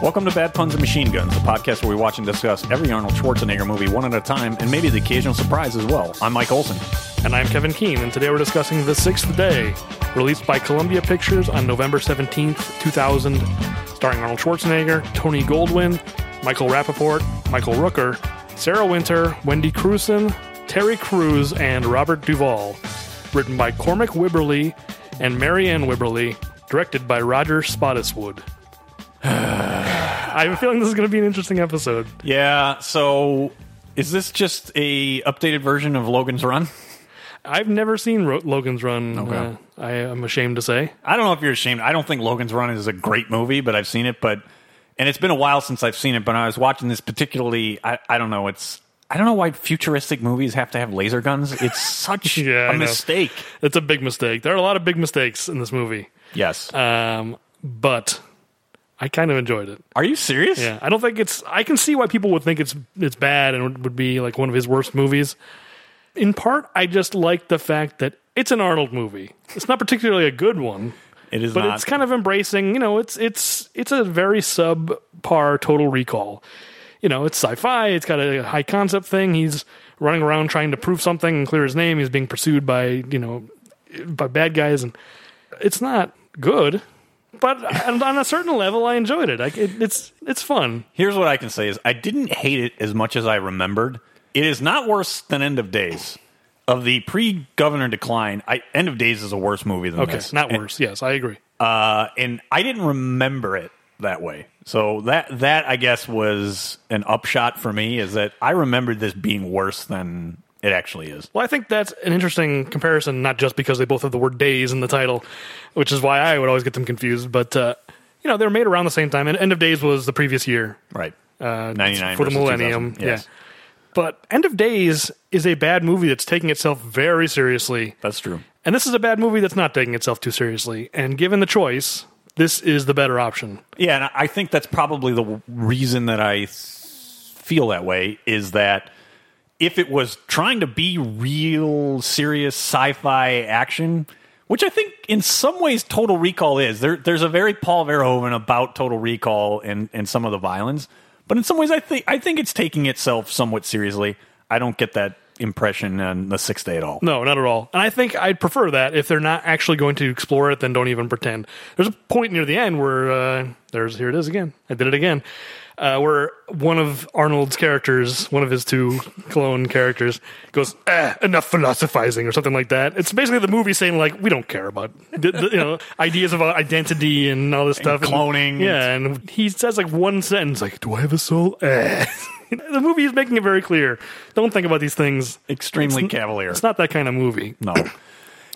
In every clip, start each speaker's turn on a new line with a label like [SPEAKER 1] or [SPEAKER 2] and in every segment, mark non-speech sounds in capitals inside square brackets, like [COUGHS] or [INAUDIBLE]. [SPEAKER 1] Welcome to Bad Puns and Machine Guns, the podcast where we watch and discuss every Arnold Schwarzenegger movie one at a time and maybe the occasional surprise as well. I'm Mike Olson.
[SPEAKER 2] And I'm Kevin Keene, and today we're discussing The Sixth Day, released by Columbia Pictures on November 17th, 2000, starring Arnold Schwarzenegger, Tony Goldwyn, Michael Rappaport, Michael Rooker, Sarah Winter, Wendy Crewson, Terry Crews, and Robert Duvall. Written by Cormac Wibberly and Marianne Wibberly, directed by Roger Spottiswood. [SIGHS] I have a feeling this is going to be an interesting episode.
[SPEAKER 1] Yeah, so is this just a updated version of Logan's Run?
[SPEAKER 2] I've never seen Ro- Logan's Run.
[SPEAKER 1] Okay.
[SPEAKER 2] uh, I am ashamed to say.
[SPEAKER 1] I don't know if you're ashamed. I don't think Logan's Run is a great movie, but I've seen it. But and it's been a while since I've seen it. But I was watching this particularly. I, I don't know. It's I don't know why futuristic movies have to have laser guns. It's [LAUGHS] such
[SPEAKER 2] Yeah, I
[SPEAKER 1] a
[SPEAKER 2] know.
[SPEAKER 1] mistake.
[SPEAKER 2] It's a big mistake. There are a lot of big mistakes in this movie.
[SPEAKER 1] Yes.
[SPEAKER 2] Um, but I kind of enjoyed it.
[SPEAKER 1] Are you serious?
[SPEAKER 2] Yeah, I don't think it's. I can see why people would think it's it's bad and would- would be like one of his worst movies. In part, I just like the fact that it's an Arnold movie. It's not particularly a good one,
[SPEAKER 1] It is
[SPEAKER 2] but
[SPEAKER 1] not.
[SPEAKER 2] it's kind of embracing. You know, it's it's it's a very subpar Total Recall. You know, it's sci-fi. It's got a high concept thing. He's running around trying to prove something and clear his name. He's being pursued by you know by bad guys, and it's not good. But on on a certain level, I enjoyed it. I, it it's it's fun.
[SPEAKER 1] Here's what I can say is I didn't hate it as much as I remembered. It is not worse than End of Days. Of the pre-Governor Decline, I, End of Days is a worse movie than
[SPEAKER 2] Okay,
[SPEAKER 1] this.
[SPEAKER 2] not worse. yes, I agree.
[SPEAKER 1] Uh, and I didn't remember it that way. So that that I guess was an upshot for me is that I remembered this being worse than it actually is.
[SPEAKER 2] Well, I think that's an interesting comparison, not just because they both have the word days in the title, which is why I would always get them confused. But uh, you know, they were made around the same time, and End of Days was the previous year
[SPEAKER 1] Right.
[SPEAKER 2] uh,
[SPEAKER 1] 99
[SPEAKER 2] for the
[SPEAKER 1] versus
[SPEAKER 2] millennium.
[SPEAKER 1] 2000, yes.
[SPEAKER 2] Yeah. But End of Days is a bad movie that's taking itself very seriously.
[SPEAKER 1] That's true.
[SPEAKER 2] And this is a bad movie that's not taking itself too seriously. And given the choice, this is the better option.
[SPEAKER 1] Yeah, and I think that's probably the w- reason that I th- feel that way is that if it was trying to be real serious sci-fi action, which I think in some ways Total Recall is, there, there's a very Paul Verhoeven about Total Recall and, and some of the violence, but in some ways I think I think it's taking itself somewhat seriously. I don't get that impression on the sixth day at all.
[SPEAKER 2] No, not at all. And I think I'd prefer that if they're not actually going to explore it, then don't even pretend. There's a point near the end where uh, there's here it is again. I did it again. Uh, where one of Arnold's characters, one of his two clone characters, goes, eh, "Enough philosophizing" or something like that. It's basically the movie saying like, "We don't care about the, the, you know [LAUGHS] ideas about identity and all this stuff,
[SPEAKER 1] cloning.
[SPEAKER 2] yeah, and he says like one sentence, like, "Do I have a soul?" [LAUGHS] Eh. the movie is making it very clear. Don't think about these things
[SPEAKER 1] Extremely cavalier.
[SPEAKER 2] it's not that kind of movie.
[SPEAKER 1] no.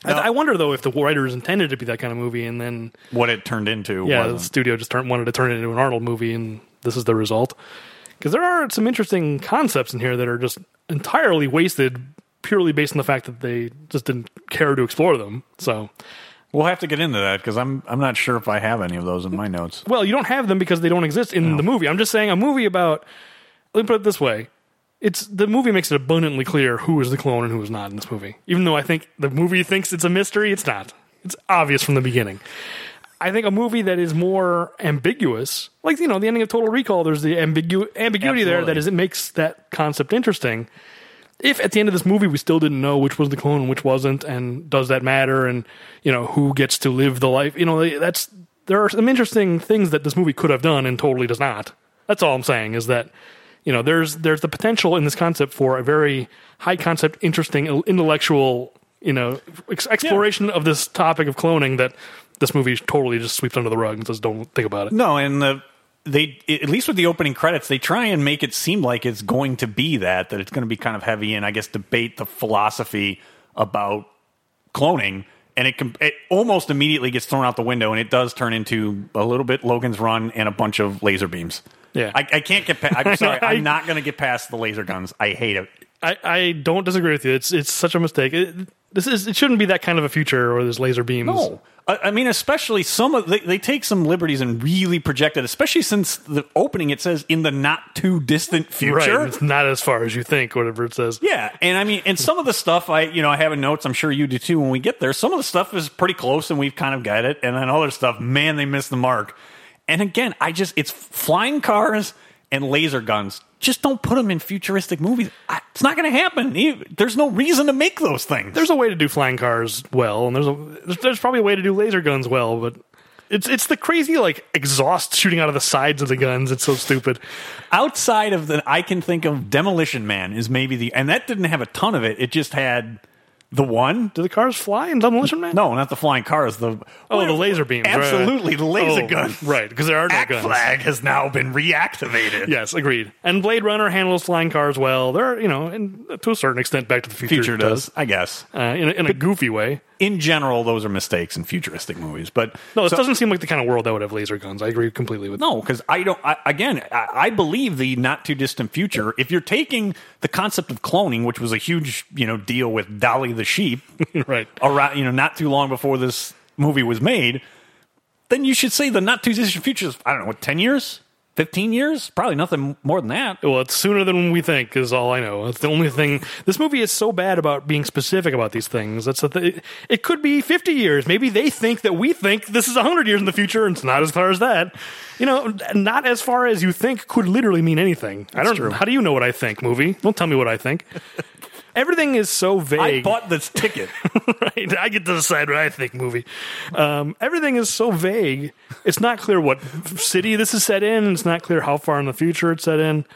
[SPEAKER 2] I, I wonder though if the writers intended to be that kind of movie, and then
[SPEAKER 1] What it turned into
[SPEAKER 2] yeah, the
[SPEAKER 1] wasn't.
[SPEAKER 2] studio just turned, wanted to turn it into an Arnold movie, and this is the result. Because there are some interesting concepts in here that are just entirely wasted, purely based on the fact that they just didn't care to explore them. So,
[SPEAKER 1] We'll have to get into that because I'm I'm not sure if I have any of those in my notes.
[SPEAKER 2] well, you don't have them because they don't exist in the movie. I'm just saying a movie about. Let me put it this way. It's the movie makes it abundantly clear who is the clone and who is not in this movie. Even though I think the movie thinks it's a mystery, it's not. It's obvious from the beginning. I think a movie that is more ambiguous, like you know, the ending of Total Recall, there's the ambigu- ambiguity there that
[SPEAKER 1] Absolutely.
[SPEAKER 2] is it makes that concept interesting. If at the end of this movie we still didn't know which was the clone and which wasn't, and does that matter, and you know who gets to live the life, you know that's there are some interesting things that this movie could have done and totally does not. That's all I'm saying is that you know there's there's the potential in this concept for a very high concept, interesting, intellectual you know ex- exploration of this topic of cloning that this movie totally just sweeps under the rug and says don't think about it.
[SPEAKER 1] No, and the they at least with the opening credits, they try and make it seem like it's going to be that that it's going to be kind of heavy and I guess debate the philosophy about cloning. And it, com- it almost immediately gets thrown out the window, and it does turn into a little bit Logan's Run and a bunch of laser beams.
[SPEAKER 2] Yeah.
[SPEAKER 1] I, I can't get. past
[SPEAKER 2] [LAUGHS]
[SPEAKER 1] I'm sorry,
[SPEAKER 2] I-
[SPEAKER 1] I'm not going to get past the laser guns. I hate it.
[SPEAKER 2] I, I don't disagree with you. It's it's such a mistake. It, this is it shouldn't be that kind of a future where there's laser beams.
[SPEAKER 1] No. I, I mean, especially some of they, they take some liberties and really project it, especially since the opening it says in the not too distant
[SPEAKER 2] right?
[SPEAKER 1] future.
[SPEAKER 2] It's not as far as you think. Whatever it says.
[SPEAKER 1] Yeah, and I mean, and some of the stuff I, you know, I have in notes. I'm sure you do too. When we get there, some of the stuff is pretty close, and we've kind of got it. And then other stuff, man, they missed the mark. And again, I just it's flying cars and laser guns. Just don't put them in futuristic movies. I, it's not going to happen. You- There's no reason to make those things.
[SPEAKER 2] there's a way to do flying cars well, and there's a there's, there's probably a way to do laser guns well, but it's it's the crazy like exhaust shooting out of the sides of the guns. It's so stupid.
[SPEAKER 1] outside of the I can think of Demolition Man is maybe the and that didn't have a ton of it. It just had the one.
[SPEAKER 2] Do the cars fly in Demolition Man?
[SPEAKER 1] No, not the flying cars. The
[SPEAKER 2] Oh, the laser beams. right, right, right.
[SPEAKER 1] Absolutely, the laser
[SPEAKER 2] Oh,
[SPEAKER 1] gun.
[SPEAKER 2] Right, because there are no
[SPEAKER 1] Act
[SPEAKER 2] guns.
[SPEAKER 1] flag has now been reactivated.
[SPEAKER 2] Yes, agreed. And Blade Runner handles flying cars well. There, are, you know, and to a certain extent, Back to the Future,
[SPEAKER 1] Future does, I guess.
[SPEAKER 2] uh, in, a, in a goofy way.
[SPEAKER 1] In general, those are mistakes in futuristic movies. But
[SPEAKER 2] No, this
[SPEAKER 1] so-
[SPEAKER 2] doesn't seem like the kind of world that would have laser guns. I agree completely with.
[SPEAKER 1] No, because I don't. I, again, I, I believe the not too distant future. If you're taking the concept of cloning, which was a huge you know deal with Dolly the sheep,
[SPEAKER 2] [LAUGHS] [LAUGHS] right.
[SPEAKER 1] around you know not too long before this movie was made, then you should say the not too distant future is I don't know what ten years, fifteen years, probably nothing more than that.
[SPEAKER 2] Well, it's sooner than we think is all I know. It's the only thing. This movie is so bad about being specific about these things. That's the th- it could be 50 years. Maybe they think that we think this is 100 years in the future and it's not as far as that. You know, not as far as you think could literally mean anything. I don't How do you know what I think, movie? Don't tell me what I think. Everything is so vague
[SPEAKER 1] I bought this ticket.
[SPEAKER 2] [LAUGHS] right? I get to decide what I think. Movie. Um, everything is so vague. It's not clear what city this is set in. It's not clear how far in the future it's set in.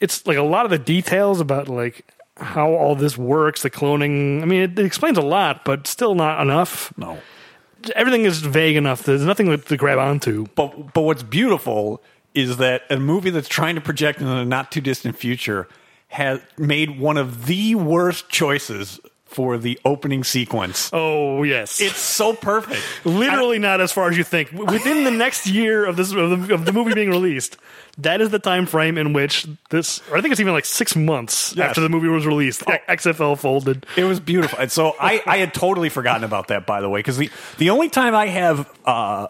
[SPEAKER 2] It's like a lot of the details about like how all this works, the cloning. I mean, it, it explains a lot, but still not enough.
[SPEAKER 1] no,
[SPEAKER 2] Everything is vague enough. There's nothing to- to grab onto.
[SPEAKER 1] but but what's beautiful is that a movie that's trying to project into the not too distant future has made one of the worst choices for the opening sequence.
[SPEAKER 2] Oh yes,
[SPEAKER 1] It's so perfect.
[SPEAKER 2] literally not as far as you think. W- Within the next year of this of the, of the movie being released, that is the time frame in which this. Or I think it's even like six months
[SPEAKER 1] Yes. Oh.
[SPEAKER 2] after the movie was released. XFL folded.
[SPEAKER 1] It was beautiful. And so I, I had totally forgotten about that, by the way, because the, the only time I have, uh,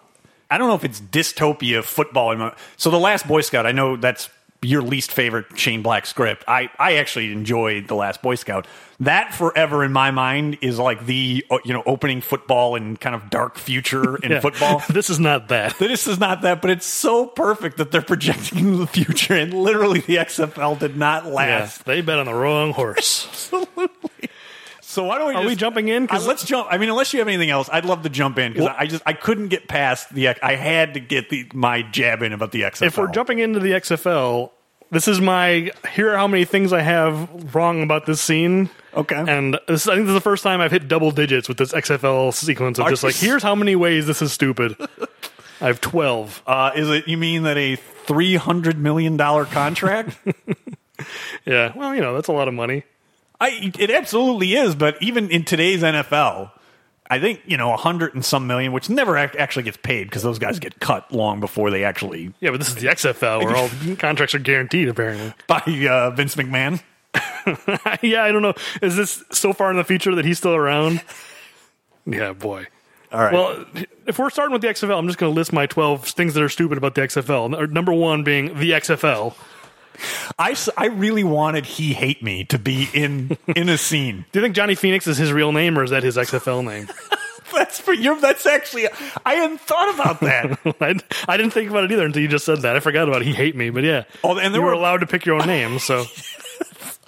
[SPEAKER 1] I don't know if it's dystopia football. In my, so The Last Boy Scout, I know that's your least favorite Shane Black script. I, I actually enjoyed The Last Boy Scout. That forever in my mind is like the, uh, you know, opening football and kind of dark future in
[SPEAKER 2] [LAUGHS] Yeah.
[SPEAKER 1] football.
[SPEAKER 2] This is not that.
[SPEAKER 1] This is not that, but it's so perfect that they're projecting into the future, and literally the XFL did not last.
[SPEAKER 2] Yes, they bet on the wrong
[SPEAKER 1] [LAUGHS]
[SPEAKER 2] horse.
[SPEAKER 1] So why don't we?
[SPEAKER 2] Are
[SPEAKER 1] just-
[SPEAKER 2] we jumping in? 'Cause-
[SPEAKER 1] Uh, let's jump. I mean, unless you have anything else, I'd love to jump in because I just I couldn't get past the. I had to get the my jab in about the XFL.
[SPEAKER 2] if we're jumping into the XFL, this is my here are how many things I have wrong about this scene.
[SPEAKER 1] Okay.
[SPEAKER 2] And this, I think this is the first time I've hit double digits with this XFL sequence of
[SPEAKER 1] Are
[SPEAKER 2] just
[SPEAKER 1] you
[SPEAKER 2] like,
[SPEAKER 1] s-
[SPEAKER 2] here's how many ways this is
[SPEAKER 1] [LAUGHS]
[SPEAKER 2] stupid. I have 12.
[SPEAKER 1] uh, is it you mean that a three hundred million dollar
[SPEAKER 2] [LAUGHS]
[SPEAKER 1] contract?
[SPEAKER 2] Yeah, well, you know, that's a lot of money.
[SPEAKER 1] I it absolutely is, but even in today's NFL. I think you know a hundred and some million, which never ac- actually gets paid because those guys get cut long before they actually [LAUGHS]
[SPEAKER 2] Yeah, but this is the XFL where all contracts are guaranteed, apparently. [LAUGHS]
[SPEAKER 1] by uh, Vince McMahon.
[SPEAKER 2] yeah, I don't know. Is this so far in the future that he's still around? Yeah, boy.
[SPEAKER 1] All right,
[SPEAKER 2] Well, if we're starting with the XFL, I'm just going to list my 12 things that are stupid about the XFL. N- Number one being the XFL.
[SPEAKER 1] I, s- I really wanted he hate me to be
[SPEAKER 2] [LAUGHS]
[SPEAKER 1] in in a scene.
[SPEAKER 2] Do you think Johnny Phoenix is his real name or is that his XFL name?
[SPEAKER 1] [LAUGHS] That's for you. That's actually I hadn't thought about [LAUGHS] that.
[SPEAKER 2] [LAUGHS] I, I didn't think about it either until you just said that. I forgot about it. He hate me, but yeah.
[SPEAKER 1] Oh, and there
[SPEAKER 2] you
[SPEAKER 1] were-
[SPEAKER 2] were allowed to pick your own
[SPEAKER 1] [LAUGHS]
[SPEAKER 2] name, so.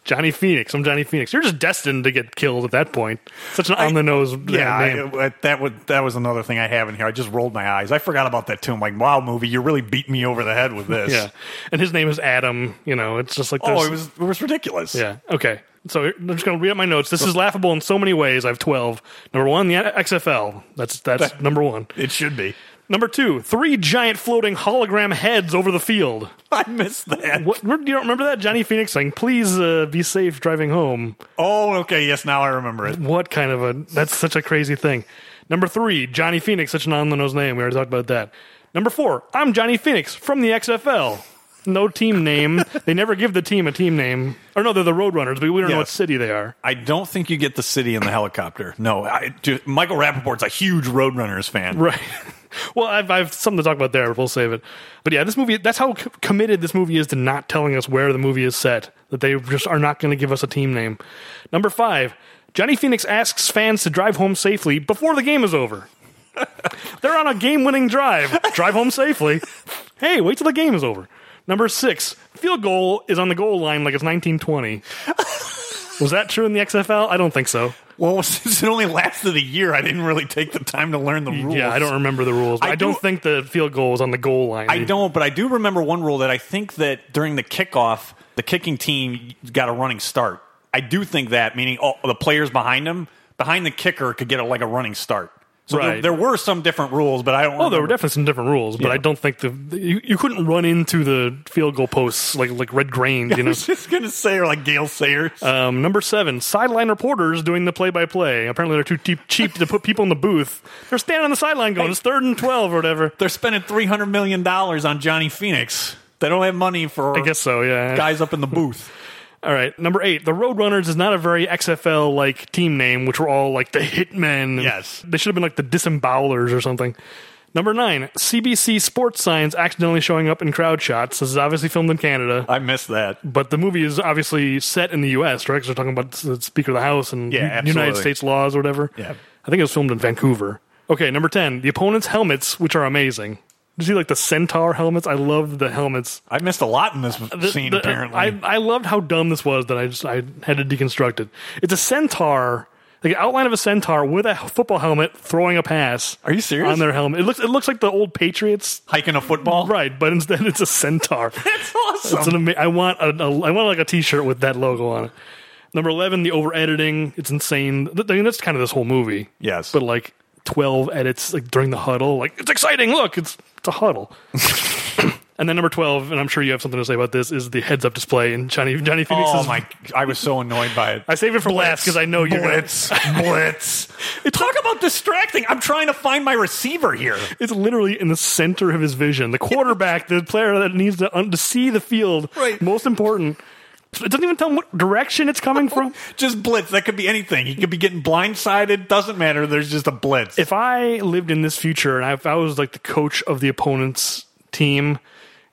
[SPEAKER 2] Johnny Phoenix. I'm Johnny Phoenix. You're just destined to get killed at that point. Such an on the nose
[SPEAKER 1] yeah, I-
[SPEAKER 2] name.
[SPEAKER 1] uh, that would that was another thing I have in here. I just rolled my eyes. I forgot about that too. I'm like, wow, movie, you really beat me over the head with this.
[SPEAKER 2] yeah. And his name is Adam. You know, it's just like
[SPEAKER 1] Oh,
[SPEAKER 2] there's-
[SPEAKER 1] it was it was ridiculous.
[SPEAKER 2] Yeah. Okay. So I'm just going to read up my notes. This is laughable in so many ways. I have 12. Number one, the XFL. That's that's number one.
[SPEAKER 1] It should be.
[SPEAKER 2] Number two, three giant floating hologram heads over the field.
[SPEAKER 1] [LAUGHS] I missed that.
[SPEAKER 2] What, you don't remember that? Johnny Phoenix saying, please uh, be safe driving home.
[SPEAKER 1] Oh, okay. Yes, now I remember it.
[SPEAKER 2] What kind of a. That's such a crazy thing. Number three, Johnny Phoenix, such an on the nose name. We already talked about that. Number four, I'm Johnny Phoenix from the XFL. No team name. they never give the team a team name. Or no, they're the Roadrunners, but we don't know
[SPEAKER 1] Yeah.
[SPEAKER 2] what city they are.
[SPEAKER 1] I don't think you get the city in the helicopter. No, I, dude, Michael Rappaport's a huge Roadrunners fan.
[SPEAKER 2] Right. [LAUGHS] Well, I've, I've something to talk about there. but We'll save it. But yeah, this movie, that's how c- committed this movie is to not telling us where the movie is set, that they just are not going to give us a team name. Number five, Johnny Phoenix asks fans to drive home safely before the game is over. [LAUGHS] They're on a game-winning drive. Drive home safely. [LAUGHS] Hey, wait till the game is over. Number six, field goal is on the goal line like it's 1920. [LAUGHS] Was that true in the XFL? I don't think so.
[SPEAKER 1] Well, [LAUGHS] since it only lasted a year, I didn't really take the time to learn the rules.
[SPEAKER 2] Yeah, I don't remember the rules. I,
[SPEAKER 1] I
[SPEAKER 2] don't
[SPEAKER 1] do-
[SPEAKER 2] think the field goal was on the goal line.
[SPEAKER 1] I don't, but I do remember one rule that I think that during the kickoff, the kicking team got a running start. I do think that, meaning all the players behind them, behind the kicker, could get a, like a running start. So
[SPEAKER 2] Right.
[SPEAKER 1] there, there were some different rules, but I don't.
[SPEAKER 2] Oh, there were [LAUGHS]
[SPEAKER 1] remember-
[SPEAKER 2] definitely some different rules, but I don't think the you, you couldn't run into the field goal posts like like red grains, you
[SPEAKER 1] I
[SPEAKER 2] know.
[SPEAKER 1] was just gonna say, or like Gail Sayers.
[SPEAKER 2] Um, number seven, sideline reporters doing the play-by-play. Apparently, they're too cheap, cheap to put people in the booth. They're standing on the sideline going, "It's third and twelve or whatever."
[SPEAKER 1] They're spending three hundred million dollars on Johnny Phoenix. They don't have money for
[SPEAKER 2] I guess so. Yeah.
[SPEAKER 1] guys up in the
[SPEAKER 2] [LAUGHS]
[SPEAKER 1] booth.
[SPEAKER 2] All right. Number eight, the Roadrunners is not a very XFL like team name, which were all like the Hitmen.
[SPEAKER 1] Yes.
[SPEAKER 2] They should have been like the Disembowelers or something. Number nine, CBC sports signs accidentally showing up in crowd shots. This is obviously filmed in Canada.
[SPEAKER 1] I missed that.
[SPEAKER 2] but the movie is obviously set in the U.S., right? Because they're talking about the Speaker of the House and
[SPEAKER 1] Yeah,
[SPEAKER 2] U- United
[SPEAKER 1] absolutely.
[SPEAKER 2] States laws or whatever.
[SPEAKER 1] Yeah.
[SPEAKER 2] I think it was filmed in Vancouver. Okay, number 10, the opponent's helmets, which are amazing. You see, like, the centaur helmets? I love the helmets.
[SPEAKER 1] I missed a lot in this
[SPEAKER 2] Uh, The-
[SPEAKER 1] scene.
[SPEAKER 2] the-
[SPEAKER 1] apparently,
[SPEAKER 2] I, I loved how dumb this was that I just I had to deconstruct it. It's a centaur, like an outline of a centaur with a football helmet throwing a pass.
[SPEAKER 1] Are you serious?
[SPEAKER 2] On their helmet. It looks, it looks like the old Patriots.
[SPEAKER 1] hiking a football.
[SPEAKER 2] Right, but instead it's a centaur.
[SPEAKER 1] [LAUGHS] That's awesome.
[SPEAKER 2] It's an ama- I want a, a, I want like a T-shirt with that logo on it. Number eleven, the over editing. It's insane. Th- I mean, that's kind of this whole movie.
[SPEAKER 1] Yes.
[SPEAKER 2] but like twelve edits like during the huddle. Like it's exciting. Look, it's it's a huddle.
[SPEAKER 1] [LAUGHS]
[SPEAKER 2] and then number twelve, and I'm sure you have something to say about this, is the heads up display in Johnny Johnny Phoenix's.
[SPEAKER 1] Oh my! I was so annoyed by it.
[SPEAKER 2] I saved it for last because I know you're. Gonna,
[SPEAKER 1] blitz, [LAUGHS] blitz. Talk about distracting. I'm trying to find my receiver here.
[SPEAKER 2] it's literally in the center of his vision. The quarterback, the player that needs to un- to see the field,
[SPEAKER 1] Right.
[SPEAKER 2] most important. It doesn't even tell him what direction it's coming from.
[SPEAKER 1] Just blitz. That could be anything. He could be getting blindsided. Doesn't matter. There's just a blitz.
[SPEAKER 2] if I lived in this future and I, if I was like the coach of the opponent's team,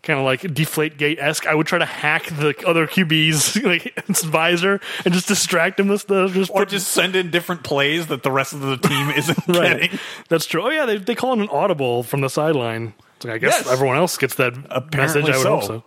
[SPEAKER 2] kind of like deflate gate esque, I would try to hack the other QB's [LAUGHS] like visor and just distract him with the just
[SPEAKER 1] or
[SPEAKER 2] put-
[SPEAKER 1] just send in different plays that the rest of the team [LAUGHS] isn't
[SPEAKER 2] right.
[SPEAKER 1] getting.
[SPEAKER 2] That's true. Oh yeah, they they call it an audible from the sideline. It's like, I guess
[SPEAKER 1] Yes.
[SPEAKER 2] everyone else gets that
[SPEAKER 1] Apparently
[SPEAKER 2] message. I would
[SPEAKER 1] so.
[SPEAKER 2] hope so.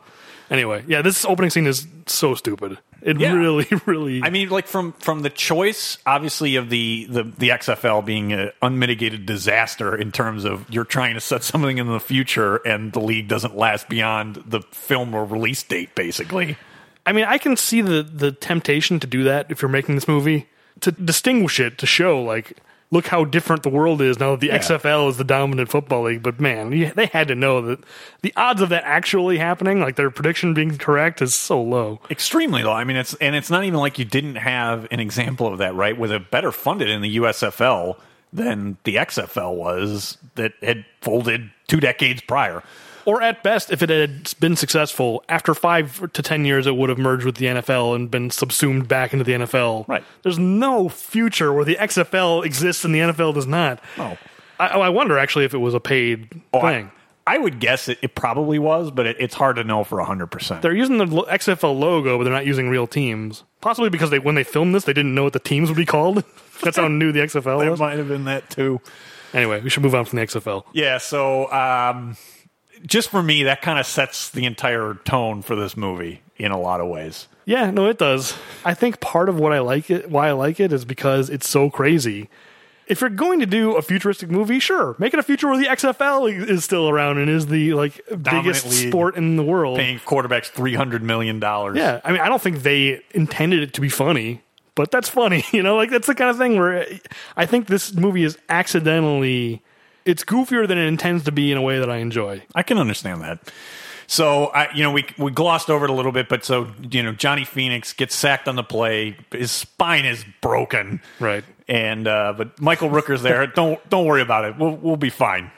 [SPEAKER 2] Anyway, yeah, this opening scene is so stupid. It
[SPEAKER 1] Yeah.
[SPEAKER 2] really, [LAUGHS] really.
[SPEAKER 1] I mean, like from from the choice, obviously, of the the, the XFL being an unmitigated disaster in terms of you're trying to set something in the future, and the league doesn't last beyond the film or release date, basically.
[SPEAKER 2] I mean, I can see the the temptation to do that if you're making this movie to distinguish it to show like look how different the world is now that the XFL is the dominant football league. But man, you- they had to know that the odds of that actually happening, like their prediction being correct, is so low.
[SPEAKER 1] extremely low. I mean, it's and it's not even like you didn't have an example of that, right? With a better funded in the USFL than the XFL was that had folded two decades prior.
[SPEAKER 2] Or at best, if it had been successful after five to ten years, it would have merged with the NFL and been subsumed back into the NFL.
[SPEAKER 1] Right.
[SPEAKER 2] There's no future where the XFL exists and the NFL does not.
[SPEAKER 1] No. Oh,
[SPEAKER 2] I, I wonder actually if it was a paid
[SPEAKER 1] I-
[SPEAKER 2] thing.
[SPEAKER 1] I, would guess it, it probably was, but it, it's hard to know for hundred percent.
[SPEAKER 2] they're using the lo- XFL logo, but they're not using real teams. Possibly because they when they filmed this, they didn't know what the teams would be called. [LAUGHS] That's how new the XFL
[SPEAKER 1] It
[SPEAKER 2] was.
[SPEAKER 1] might have been that too.
[SPEAKER 2] Anyway, we should move on from the XFL.
[SPEAKER 1] Yeah. So, um, just for me, that kind of sets the entire tone for this movie in a lot of ways.
[SPEAKER 2] Yeah, no, it does. I think part of what I like it, why I like it, is because it's so crazy. If you're going to do a futuristic movie, sure, make it a future where the XFL i- is still around and is the like biggest
[SPEAKER 1] league.
[SPEAKER 2] sport in the world.
[SPEAKER 1] Paying quarterbacks three hundred million dollars.
[SPEAKER 2] Yeah, I mean, I don't think they intended it to be funny, but that's funny, [LAUGHS] you know. Like that's the kind of thing where I think this movie is accidentally. It's goofier than it intends to be in a way that I enjoy.
[SPEAKER 1] I can understand that. So I, you know, we we glossed over it a little bit, but so you know, Johnny Phoenix gets sacked on the play. His spine is broken,
[SPEAKER 2] Right.
[SPEAKER 1] And uh, but Michael Rooker's there. [LAUGHS] don't don't worry about it. We'll we'll be fine.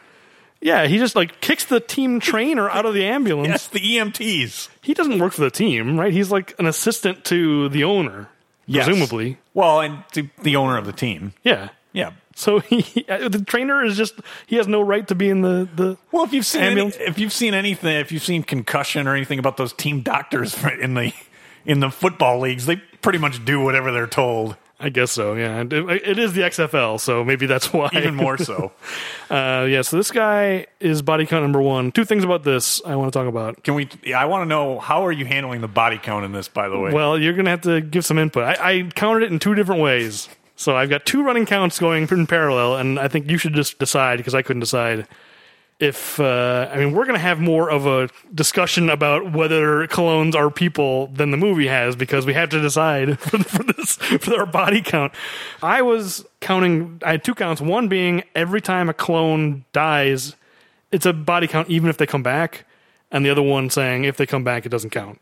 [SPEAKER 2] Yeah, he just like kicks the team trainer out of the
[SPEAKER 1] [LAUGHS]
[SPEAKER 2] ambulance.
[SPEAKER 1] Yes, the E EMTs.
[SPEAKER 2] He doesn't work for the team, right? He's like an assistant to the owner,
[SPEAKER 1] Yes.
[SPEAKER 2] presumably.
[SPEAKER 1] Well, and to the owner of the team.
[SPEAKER 2] Yeah.
[SPEAKER 1] Yeah.
[SPEAKER 2] So [LAUGHS] he, the trainer is just he has no right to be in the the.
[SPEAKER 1] Well, if you've seen any-
[SPEAKER 2] Ambulance.
[SPEAKER 1] if you've seen anything, if you've seen concussion or anything about [LAUGHS] those team doctors in the in the football leagues, they pretty much do whatever they're told.
[SPEAKER 2] I guess so. Yeah, And it, it is the XFL, so maybe that's why.
[SPEAKER 1] even
[SPEAKER 2] [LAUGHS]
[SPEAKER 1] more [LAUGHS] so.
[SPEAKER 2] Uh, yeah. So this guy is body count number one. Two things about this I want to talk about.
[SPEAKER 1] Can we? I want to know how are you handling the body count in this? By the way,
[SPEAKER 2] Well, you're gonna have to give some input. I, I counted it in two different ways. So I've got two running counts going in parallel, and I think you should just decide because I couldn't decide if uh, I mean we're gonna have more of a discussion about whether clones are people than the movie has because we have to decide [LAUGHS] for, for this for our body count. I was counting. I had two counts. One being every time a clone dies, it's a body count even if they come back, and the other one saying if they come back, it doesn't count.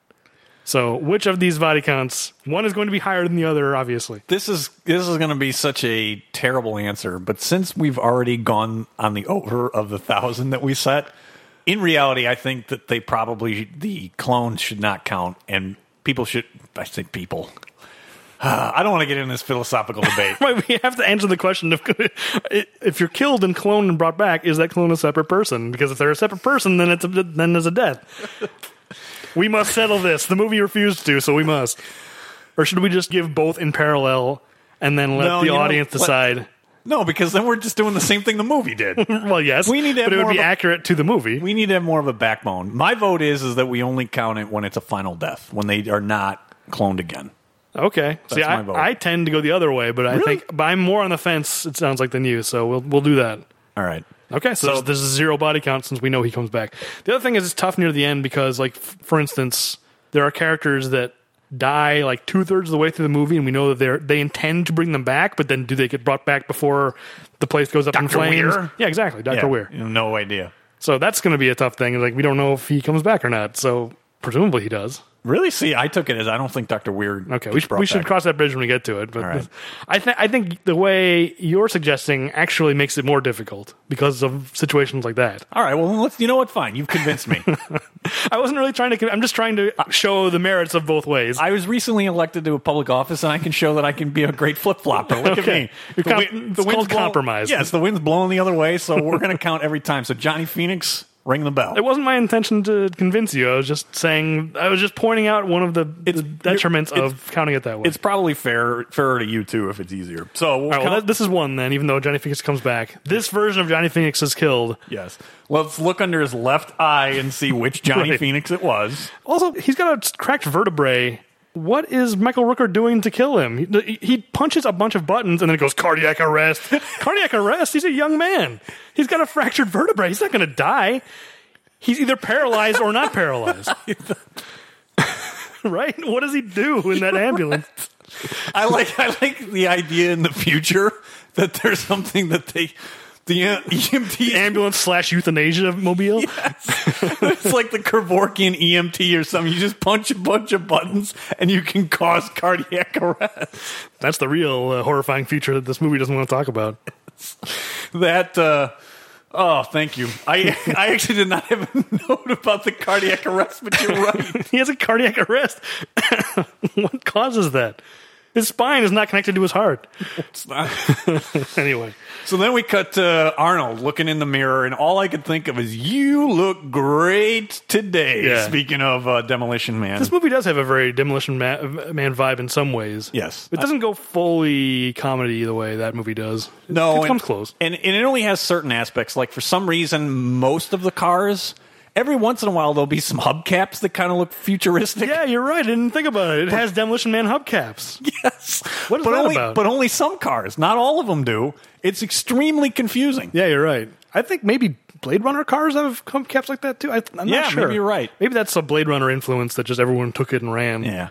[SPEAKER 2] So, which of these body counts? One is going to be higher than the other, obviously. [LAUGHS]
[SPEAKER 1] this is this is going to be such a terrible answer. But since we've already gone on the over of the thousand that we set, in reality, I think that they probably the clones should not count, and people should. I say people. [SIGHS] I don't want to get in this philosophical [LAUGHS] debate.
[SPEAKER 2] Right, we have to answer the question of [LAUGHS] if you're killed and cloned and brought back, is that clone a separate person? Because if they're a separate person, then it's a, then there's
[SPEAKER 1] [LAUGHS]
[SPEAKER 2] a death. we must settle this. The movie refused to, so we must. Or should we just give both in parallel and then let
[SPEAKER 1] No,
[SPEAKER 2] the
[SPEAKER 1] you know,
[SPEAKER 2] audience
[SPEAKER 1] let-
[SPEAKER 2] decide?
[SPEAKER 1] no, because then we're just doing the same thing the movie [LAUGHS] did.
[SPEAKER 2] well, yes,
[SPEAKER 1] We need to have
[SPEAKER 2] but it would
[SPEAKER 1] more
[SPEAKER 2] be
[SPEAKER 1] of a-
[SPEAKER 2] accurate to the movie.
[SPEAKER 1] We need to have more of a backbone. My vote is is that we only count it when it's a final death, when they are not cloned again.
[SPEAKER 2] Okay. See,
[SPEAKER 1] my
[SPEAKER 2] I,
[SPEAKER 1] vote.
[SPEAKER 2] I tend to go the other way, but I
[SPEAKER 1] Really?
[SPEAKER 2] think but I'm more on the fence. It sounds like than you, so we'll we'll do that.
[SPEAKER 1] All right.
[SPEAKER 2] Okay, so,
[SPEAKER 1] So-
[SPEAKER 2] there's, there's a zero body count since we know he comes back. The other thing is it's tough near the end because, like, f- for instance, there are characters that die like two thirds of the way through the movie, and we know that they're they intend to bring them back, but then do they get brought back before the place goes up in
[SPEAKER 1] Dr.
[SPEAKER 2] flames?
[SPEAKER 1] Weir?
[SPEAKER 2] Yeah, exactly, Doctor
[SPEAKER 1] Yeah,
[SPEAKER 2] Weir.
[SPEAKER 1] No idea.
[SPEAKER 2] So that's going to be a tough thing. Like, we don't know if he comes back or not. So presumably he does.
[SPEAKER 1] Really? See, I took it as I don't think Doctor Weird.
[SPEAKER 2] Okay, we should, we should cross that bridge when we get to it. But
[SPEAKER 1] right.
[SPEAKER 2] I, th- I think the way you're suggesting actually makes it more difficult because of situations like that.
[SPEAKER 1] All right. Well, then let's. You know what? Fine. You've convinced
[SPEAKER 2] [LAUGHS]
[SPEAKER 1] me.
[SPEAKER 2] I wasn't really trying to. con- I'm just trying to show the merits of both ways.
[SPEAKER 1] I was recently elected to a public office, and I can show that I can be a great flip flopper. Look
[SPEAKER 2] Okay.
[SPEAKER 1] at me.
[SPEAKER 2] You're com-
[SPEAKER 1] wi-
[SPEAKER 2] it's called
[SPEAKER 1] blowing-
[SPEAKER 2] compromise.
[SPEAKER 1] Yes, the wind's blowing the other way, so we're going to count every time. So Johnny Phoenix, ring the bell.
[SPEAKER 2] it wasn't my intention to convince you. I was just saying. I was just pointing out one of the, the
[SPEAKER 1] It's-
[SPEAKER 2] detriments
[SPEAKER 1] you're-
[SPEAKER 2] of counting it that way.
[SPEAKER 1] It's probably fair fairer to you too if it's easier. So we'll
[SPEAKER 2] All right, well,
[SPEAKER 1] count-
[SPEAKER 2] that, this is one then. Even though Johnny Phoenix comes back, this version of Johnny Phoenix is killed.
[SPEAKER 1] Yes. Let's look under his left eye and see which Johnny
[SPEAKER 2] [LAUGHS] Right.
[SPEAKER 1] Phoenix it was.
[SPEAKER 2] Also, he's got a cracked vertebrae. What is Michael Rooker doing to kill him? He, he punches a bunch of buttons and then it goes cardiac arrest. [LAUGHS] cardiac arrest? He's a young man. He's got a fractured vertebrae. He's not going to die. He's either paralyzed or not paralyzed. [LAUGHS] right? What does he do in that ambulance?
[SPEAKER 1] I like I like the idea in the future that there's something that they the uh, EMT
[SPEAKER 2] Ambulance slash euthanasia mobile?
[SPEAKER 1] it's like the Kevorkian EMT or something. You just punch a bunch of buttons and you can cause cardiac arrest.
[SPEAKER 2] That's the real uh, horrifying feature that this movie doesn't want to talk about. [LAUGHS]
[SPEAKER 1] That uh Oh, thank you. I I actually did not have a [LAUGHS] note about the cardiac arrest, but you're right.
[SPEAKER 2] He has a cardiac arrest. [LAUGHS] what causes that? His spine is not connected to his heart.
[SPEAKER 1] It's not.
[SPEAKER 2] anyway,
[SPEAKER 1] So then we cut to Arnold looking in the mirror, and all I could think of is, "You look great today."
[SPEAKER 2] Yeah.
[SPEAKER 1] Speaking of uh, Demolition Man,
[SPEAKER 2] this movie does have a very Demolition Ma- Man vibe in some ways.
[SPEAKER 1] Yes. Uh,
[SPEAKER 2] it doesn't go fully comedy the way that movie does.
[SPEAKER 1] no,
[SPEAKER 2] it
[SPEAKER 1] and-
[SPEAKER 2] comes close.
[SPEAKER 1] and and it only has certain aspects. Like for some reason, most of the cars, every once in a while, there'll be some hubcaps that kind of look futuristic. [LAUGHS]
[SPEAKER 2] Yeah, you're right. I didn't think about it. It has Demolition Man hubcaps.
[SPEAKER 1] Yes,
[SPEAKER 2] What is
[SPEAKER 1] but
[SPEAKER 2] that
[SPEAKER 1] only,
[SPEAKER 2] about?
[SPEAKER 1] But only some cars, not all of them do. It's extremely confusing.
[SPEAKER 2] Yeah, you're right. I think maybe Blade Runner cars have hubcaps like that too. I, I'm
[SPEAKER 1] Yeah,
[SPEAKER 2] not sure.
[SPEAKER 1] maybe you're right.
[SPEAKER 2] Maybe that's a Blade Runner influence that just everyone took it and ran.
[SPEAKER 1] Yeah.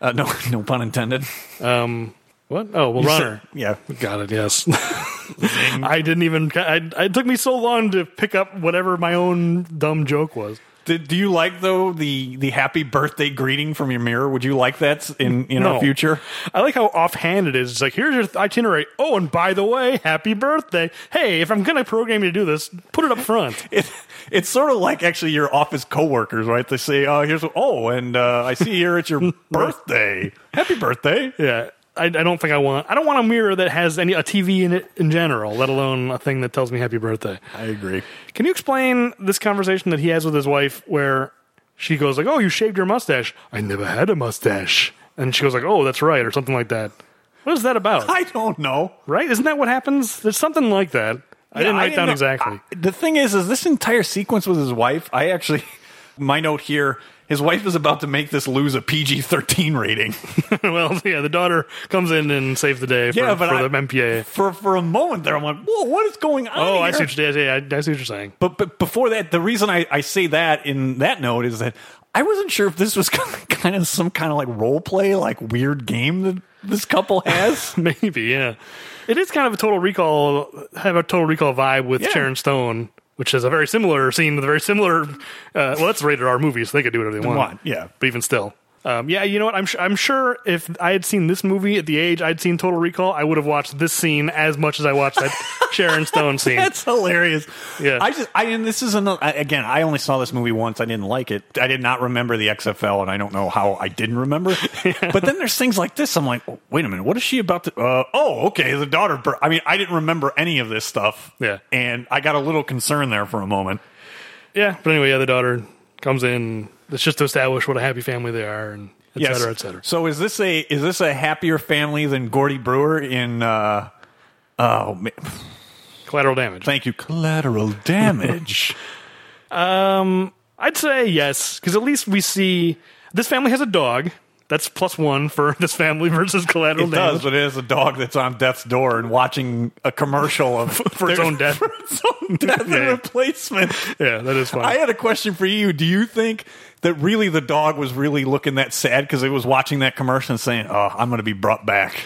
[SPEAKER 1] Uh, no, [LAUGHS] no pun intended.
[SPEAKER 2] Um, what? Oh, well, Runner.
[SPEAKER 1] Yeah.
[SPEAKER 2] Got it. Yes. [LAUGHS] I didn't even. I, it took me so long to pick up whatever my own dumb joke was.
[SPEAKER 1] Did, do you like though the the happy birthday greeting from your mirror? Would you like that in in
[SPEAKER 2] No.
[SPEAKER 1] our future?
[SPEAKER 2] I like how offhand it is. It's like here's your itinerary. Oh, and by the way, happy birthday. Hey, if I'm gonna program you to do this, put it up front.
[SPEAKER 1] It, it's sort of like actually your office coworkers, right? They say, "Oh, here's what, oh, and uh, I see here it's
[SPEAKER 2] [LAUGHS]
[SPEAKER 1] your birthday. Happy birthday!"
[SPEAKER 2] yeah. I, I don't think I want. I don't want a mirror that has any a TV in it in general, let alone a thing that tells me happy birthday.
[SPEAKER 1] I agree.
[SPEAKER 2] Can you explain this conversation that he has with his wife where she goes like, "Oh, you shaved your mustache." I never had a mustache. And she goes like, "Oh, that's right," or something like that. What is that about?
[SPEAKER 1] I don't know.
[SPEAKER 2] right? Isn't that what happens? There's something like that. I didn't
[SPEAKER 1] Yeah,
[SPEAKER 2] write down
[SPEAKER 1] know-
[SPEAKER 2] exactly.
[SPEAKER 1] I- the thing is, is this entire sequence with his wife? I actually, [LAUGHS] my note here, his wife is about to make this lose a PG thirteen rating. [LAUGHS]
[SPEAKER 2] [LAUGHS] well, yeah, the daughter comes in and saves the day for,
[SPEAKER 1] Yeah, but
[SPEAKER 2] for
[SPEAKER 1] I-
[SPEAKER 2] the MPA.
[SPEAKER 1] For for a moment there, I'm like, whoa, what is going on?
[SPEAKER 2] Oh, I
[SPEAKER 1] here?"
[SPEAKER 2] see, what you're, yeah, yeah, I see what you're saying. [LAUGHS]
[SPEAKER 1] But but before that, the reason I, I say that in that note is that I wasn't sure if this was [LAUGHS] kind of some kind of like role play, like weird game that this couple
[SPEAKER 2] [LAUGHS]
[SPEAKER 1] has.
[SPEAKER 2] Maybe, yeah. It is kind of a total recall, have a total recall vibe with
[SPEAKER 1] Yeah.
[SPEAKER 2] Sharon Stone, which is a very similar scene with a very similar. Uh, well, that's a rated R movie, so they could do whatever they want.
[SPEAKER 1] want, yeah.
[SPEAKER 2] but even still. Um, yeah, you know what? I'm su- I'm sure if I had seen this movie at the age I'd seen Total Recall, I would have watched this scene as much as I
[SPEAKER 1] [LAUGHS]
[SPEAKER 2] watched that Sharon Stone scene.
[SPEAKER 1] That's hilarious.
[SPEAKER 2] Yeah.
[SPEAKER 1] I just I and this is another I- again. I only saw this movie once. I didn't like it. I did not remember the XFL, and I don't know how I didn't
[SPEAKER 2] [LAUGHS]
[SPEAKER 1] remember. But then there's things like this. I'm like, oh, wait a minute, what is she about to? Uh, oh, okay, the daughter. bur- I mean, I didn't remember any of this stuff.
[SPEAKER 2] Yeah.
[SPEAKER 1] and I got a little concerned there for a moment.
[SPEAKER 2] Yeah, but anyway, yeah, the daughter comes in. It's just to establish what a happy family they are, and et cetera, et cetera.
[SPEAKER 1] So is this a is this a happier family than Gordy Brewer in? Uh, oh, ma-
[SPEAKER 2] Collateral damage.
[SPEAKER 1] thank you. Collateral damage.
[SPEAKER 2] Um, I'd say yes, because at least we see this family has a dog. That's plus one for [LAUGHS] this family versus [LAUGHS] collateral
[SPEAKER 1] It
[SPEAKER 2] damage.
[SPEAKER 1] does, but it is a dog that's on death's door and watching a commercial of
[SPEAKER 2] [LAUGHS] For its own
[SPEAKER 1] [LAUGHS]
[SPEAKER 2] death.
[SPEAKER 1] for its own death
[SPEAKER 2] Yeah.
[SPEAKER 1] and replacement.
[SPEAKER 2] Yeah, that is fine.
[SPEAKER 1] I had a question for you. Do you think that really the dog was really looking that sad because it was watching that commercial and saying, "Oh, I'm going to be brought back"?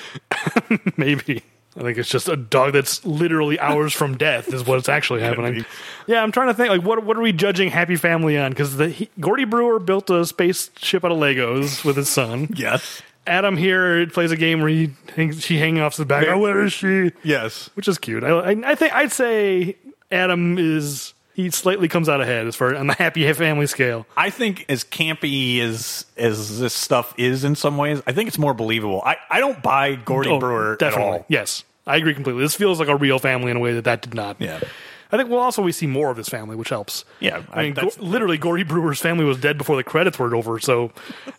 [SPEAKER 2] [LAUGHS] Maybe. I think it's just a dog that's literally hours from death is what's actually happening.
[SPEAKER 1] be.
[SPEAKER 2] Yeah, I'm trying to think like what what are we judging Happy Family on? Because the he, Gordy Brewer built a spaceship out of Legos with
[SPEAKER 1] [LAUGHS]
[SPEAKER 2] his son.
[SPEAKER 1] Yes,
[SPEAKER 2] Adam here plays a game where he hangs, she hangs off his back.
[SPEAKER 1] There-
[SPEAKER 2] Oh, where is she?
[SPEAKER 1] yes.
[SPEAKER 2] Which is cute. I, I, I think I'd say Adam is he slightly comes out ahead as far on the Happy Family scale.
[SPEAKER 1] I think as campy as as this stuff is in some ways, I think it's more believable. I, I don't buy Gordy
[SPEAKER 2] Oh,
[SPEAKER 1] Brewer
[SPEAKER 2] definitely.
[SPEAKER 1] at all.
[SPEAKER 2] Yes, I agree completely. This feels like a real family in a way that that did not.
[SPEAKER 1] Yeah.
[SPEAKER 2] I think well, also we see more of this family, which helps.
[SPEAKER 1] Yeah,
[SPEAKER 2] I,
[SPEAKER 1] I-
[SPEAKER 2] mean,
[SPEAKER 1] that's-
[SPEAKER 2] Go- literally, Gordy Brewer's family was dead before the credits were over, so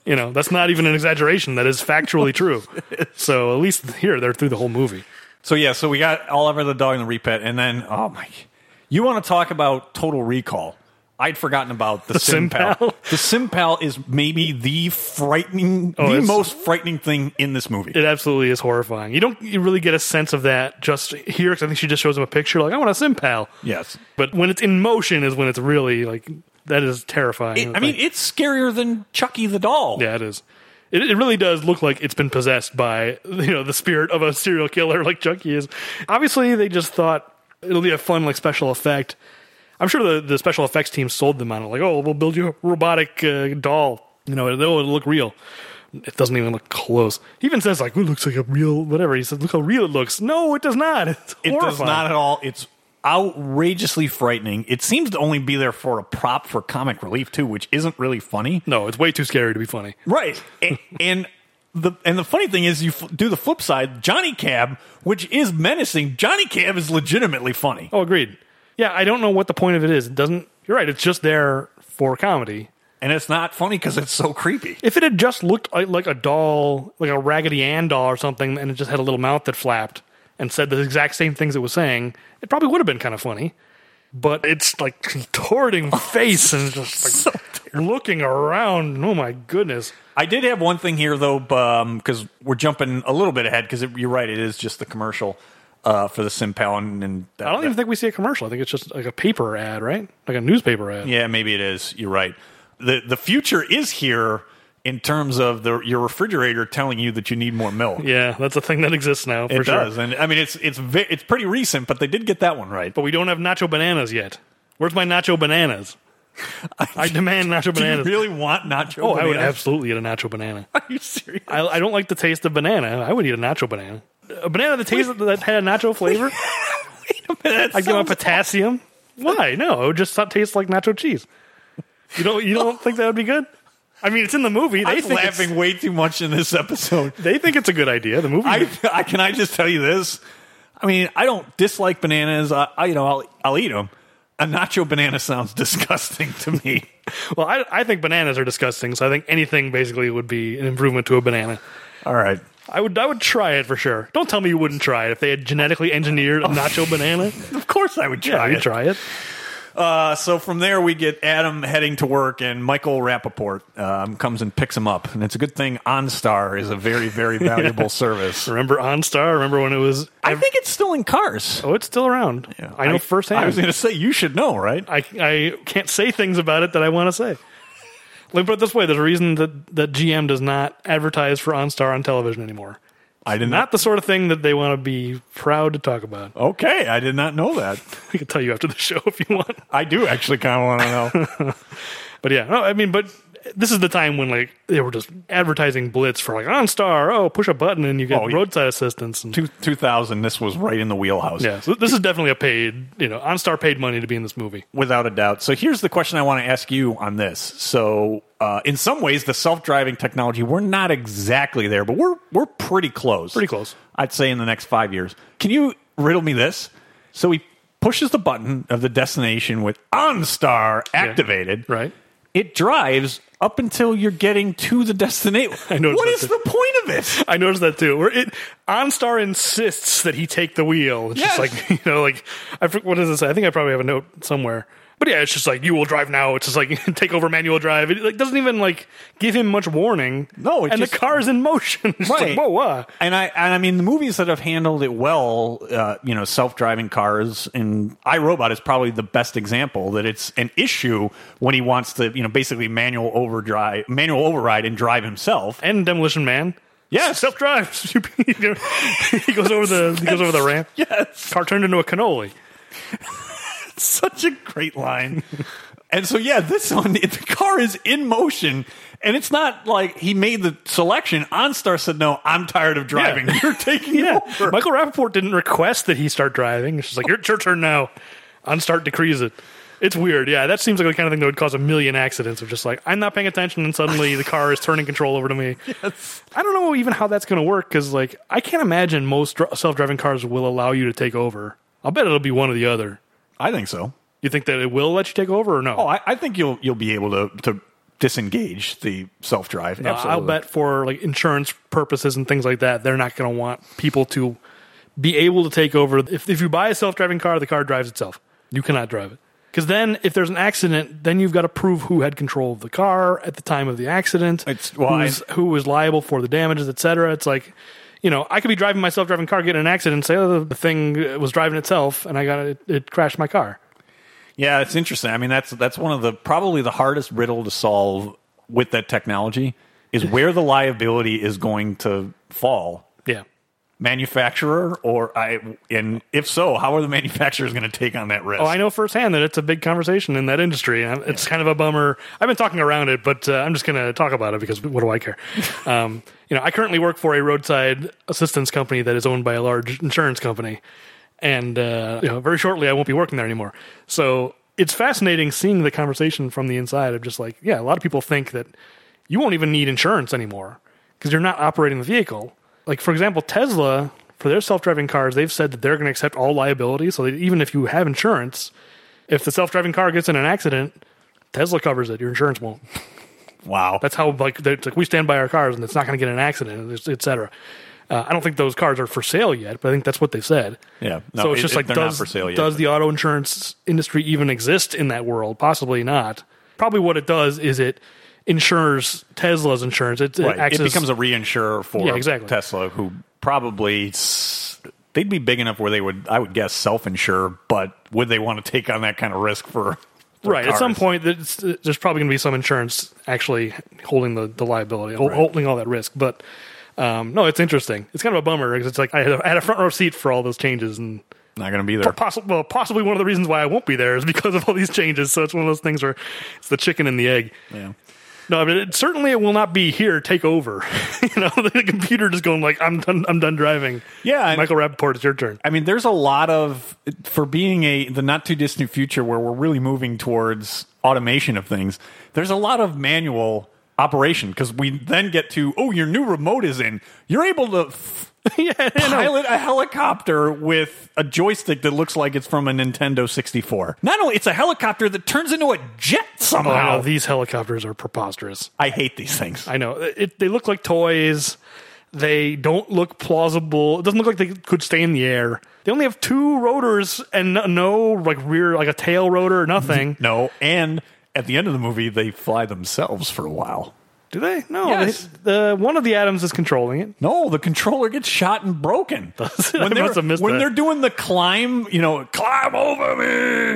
[SPEAKER 2] you know that's not even an exaggeration. That is
[SPEAKER 1] [LAUGHS]
[SPEAKER 2] factually true. so at least here they're through the whole movie.
[SPEAKER 1] So yeah, so we got Oliver the dog and the repet, and then oh my, you want to talk about Total Recall? I'd forgotten about the,
[SPEAKER 2] Sim
[SPEAKER 1] Simpal.
[SPEAKER 2] Pal?
[SPEAKER 1] The Simpal is maybe the frightening, the
[SPEAKER 2] Oh, it's-
[SPEAKER 1] most frightening thing in this movie.
[SPEAKER 2] It absolutely is horrifying. You don't you really get a sense of that just here because I think she just shows him a picture like I want a sim pal.
[SPEAKER 1] yes,
[SPEAKER 2] But when it's in motion is when it's really like that is terrifying.
[SPEAKER 1] It- I mean it's scarier than Chucky the doll.
[SPEAKER 2] Yeah, it is. It, it really does look like it's been possessed by you know the spirit of a serial killer [LAUGHS] like Chucky is. Obviously, they just thought it'll be a fun like special effect. I'm sure the, the special effects team sold them on it, like, oh, we'll build you a robotic uh, doll. You know, it'll, it'll look real. It doesn't even look close. He even says like, it looks like a real whatever. He says, look how real it looks. No, it does not. [LAUGHS] It's
[SPEAKER 1] It
[SPEAKER 2] horrifying.
[SPEAKER 1] does not at all. It's outrageously frightening. It seems to only be there for a prop for comic relief too, which isn't really funny.
[SPEAKER 2] No, it's way too scary to be funny.
[SPEAKER 1] Right. and, and the and the funny thing is you f- do the flip side, Johnny Cab, which is menacing, Johnny Cab is legitimately funny.
[SPEAKER 2] Oh, agreed. Yeah, I don't know what the point of it is. It doesn't. You're right. It's just there for comedy.
[SPEAKER 1] And it's not funny cuz it's so creepy.
[SPEAKER 2] If it had just looked like, like a doll, like a Raggedy Ann doll or something, and it just had a little mouth that flapped and said the exact same things it was saying, it probably would have been kind of funny. But it's like
[SPEAKER 1] [LAUGHS]
[SPEAKER 2] contorting face and just like looking around. Oh my goodness.
[SPEAKER 1] I did have one thing here though um cuz we're jumping a little bit ahead cuz you're right it is just the commercial uh for the Simpal and, and that,
[SPEAKER 2] I don't even think we see a commercial. I think it's just like a paper ad, right? Like a newspaper ad.
[SPEAKER 1] Yeah, maybe it is. You're right. The the future is here in terms of the your refrigerator telling you that you need more milk.
[SPEAKER 2] Yeah, that's a thing that exists now for
[SPEAKER 1] it
[SPEAKER 2] sure.
[SPEAKER 1] does. And I mean it's it's ve- it's pretty recent, but they did get that one right.
[SPEAKER 2] But we don't have nacho bananas yet. Where's my nacho bananas?
[SPEAKER 1] [LAUGHS]
[SPEAKER 2] I demand nacho
[SPEAKER 1] Do you
[SPEAKER 2] bananas.
[SPEAKER 1] really want nacho?
[SPEAKER 2] oh, I would
[SPEAKER 1] bananas?
[SPEAKER 2] absolutely eat a nacho banana.
[SPEAKER 1] Are you serious? [LAUGHS]
[SPEAKER 2] I, I don't like the taste of banana. I would eat a nacho banana. A banana that tasted that had a nacho
[SPEAKER 1] [LAUGHS]
[SPEAKER 2] flavor. I'd give it potassium. Why? No, it would just not taste like nacho cheese. You don't you don't think that would be good? I mean, it's in the movie. They
[SPEAKER 1] I'm
[SPEAKER 2] think it's-
[SPEAKER 1] laughing way too much in this
[SPEAKER 2] [LAUGHS]
[SPEAKER 1] episode.
[SPEAKER 2] They think it's a good idea. The movie.
[SPEAKER 1] I, I can I just tell you this. I mean, I don't dislike bananas. I, I you know I'll I'll eat them. A nacho banana sounds [LAUGHS] disgusting to me.
[SPEAKER 2] [LAUGHS] [LAUGHS] well, I, I think bananas are disgusting. So I think anything basically would be an improvement to a banana.
[SPEAKER 1] All right.
[SPEAKER 2] I would I would try it for sure. Don't tell me you wouldn't try it if they had genetically engineered a nacho
[SPEAKER 1] [LAUGHS]
[SPEAKER 2] banana.
[SPEAKER 1] Of course, I would
[SPEAKER 2] Yeah,
[SPEAKER 1] try
[SPEAKER 2] you
[SPEAKER 1] Oh. it.
[SPEAKER 2] try it.
[SPEAKER 1] Uh, so from there, we get Adam heading to work, and Michael Rappaport um, comes and picks him up. And it's a good thing OnStar is a very,
[SPEAKER 2] [LAUGHS]
[SPEAKER 1] very valuable service.
[SPEAKER 2] Remember OnStar? Remember when it was?
[SPEAKER 1] I think it's still in cars.
[SPEAKER 2] oh, it's still around. I know firsthand.
[SPEAKER 1] I was going to say, you should know, right?
[SPEAKER 2] I, I can't say things about it that I want to say. Let me put it this way: there's a reason that, that GM does not advertise for OnStar on television anymore.
[SPEAKER 1] I did
[SPEAKER 2] Not the sort of thing that they want to be proud to talk about. [LAUGHS]
[SPEAKER 1] Okay, I did not know that.
[SPEAKER 2] I can tell you after the show [LAUGHS] if you want.
[SPEAKER 1] I do actually kind of want to
[SPEAKER 2] [LAUGHS]
[SPEAKER 1] know.
[SPEAKER 2] But yeah, no, I mean, but this is the time when like they were just advertising blitz for like OnStar. Oh, push a button and you get
[SPEAKER 1] Oh, yeah.
[SPEAKER 2] roadside assistance. And,
[SPEAKER 1] Two, 2000, this was right in the wheelhouse.
[SPEAKER 2] [LAUGHS] yeah, so this is definitely a paid. You know, OnStar paid money to be in this movie.
[SPEAKER 1] Without a doubt. So here's the question I want to ask you on this. So uh, in some ways, the self-driving technology, we're not exactly there, but we're we're pretty close.
[SPEAKER 2] Pretty close.
[SPEAKER 1] I'd say in the next five years. Can you riddle me this? So he pushes the button of the destination with OnStar activated.
[SPEAKER 2] right.
[SPEAKER 1] It drives up until you're getting to the destination.
[SPEAKER 2] [LAUGHS] I noticed
[SPEAKER 1] What
[SPEAKER 2] that
[SPEAKER 1] is
[SPEAKER 2] too.
[SPEAKER 1] the point of it?
[SPEAKER 2] I noticed that too. Where it OnStar insists that he take the wheel. It's
[SPEAKER 1] Yes.
[SPEAKER 2] just like [LAUGHS] you know, like I forget what does it say? I think I probably have a note somewhere. But yeah, it's just like you will drive now. It's just like [LAUGHS] take over manual drive. It like doesn't even like give him much warning.
[SPEAKER 1] No, it
[SPEAKER 2] and
[SPEAKER 1] just-
[SPEAKER 2] the car's in motion. [LAUGHS] It's just like,
[SPEAKER 1] Right.
[SPEAKER 2] whoa, uh. whoa.
[SPEAKER 1] And I and I mean the movies that have handled it well, uh, you know, self-driving cars and iRobot is probably the best example that it's an issue when he wants to, you know, basically manual overdrive, manual override and drive himself. [LAUGHS]
[SPEAKER 2] And Demolition Man.
[SPEAKER 1] Yes.
[SPEAKER 2] self [LAUGHS] drives. he goes over the he goes over the ramp.
[SPEAKER 1] Yes,
[SPEAKER 2] Car turned into a cannoli.
[SPEAKER 1] such a great
[SPEAKER 2] [LAUGHS]
[SPEAKER 1] line. and so yeah, this one [LAUGHS] the car is in motion and it's not like he made the selection. OnStar said no, I'm tired of driving. [LAUGHS] You're taking
[SPEAKER 2] Yeah,
[SPEAKER 1] over.
[SPEAKER 2] Michael Rappaport didn't request that he start driving. It's just like, your, it's your turn now. Unstart decrees it. It's weird. Yeah, that seems like the kind of thing that would cause a million accidents of just like, I'm not paying attention and suddenly the car is turning control over to me. I don't know even how that's going to work because, like, I can't imagine most dr- self driving cars will allow you to take over. I'll bet it'll be one or the other.
[SPEAKER 1] I think so.
[SPEAKER 2] You think that it will let you take over or no?
[SPEAKER 1] Oh, I, I think you'll you'll be able to to disengage the self drive.
[SPEAKER 2] Uh, I'll bet for like insurance purposes and things like that, they're not going to want people to be able to take over. If, if you buy a self driving car, the car drives itself. You cannot drive it. Because then, if there's an accident, then you've got to prove who had control of the car at the time of the accident,
[SPEAKER 1] It's- well, I-
[SPEAKER 2] who's- who was liable for the damages, etc. It's like, you know, I could be driving my self driving car, get in an accident, say oh, the thing was driving itself, and I got it, it crashed my car.
[SPEAKER 1] Yeah, it's interesting. I mean, that's that's one of the probably the hardest riddle to solve with that technology
[SPEAKER 2] [LAUGHS]
[SPEAKER 1] is where the liability is going to fall,
[SPEAKER 2] Yeah.
[SPEAKER 1] manufacturer or I. And if so, how are the [LAUGHS] manufacturers going to take on that risk?
[SPEAKER 2] Oh, I know firsthand that it's a big conversation in that industry. and It's kind of a bummer. I've been talking around it, but uh, I'm just going to talk about it because what do I care? um, you know, I currently work for a roadside assistance company that is owned by a large insurance company, and uh, you know, very shortly I won't be working there anymore. So it's fascinating seeing the conversation from the inside of just like, yeah, a lot of people think that you won't even need insurance anymore because you're not operating the vehicle. Like for example, Tesla for their self-driving cars, they've said that they're going to accept all liability. So that even if you have insurance, if the self-driving car gets in an accident, Tesla covers it. Your insurance won't.
[SPEAKER 1] wow,
[SPEAKER 2] That's how like, they- it's like we stand by our cars and it's not going to get in an accident, etc. Uh, I don't think those cars are for sale yet, but I think that's what they said.
[SPEAKER 1] Yeah. No,
[SPEAKER 2] so it's
[SPEAKER 1] it-
[SPEAKER 2] just
[SPEAKER 1] it-
[SPEAKER 2] like
[SPEAKER 1] they're not
[SPEAKER 2] does
[SPEAKER 1] for sale yet,
[SPEAKER 2] does
[SPEAKER 1] but-
[SPEAKER 2] the auto insurance industry even exist in that world? Possibly not. Probably what it does is it insures Tesla's insurance. It, it
[SPEAKER 1] right.
[SPEAKER 2] acts
[SPEAKER 1] it
[SPEAKER 2] as-
[SPEAKER 1] becomes a reinsurer for
[SPEAKER 2] Yeah, exactly.
[SPEAKER 1] Tesla, who probably s- they'd be big enough where they would, I would guess, self-insure. But would they want to take on that kind of risk for? for
[SPEAKER 2] right at some
[SPEAKER 1] cars?
[SPEAKER 2] point there's, there's probably going to be some insurance actually holding the, the liability hol- holding all that risk but um, no it's interesting it's kind of a bummer because it's like I had, a, I had a front row seat for all those changes and
[SPEAKER 1] not going to be there.
[SPEAKER 2] possible, well, possibly one of the reasons why i won't be there is because of all these changes so it's one of those things where it's the chicken and the egg
[SPEAKER 1] Yeah.
[SPEAKER 2] no, I mean, it, certainly it will not be here. Take over, [LAUGHS] you know. The computer just going like, "I'm done. I'm done driving."
[SPEAKER 1] Yeah, and-
[SPEAKER 2] Michael Rappaport, it's your turn.
[SPEAKER 1] I mean, there's a lot of for being a the not too distant future where we're really moving towards automation of things. There's a lot of manual operation because we then get to oh, your new remote is in. You're able to f-
[SPEAKER 2] [LAUGHS] yeah, I know.
[SPEAKER 1] pilot a helicopter with a joystick that looks like it's from a Nintendo 64. Not only it's a helicopter that turns into a jet
[SPEAKER 2] Oh, I know,
[SPEAKER 1] somehow.
[SPEAKER 2] these helicopters are preposterous.
[SPEAKER 1] I hate these things.
[SPEAKER 2] I know. It, they look like toys. They don't look plausible. It doesn't look like they could stay in the air. They only have two rotors and no, no like rear, like a tail rotor
[SPEAKER 1] [LAUGHS]
[SPEAKER 2] or nothing.
[SPEAKER 1] No, and at the end of the movie, they fly themselves for a while.
[SPEAKER 2] Do they? No.
[SPEAKER 1] Yes.
[SPEAKER 2] they- the, one of the atoms is controlling it.
[SPEAKER 1] No, the controller gets shot and broken.
[SPEAKER 2] Does it? I
[SPEAKER 1] they're-
[SPEAKER 2] [LAUGHS] must have missed
[SPEAKER 1] when
[SPEAKER 2] that.
[SPEAKER 1] they're doing the climb, you know, climb over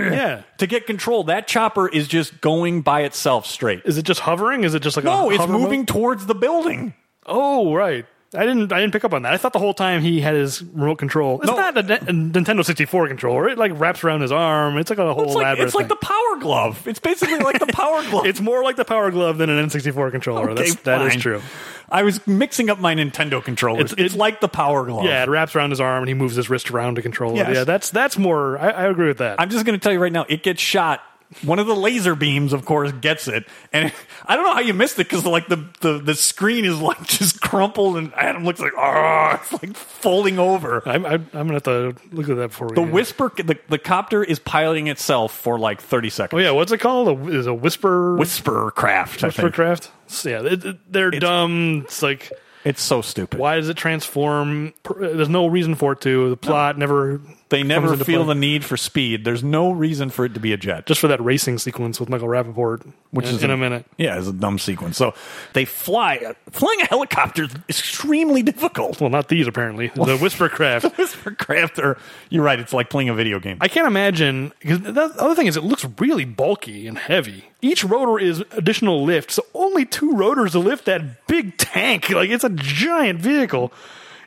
[SPEAKER 1] me.
[SPEAKER 2] Yeah.
[SPEAKER 1] To get control, that chopper is just going by itself straight.
[SPEAKER 2] Is it just hovering? Is it just like a
[SPEAKER 1] No, it's
[SPEAKER 2] hover mode?
[SPEAKER 1] moving towards the building.
[SPEAKER 2] Oh, right. I didn't. I didn't pick up on that. I thought the whole time he had his remote control. It's
[SPEAKER 1] No.
[SPEAKER 2] not a, Ni- a Nintendo sixty four controller. It like wraps around his arm. It's like a whole
[SPEAKER 1] It's like
[SPEAKER 2] elaborate.
[SPEAKER 1] it's like the
[SPEAKER 2] thing.
[SPEAKER 1] power glove. It's basically like
[SPEAKER 2] [LAUGHS]
[SPEAKER 1] the power glove.
[SPEAKER 2] It's more like the Power Glove than an N sixty four controller.
[SPEAKER 1] Okay,
[SPEAKER 2] That's that is
[SPEAKER 1] fine.
[SPEAKER 2] true.
[SPEAKER 1] I was mixing up my Nintendo controllers.
[SPEAKER 2] It's-
[SPEAKER 1] It's,
[SPEAKER 2] it-
[SPEAKER 1] like the power glove.
[SPEAKER 2] Yeah, it wraps around his arm and he moves his wrist around to control it.
[SPEAKER 1] Yes.
[SPEAKER 2] Yeah, that's that's more. I, I agree with that.
[SPEAKER 1] I'm just going to tell you right now, it gets shot. One of the laser beams, of course, gets it, and [LAUGHS] I don't know how you missed it because like the, the the screen is like [LAUGHS] just crumpled, and Adam looks like ah, [LAUGHS] it's like folding over.
[SPEAKER 2] I'm, I'm, I'm gonna have to look at that before we.
[SPEAKER 1] The whisper, the, the copter is piloting itself for like 30 seconds.
[SPEAKER 2] Oh yeah, what's it called? A, is a whisper
[SPEAKER 1] Whisper craft. I
[SPEAKER 2] whisper
[SPEAKER 1] think.
[SPEAKER 2] craft? Yeah, it, it- they're dumb. It's like
[SPEAKER 1] It's so stupid.
[SPEAKER 2] why does it transform? Per- There's no reason for it to. The plot never.
[SPEAKER 1] They never
[SPEAKER 2] into
[SPEAKER 1] feel
[SPEAKER 2] play.
[SPEAKER 1] the need for speed. There's no reason for it to be a jet.
[SPEAKER 2] just for that racing sequence with Michael Rappaport,
[SPEAKER 1] Which
[SPEAKER 2] in,
[SPEAKER 1] is
[SPEAKER 2] in
[SPEAKER 1] a-
[SPEAKER 2] a minute.
[SPEAKER 1] Yeah, it's a dumb sequence. So they fly. uh, Flying a helicopter is extremely difficult. [LAUGHS]
[SPEAKER 2] Well, not these apparently. The Whisper Craft.
[SPEAKER 1] Whisper craft, or you're right, it's like playing a video game.
[SPEAKER 2] I can't imagine because the other thing is it looks really bulky and heavy. Each rotor is additional lift, so only two rotors to lift that big tank. Like it's a giant vehicle.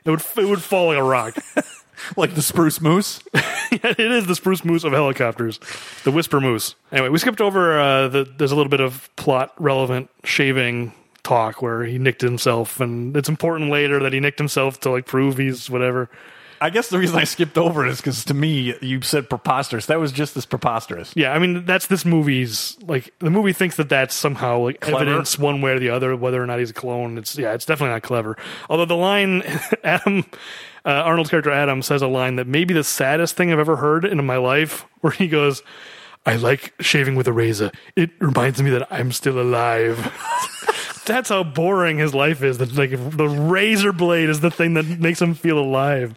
[SPEAKER 2] It would it would fall like a rock.
[SPEAKER 1] like the spruce moose.
[SPEAKER 2] it is the spruce moose of helicopters, the whisper moose. Anyway, we skipped over. Uh, the, there's a little bit of plot relevant shaving talk where he nicked himself, and it's important later that he nicked himself to like prove he's whatever.
[SPEAKER 1] [LAUGHS] I guess the reason I skipped over it is because to me, you said preposterous. That was just as preposterous.
[SPEAKER 2] Yeah, I mean that's this movie's like the movie thinks that that's somehow like
[SPEAKER 1] Clever.
[SPEAKER 2] evidence one way or the other whether or not he's a clone. It's yeah, it's definitely not clever. Although the line [LAUGHS] Adam uh, Arnold's character Adam says a line that may be the saddest thing I've ever heard in my life, where he goes, "I like shaving with a razor. It reminds me that I'm still alive." [LAUGHS] That's how boring his life is. That like the razor blade is the thing that makes him feel alive.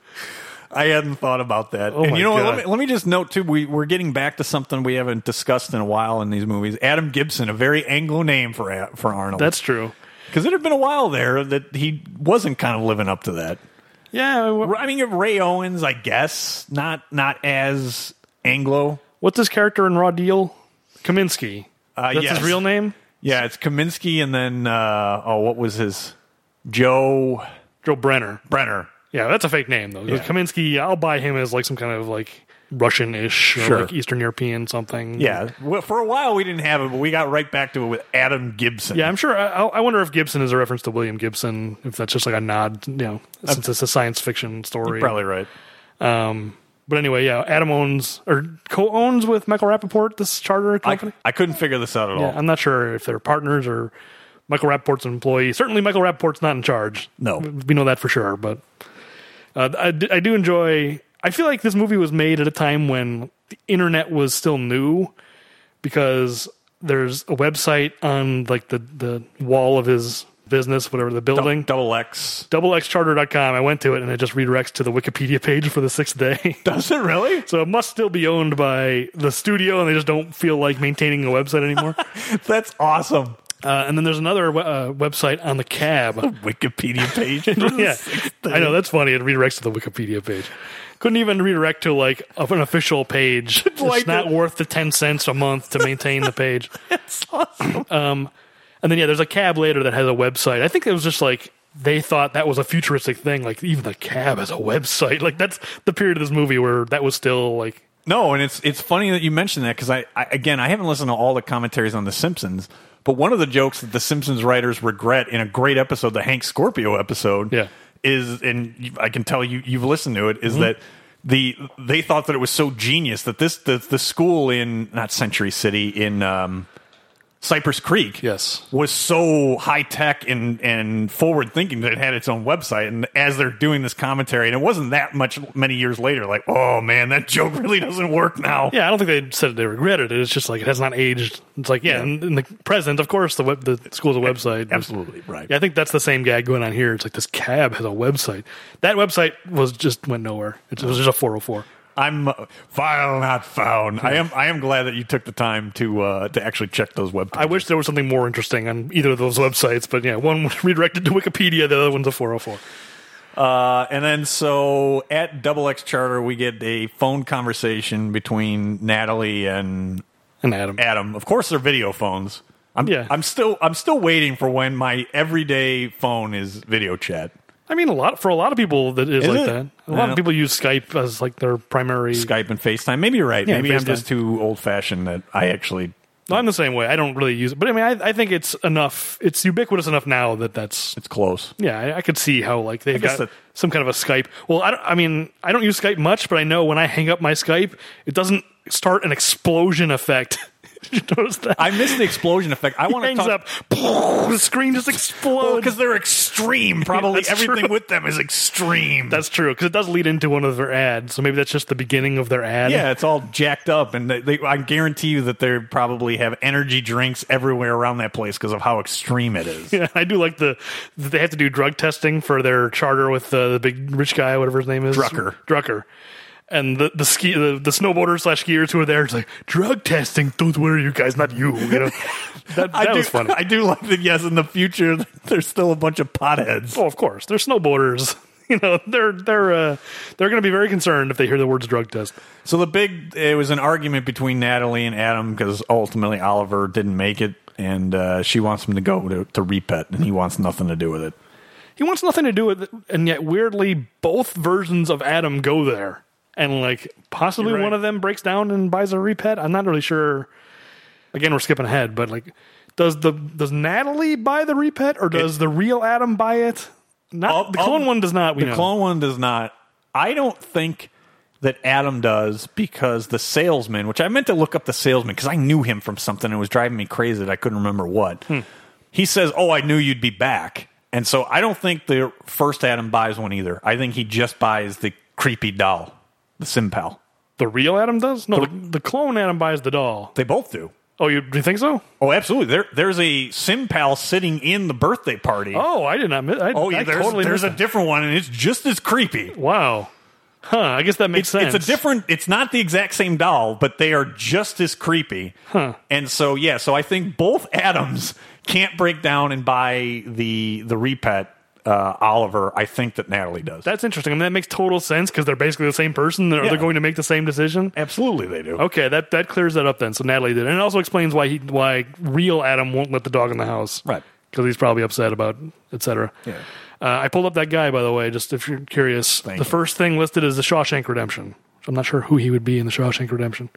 [SPEAKER 1] I hadn't thought about that. and
[SPEAKER 2] my
[SPEAKER 1] you know what?
[SPEAKER 2] God.
[SPEAKER 1] Let me, let me just note, too, we, we're getting back to something we haven't discussed in a while in these movies. Adam Gibson, a very Anglo name for, A- for Arnold.
[SPEAKER 2] That's true.
[SPEAKER 1] Because it had been a while there that he wasn't kind of living up to that.
[SPEAKER 2] Yeah, wh-
[SPEAKER 1] I mean, Ray Owens, I guess, not not as Anglo.
[SPEAKER 2] What's his character in Raw Deal? Kaminsky.
[SPEAKER 1] Uh,
[SPEAKER 2] That's
[SPEAKER 1] yes.
[SPEAKER 2] his real name?
[SPEAKER 1] Yeah, it's Kaminsky, and then uh, oh, what was his Joe
[SPEAKER 2] Joe Brenner.
[SPEAKER 1] Brenner?
[SPEAKER 2] Yeah, that's a fake name, though. Kaminsky, I'll buy him as like some kind of like Russian ish or
[SPEAKER 1] Sure.
[SPEAKER 2] like Eastern European something.
[SPEAKER 1] Yeah, well, for a while we didn't have it, but we got right back to it with Adam Gibson.
[SPEAKER 2] Yeah, I'm sure. I, I wonder if Gibson is a reference to William Gibson, if that's just like a nod, you know, since it's a science fiction story.
[SPEAKER 1] Uh, probably right.
[SPEAKER 2] Um, but anyway, yeah, Adam owns or co owns with Michael Rappaport this charter company.
[SPEAKER 1] I, I couldn't figure this out at
[SPEAKER 2] Yeah,
[SPEAKER 1] all.
[SPEAKER 2] I'm not sure if they're partners or Michael Rapport's an employee. Certainly, Michael Rapport's not in charge.
[SPEAKER 1] No.
[SPEAKER 2] we know that for sure. But uh, I, d- I do enjoy. I feel like this movie was made at a time when the internet was still new, because there's a website on like the the wall of his business, whatever the building.
[SPEAKER 1] Double X
[SPEAKER 2] DoubleXCharter.com. I went to it and it just redirects to the Wikipedia page for the sixth day. [LAUGHS]
[SPEAKER 1] does it really?
[SPEAKER 2] so it must still be owned by the studio, and they just don't feel like maintaining a website anymore.
[SPEAKER 1] That's awesome.
[SPEAKER 2] Uh, and then there's another we- uh, website on the cab.
[SPEAKER 1] Wikipedia page.
[SPEAKER 2] [LAUGHS] yeah, I know that's funny. It redirects to the Wikipedia page. Couldn't even redirect to like of an official page. It's
[SPEAKER 1] Like
[SPEAKER 2] not
[SPEAKER 1] it.
[SPEAKER 2] worth the ten cents a month to maintain the page.
[SPEAKER 1] that's awesome.
[SPEAKER 2] Um, and then yeah, there's a cab later that has a website. I think it was just like they thought that was a futuristic thing. Like even the cab has a website. Like that's the period of this movie where that was still like
[SPEAKER 1] No, and it's it's funny that you mentioned that because I, I again I haven't listened to all the commentaries on The Simpsons, but one of the jokes that The Simpsons writers regret in a great episode, the Hank Scorpio episode,
[SPEAKER 2] Yeah. Mm-hmm.
[SPEAKER 1] is and you, I can tell you you've listened to it is that the they thought that it was so genius that this the the school in not Century City in um Cypress Creek
[SPEAKER 2] Yes.
[SPEAKER 1] was so high tech and, and forward thinking that it had its own website. And as they're doing this commentary, and it wasn't that much many years later, like, oh man, that [LAUGHS] joke really doesn't work now.
[SPEAKER 2] Yeah, I don't think they said they regretted it. It's just like it has not aged. It's like yeah, In, in the present, of course, the web, the school's a website.
[SPEAKER 1] Absolutely right.
[SPEAKER 2] Yeah, I think that's the same gag going on here. It's like this cab has a website. That website was just went nowhere. It was just a 404.
[SPEAKER 1] I'm uh, file not found. I am I am glad that you took the time to uh, to actually check those web.
[SPEAKER 2] I wish there was something more interesting on either of those websites, but yeah, one [LAUGHS] was redirected to Wikipedia, the other one's a 404.
[SPEAKER 1] Uh, and then so at Double X Charter, we get a phone conversation between Natalie and
[SPEAKER 2] And Adam.
[SPEAKER 1] Adam. Of course, they're video phones. I'm
[SPEAKER 2] Yeah.
[SPEAKER 1] I'm still I'm still waiting for when my everyday phone is video chat.
[SPEAKER 2] I mean, a lot for a lot of people that is,
[SPEAKER 1] Is
[SPEAKER 2] like
[SPEAKER 1] it?
[SPEAKER 2] that. A
[SPEAKER 1] I
[SPEAKER 2] lot
[SPEAKER 1] don't-
[SPEAKER 2] of people use Skype as like their primary.
[SPEAKER 1] Skype and FaceTime. Maybe you're right.
[SPEAKER 2] Yeah,
[SPEAKER 1] Maybe I'm
[SPEAKER 2] FaceTime.
[SPEAKER 1] just too old fashioned that I actually.
[SPEAKER 2] I'm the same way. I don't really use it, but I mean, I, I think it's enough. It's ubiquitous enough now that that's
[SPEAKER 1] It's close.
[SPEAKER 2] Yeah, I, I could see how like they've
[SPEAKER 1] guess
[SPEAKER 2] got
[SPEAKER 1] that-
[SPEAKER 2] some kind of a Skype. Well, I, don't, I mean, I don't use Skype much, but I know when I hang up my Skype, it doesn't start an explosion effect. [LAUGHS] Did you notice that?
[SPEAKER 1] I missed the explosion effect. I want to
[SPEAKER 2] hangs
[SPEAKER 1] talk
[SPEAKER 2] up, [LAUGHS] the screen just explodes.
[SPEAKER 1] because they're
[SPEAKER 2] [LAUGHS]
[SPEAKER 1] extreme. Probably
[SPEAKER 2] That's
[SPEAKER 1] everything
[SPEAKER 2] true.
[SPEAKER 1] with them is extreme.
[SPEAKER 2] that's true because it does lead into one of their ads. So maybe that's just the beginning of their
[SPEAKER 1] [LAUGHS]
[SPEAKER 2] ad.
[SPEAKER 1] yeah, it's all jacked up, and they, they, I guarantee you that they probably have energy drinks everywhere around that place because of how extreme it is.
[SPEAKER 2] [LAUGHS] Yeah, I do like the that they have to do drug testing for their charter with uh, the big rich guy, whatever his name is,
[SPEAKER 1] Drucker.
[SPEAKER 2] Drucker, and the the ski the, the snowboarders slash skiers who are there. It's like drug testing. Don't worry, you guys, not you. You
[SPEAKER 1] [LAUGHS]
[SPEAKER 2] know, that,
[SPEAKER 1] I
[SPEAKER 2] that
[SPEAKER 1] do,
[SPEAKER 2] was funny.
[SPEAKER 1] [LAUGHS] I do like that. Yes, in the future, [LAUGHS] there's still a bunch of potheads.
[SPEAKER 2] oh, of course, they're snowboarders. [LAUGHS] You know, they're they're uh, they're going to be very concerned if they hear the words drug test.
[SPEAKER 1] So the big it was an argument between Natalie and Adam because ultimately Oliver didn't make it, and uh, she wants him to go to, to Repet, and he wants nothing to do with it.
[SPEAKER 2] He wants nothing to do with it, and yet weirdly, both versions of Adam go there, and like possibly
[SPEAKER 1] You're right.
[SPEAKER 2] one of them breaks down and buys a repet. I'm not really sure. Again, we're skipping ahead, but like, does the does Natalie buy the repet, or does the real Adam buy it? Not
[SPEAKER 1] Of-
[SPEAKER 2] the clone
[SPEAKER 1] of-
[SPEAKER 2] one does not. We
[SPEAKER 1] The
[SPEAKER 2] know.
[SPEAKER 1] clone one does not. I don't think that Adam does because the salesman, which I meant to look up the salesman because I knew him from something and it was driving me crazy that I couldn't remember what.
[SPEAKER 2] Hmm.
[SPEAKER 1] He says, "Oh, I knew you'd be back," and so I don't think the first Adam buys one either. I think he just buys the creepy doll, the Simpal.
[SPEAKER 2] the real Adam does. No, the, the clone Adam buys the doll.
[SPEAKER 1] They both do.
[SPEAKER 2] Oh, you, do you think so?
[SPEAKER 1] Oh, absolutely. There, there's a Simpal sitting in the birthday party.
[SPEAKER 2] Oh, I did not. Miss, I,
[SPEAKER 1] Oh, yeah.
[SPEAKER 2] I
[SPEAKER 1] there's
[SPEAKER 2] totally
[SPEAKER 1] there's a
[SPEAKER 2] missed
[SPEAKER 1] different one, and it's just as creepy.
[SPEAKER 2] that. wow. Huh? I guess that makes sense.
[SPEAKER 1] It's a different. It's not the exact same doll, but they are just as creepy. And so yeah, so I think both [LAUGHS] Adams can't break down and buy the the repet uh, Oliver. I think that Natalie does.
[SPEAKER 2] That's interesting. I mean, that makes total sense because they're basically the same person. They're,
[SPEAKER 1] Yeah.
[SPEAKER 2] they're going to make the same decision.
[SPEAKER 1] Absolutely, they do.
[SPEAKER 2] Okay, that, that clears that up then. So Natalie did, and it also explains why he why real Adam won't let the dog in the house,
[SPEAKER 1] Right.
[SPEAKER 2] Because he's probably upset about etc.
[SPEAKER 1] Yeah.
[SPEAKER 2] Uh, I pulled up that guy by the way, just if you're curious. the
[SPEAKER 1] you.
[SPEAKER 2] first thing listed is the Shawshank Redemption. which I'm not sure who he would be in the Shawshank Redemption.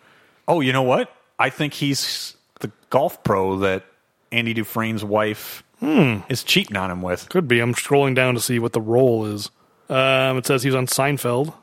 [SPEAKER 1] Oh, you know what? I think he's the golf pro that Andy Dufresne's wife
[SPEAKER 2] Hmm.
[SPEAKER 1] is cheating on him with.
[SPEAKER 2] Could be. I'm scrolling down to see what the role is. Um, it says he's on Seinfeld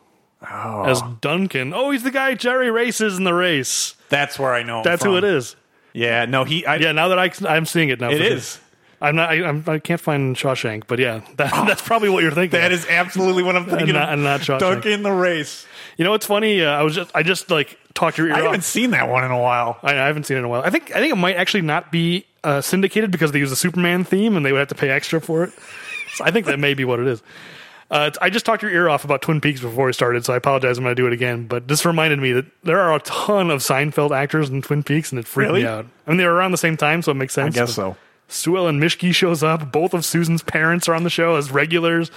[SPEAKER 2] as Duncan. Oh, he's the guy Jerry races in the race.
[SPEAKER 1] That's where I know. him
[SPEAKER 2] That's who
[SPEAKER 1] from.
[SPEAKER 2] it is.
[SPEAKER 1] Yeah. No, he. I,
[SPEAKER 2] Yeah, now that I, I'm seeing it now.
[SPEAKER 1] it
[SPEAKER 2] for sure.
[SPEAKER 1] is.
[SPEAKER 2] I'm not. I, I'm, I can't find Shawshank, but yeah, that, [LAUGHS] that's probably what you're thinking.
[SPEAKER 1] That is absolutely
[SPEAKER 2] [LAUGHS]
[SPEAKER 1] what I'm thinking.
[SPEAKER 2] not-
[SPEAKER 1] of.
[SPEAKER 2] and not Shawshank.
[SPEAKER 1] Dunk in the race.
[SPEAKER 2] You know what's funny? Uh, I was just. I just like talked your ear
[SPEAKER 1] I
[SPEAKER 2] off.
[SPEAKER 1] haven't seen that one in a while.
[SPEAKER 2] I, I haven't seen it in a while. I think. I think it might actually not be uh, syndicated because they use the Superman theme and they would have to pay extra for it. So I think that may be what it is. Uh, it's- I just talked your ear off about Twin Peaks before we started, so I apologize. I'm going to do it again, but this reminded me that there are a ton of Seinfeld actors in Twin Peaks, and it freaked
[SPEAKER 1] Really?
[SPEAKER 2] me out. I mean, they were around the same time, so it makes sense.
[SPEAKER 1] I guess so.
[SPEAKER 2] but- Sue Ellen Mishke shows up. Both of Susan's parents are on the show as regulars,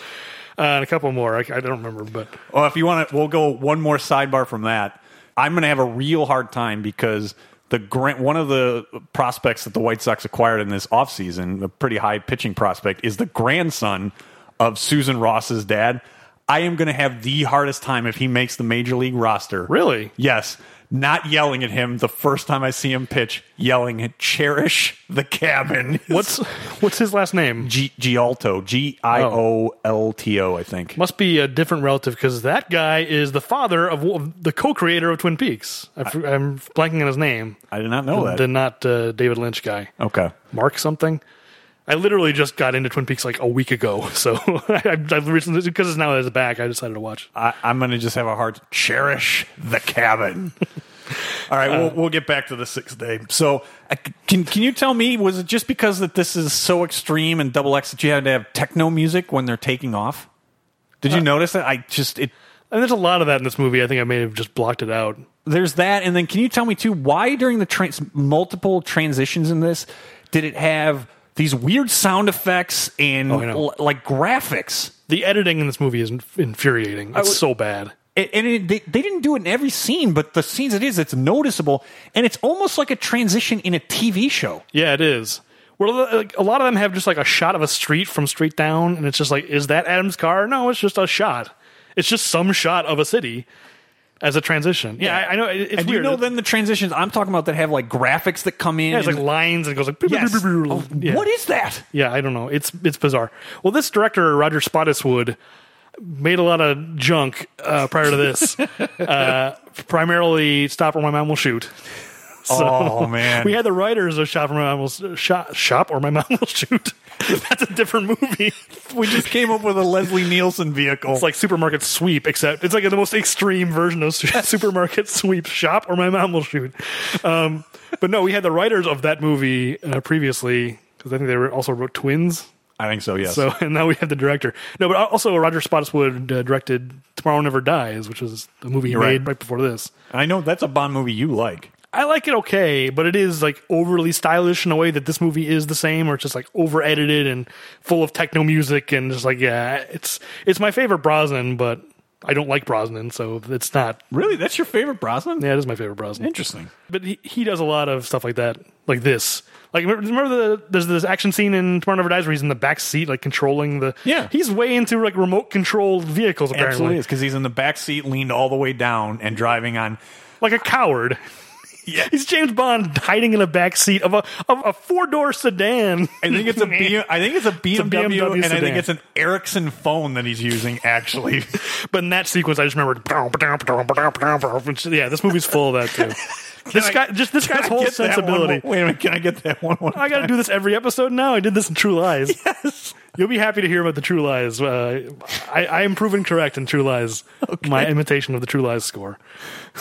[SPEAKER 2] uh, and a couple more. I, I don't remember, but
[SPEAKER 1] Well, if you want to, we'll go one more sidebar from that. I'm going to have a real hard time because the grant, one of the prospects that the White Sox acquired in this offseason, a pretty high pitching prospect, is the grandson of Susan Ross's dad. I am going to have the hardest time if he makes the major league roster.
[SPEAKER 2] really,
[SPEAKER 1] Yes. not yelling at him the first time I see him pitch, yelling at Cherish the Cabin.
[SPEAKER 2] What's what's his last name?
[SPEAKER 1] G- Gialto? G I O L T O, I think.
[SPEAKER 2] Must be a different relative because that guy is the father of, of the co-creator of Twin Peaks. I, am blanking on his name.
[SPEAKER 1] I did not know that.
[SPEAKER 2] The not uh, David Lynch guy,
[SPEAKER 1] okay.
[SPEAKER 2] Mark something. I literally just got into Twin Peaks like a week ago, [LAUGHS] so I, I've recently because it's now that it's back. I decided to watch.
[SPEAKER 1] I, I'm going to just have a hard cherish the
[SPEAKER 2] [LAUGHS]
[SPEAKER 1] cabin. All right,
[SPEAKER 2] Uh,
[SPEAKER 1] we'll, we'll get back to the sixth day. So, I c can can you tell me was it just because that this is so extreme and double X that you had to have techno music when they're taking off? Did you
[SPEAKER 2] Uh,
[SPEAKER 1] notice that? I just it
[SPEAKER 2] And there's a lot of that in this movie. I think I may have just blocked it out.
[SPEAKER 1] there's that, and then can you tell me too why during the trans- multiple transitions in this did it have these weird sound effects and
[SPEAKER 2] Oh, I know.
[SPEAKER 1] l- like graphics?
[SPEAKER 2] The editing in this movie is inf- infuriating. It's
[SPEAKER 1] would-
[SPEAKER 2] so bad.
[SPEAKER 1] It, and it, they, they didn't do it in every scene, but the scenes it is, it's noticeable, and it's almost like a transition in a TV show.
[SPEAKER 2] Yeah, it is. Well, like, a lot of them have just like a shot of a street from straight down, and it's just like, is that Adam's car? No, it's just a shot. It's just some shot of a city as a transition. Yeah, I, I know. It, it's
[SPEAKER 1] And
[SPEAKER 2] weird.
[SPEAKER 1] you know, then the transitions I'm talking about that have like graphics that come in.
[SPEAKER 2] yeah, it's like
[SPEAKER 1] and-
[SPEAKER 2] lines and it goes like. beep,
[SPEAKER 1] Yes.
[SPEAKER 2] beep, beep, beep,
[SPEAKER 1] Oh,
[SPEAKER 2] yeah.
[SPEAKER 1] What is that?
[SPEAKER 2] Yeah, I don't know. It's it's bizarre. Well, this director Roger Spottiswoode made a lot of junk uh, prior to
[SPEAKER 1] [LAUGHS]
[SPEAKER 2] this. uh, primarily, "Stop or My Mom Will Shoot." [LAUGHS] So,
[SPEAKER 1] Oh, man.
[SPEAKER 2] we had the writers of "Shop or My Mom Will Shop, Shop or My Mom Will Shoot." [LAUGHS] That's a different movie.
[SPEAKER 1] We just came up with a Leslie Nielsen vehicle.
[SPEAKER 2] It's like supermarket sweep, except it's like the most extreme version of supermarket sweep. Shop or my mom will shoot. Um, but no, we had the writers of that movie uh, previously because I think they were also wrote Twins.
[SPEAKER 1] I think so. Yes.
[SPEAKER 2] So [LAUGHS] and now we have the director. No, but also Roger Spottiswoode uh, directed Tomorrow Never Dies, which was the movie he
[SPEAKER 1] You're
[SPEAKER 2] made
[SPEAKER 1] right.
[SPEAKER 2] right before this.
[SPEAKER 1] I know that's a Bond movie you like.
[SPEAKER 2] I like it okay, but it is like overly stylish in a way that this movie is the same, or it's just like over edited and full of techno music and just like yeah, it's it's my favorite Brosnan, but I don't like Brosnan, so it's not.
[SPEAKER 1] Really, that's your favorite Brosnan?
[SPEAKER 2] Yeah, it is my favorite Brosnan.
[SPEAKER 1] Interesting.
[SPEAKER 2] But he, he does a lot of stuff like that, like this. Like remember- remember the there's this action scene in Tomorrow Never Dies where he's in the back seat, like controlling the.
[SPEAKER 1] Yeah.
[SPEAKER 2] he's way into like remote controlled vehicles apparently,
[SPEAKER 1] Absolutely is because he's in the back seat, leaned all the way down, and driving on.
[SPEAKER 2] like a coward.
[SPEAKER 1] Yeah.
[SPEAKER 2] he's James Bond hiding in the back seat of a of a four door sedan.
[SPEAKER 1] I think it's a B-
[SPEAKER 2] [LAUGHS]
[SPEAKER 1] I think it's a BMW,
[SPEAKER 2] BMW
[SPEAKER 1] and I
[SPEAKER 2] sedan.
[SPEAKER 1] think it's an Ericsson phone that he's using. Actually, [LAUGHS]
[SPEAKER 2] But in that sequence, I just remembered. which- Yeah, this movie's full of that
[SPEAKER 1] [LAUGHS]
[SPEAKER 2] too. this
[SPEAKER 1] I-
[SPEAKER 2] guy, just this guy's
[SPEAKER 1] I
[SPEAKER 2] whole
[SPEAKER 1] get that one
[SPEAKER 2] sensibility.
[SPEAKER 1] more- Wait a minute, can I get that one? one
[SPEAKER 2] I got to do this every episode now. I did this in True Lies.
[SPEAKER 1] Yes.
[SPEAKER 2] You'll be happy to hear about the True Lies. Uh, I, I am proven correct in True Lies. My imitation of the True Lies score.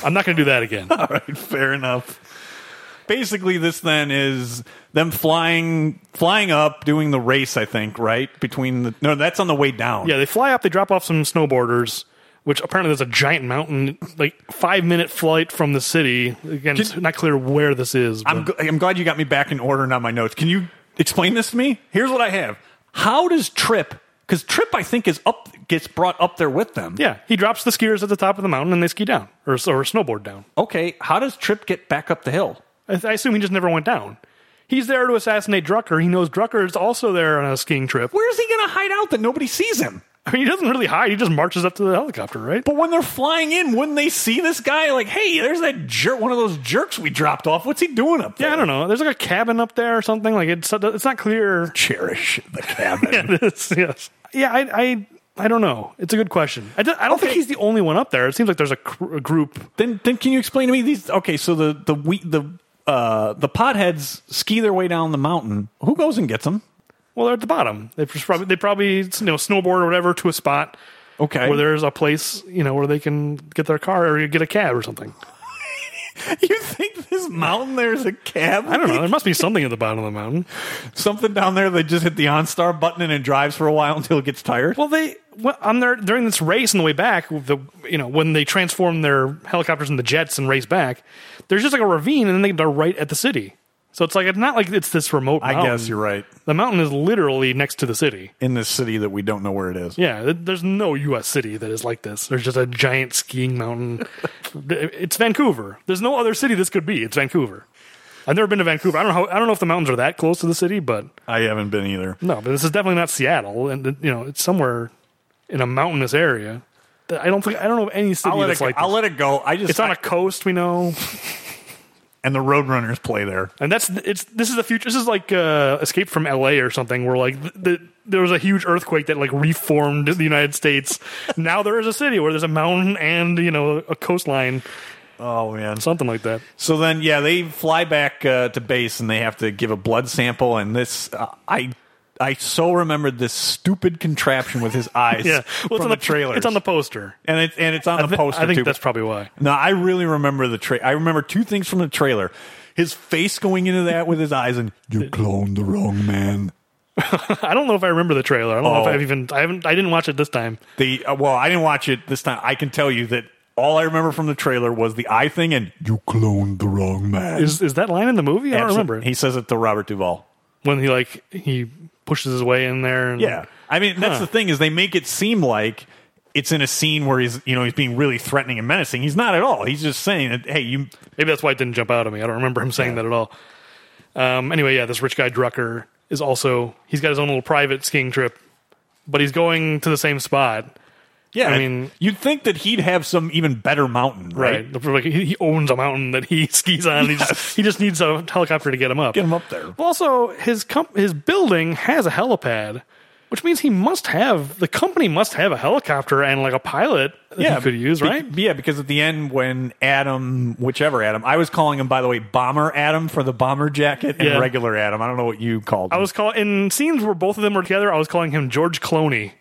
[SPEAKER 2] I'm not going to do
[SPEAKER 1] [LAUGHS]
[SPEAKER 2] that again.
[SPEAKER 1] All right, fair enough. Basically, this then is them flying, flying up, doing the race. I think right between the no, that's on the way down.
[SPEAKER 2] Yeah, they fly up. They drop off some snowboarders, which apparently there's a giant mountain, like five minute flight from the city. Again, it's not clear where this is. but-
[SPEAKER 1] I'm, gl- I'm glad you got me back in order and on my notes. Can you explain this to me? Here's what I have. How does Trip? Because Trip, I think, is up gets brought up there with them.
[SPEAKER 2] yeah, he drops the skiers at the top of the mountain and they ski down or, or snowboard down.
[SPEAKER 1] Okay. How does Trip get back up the hill?
[SPEAKER 2] I, I assume he just never went down. He's there to assassinate Drucker. He knows Drucker is also there on a skiing trip.
[SPEAKER 1] Where's he going to hide out that nobody sees him?
[SPEAKER 2] I mean, he doesn't really hide. He just marches up to the helicopter, right?
[SPEAKER 1] But when they're flying in, wouldn't they see this guy? Like, hey, there's that jerk, one of those jerks we dropped off. What's he doing up there?
[SPEAKER 2] Yeah, I don't know. There's like a cabin up there or something. Like it's it's not clear. [LAUGHS]
[SPEAKER 1] Cherish [LAUGHS] the cabin.
[SPEAKER 2] It is, yes. Yeah, I, I I don't know. It's a good question. I don't, I don't think he's the only one up there. It seems like there's a, cr- a group.
[SPEAKER 1] then then can you explain to me these okay so the the we the uh the potheads ski their way down the mountain who goes and gets them
[SPEAKER 2] Well, they're at the bottom. They just probably they probably you know snowboard or whatever to a spot
[SPEAKER 1] okay
[SPEAKER 2] where there's a place you know where they can get their car or get a cab or something.
[SPEAKER 1] [LAUGHS] you think this mountain there's a cab
[SPEAKER 2] I don't know. There must be something at the bottom of the mountain.
[SPEAKER 1] something down there they just hit the onstar button and it drives for a while [LAUGHS] until it gets tired
[SPEAKER 2] Well, they well, on their during this race on the way back, the you know when they transform their helicopters into jets and race back, there's just like a ravine, and then they- they're right at the city. So it's like it's not like it's this remote.
[SPEAKER 1] i
[SPEAKER 2] Mountain.
[SPEAKER 1] guess you're right
[SPEAKER 2] the mountain is literally next to the city.
[SPEAKER 1] in this city that we don't know where it is
[SPEAKER 2] Yeah, th- there's no U.S. city that is like this. There's just a giant skiing [LAUGHS] mountain. it's Vancouver. There's no other city this could be. It's Vancouver. I've never been to Vancouver. I don't know. How, I don't know if the mountains are that close to the city, but
[SPEAKER 1] i haven't been either
[SPEAKER 2] no. But this is definitely not Seattle, and you know it's somewhere in a mountainous area. I don't think I don't know of any city
[SPEAKER 1] I'll let,
[SPEAKER 2] that's
[SPEAKER 1] it,
[SPEAKER 2] like.
[SPEAKER 1] I'll
[SPEAKER 2] this.
[SPEAKER 1] let it go. I just
[SPEAKER 2] it's on
[SPEAKER 1] I-
[SPEAKER 2] a coast, we know,
[SPEAKER 1] and the Roadrunners play there.
[SPEAKER 2] and that's it's. This is the future. This is like uh, Escape from L.A. or something, where like the, the, there was a huge earthquake that like reformed the United States. [LAUGHS] now there is a city where there's a mountain and you know a coastline,
[SPEAKER 1] Oh man.
[SPEAKER 2] something like that.
[SPEAKER 1] So then, yeah, they fly back uh, to base and they have to give a blood sample. And this, uh, I, I so remembered this stupid contraption with his [LAUGHS] eyes.
[SPEAKER 2] Yeah,
[SPEAKER 1] well,
[SPEAKER 2] it's
[SPEAKER 1] from
[SPEAKER 2] on
[SPEAKER 1] the, trailers.
[SPEAKER 2] It's on the poster.
[SPEAKER 1] and it's and it's on the poster
[SPEAKER 2] I think
[SPEAKER 1] too.
[SPEAKER 2] that's probably why.
[SPEAKER 1] no, I really remember the tra- I remember two things from the trailer: his face going into that with his eyes, and you cloned the wrong man.
[SPEAKER 2] [LAUGHS] I don't know if I remember the trailer. I don't know if
[SPEAKER 1] Oh.
[SPEAKER 2] I've even I haven't I didn't watch it this time.
[SPEAKER 1] The uh, well, I didn't watch it this time. I can tell you that all I remember from the trailer was the eye thing, and you cloned the wrong man.
[SPEAKER 2] Is is that line in the movie? I don't remember it.
[SPEAKER 1] He says it to Robert Duvall.
[SPEAKER 2] when he like he pushes his way in there and
[SPEAKER 1] Yeah, I mean that's
[SPEAKER 2] Huh.
[SPEAKER 1] the thing is they make it seem like it's in a scene where he's you know he's being really threatening and menacing. He's not at all. He's just saying that hey you
[SPEAKER 2] maybe that's why it didn't jump out at me. I don't remember him saying that at all. Um, anyway, yeah, this rich guy Drucker is also he's got his own little private skiing trip, but he's going to the same spot.
[SPEAKER 1] yeah
[SPEAKER 2] I mean-
[SPEAKER 1] you'd think that he'd have some even better mountain right,
[SPEAKER 2] Right, Like, he he owns a mountain that he [LAUGHS] skis on. He just he just needs a helicopter to get him up.
[SPEAKER 1] get him up there.
[SPEAKER 2] Also, his comp- his building has a helipad, which means he must have the company must have a helicopter and like a pilot that he could use,
[SPEAKER 1] be-
[SPEAKER 2] right?
[SPEAKER 1] yeah, because at the end when Adam, whichever Adam, I was calling him by the way Bomber Adam for the bomber jacket and
[SPEAKER 2] Yeah.
[SPEAKER 1] regular Adam. I don't know what you called. Him.
[SPEAKER 2] I was call in scenes where both of them were together. I was calling him
[SPEAKER 1] [LAUGHS]
[SPEAKER 2] George Clooney.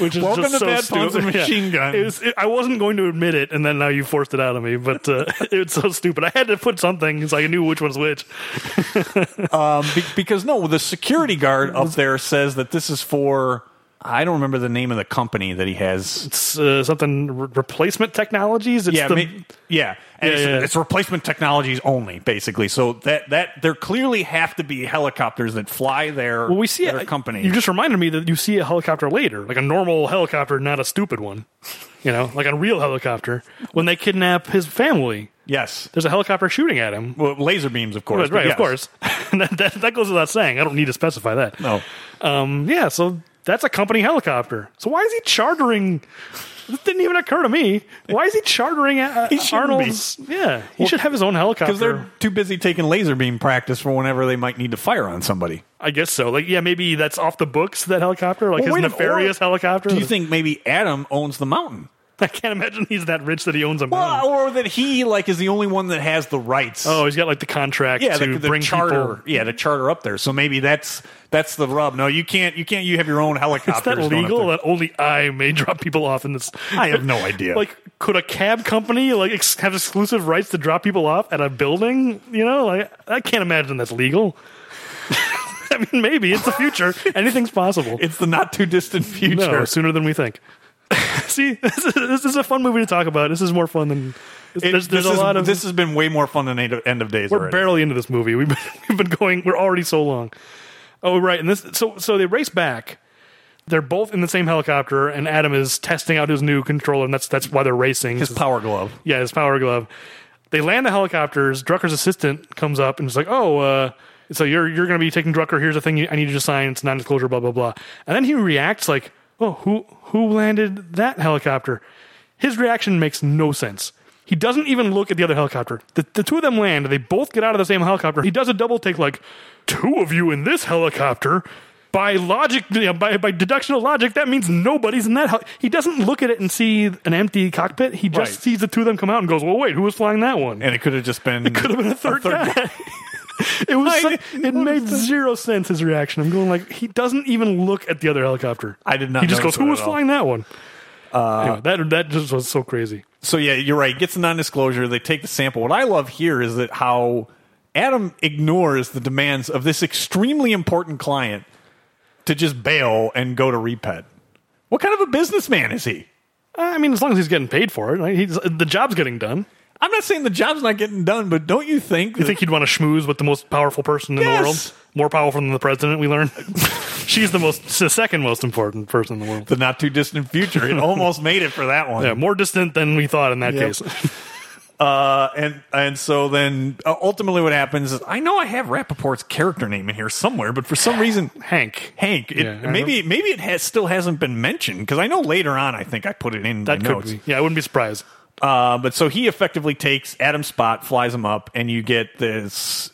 [SPEAKER 2] Which is
[SPEAKER 1] Welcome
[SPEAKER 2] just
[SPEAKER 1] to
[SPEAKER 2] so
[SPEAKER 1] Bad Puns
[SPEAKER 2] stupid.
[SPEAKER 1] and Machine Guns.
[SPEAKER 2] It was, it, I wasn't going to admit it, and then now you forced it out of me. But uh, [LAUGHS] it's so stupid. I had to put something so I knew which was which.
[SPEAKER 1] Um, be- because no, the security guard up there says that this is for. I don't remember the name of the company that he has.
[SPEAKER 2] It's uh, something re- replacement technologies. It's
[SPEAKER 1] yeah,
[SPEAKER 2] the,
[SPEAKER 1] ma- yeah. And
[SPEAKER 2] Yeah,
[SPEAKER 1] it's,
[SPEAKER 2] yeah.
[SPEAKER 1] it's replacement technologies only, basically. So that that there clearly have to be helicopters that fly their
[SPEAKER 2] well, we see
[SPEAKER 1] their
[SPEAKER 2] it.
[SPEAKER 1] company.
[SPEAKER 2] You just reminded me that you see a helicopter later, like a normal helicopter, not a stupid one. You know, like a real helicopter when they kidnap his family.
[SPEAKER 1] yes,
[SPEAKER 2] There's a helicopter shooting at him.
[SPEAKER 1] well, laser beams, of course.
[SPEAKER 2] Right,
[SPEAKER 1] but
[SPEAKER 2] right,
[SPEAKER 1] yes.
[SPEAKER 2] of course. [LAUGHS] that, that, that goes without saying. I don't need to specify that.
[SPEAKER 1] No,
[SPEAKER 2] Um, yeah, so that's a company helicopter. So why is he chartering? This didn't even occur to me. Why is he chartering uh,
[SPEAKER 1] [LAUGHS] He shouldn't be.
[SPEAKER 2] Arnold's? Yeah, he should have his own
[SPEAKER 1] because
[SPEAKER 2] helicopter.
[SPEAKER 1] they're too busy taking laser beam practice for whenever they might need to fire on somebody.
[SPEAKER 2] I guess so. Like, yeah, maybe that's off the books. That helicopter, like
[SPEAKER 1] Well,
[SPEAKER 2] his
[SPEAKER 1] wait a-
[SPEAKER 2] nefarious
[SPEAKER 1] or-
[SPEAKER 2] helicopter.
[SPEAKER 1] Do you think maybe Adam owns the mountain?
[SPEAKER 2] [LAUGHS] I can't imagine he's that rich that he owns a mountain.
[SPEAKER 1] Well, or that he like is the only one that has the rights.
[SPEAKER 2] oh, he's got like the contract
[SPEAKER 1] yeah,
[SPEAKER 2] to
[SPEAKER 1] the, the
[SPEAKER 2] bring
[SPEAKER 1] charter,
[SPEAKER 2] people.
[SPEAKER 1] yeah, to charter up there. So maybe that's that's the rub. No, you can't, you can't. You have your own helicopter.
[SPEAKER 2] [LAUGHS] Is that legal? That only I may drop people off in this.
[SPEAKER 1] I have no idea.
[SPEAKER 2] [LAUGHS] like could a cab company like ex- have exclusive rights to drop people off at a building you know like i can't imagine that's legal [LAUGHS] i mean maybe it's
[SPEAKER 1] [LAUGHS]
[SPEAKER 2] the future anything's possible
[SPEAKER 1] it's the not too distant
[SPEAKER 2] no
[SPEAKER 1] future.
[SPEAKER 2] sooner than we think [LAUGHS] see [LAUGHS] this is, this is a fun movie to talk about this is more fun than
[SPEAKER 1] It-
[SPEAKER 2] there's, there's
[SPEAKER 1] this
[SPEAKER 2] a
[SPEAKER 1] is-
[SPEAKER 2] lot of
[SPEAKER 1] this has been way more fun than End of, End of Days.
[SPEAKER 2] we're
[SPEAKER 1] already.
[SPEAKER 2] barely into this movie [LAUGHS] we've been, we've been going we're already so long oh right and this so so they race back they're both in the same helicopter and adam is testing out his new controller and that's that's why they're racing
[SPEAKER 1] His power glove.
[SPEAKER 2] Yeah, his power glove. They land the helicopters. Drucker's assistant comes up and is like, "Oh, uh, so you're you're going to be taking Drucker? Here's a thing you, I need you to sign. It's non-disclosure. Blah blah blah." And then he reacts like, "Oh, who who landed that helicopter?" His reaction makes no sense. He doesn't even look at the other helicopter. The, the two of them land. They both get out of the same helicopter. He does a double take, like, two of you in this helicopter. By logic, you know, by, by deductional logic, that means nobody's in that. Hel- he doesn't look at it and see an empty cockpit. He just
[SPEAKER 1] Right.
[SPEAKER 2] sees the two of them come out and goes, "Well, wait, who was flying that one?"
[SPEAKER 1] And it could have just been.
[SPEAKER 2] could have been a third, guy.
[SPEAKER 1] [LAUGHS]
[SPEAKER 2] it was.
[SPEAKER 1] I
[SPEAKER 2] so-
[SPEAKER 1] didn't
[SPEAKER 2] it made zero sense. His reaction. I'm going like he doesn't even look at the other helicopter.
[SPEAKER 1] I did not
[SPEAKER 2] He just
[SPEAKER 1] notice
[SPEAKER 2] goes, "Who
[SPEAKER 1] that
[SPEAKER 2] was
[SPEAKER 1] at all." Uh,
[SPEAKER 2] flying that one?" Anyway, that that just was so crazy.
[SPEAKER 1] So yeah, you're right. Gets a non-disclosure. They take the sample. What I love here is that how Adam ignores the demands of this extremely important client to just bail and go to Repet. What kind of a businessman is he?
[SPEAKER 2] I mean, as long as he's getting paid for it, like, he's, the job's getting done.
[SPEAKER 1] I'm not saying the job's not getting done, but don't you think?
[SPEAKER 2] You think he'd want to schmooze with the most powerful person in the
[SPEAKER 1] Yes.
[SPEAKER 2] world? More powerful than the president, we
[SPEAKER 1] [LAUGHS]
[SPEAKER 2] learn. She's the most, the second most important person in the world.
[SPEAKER 1] the
[SPEAKER 2] [LAUGHS]
[SPEAKER 1] not too distant future. It almost made it for that one.
[SPEAKER 2] Yeah, more distant than we thought in that
[SPEAKER 1] Yep.
[SPEAKER 2] case.
[SPEAKER 1] Uh, and and so then uh, ultimately what happens is I know I have Rappaport's character name in here somewhere, but for some reason
[SPEAKER 2] Hank.
[SPEAKER 1] Hank, it,
[SPEAKER 2] Yeah, I
[SPEAKER 1] maybe maybe it has still hasn't been mentioned because I know later on I think I put it in
[SPEAKER 2] That
[SPEAKER 1] my
[SPEAKER 2] could
[SPEAKER 1] notes.
[SPEAKER 2] be. Yeah, I wouldn't be surprised.
[SPEAKER 1] Uh, but so he effectively takes Adam's spot, flies him up, and you get this.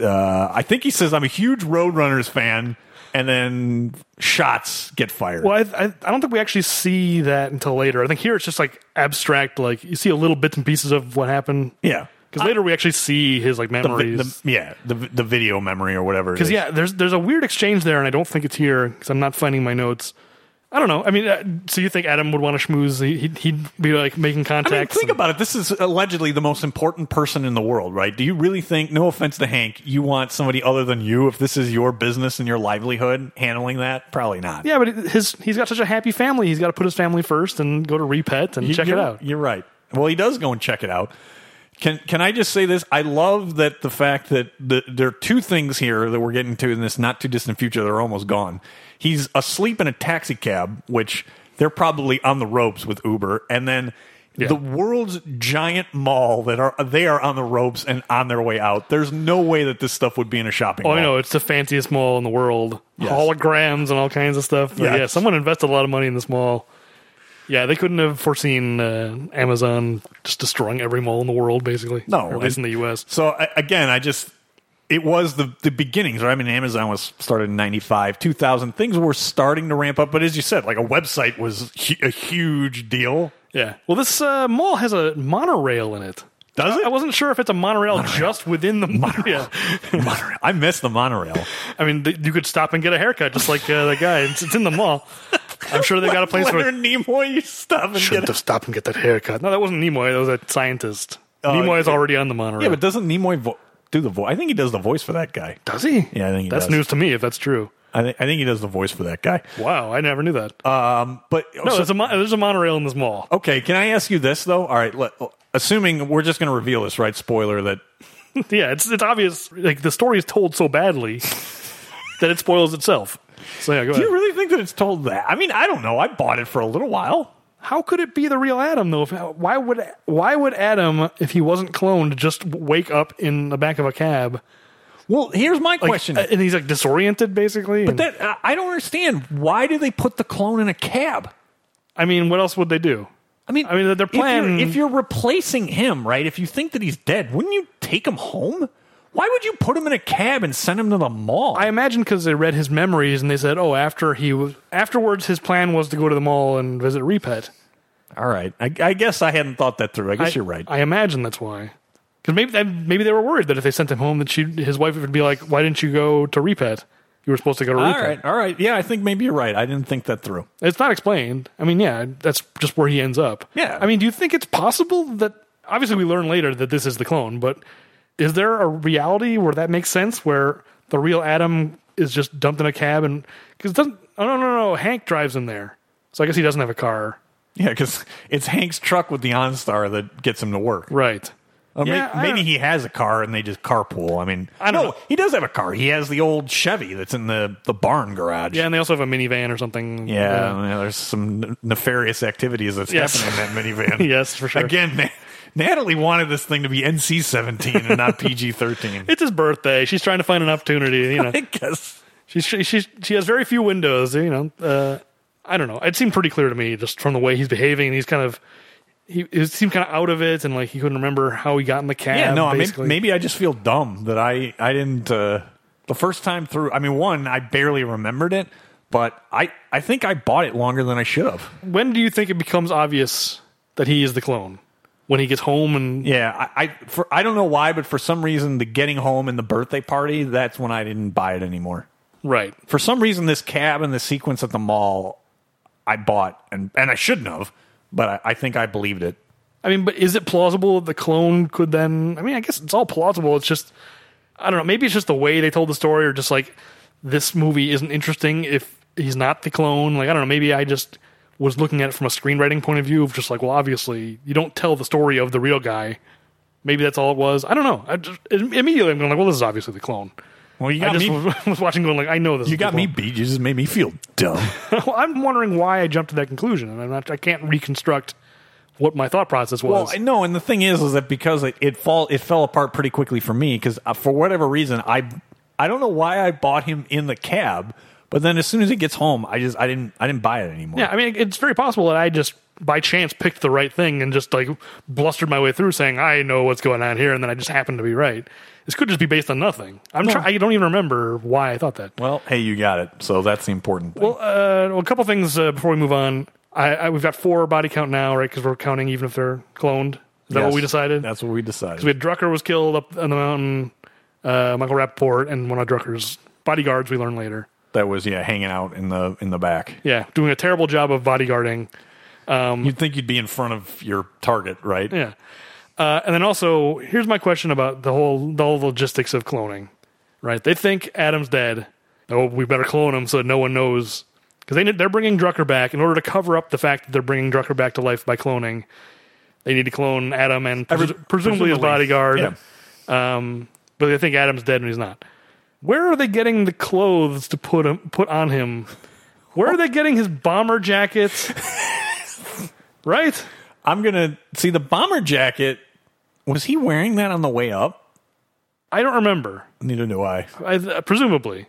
[SPEAKER 1] Uh, I think he says I'm a huge Roadrunners fan, and then shots get fired.
[SPEAKER 2] Well, I, I, I don't think we actually see that until later. I think here it's just like abstract. Like you see a little bits and pieces of what happened.
[SPEAKER 1] Yeah,
[SPEAKER 2] Because later we actually see his like
[SPEAKER 1] the, vi-
[SPEAKER 2] memories.
[SPEAKER 1] the, yeah, the the video memory or whatever.
[SPEAKER 2] Because yeah, there's there's a weird exchange there, and I don't think it's here because I'm not finding my notes. I don't know. I mean, uh, so you think Adam would want to schmooze? He, he'd, he'd be like
[SPEAKER 1] I
[SPEAKER 2] making
[SPEAKER 1] mean,
[SPEAKER 2] contacts.
[SPEAKER 1] think
[SPEAKER 2] and-
[SPEAKER 1] about it. This is allegedly the most important person in the world, right? Do you really think, no offense to Hank, you want somebody other than you if this is your business and your livelihood handling that? Probably not.
[SPEAKER 2] yeah, but it- his he's got such a happy family. He's got to put his family first and go to Repet and
[SPEAKER 1] You-
[SPEAKER 2] check it
[SPEAKER 1] you're-
[SPEAKER 2] out.
[SPEAKER 1] You're right. Well, he does go and check it out. Can can I just say this? I love that the fact that the, there are two things here that we're getting to in this not too distant future. They're almost gone. He's asleep in a taxi cab, which they're probably on the ropes with Uber, and then the world's giant mall that are they are on the ropes and on their way out. There's no way that this stuff would be in a shopping.
[SPEAKER 2] Oh,
[SPEAKER 1] mall.
[SPEAKER 2] I know it's the fanciest mall in the world. Holograms and all kinds of stuff. But
[SPEAKER 1] Yeah.
[SPEAKER 2] yeah, someone invested a lot of money in this mall. Yeah, they couldn't have foreseen uh, Amazon just destroying every mall in the world, basically.
[SPEAKER 1] No,
[SPEAKER 2] or at least in
[SPEAKER 1] and-
[SPEAKER 2] the U.S.
[SPEAKER 1] So I, again, I just it was the the beginnings. Right? I mean, Amazon was started in '95, 2000. Things were starting to ramp up, but as you said, like a website was hu- a huge deal.
[SPEAKER 2] Yeah. Well, this uh, mall has a monorail in it.
[SPEAKER 1] Does
[SPEAKER 2] I
[SPEAKER 1] it?
[SPEAKER 2] wasn't sure if it's a monorail, just within the
[SPEAKER 1] [LAUGHS]
[SPEAKER 2] monorail.
[SPEAKER 1] [LAUGHS] Monorail. I miss the monorail.
[SPEAKER 2] I mean, th- you could stop and get a haircut, just like uh, that guy. It's, it's in the mall. I'm sure they got
[SPEAKER 1] [LAUGHS]
[SPEAKER 2] a place
[SPEAKER 1] Leonard
[SPEAKER 2] where.
[SPEAKER 1] Nimoy, you stop and
[SPEAKER 2] Shouldn't
[SPEAKER 1] get.
[SPEAKER 2] have stopped and get that haircut. No, that wasn't Nimoy. That was a scientist. Nimoy is already on the monorail.
[SPEAKER 1] Oh, Yeah, but doesn't Nimoy vo- do the voice? I think he does the voice for that guy.
[SPEAKER 2] does he?
[SPEAKER 1] Yeah, I think he
[SPEAKER 2] that's
[SPEAKER 1] does.
[SPEAKER 2] news to me. If that's true.
[SPEAKER 1] I think I think he does the voice for that guy.
[SPEAKER 2] Wow, I never knew that.
[SPEAKER 1] Um, but
[SPEAKER 2] no,
[SPEAKER 1] so-
[SPEAKER 2] there's a mon- there's a monorail in this mall. [LAUGHS]
[SPEAKER 1] okay, can I ask you this though? All right, let, assuming we're just going to reveal this, right? Spoiler that
[SPEAKER 2] yeah, it's it's obvious. Like the story is told so [LAUGHS] badly that it spoils itself. So yeah,
[SPEAKER 1] Do
[SPEAKER 2] go ahead.
[SPEAKER 1] you really think that it's told that? I mean, I don't know. I bought it for a little while.
[SPEAKER 2] How could it be the real Adam though? If, why would why would Adam, if he wasn't cloned, just wake up in the back of a cab?
[SPEAKER 1] Well, here's my
[SPEAKER 2] Like,
[SPEAKER 1] question.
[SPEAKER 2] uh, and he's like disoriented, basically. But
[SPEAKER 1] that, I- I don't understand. Why do they put the clone in a cab?
[SPEAKER 2] I mean, what else would they do?
[SPEAKER 1] I mean,
[SPEAKER 2] I mean, their
[SPEAKER 1] if you're-
[SPEAKER 2] plan-
[SPEAKER 1] If you're, replacing him, right? If you think that he's dead, wouldn't you take him home? Why would you put him in a cab and send him to the mall?
[SPEAKER 2] I imagine because they read his memories and they said, "Oh, after he was afterwards, his plan was to go to the mall and visit Repet."
[SPEAKER 1] All right. I, I guess I hadn't thought that through. I guess
[SPEAKER 2] I-
[SPEAKER 1] you're right.
[SPEAKER 2] I imagine that's why. Because maybe that- maybe they were worried that if they sent him home, that she his wife would be like, "Why didn't you go to Repet? You were supposed to go to
[SPEAKER 1] all
[SPEAKER 2] Repet."
[SPEAKER 1] right. All right. Yeah, I think maybe you're right. I didn't think that through. [LAUGHS]
[SPEAKER 2] It's not explained. I mean, yeah, that's just where he ends up.
[SPEAKER 1] Yeah.
[SPEAKER 2] I mean, do you think it's possible that obviously we learn later that this is the clone, but is there a reality where that makes sense where the real Adam is just dumped in a cab and because doesn't oh no no no Hank drives him there, so I guess he doesn't have a car,
[SPEAKER 1] Yeah, because it's Hank's truck with the OnStar that gets him to work.
[SPEAKER 2] right?
[SPEAKER 1] Or may-
[SPEAKER 2] Yeah, I
[SPEAKER 1] maybe
[SPEAKER 2] don't-
[SPEAKER 1] he has a car and they just carpool. I mean,
[SPEAKER 2] I don't
[SPEAKER 1] no,
[SPEAKER 2] know.
[SPEAKER 1] he does have a car. He has the old Chevy that's in the, the barn garage.
[SPEAKER 2] Yeah, and they also have a minivan or something.
[SPEAKER 1] Yeah, yeah, there's some n- nefarious activities that's
[SPEAKER 2] Yes.
[SPEAKER 1] happening in that
[SPEAKER 2] Yeah.
[SPEAKER 1] minivan.
[SPEAKER 2] [LAUGHS] yes, for sure.
[SPEAKER 1] Again, Na- Natalie wanted this thing to be NC 17 and
[SPEAKER 2] [LAUGHS]
[SPEAKER 1] not PG 13.
[SPEAKER 2] It's his birthday. She's trying to find an opportunity.
[SPEAKER 1] [LAUGHS]
[SPEAKER 2] You know,
[SPEAKER 1] I guess.
[SPEAKER 2] She's, she she she has very few windows. You know, uh, I don't know. It seemed pretty clear to me just from the way he's behaving. He's kind of he, he seemed kind of out of it, and like he couldn't remember how he got in the cab.
[SPEAKER 1] Yeah, no, I mean,
[SPEAKER 2] basically.
[SPEAKER 1] maybe I just feel dumb that I, I didn't. Uh, the first time through, I mean, one, I barely remembered it, but I, I think I bought it longer than I should have.
[SPEAKER 2] when do you think it becomes obvious that he is the clone? When he gets home and
[SPEAKER 1] Yeah, I I, for, I don't know why, but for some reason, the getting home and the birthday party, that's when I didn't buy it anymore.
[SPEAKER 2] right,
[SPEAKER 1] For some reason, this cab and the sequence at the mall, I bought, and, and I shouldn't have, but I, I think I believed it.
[SPEAKER 2] I mean, but is it plausible that the clone could then? I mean, I guess it's all plausible. It's just, I don't know. Maybe it's just the way they told the story, or just like this movie isn't interesting if he's not the clone. Like, I don't know. Maybe I just was looking at it from a screenwriting point of view of just like, well, obviously you don't tell the story of the real guy. Maybe that's all it was. I don't know. I just, im- immediately I'm going like, well, this is obviously the clone.
[SPEAKER 1] Well, you
[SPEAKER 2] I
[SPEAKER 1] got
[SPEAKER 2] just
[SPEAKER 1] me.
[SPEAKER 2] was, [LAUGHS] was watching, going like, I know this.
[SPEAKER 1] you got me beat. You just made me feel dumb.
[SPEAKER 2] [LAUGHS] well, I'm wondering why I jumped to that conclusion, and I'm not. I can't reconstruct what my thought process was.
[SPEAKER 1] Well, I know, and the thing is, is that because it, it fall it fell apart pretty quickly for me because for whatever reason I I don't know why I bought him in the cab, but then as soon as he gets home, I just I didn't I didn't buy it anymore.
[SPEAKER 2] yeah, I mean, it's very possible that I just by chance picked the right thing and just like blustered my way through saying I know what's going on here, and then I just happened to be right. This could just be based on nothing. I'm try- I don't even remember why I thought that.
[SPEAKER 1] Well, hey, you got it. So that's the important thing.
[SPEAKER 2] Well, uh, well, a couple things uh, before we move on. I, I we've got four body count now, right? Because we're counting even if they're cloned. Is that what
[SPEAKER 1] Yes.
[SPEAKER 2] we decided?
[SPEAKER 1] That's what we decided.
[SPEAKER 2] So we had Drucker was killed up on the mountain. Uh, Michael Rappaport and one of Drucker's bodyguards. We learn later.
[SPEAKER 1] that was yeah, hanging out in the in the back.
[SPEAKER 2] Yeah, doing a terrible job of bodyguarding. Mm-hmm.
[SPEAKER 1] You'd think you'd be in front of your target, right?
[SPEAKER 2] Yeah. Uh, and then also, here's my question about the whole the whole logistics of cloning. Right? They think Adam's dead. Oh, we better clone him so that no one knows because they they're bringing Drucker back in order to cover up the fact that they're bringing Drucker back to life by cloning. They need to clone Adam and pres-
[SPEAKER 1] Every-
[SPEAKER 2] presumably, his
[SPEAKER 1] presumably.
[SPEAKER 2] bodyguard.
[SPEAKER 1] Yeah.
[SPEAKER 2] Um, but they think Adam's dead and he's not. Where are they getting the clothes to put him, put on him? Where are they getting his
[SPEAKER 1] [LAUGHS]
[SPEAKER 2] bomber jackets? right?
[SPEAKER 1] I'm gonna see the bomber jacket. Was he wearing that on the way up?
[SPEAKER 2] I don't remember.
[SPEAKER 1] Neither do I.
[SPEAKER 2] I, presumably.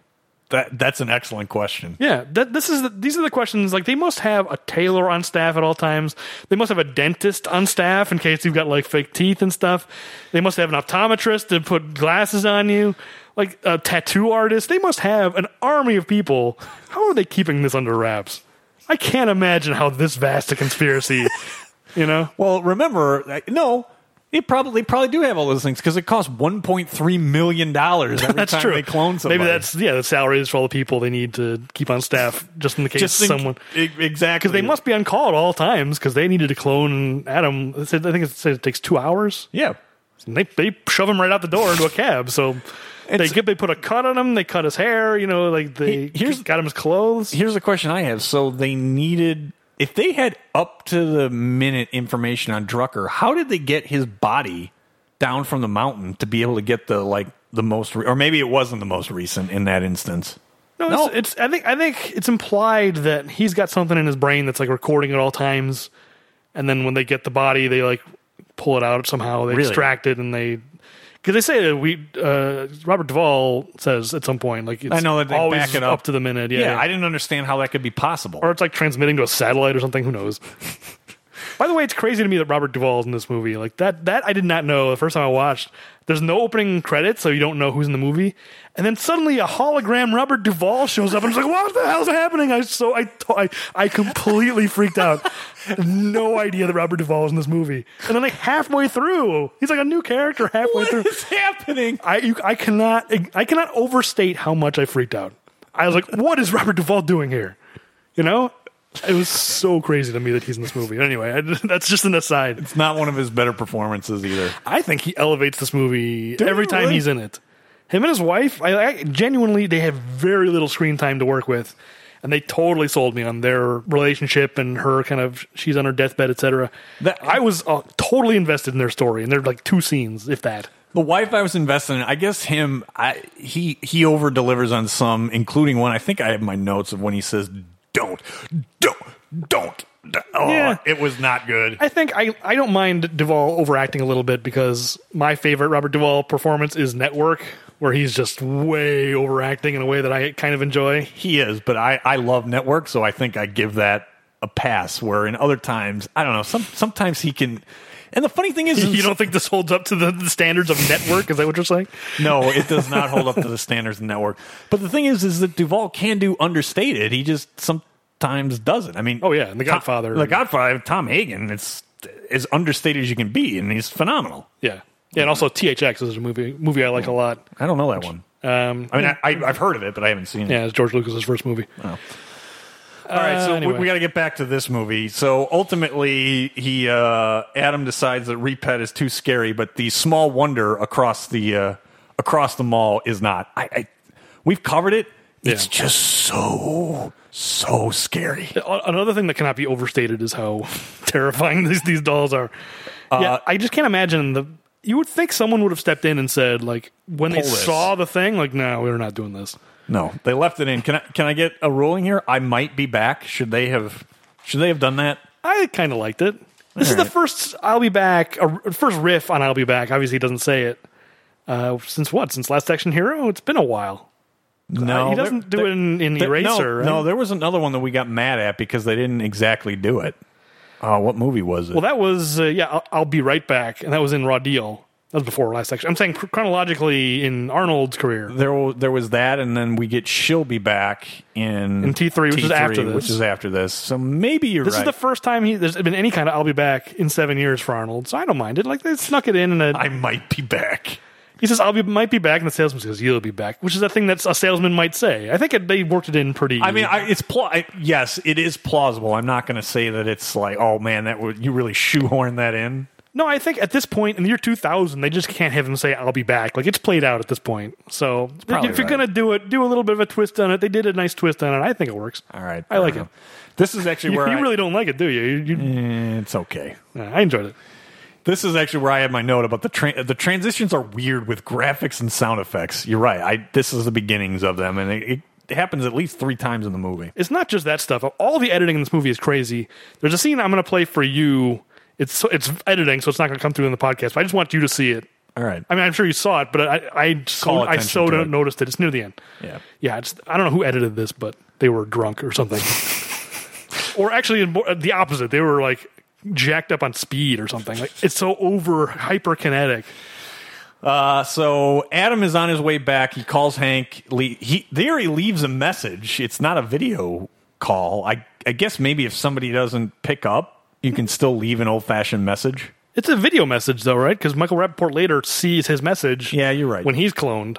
[SPEAKER 1] That that's an excellent question.
[SPEAKER 2] Yeah, that, this is these are the questions. Like they must have a tailor on staff at all times. They must have a dentist on staff in case you've got like fake teeth and stuff. They must have an optometrist to put glasses on you. Like a tattoo artist. They must have an army of people. How are they keeping this under wraps? I can't imagine how this vast a conspiracy. [LAUGHS] you know.
[SPEAKER 1] Well, remember, I- no, they probably they probably do have all those things because it costs 1.3 million dollars every
[SPEAKER 2] [LAUGHS] That's
[SPEAKER 1] time
[SPEAKER 2] true.
[SPEAKER 1] they clone somebody.
[SPEAKER 2] Maybe that's yeah. The salaries for all the people they need to keep on staff, just in the case
[SPEAKER 1] just think-
[SPEAKER 2] someone.
[SPEAKER 1] e- exactly
[SPEAKER 2] Because they must be on call at all times because they needed to clone Adam. It said- I think it said it takes two hours.
[SPEAKER 1] Yeah,
[SPEAKER 2] And they they shove him right out the
[SPEAKER 1] [LAUGHS]
[SPEAKER 2] door into a cab. So they
[SPEAKER 1] It's-
[SPEAKER 2] get they put a cut on him. They cut his hair. You know, like they
[SPEAKER 1] He- here's-
[SPEAKER 2] got him his clothes.
[SPEAKER 1] here's a question I have. So they needed if they had up to the minute information on Drucker, how did they get his body down from the mountain to be able to get the like the most re- or maybe it wasn't the most recent in that instance.
[SPEAKER 2] No, it's, it's I think I think it's implied that he's got something in his brain that's like recording at all times, and then when they get the body, they like pull it out somehow. They
[SPEAKER 1] Really?
[SPEAKER 2] extract it and they. Because they say that we, uh, Robert Duvall says at some point, like it's
[SPEAKER 1] I know that they
[SPEAKER 2] always
[SPEAKER 1] back it up.
[SPEAKER 2] to the minute.
[SPEAKER 1] Yeah, I didn't understand how that could be possible.
[SPEAKER 2] or it's like transmitting to a satellite or something. Who knows? [LAUGHS] By the way, it's crazy to me that Robert Duvall's in this movie. Like that, that I did not know the first time I watched. There's no opening credits, so you don't know who's in the movie. And then suddenly a hologram Robert Duvall shows up, and it's like, "What the hell's happening?" I so I to- I, I completely freaked out. no idea that Robert Duvall was in this movie. And then like halfway through, he's like a new character halfway
[SPEAKER 1] [LAUGHS] what
[SPEAKER 2] through.
[SPEAKER 1] is happening?
[SPEAKER 2] I you, I cannot I cannot overstate how much I freaked out. I was like, "What is Robert Duvall doing here?" You know, it was so crazy to me that he's in this movie. Anyway, I, [LAUGHS] that's just an aside.
[SPEAKER 1] It's not one of his better performances either.
[SPEAKER 2] I think he elevates this movie every
[SPEAKER 1] you
[SPEAKER 2] time
[SPEAKER 1] really?
[SPEAKER 2] he's in it. Him and his wife, I, I genuinely they have very little screen time to work with, and they totally sold me on their relationship and her kind of she's on her deathbed, etc.
[SPEAKER 1] That-
[SPEAKER 2] I was uh, totally invested in their story, and they're like two scenes, if that.
[SPEAKER 1] The wife I was invested in, I guess him, I, he he over delivers on some, including one. I think I have my notes of when he says, "Don't, don't, don't." d- Oh,
[SPEAKER 2] Yeah.
[SPEAKER 1] it was not good.
[SPEAKER 2] I think I, I don't mind Duvall overacting a little bit because my favorite Robert Duvall performance is Network, where he's just way overacting in a way that I kind of enjoy. [LAUGHS]
[SPEAKER 1] He is, but I I love Network, so I think I give that a pass. Where in other times, I don't know. Some sometimes he can. And the funny thing is,
[SPEAKER 2] [LAUGHS] You don't think this holds up to the, the standards of Network? Is that what you're saying?
[SPEAKER 1] no, it does not hold up to the standards of Network. But the thing is, is that Duvall can do understated. He just sometimes doesn't. I mean,
[SPEAKER 2] Oh, yeah, and The
[SPEAKER 1] Tom-
[SPEAKER 2] Godfather.
[SPEAKER 1] the Godfather, Tom Hagen. It's as understated as you can be, and he's phenomenal.
[SPEAKER 2] Yeah. Yeah, and also THX is a movie movie I like a lot.
[SPEAKER 1] I don't know that one.
[SPEAKER 2] Um,
[SPEAKER 1] I mean, I, I, I've heard of it, but I haven't seen it.
[SPEAKER 2] yeah, it's George Lucas's first movie.
[SPEAKER 1] All right, so
[SPEAKER 2] Uh, anyway.
[SPEAKER 1] we, we got to get back to this movie. So ultimately, he uh, Adam decides that Repet is too scary, but the small wonder across the uh, across the mall is not. I, I we've covered it. It's
[SPEAKER 2] Yeah.
[SPEAKER 1] just so so scary.
[SPEAKER 2] A- Uh, Another thing that cannot be overstated is how [LAUGHS] terrifying these these dolls are. yeah, I just can't imagine the. You would think someone would have stepped in and said, like, when they
[SPEAKER 1] Pull this.
[SPEAKER 2] saw the thing, like, no, we're not doing this.
[SPEAKER 1] No, they left it in. Can I can I get a ruling here? I might be back. Should they have should they have done that?
[SPEAKER 2] I kind of liked it. This is
[SPEAKER 1] All
[SPEAKER 2] the
[SPEAKER 1] right.
[SPEAKER 2] first I'll be back, uh, first riff on I'll be back. Obviously, he doesn't say it. Uh, since what? Since Last Action Hero? It's been a while. Uh,
[SPEAKER 1] No,
[SPEAKER 2] he
[SPEAKER 1] there-
[SPEAKER 2] doesn't do
[SPEAKER 1] there-
[SPEAKER 2] it in, in
[SPEAKER 1] there-
[SPEAKER 2] Eraser.
[SPEAKER 1] No,
[SPEAKER 2] right?
[SPEAKER 1] no, there was another one that we got mad at because they didn't exactly do it. Oh, what movie was it?
[SPEAKER 2] Well, that was uh, yeah. I'll, I'll be right back, and that was in Raw Deal. That was before Last Action. I'm saying cr- chronologically in Arnold's career.
[SPEAKER 1] there, wa- there was that, and then we get she'll be back in
[SPEAKER 2] In T3, which is after this.
[SPEAKER 1] which is after this. So maybe you're
[SPEAKER 2] This
[SPEAKER 1] right.
[SPEAKER 2] is the first time he, there's been any kind of I'll be back in seven years for Arnold, so I don't mind it. Like they snuck it in, and uh,
[SPEAKER 1] I might be back.
[SPEAKER 2] he says I'll be might be back, and the salesman says you'll be back, which is a thing that a salesman might say. I think it, they worked it in pretty.
[SPEAKER 1] I mean, I, it's pla- I, yes, it is plausible. I'm not going to say that it's like, oh man, that would you really [LAUGHS] shoehorn that in.
[SPEAKER 2] no, I think at this point in the year 2000, they just can't have him say I'll be back. Like it's played out at this point. So if
[SPEAKER 1] probably
[SPEAKER 2] you're
[SPEAKER 1] right.
[SPEAKER 2] gonna do it, do a little bit of a twist on it. They did a nice twist on it. I think it works.
[SPEAKER 1] All right,
[SPEAKER 2] I like
[SPEAKER 1] fair
[SPEAKER 2] it.
[SPEAKER 1] enough. This is actually
[SPEAKER 2] You,
[SPEAKER 1] where
[SPEAKER 2] you
[SPEAKER 1] I,
[SPEAKER 2] really don't like it, do you? You- you
[SPEAKER 1] Eh, it's okay.
[SPEAKER 2] I enjoyed it.
[SPEAKER 1] This is actually where I had my note about the tra- the transitions are weird with graphics and sound effects. You're right. I this is the beginnings of them, and it, it happens at least three times in the movie.
[SPEAKER 2] It's not just that stuff. All the editing in this movie is crazy. There's a scene I'm going to play for you. It's it's editing, so it's not going to come through in the podcast. But I just want you to see it.
[SPEAKER 1] All right.
[SPEAKER 2] I mean, I'm sure you saw it, but I I so,
[SPEAKER 1] Call
[SPEAKER 2] I
[SPEAKER 1] attention
[SPEAKER 2] so
[SPEAKER 1] to
[SPEAKER 2] don't
[SPEAKER 1] it.
[SPEAKER 2] noticed it. It's near the end.
[SPEAKER 1] yeah.
[SPEAKER 2] Yeah, it's I don't know who edited this, but they were drunk
[SPEAKER 1] [LAUGHS]
[SPEAKER 2] or something. or actually, in more- the opposite. They were like jacked up on speed or something. Like it's so over hyperkinetic.
[SPEAKER 1] Uh, so Adam is on his way back. He calls Hank. Le- he there he leaves a message. It's not a video call. I I guess maybe if somebody doesn't pick up, you can still leave an old fashioned message.
[SPEAKER 2] It's a video message though, right? Because Michael Rappaport later sees his message.
[SPEAKER 1] Yeah, you're right.
[SPEAKER 2] When he's cloned,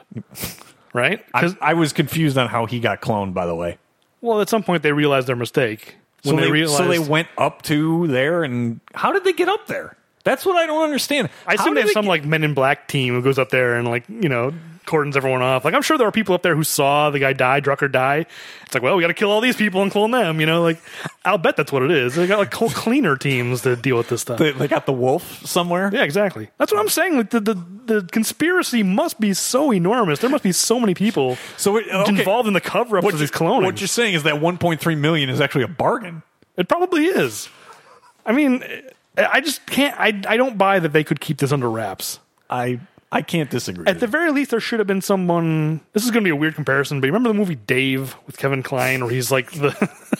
[SPEAKER 2] right?
[SPEAKER 1] I,
[SPEAKER 2] Because
[SPEAKER 1] I was confused on how he got cloned. By the way,
[SPEAKER 2] well, at some point they realize their mistake. When
[SPEAKER 1] so
[SPEAKER 2] they,
[SPEAKER 1] they,
[SPEAKER 2] realize,
[SPEAKER 1] so they went up to there, and how did they get up there? That's what I don't understand.
[SPEAKER 2] I
[SPEAKER 1] How
[SPEAKER 2] assume they
[SPEAKER 1] did
[SPEAKER 2] have some
[SPEAKER 1] get-
[SPEAKER 2] like Men in Black team who goes up there and like you know cordons everyone off. Like I'm sure there are people up there who saw the guy die, Drucker die. It's like, well, we got to kill all these people and clone them. You know, like I'll bet that's what it is. They got like whole cleaner teams to deal with this stuff.
[SPEAKER 1] they, they got the wolf somewhere.
[SPEAKER 2] yeah, exactly. That's what I'm saying. Like the, the the conspiracy must be so enormous. There must be so many people
[SPEAKER 1] So it, okay.
[SPEAKER 2] involved in the cover up
[SPEAKER 1] What
[SPEAKER 2] of
[SPEAKER 1] you-
[SPEAKER 2] this cloning.
[SPEAKER 1] What you're saying is that 1.3 million is actually a bargain.
[SPEAKER 2] It probably is. I mean, I I just can't. I I don't buy that they could keep this under wraps.
[SPEAKER 1] I I can't disagree.
[SPEAKER 2] At the very least, there should have been someone. This is going to be a weird comparison, but you remember the movie Dave with Kevin Kline, where he's like the. [LAUGHS]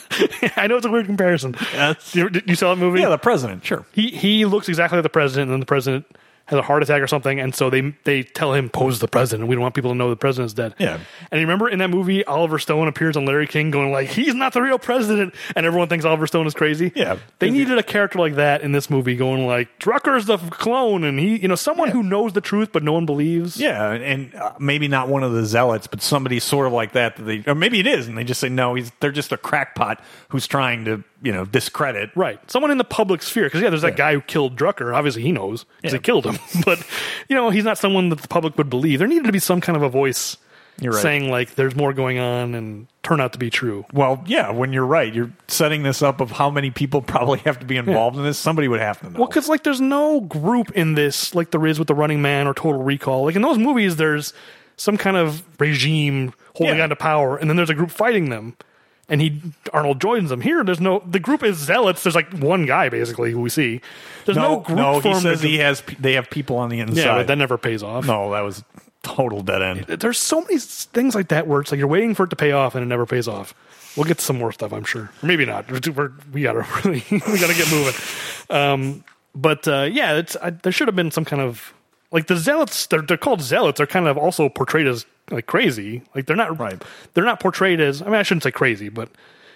[SPEAKER 2] I know it's a weird comparison.
[SPEAKER 1] Yes.
[SPEAKER 2] You, you saw that movie?
[SPEAKER 1] yeah, the president. Sure.
[SPEAKER 2] He he looks exactly like the president, and then the president has a heart attack or something, and so they they tell him pose the president. We don't want people to know the president's dead.
[SPEAKER 1] Yeah.
[SPEAKER 2] And you remember in that movie, Oliver Stone appears on Larry King, going like, "He's not the real president," and everyone thinks Oliver Stone is crazy.
[SPEAKER 1] Yeah.
[SPEAKER 2] They needed a character like that in this movie, going like, "Drucker's the clone," and he, you know, someone who knows the truth but no one believes.
[SPEAKER 1] Yeah, and uh, maybe not one of the zealots, but somebody sort of like that. That they, or maybe it is, and they just say no. He's they're just a crackpot who's trying to you know discredit.
[SPEAKER 2] Right. Someone in the public sphere. Because, yeah, there's that guy who killed Drucker. Obviously, he knows because he killed him. [LAUGHS] but, you know, he's not someone that the public would believe. There needed to be some kind of a voice
[SPEAKER 1] You're right.
[SPEAKER 2] saying, like, there's more going on and turn out to be true.
[SPEAKER 1] Well, yeah, when you're right, you're setting this up of how many people [LAUGHS] probably have to be involved in this. Somebody would have to know.
[SPEAKER 2] Well, because, like, there's no group in this like there is with The Running Man or Total Recall. Like, in those movies, there's some kind of regime holding
[SPEAKER 1] Yeah.
[SPEAKER 2] on to power, and then there's a group fighting them. And he Arnold joins them. Here, there's no the group is zealots. There's like one guy basically who we see. There's no, group
[SPEAKER 1] no, he
[SPEAKER 2] formed
[SPEAKER 1] says
[SPEAKER 2] as a-
[SPEAKER 1] he has. pe- They have people on the inside.
[SPEAKER 2] yeah, but that never pays off.
[SPEAKER 1] [LAUGHS] no, that was total dead end.
[SPEAKER 2] there's so many s- things like that where it's like you're waiting for it to pay off and it never pays off. We'll get to some more stuff, I'm sure. Or maybe not. We're, we're- we gotta [LAUGHS] really, we gotta get moving. Um, but uh, yeah, it's I, there should have been some kind of like the zealots. They're, they're called zealots. They're kind of also portrayed as like crazy. Like they're not
[SPEAKER 1] Right.
[SPEAKER 2] They're not portrayed as. I mean, I shouldn't say crazy, but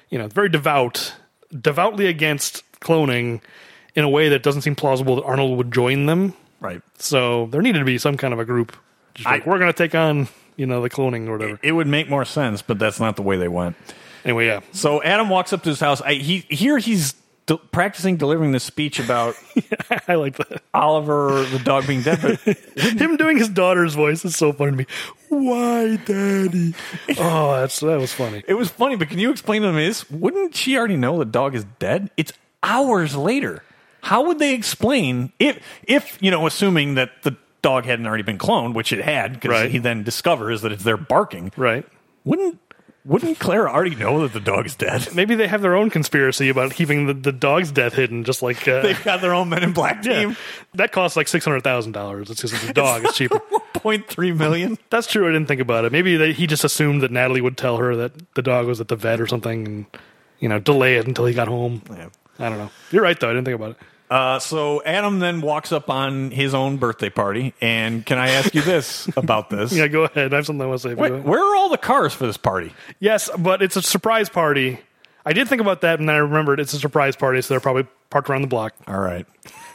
[SPEAKER 2] you know, very devout, devoutly against cloning in a way that doesn't seem plausible that Arnold would join them.
[SPEAKER 1] Right.
[SPEAKER 2] So there needed to be some kind of a group. Just like,
[SPEAKER 1] I-
[SPEAKER 2] we're going to take on, you know, the cloning
[SPEAKER 1] [LAUGHS]
[SPEAKER 2] or whatever.
[SPEAKER 1] It would make more sense, but that's not the way they went.
[SPEAKER 2] Anyway, yeah. [LAUGHS]
[SPEAKER 1] So Adam walks up to his house. I, he here he's de- practicing delivering this speech about
[SPEAKER 2] I like that.
[SPEAKER 1] Oliver the dog being dead, but [LAUGHS]
[SPEAKER 2] Him doing his daughter's voice is so funny to me. Why, daddy? Oh, that's that was funny.
[SPEAKER 1] It was funny, but can you explain to me this? Wouldn't she already know the dog is dead? It's hours later. How would they explain if if you know, assuming that the dog hadn't already been cloned, which it had, because
[SPEAKER 2] Right.
[SPEAKER 1] he then discovers that it's there barking.
[SPEAKER 2] Right.
[SPEAKER 1] Wouldn't Wouldn't Clara already know that the dog is dead?
[SPEAKER 2] Maybe they have their own conspiracy about keeping the, the dog's death hidden, just like uh,
[SPEAKER 1] [LAUGHS] They've got their own Men in Black
[SPEAKER 2] [LAUGHS] yeah.
[SPEAKER 1] team.
[SPEAKER 2] that costs like six hundred thousand dollars. It's because it's a dog;
[SPEAKER 1] [LAUGHS]
[SPEAKER 2] it's cheaper.
[SPEAKER 1] Point three [LAUGHS] million.
[SPEAKER 2] That's true. I didn't think about it. Maybe they, he just assumed that Natalie would tell her that the dog was at the vet or something, and you know, delay it until he got home. I don't know. You're right, though. I didn't think about it.
[SPEAKER 1] Uh, so Adam then walks up on his own birthday party, and can I ask you this about [LAUGHS] this?
[SPEAKER 2] Yeah, go ahead. I have something I want to say. if you
[SPEAKER 1] Wait,
[SPEAKER 2] don't.
[SPEAKER 1] where are all the cars for this party?
[SPEAKER 2] Yes, but it's a surprise party. I did think about that, and then I remembered it's a surprise party, so they're probably parked around the block.
[SPEAKER 1] All right,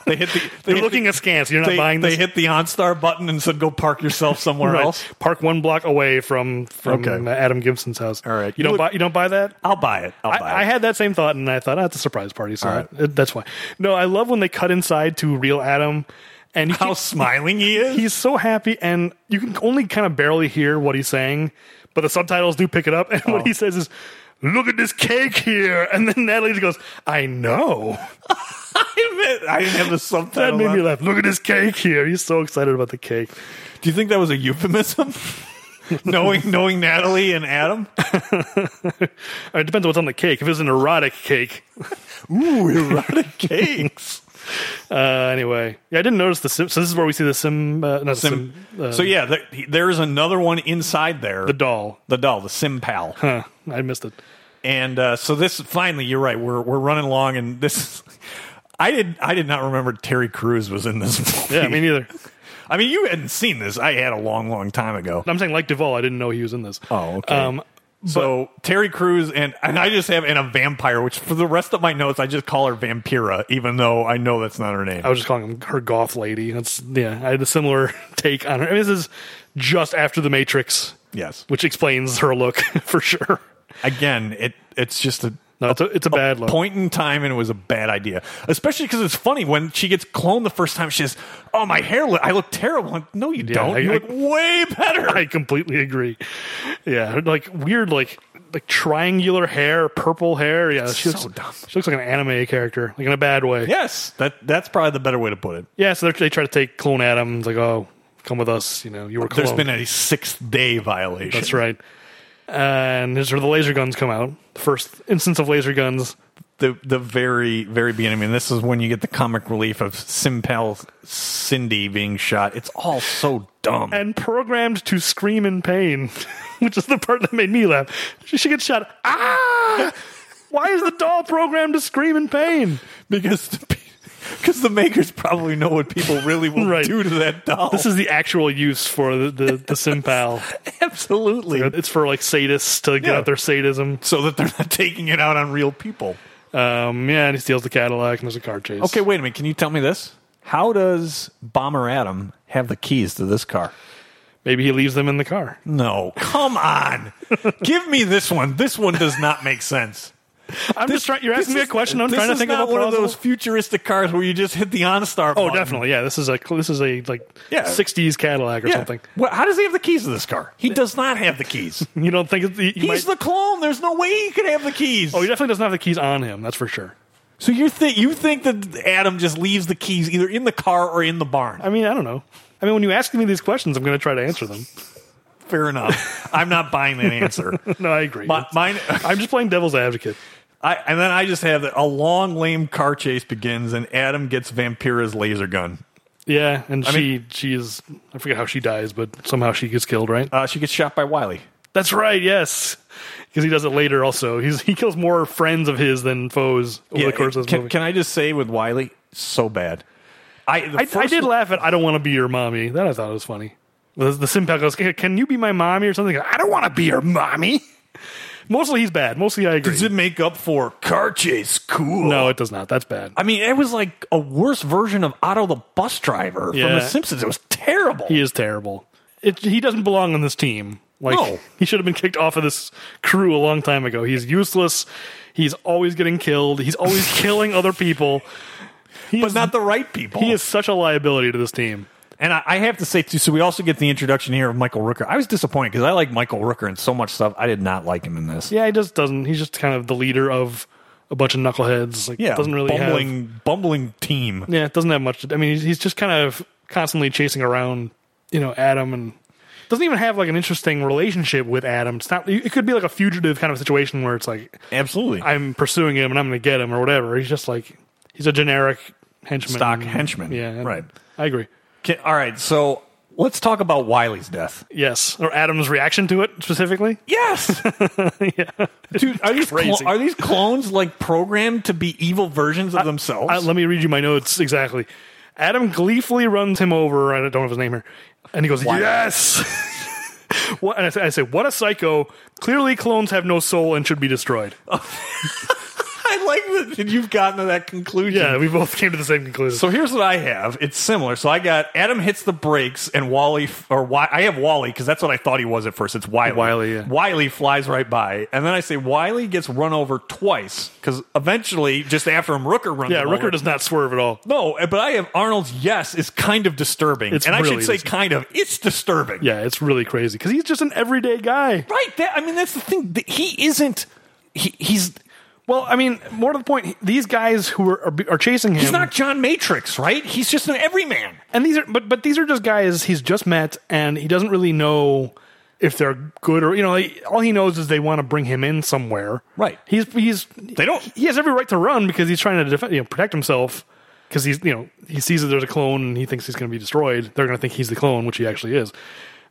[SPEAKER 1] they hit
[SPEAKER 2] [LAUGHS]
[SPEAKER 1] the. They
[SPEAKER 2] They're
[SPEAKER 1] hit
[SPEAKER 2] looking
[SPEAKER 1] the,
[SPEAKER 2] askance. You're not
[SPEAKER 1] they,
[SPEAKER 2] buying
[SPEAKER 1] they
[SPEAKER 2] this.
[SPEAKER 1] hit the OnStar button and said, "Go park yourself somewhere
[SPEAKER 2] Right.
[SPEAKER 1] else."
[SPEAKER 2] Park one block away from from
[SPEAKER 1] Okay.
[SPEAKER 2] uh, Adam Gibson's house.
[SPEAKER 1] All right.
[SPEAKER 2] you
[SPEAKER 1] You
[SPEAKER 2] don't
[SPEAKER 1] look-
[SPEAKER 2] buy you don't buy that.
[SPEAKER 1] I'll buy it. I'll buy
[SPEAKER 2] I, I
[SPEAKER 1] it.
[SPEAKER 2] had that same thought, and I thought, oh, it's a surprise party, so
[SPEAKER 1] All right.
[SPEAKER 2] that- that's why. No, I love when they cut inside to real Adam, and you
[SPEAKER 1] How
[SPEAKER 2] keep- [LAUGHS]
[SPEAKER 1] smiling he is!
[SPEAKER 2] he's so happy, and you can only kind of barely hear what he's saying, but the subtitles do pick it up, [LAUGHS] and
[SPEAKER 1] Oh.
[SPEAKER 2] what he says is, "Look at this cake here," and then [LAUGHS] Natalie just goes,
[SPEAKER 1] [LAUGHS]
[SPEAKER 2] "I know."
[SPEAKER 1] I admit, I didn't have the
[SPEAKER 2] That
[SPEAKER 1] subtitle.
[SPEAKER 2] made me
[SPEAKER 1] on.
[SPEAKER 2] laugh. Look at this cake here. He's so excited about the cake.
[SPEAKER 1] Do you think that was a euphemism? [LAUGHS] knowing, knowing Natalie and Adam.
[SPEAKER 2] I mean, Uh, it depends on what's on the cake. If it's an erotic cake,
[SPEAKER 1] [LAUGHS] Ooh,
[SPEAKER 2] [LAUGHS]
[SPEAKER 1] erotic cakes.
[SPEAKER 2] uh, anyway. Yeah, I didn't notice the sim. So this is where we see the sim. Uh, not
[SPEAKER 1] Sim-
[SPEAKER 2] sim. uh,
[SPEAKER 1] so yeah, there, there is another one inside there.
[SPEAKER 2] the doll.
[SPEAKER 1] the doll, the Sim Pal.
[SPEAKER 2] Huh, I missed it.
[SPEAKER 1] And uh, so this finally, you're right. We're we're running along, and this [LAUGHS] I did I did not remember Terry Crews was in this movie.
[SPEAKER 2] Yeah, me neither.
[SPEAKER 1] I mean, you hadn't seen this. I had a long, long time ago.
[SPEAKER 2] I'm saying like Duvall. I didn't know he was in this.
[SPEAKER 1] Oh, okay.
[SPEAKER 2] Um,
[SPEAKER 1] so Terry Crews and and I just have and a vampire, which for the rest of my notes, I just call her Vampira, even though I know that's not her name.
[SPEAKER 2] I was just calling him her golf lady. That's yeah. I had a similar [LAUGHS] take on her. I mean, this is just after the Matrix,
[SPEAKER 1] yes.
[SPEAKER 2] which explains her look [LAUGHS] for sure.
[SPEAKER 1] Again, it it's just a
[SPEAKER 2] No, it's a, it's a bad look.
[SPEAKER 1] point in time and it was a bad idea. Especially because it's funny when she gets cloned the first time, she says, "Oh, my hair! Look, I look terrible." I'm like, no, you don't.
[SPEAKER 2] I-
[SPEAKER 1] you
[SPEAKER 2] I-
[SPEAKER 1] look way better.
[SPEAKER 2] [LAUGHS] I completely agree. Yeah, like weird, like like triangular hair, purple hair. Yeah, she
[SPEAKER 1] so
[SPEAKER 2] looks,
[SPEAKER 1] dumb.
[SPEAKER 2] She looks like an anime character, like in a bad way. Yeah,
[SPEAKER 1] yes, that that's probably the better way to put it.
[SPEAKER 2] so they're- they try to take clone Adam. It's like, oh, come with us. You know, you were cloned.
[SPEAKER 1] There's been a sixth day violation.
[SPEAKER 2] That's right. And here's where the laser guns come out. The first instance of laser guns.
[SPEAKER 1] The the very very beginning. And this is when you get the comic relief of Simpel Cindy being shot. It's all so dumb.
[SPEAKER 2] and programmed to scream in pain, [LAUGHS] which is the part that made me laugh. She, she gets shot. Ah! Why is the doll programmed to scream in pain?
[SPEAKER 1] because the, because the makers probably know what people really will
[SPEAKER 2] Right.
[SPEAKER 1] do to that doll.
[SPEAKER 2] This is the actual use for the the, the simpal.
[SPEAKER 1] absolutely
[SPEAKER 2] It's for like sadists to get
[SPEAKER 1] Yeah.
[SPEAKER 2] out their sadism.
[SPEAKER 1] so that they're not taking it out on real people.
[SPEAKER 2] Um, yeah, and he steals the Cadillac and there's a car chase.
[SPEAKER 1] Okay, wait a minute. Can you tell me this? How does Bomber Adam have the keys to this car?
[SPEAKER 2] maybe he leaves them in the car.
[SPEAKER 1] No, come on. Give me this one. This one does not make sense.
[SPEAKER 2] I'm just trying. You're asking me a question. I'm
[SPEAKER 1] this
[SPEAKER 2] trying to
[SPEAKER 1] is
[SPEAKER 2] think
[SPEAKER 1] not
[SPEAKER 2] of a
[SPEAKER 1] one of
[SPEAKER 2] plausible-
[SPEAKER 1] those futuristic cars where you just hit the OnStar.
[SPEAKER 2] Oh, definitely. Yeah, this is a this is a like
[SPEAKER 1] Yeah.
[SPEAKER 2] 60s Cadillac or something.
[SPEAKER 1] Well, how does he have the keys to this car? He does not have the
[SPEAKER 2] [LAUGHS]
[SPEAKER 1] keys.
[SPEAKER 2] You don't think it's, you
[SPEAKER 1] He's
[SPEAKER 2] might-
[SPEAKER 1] the clone. There's no way he could have the keys.
[SPEAKER 2] oh, he definitely doesn't have the keys on him. That's for sure.
[SPEAKER 1] so you think you think that Adam just leaves the keys either in the car or in the barn?
[SPEAKER 2] I mean, I don't know. I mean, when you ask me these questions, I'm going to try to answer them.
[SPEAKER 1] Fair enough. [LAUGHS] I'm not buying that
[SPEAKER 2] [LAUGHS]
[SPEAKER 1] answer.
[SPEAKER 2] No, I agree.
[SPEAKER 1] My, mine,
[SPEAKER 2] I'm just playing devil's advocate.
[SPEAKER 1] I, and then I just have that a long, lame car chase begins, and Adam gets Vampira's laser gun.
[SPEAKER 2] Yeah, and she she is I forget how she dies, but somehow she gets killed, right?
[SPEAKER 1] Uh, she gets shot by Wiley.
[SPEAKER 2] That's right. Yes, because he does it later. Also, he's he kills more friends of his than foes over the course of this
[SPEAKER 1] can,
[SPEAKER 2] movie.
[SPEAKER 1] can I just say with Wiley, so bad. I the
[SPEAKER 2] I, I
[SPEAKER 1] first
[SPEAKER 2] did
[SPEAKER 1] one-
[SPEAKER 2] laugh at "I don't want to be your mommy." That I thought was funny. The, the Simpak goes, "Can- "Can you be my mommy or something?" I don't want to be your mommy. Mostly, he's bad. Mostly, I agree.
[SPEAKER 1] does it make up for car chase? Cool.
[SPEAKER 2] no, it does not. That's bad.
[SPEAKER 1] I mean it was like a worse version of Otto the bus driver from
[SPEAKER 2] Yeah.
[SPEAKER 1] The Simpsons. It was terrible.
[SPEAKER 2] He is terrible. It, he doesn't belong on this team. Like
[SPEAKER 1] No.
[SPEAKER 2] he should have been kicked off of this crew a long time ago. He's useless. He's always getting killed.
[SPEAKER 1] [LAUGHS]
[SPEAKER 2] He's always killing other people. He
[SPEAKER 1] but
[SPEAKER 2] is,
[SPEAKER 1] not the right people.
[SPEAKER 2] he is such a liability to this team.
[SPEAKER 1] And I, I have to say too. So we also get the introduction here of Michael Rooker. I was disappointed because I like Michael Rooker and so much stuff. I did not like him in this.
[SPEAKER 2] Yeah, he just doesn't. He's just kind of the leader of a bunch of knuckleheads. Like doesn't really have-
[SPEAKER 1] bumbling, bumbling team.
[SPEAKER 2] Yeah, doesn't have much. To, I mean, he's, he's just kind of constantly chasing around, you know, Adam and doesn't even have like an interesting relationship with Adam. It's not. It could be like a fugitive kind of situation where it's like
[SPEAKER 1] Absolutely.
[SPEAKER 2] I'm pursuing him and I'm going to get him or whatever. He's just like he's a generic henchman,
[SPEAKER 1] Stock henchman.
[SPEAKER 2] Yeah,
[SPEAKER 1] Right.
[SPEAKER 2] I agree.
[SPEAKER 1] Can, all right. So let's talk about Wiley's death.
[SPEAKER 2] Yes, or Adam's reaction to it
[SPEAKER 1] [LAUGHS]
[SPEAKER 2] specifically.
[SPEAKER 1] Yes. Dude, are these,
[SPEAKER 2] Crazy.
[SPEAKER 1] clo- are these clones like programmed to be evil versions of themselves?
[SPEAKER 2] Uh, let me read you my notes exactly. Adam gleefully runs him over. I don't have his name here, and he goes, "Yes." [LAUGHS] what? And I say, I say, "What a psycho! Clearly, clones have no soul and should
[SPEAKER 1] [LAUGHS]
[SPEAKER 2] be destroyed."
[SPEAKER 1] Oh. I like that you've gotten to that conclusion.
[SPEAKER 2] Yeah, we both came to the same conclusion.
[SPEAKER 1] So here's what I have. It's similar. So I got Adam hits the brakes and Wally or Wi- I have Wally because that's what I thought he was at first. It's Wiley.
[SPEAKER 2] Wiley, yeah.
[SPEAKER 1] Wiley flies right by, and then I say Wiley gets run over twice because eventually, just after him, Rooker runs.
[SPEAKER 2] yeah,
[SPEAKER 1] him
[SPEAKER 2] Rooker
[SPEAKER 1] over.
[SPEAKER 2] does not swerve at all.
[SPEAKER 1] No, but I have Arnold's yes is kind of disturbing,
[SPEAKER 2] It's
[SPEAKER 1] and I
[SPEAKER 2] really
[SPEAKER 1] should say
[SPEAKER 2] dis-
[SPEAKER 1] kind of. It's disturbing.
[SPEAKER 2] Yeah, it's really crazy because he's just an everyday guy.
[SPEAKER 1] Right. That, I mean, that's the thing. that He isn't. He, he's
[SPEAKER 2] Well, I mean, more to the point, these guys who are are, are chasing him.
[SPEAKER 1] he's not John Matrix, right? He's just an everyman.
[SPEAKER 2] and these are but but these are just guys he's just met and he doesn't really know if they're good or you know like, all he knows is they want to bring him in somewhere
[SPEAKER 1] Right.
[SPEAKER 2] he's he's
[SPEAKER 1] They don't-
[SPEAKER 2] he has every right to run because he's trying to defend you know protect himself because he's you know he sees that there's a clone and he thinks he's going to be destroyed they're going to think he's the clone which he actually is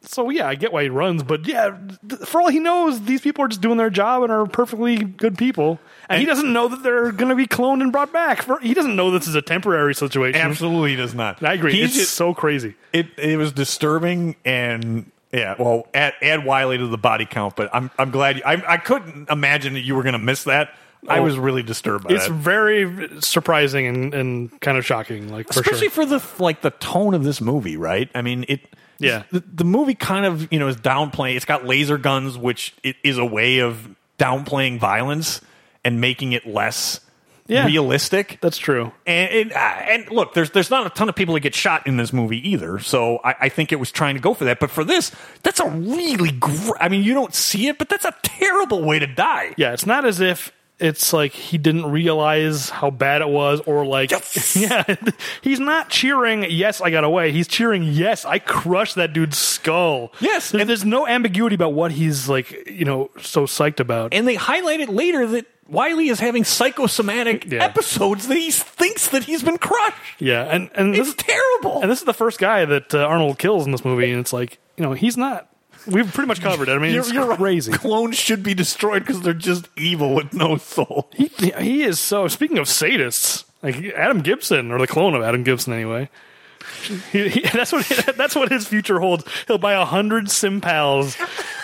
[SPEAKER 2] so yeah i get why he runs but yeah th- for all he knows these people are just doing their job and are perfectly good people and, he doesn't know that they're going to be cloned and brought back for, he doesn't know this is a temporary situation
[SPEAKER 1] Absolutely does not.
[SPEAKER 2] i agree
[SPEAKER 1] He's
[SPEAKER 2] it's
[SPEAKER 1] just-
[SPEAKER 2] so crazy
[SPEAKER 1] it it was disturbing and yeah well add, add wiley to the body count but i'm i'm glad you, I, I couldn't imagine that you were gonna miss that i
[SPEAKER 2] Oh.
[SPEAKER 1] was really disturbed by
[SPEAKER 2] it's
[SPEAKER 1] that
[SPEAKER 2] very surprising and, and kind of shocking like for
[SPEAKER 1] especially for
[SPEAKER 2] sure
[SPEAKER 1] the like the tone of this movie right i mean it
[SPEAKER 2] Yeah.
[SPEAKER 1] the, the movie kind of you know is downplaying it's got laser guns which it is a way of downplaying violence and making it less
[SPEAKER 2] Yeah.
[SPEAKER 1] realistic
[SPEAKER 2] that's true
[SPEAKER 1] and and, uh, and look, there's there's not a ton of people that get shot in this movie either, so I, I think it was trying to go for that. But for this, that's a really gr- I mean, you don't see it, but that's a terrible way to die.
[SPEAKER 2] yeah it's not as if it's like he didn't realize how bad it was or like
[SPEAKER 1] Yes.
[SPEAKER 2] [LAUGHS] yeah he's not cheering yes i got away he's cheering yes i crushed that dude's skull
[SPEAKER 1] Yes,
[SPEAKER 2] There-
[SPEAKER 1] and-
[SPEAKER 2] there's no ambiguity about what he's like you know so psyched about
[SPEAKER 1] And they highlight it later that Wiley is having psychosomatic
[SPEAKER 2] Yeah.
[SPEAKER 1] episodes that he thinks that he's been crushed.
[SPEAKER 2] yeah and and this,
[SPEAKER 1] It's terrible.
[SPEAKER 2] and this is the first guy that uh, arnold kills in this movie and it's like you know he's not we've pretty much covered it i mean it's crazy
[SPEAKER 1] Clones should be destroyed because they're just evil with no soul.
[SPEAKER 2] He he is so. Speaking of sadists, like Adam Gibson or the clone of Adam Gibson, anyway. He, he, [LAUGHS] that's what that's what his future holds. He'll buy a hundred sim [LAUGHS] pals.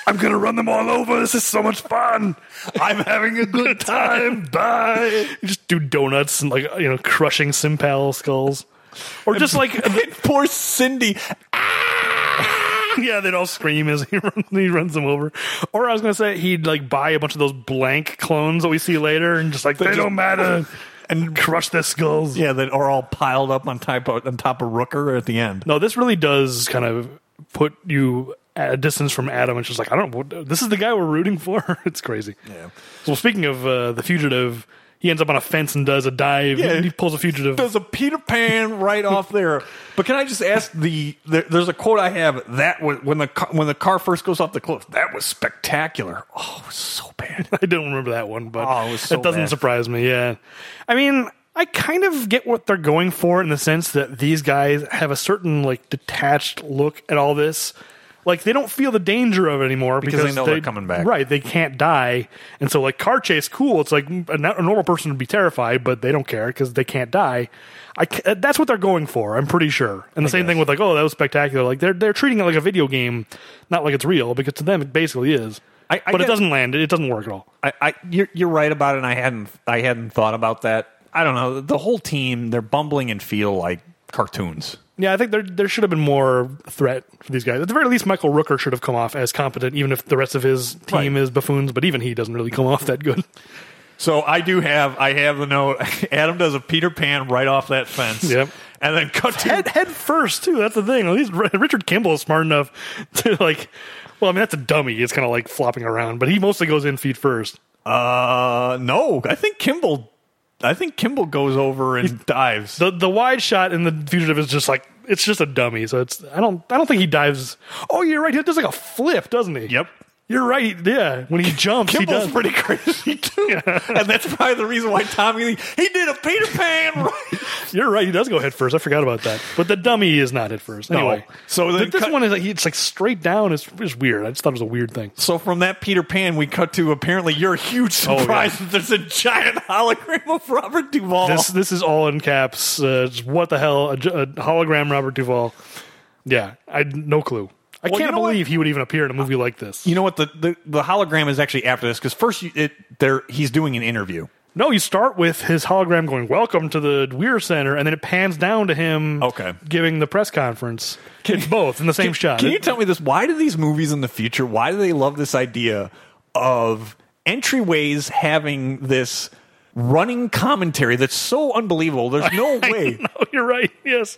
[SPEAKER 1] I'm gonna run them all over. This is so
[SPEAKER 2] [LAUGHS]
[SPEAKER 1] much fun. I'm having a good time. Bye.
[SPEAKER 2] Just do donuts and like you know crushing sim pal skulls, or just like
[SPEAKER 1] Poor Cindy.
[SPEAKER 2] [LAUGHS] yeah, they'd all scream as he [LAUGHS] runs, he runs them over. Or I was gonna say he'd like buy a bunch of those blank clones that we see later and just like they
[SPEAKER 1] just-
[SPEAKER 2] don't matter
[SPEAKER 1] And
[SPEAKER 2] crush their skulls.
[SPEAKER 1] Yeah, that are all piled up on top of, on top of Rooker at the end.
[SPEAKER 2] No, this really does kind of put you at a distance from Adam, which is like, I don't know. This is the guy we're rooting for. [LAUGHS] it's crazy.
[SPEAKER 1] Yeah.
[SPEAKER 2] Well, speaking of uh, the fugitive, he ends up on a fence and does a dive.
[SPEAKER 1] Yeah.
[SPEAKER 2] and he pulls a fugitive.
[SPEAKER 1] There's a Peter Pan right off there. But can I just ask the, there, there's a quote I have that was, when the ca- when the car first goes off the cliff, that was spectacular. Oh, it was so bad.
[SPEAKER 2] [LAUGHS] I don't remember that one, but
[SPEAKER 1] Oh, it was so
[SPEAKER 2] doesn't
[SPEAKER 1] bad.
[SPEAKER 2] surprise me. Yeah. I mean, I kind of get what they're going for in the sense that these guys have a certain like detached look at all this. Like they don't feel the danger of it anymore because,
[SPEAKER 1] they know they're coming back.
[SPEAKER 2] Right, they can't die, and so like car chase, cool. It's like a, no- a normal person would be terrified, but they don't care because they can't die. I ca- uh, that's what they're going for. I'm pretty sure. And the same thing with like, oh, that was spectacular. Like they're they're treating it like a video game, not like it's real because to them it basically is.
[SPEAKER 1] I- I
[SPEAKER 2] but it
[SPEAKER 1] get-
[SPEAKER 2] doesn't land. It, it doesn't work at all.
[SPEAKER 1] I, I you're, you're right about it. and I hadn't I hadn't thought about that. I don't know. The whole team they're bumbling and feel like cartoons.
[SPEAKER 2] Yeah, I think there there should have been more threat for these guys. At the very least, Michael Rooker should have come off as competent, even if the rest of his team
[SPEAKER 1] Right.
[SPEAKER 2] is buffoons. But even he doesn't really come off that good.
[SPEAKER 1] So I do have I have the note. [LAUGHS] Adam does a Peter Pan right off that fence.
[SPEAKER 2] Yep.
[SPEAKER 1] And then cut to
[SPEAKER 2] [LAUGHS] Head head first too. That's the thing. At least R- Richard Kimball is smart enough [LAUGHS] to like. Well, I mean that's a dummy. It's kind of like flopping around, but he mostly goes in feet first.
[SPEAKER 1] Uh, no, I think Kimball. I think Kimball goes over and dives.
[SPEAKER 2] The the wide shot in the fugitive is just like it's just a dummy. So it's I don't I don't think he dives. Oh, you're right. He does like a flip, doesn't he?
[SPEAKER 1] Yep.
[SPEAKER 2] You're right. Yeah, when he jumps, he
[SPEAKER 1] Kimball's
[SPEAKER 2] does. [LAUGHS]
[SPEAKER 1] pretty crazy [LAUGHS] too, and that's probably the reason why Tommy Lee he did a Peter Pan [LAUGHS] right.
[SPEAKER 2] You're right. He does go head first. I forgot about that. But the dummy is not head first. Anyway,
[SPEAKER 1] So then
[SPEAKER 2] But this
[SPEAKER 1] cut-
[SPEAKER 2] one is like it's like straight down. It's, it's weird. I just thought it was a weird thing.
[SPEAKER 1] So from that Peter Pan, we cut to apparently your huge
[SPEAKER 2] yeah.
[SPEAKER 1] surprise that there's a giant hologram of Robert Duvall.
[SPEAKER 2] This this is all in caps. Uh, it's what the hell? A, j- a hologram Robert Duvall. Yeah, I no clue. I
[SPEAKER 1] Well, you
[SPEAKER 2] can't
[SPEAKER 1] know what?
[SPEAKER 2] believe he would even appear in a movie like this.
[SPEAKER 1] you know what? The, the the hologram is actually after this because first you, it there he's doing an interview.
[SPEAKER 2] No, you start with his hologram going, "Welcome to the Weir Center," and then it pans down to him,
[SPEAKER 1] Okay.
[SPEAKER 2] giving the press conference. it's both in the same shot.
[SPEAKER 1] Can you tell me this? Why do these movies in the future? Why do they love this idea of entryways having this running commentary that's so unbelievable? There's
[SPEAKER 2] [LAUGHS]
[SPEAKER 1] no way.
[SPEAKER 2] oh, [LAUGHS] you're right. Yes.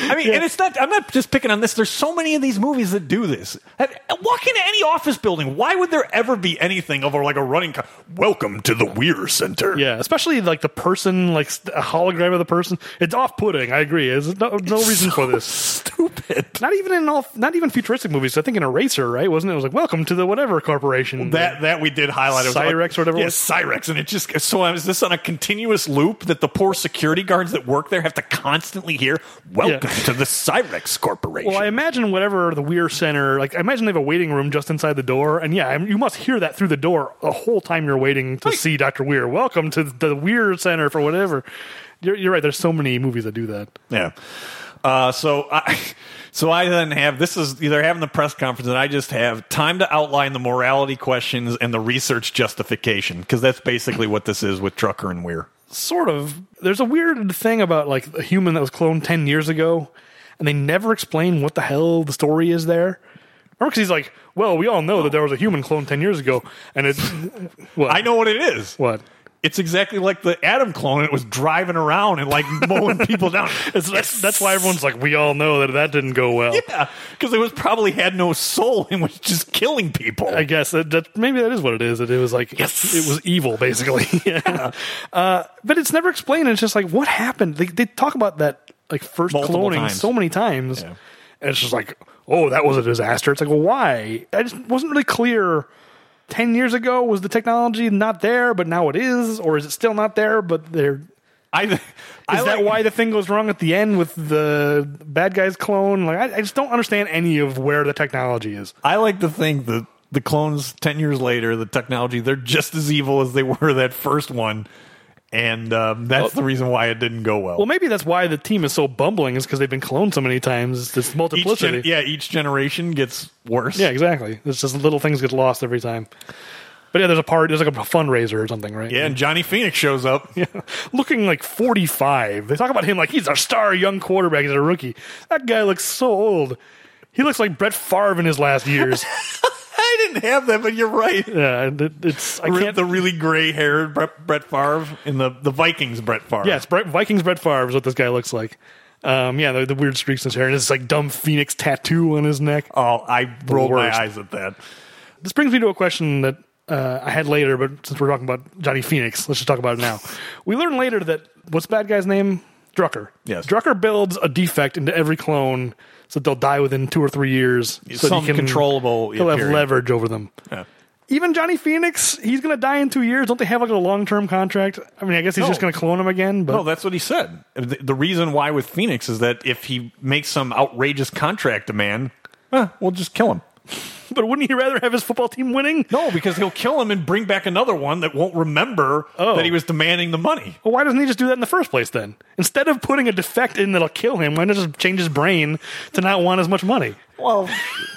[SPEAKER 1] I mean, and it's not. I'm not just picking on this. There's so many of these movies that do this. Have- Walk into any office building. Why would there ever be anything over like a running? Co- Welcome to the Weir Center.
[SPEAKER 2] Yeah, especially like the person, like st- a hologram of the person. It's off-putting. I agree. There's no, no reason
[SPEAKER 1] [LAUGHS]
[SPEAKER 2] for this.
[SPEAKER 1] Stupid.
[SPEAKER 2] Not even in all, not even futuristic movies. I think in Eraser, right? Wasn't it? It was like Welcome to the whatever corporation.
[SPEAKER 1] That that we did highlight. It was
[SPEAKER 2] Cyrex or whatever it
[SPEAKER 1] Yeah,
[SPEAKER 2] was?
[SPEAKER 1] Cyrex, and it just so I was this on a continuous loop that the poor security guards that work there have to constantly hear. Welcome
[SPEAKER 2] Yeah.
[SPEAKER 1] to the Cyrex Corporation.
[SPEAKER 2] Well, I imagine whatever the Weir Center, like I imagine they have a waiting room just inside the door, and yeah, I mean, you must hear that through the door the whole time you're waiting to see Doctor Weir. Welcome to the Weir Center for whatever. You're, you're right. There's so many movies that do that.
[SPEAKER 1] Yeah. Uh, so I, [LAUGHS] so I then have this is they're having the press conference, and I just have time to outline the morality questions and the research justification because that's basically what this is with Trucker and Weir.
[SPEAKER 2] Sort of. There's a weird thing about like a human that was cloned ten years ago, and they never explain what the hell the story is there. Remember, because he's like, well, we all know that there was a human cloned ten years ago, and it's [LAUGHS] what
[SPEAKER 1] I know what it is.
[SPEAKER 2] what.
[SPEAKER 1] It's exactly like the Adam clone. It was driving around and like mowing people down.
[SPEAKER 2] [LAUGHS] It's, that's, that's why everyone's like, we all know that that didn't go well.
[SPEAKER 1] [LAUGHS] Yeah, because it was probably had no soul and was just killing people.
[SPEAKER 2] I guess that, that maybe that is what it is. That it was like
[SPEAKER 1] Yes.
[SPEAKER 2] it was evil, basically. [LAUGHS] Yeah. Uh, but it's never explained. It's just like what happened. They, they talk about that like first
[SPEAKER 1] Multiple
[SPEAKER 2] cloning
[SPEAKER 1] times.
[SPEAKER 2] so many times,
[SPEAKER 1] Yeah.
[SPEAKER 2] and it's just like, oh, that was a disaster. It's like, well, why? I just wasn't really clear. Ten years ago, was the technology not there, but now it is, or is it still not there? But there is
[SPEAKER 1] I, is
[SPEAKER 2] that why the thing goes wrong at the end with the bad guys clone? Like, I, I just don't understand any of where the technology is.
[SPEAKER 1] I like to think that the clones 10 years later, the technology, they're just as evil as they were that first one. And um, that's the reason why it didn't go well.
[SPEAKER 2] Well, maybe that's why the team is so bumbling is because they've been cloned so many times. It's this
[SPEAKER 1] each
[SPEAKER 2] multiplicity.
[SPEAKER 1] gen- yeah, each generation gets worse.
[SPEAKER 2] Yeah, exactly. It's just little things get lost every time. But yeah, there's a part. There's like a fundraiser or something, right?
[SPEAKER 1] Yeah, and Johnny Phoenix shows up. [LAUGHS]
[SPEAKER 2] [LAUGHS] looking like 45. They talk about him like he's our star young quarterback. He's a rookie. That guy looks so old. He looks like Brett Favre in his last
[SPEAKER 1] [LAUGHS]
[SPEAKER 2] years.
[SPEAKER 1] I didn't have that, but you're right.
[SPEAKER 2] yeah, it- it's I
[SPEAKER 1] Re-
[SPEAKER 2] can't.
[SPEAKER 1] The really gray haired Brett, Brett Favre and the, the Vikings Brett Favre.
[SPEAKER 2] Yes, Brett, Vikings Brett Favre is what this guy looks like. Um, yeah, the, the weird streaks in his hair and this like dumb phoenix tattoo on his neck.
[SPEAKER 1] Oh, I rolled my
[SPEAKER 2] worst.
[SPEAKER 1] eyes at that.
[SPEAKER 2] This brings me to a question that uh, I had later, but since we're talking about Johnny Phoenix, let's just talk about it now. we learn later that what's the bad guy's name? Drucker.
[SPEAKER 1] Yes.
[SPEAKER 2] Drucker builds a defect into every clone so that they'll die within two or three years. So that
[SPEAKER 1] Some controllable, yeah,
[SPEAKER 2] He'll have
[SPEAKER 1] period.
[SPEAKER 2] leverage over them.
[SPEAKER 1] Yeah.
[SPEAKER 2] Even Johnny Phoenix, he's going to die in two years. Don't they have like a long term contract? I mean, I guess he's
[SPEAKER 1] No.
[SPEAKER 2] just going to clone him again. But
[SPEAKER 1] No, that's what he said. The, the reason why with Phoenix is that if he makes some outrageous contract demand, eh, we'll just kill him.
[SPEAKER 2] [LAUGHS] but wouldn't he rather have his football team winning?
[SPEAKER 1] No, because he'll kill him and bring back another one that won't remember
[SPEAKER 2] Oh.
[SPEAKER 1] that he was demanding the money.
[SPEAKER 2] Well, why doesn't he just do that in the first place then? Instead of putting a defect in that'll kill him, why not just change his brain to not want as much money?
[SPEAKER 1] Well,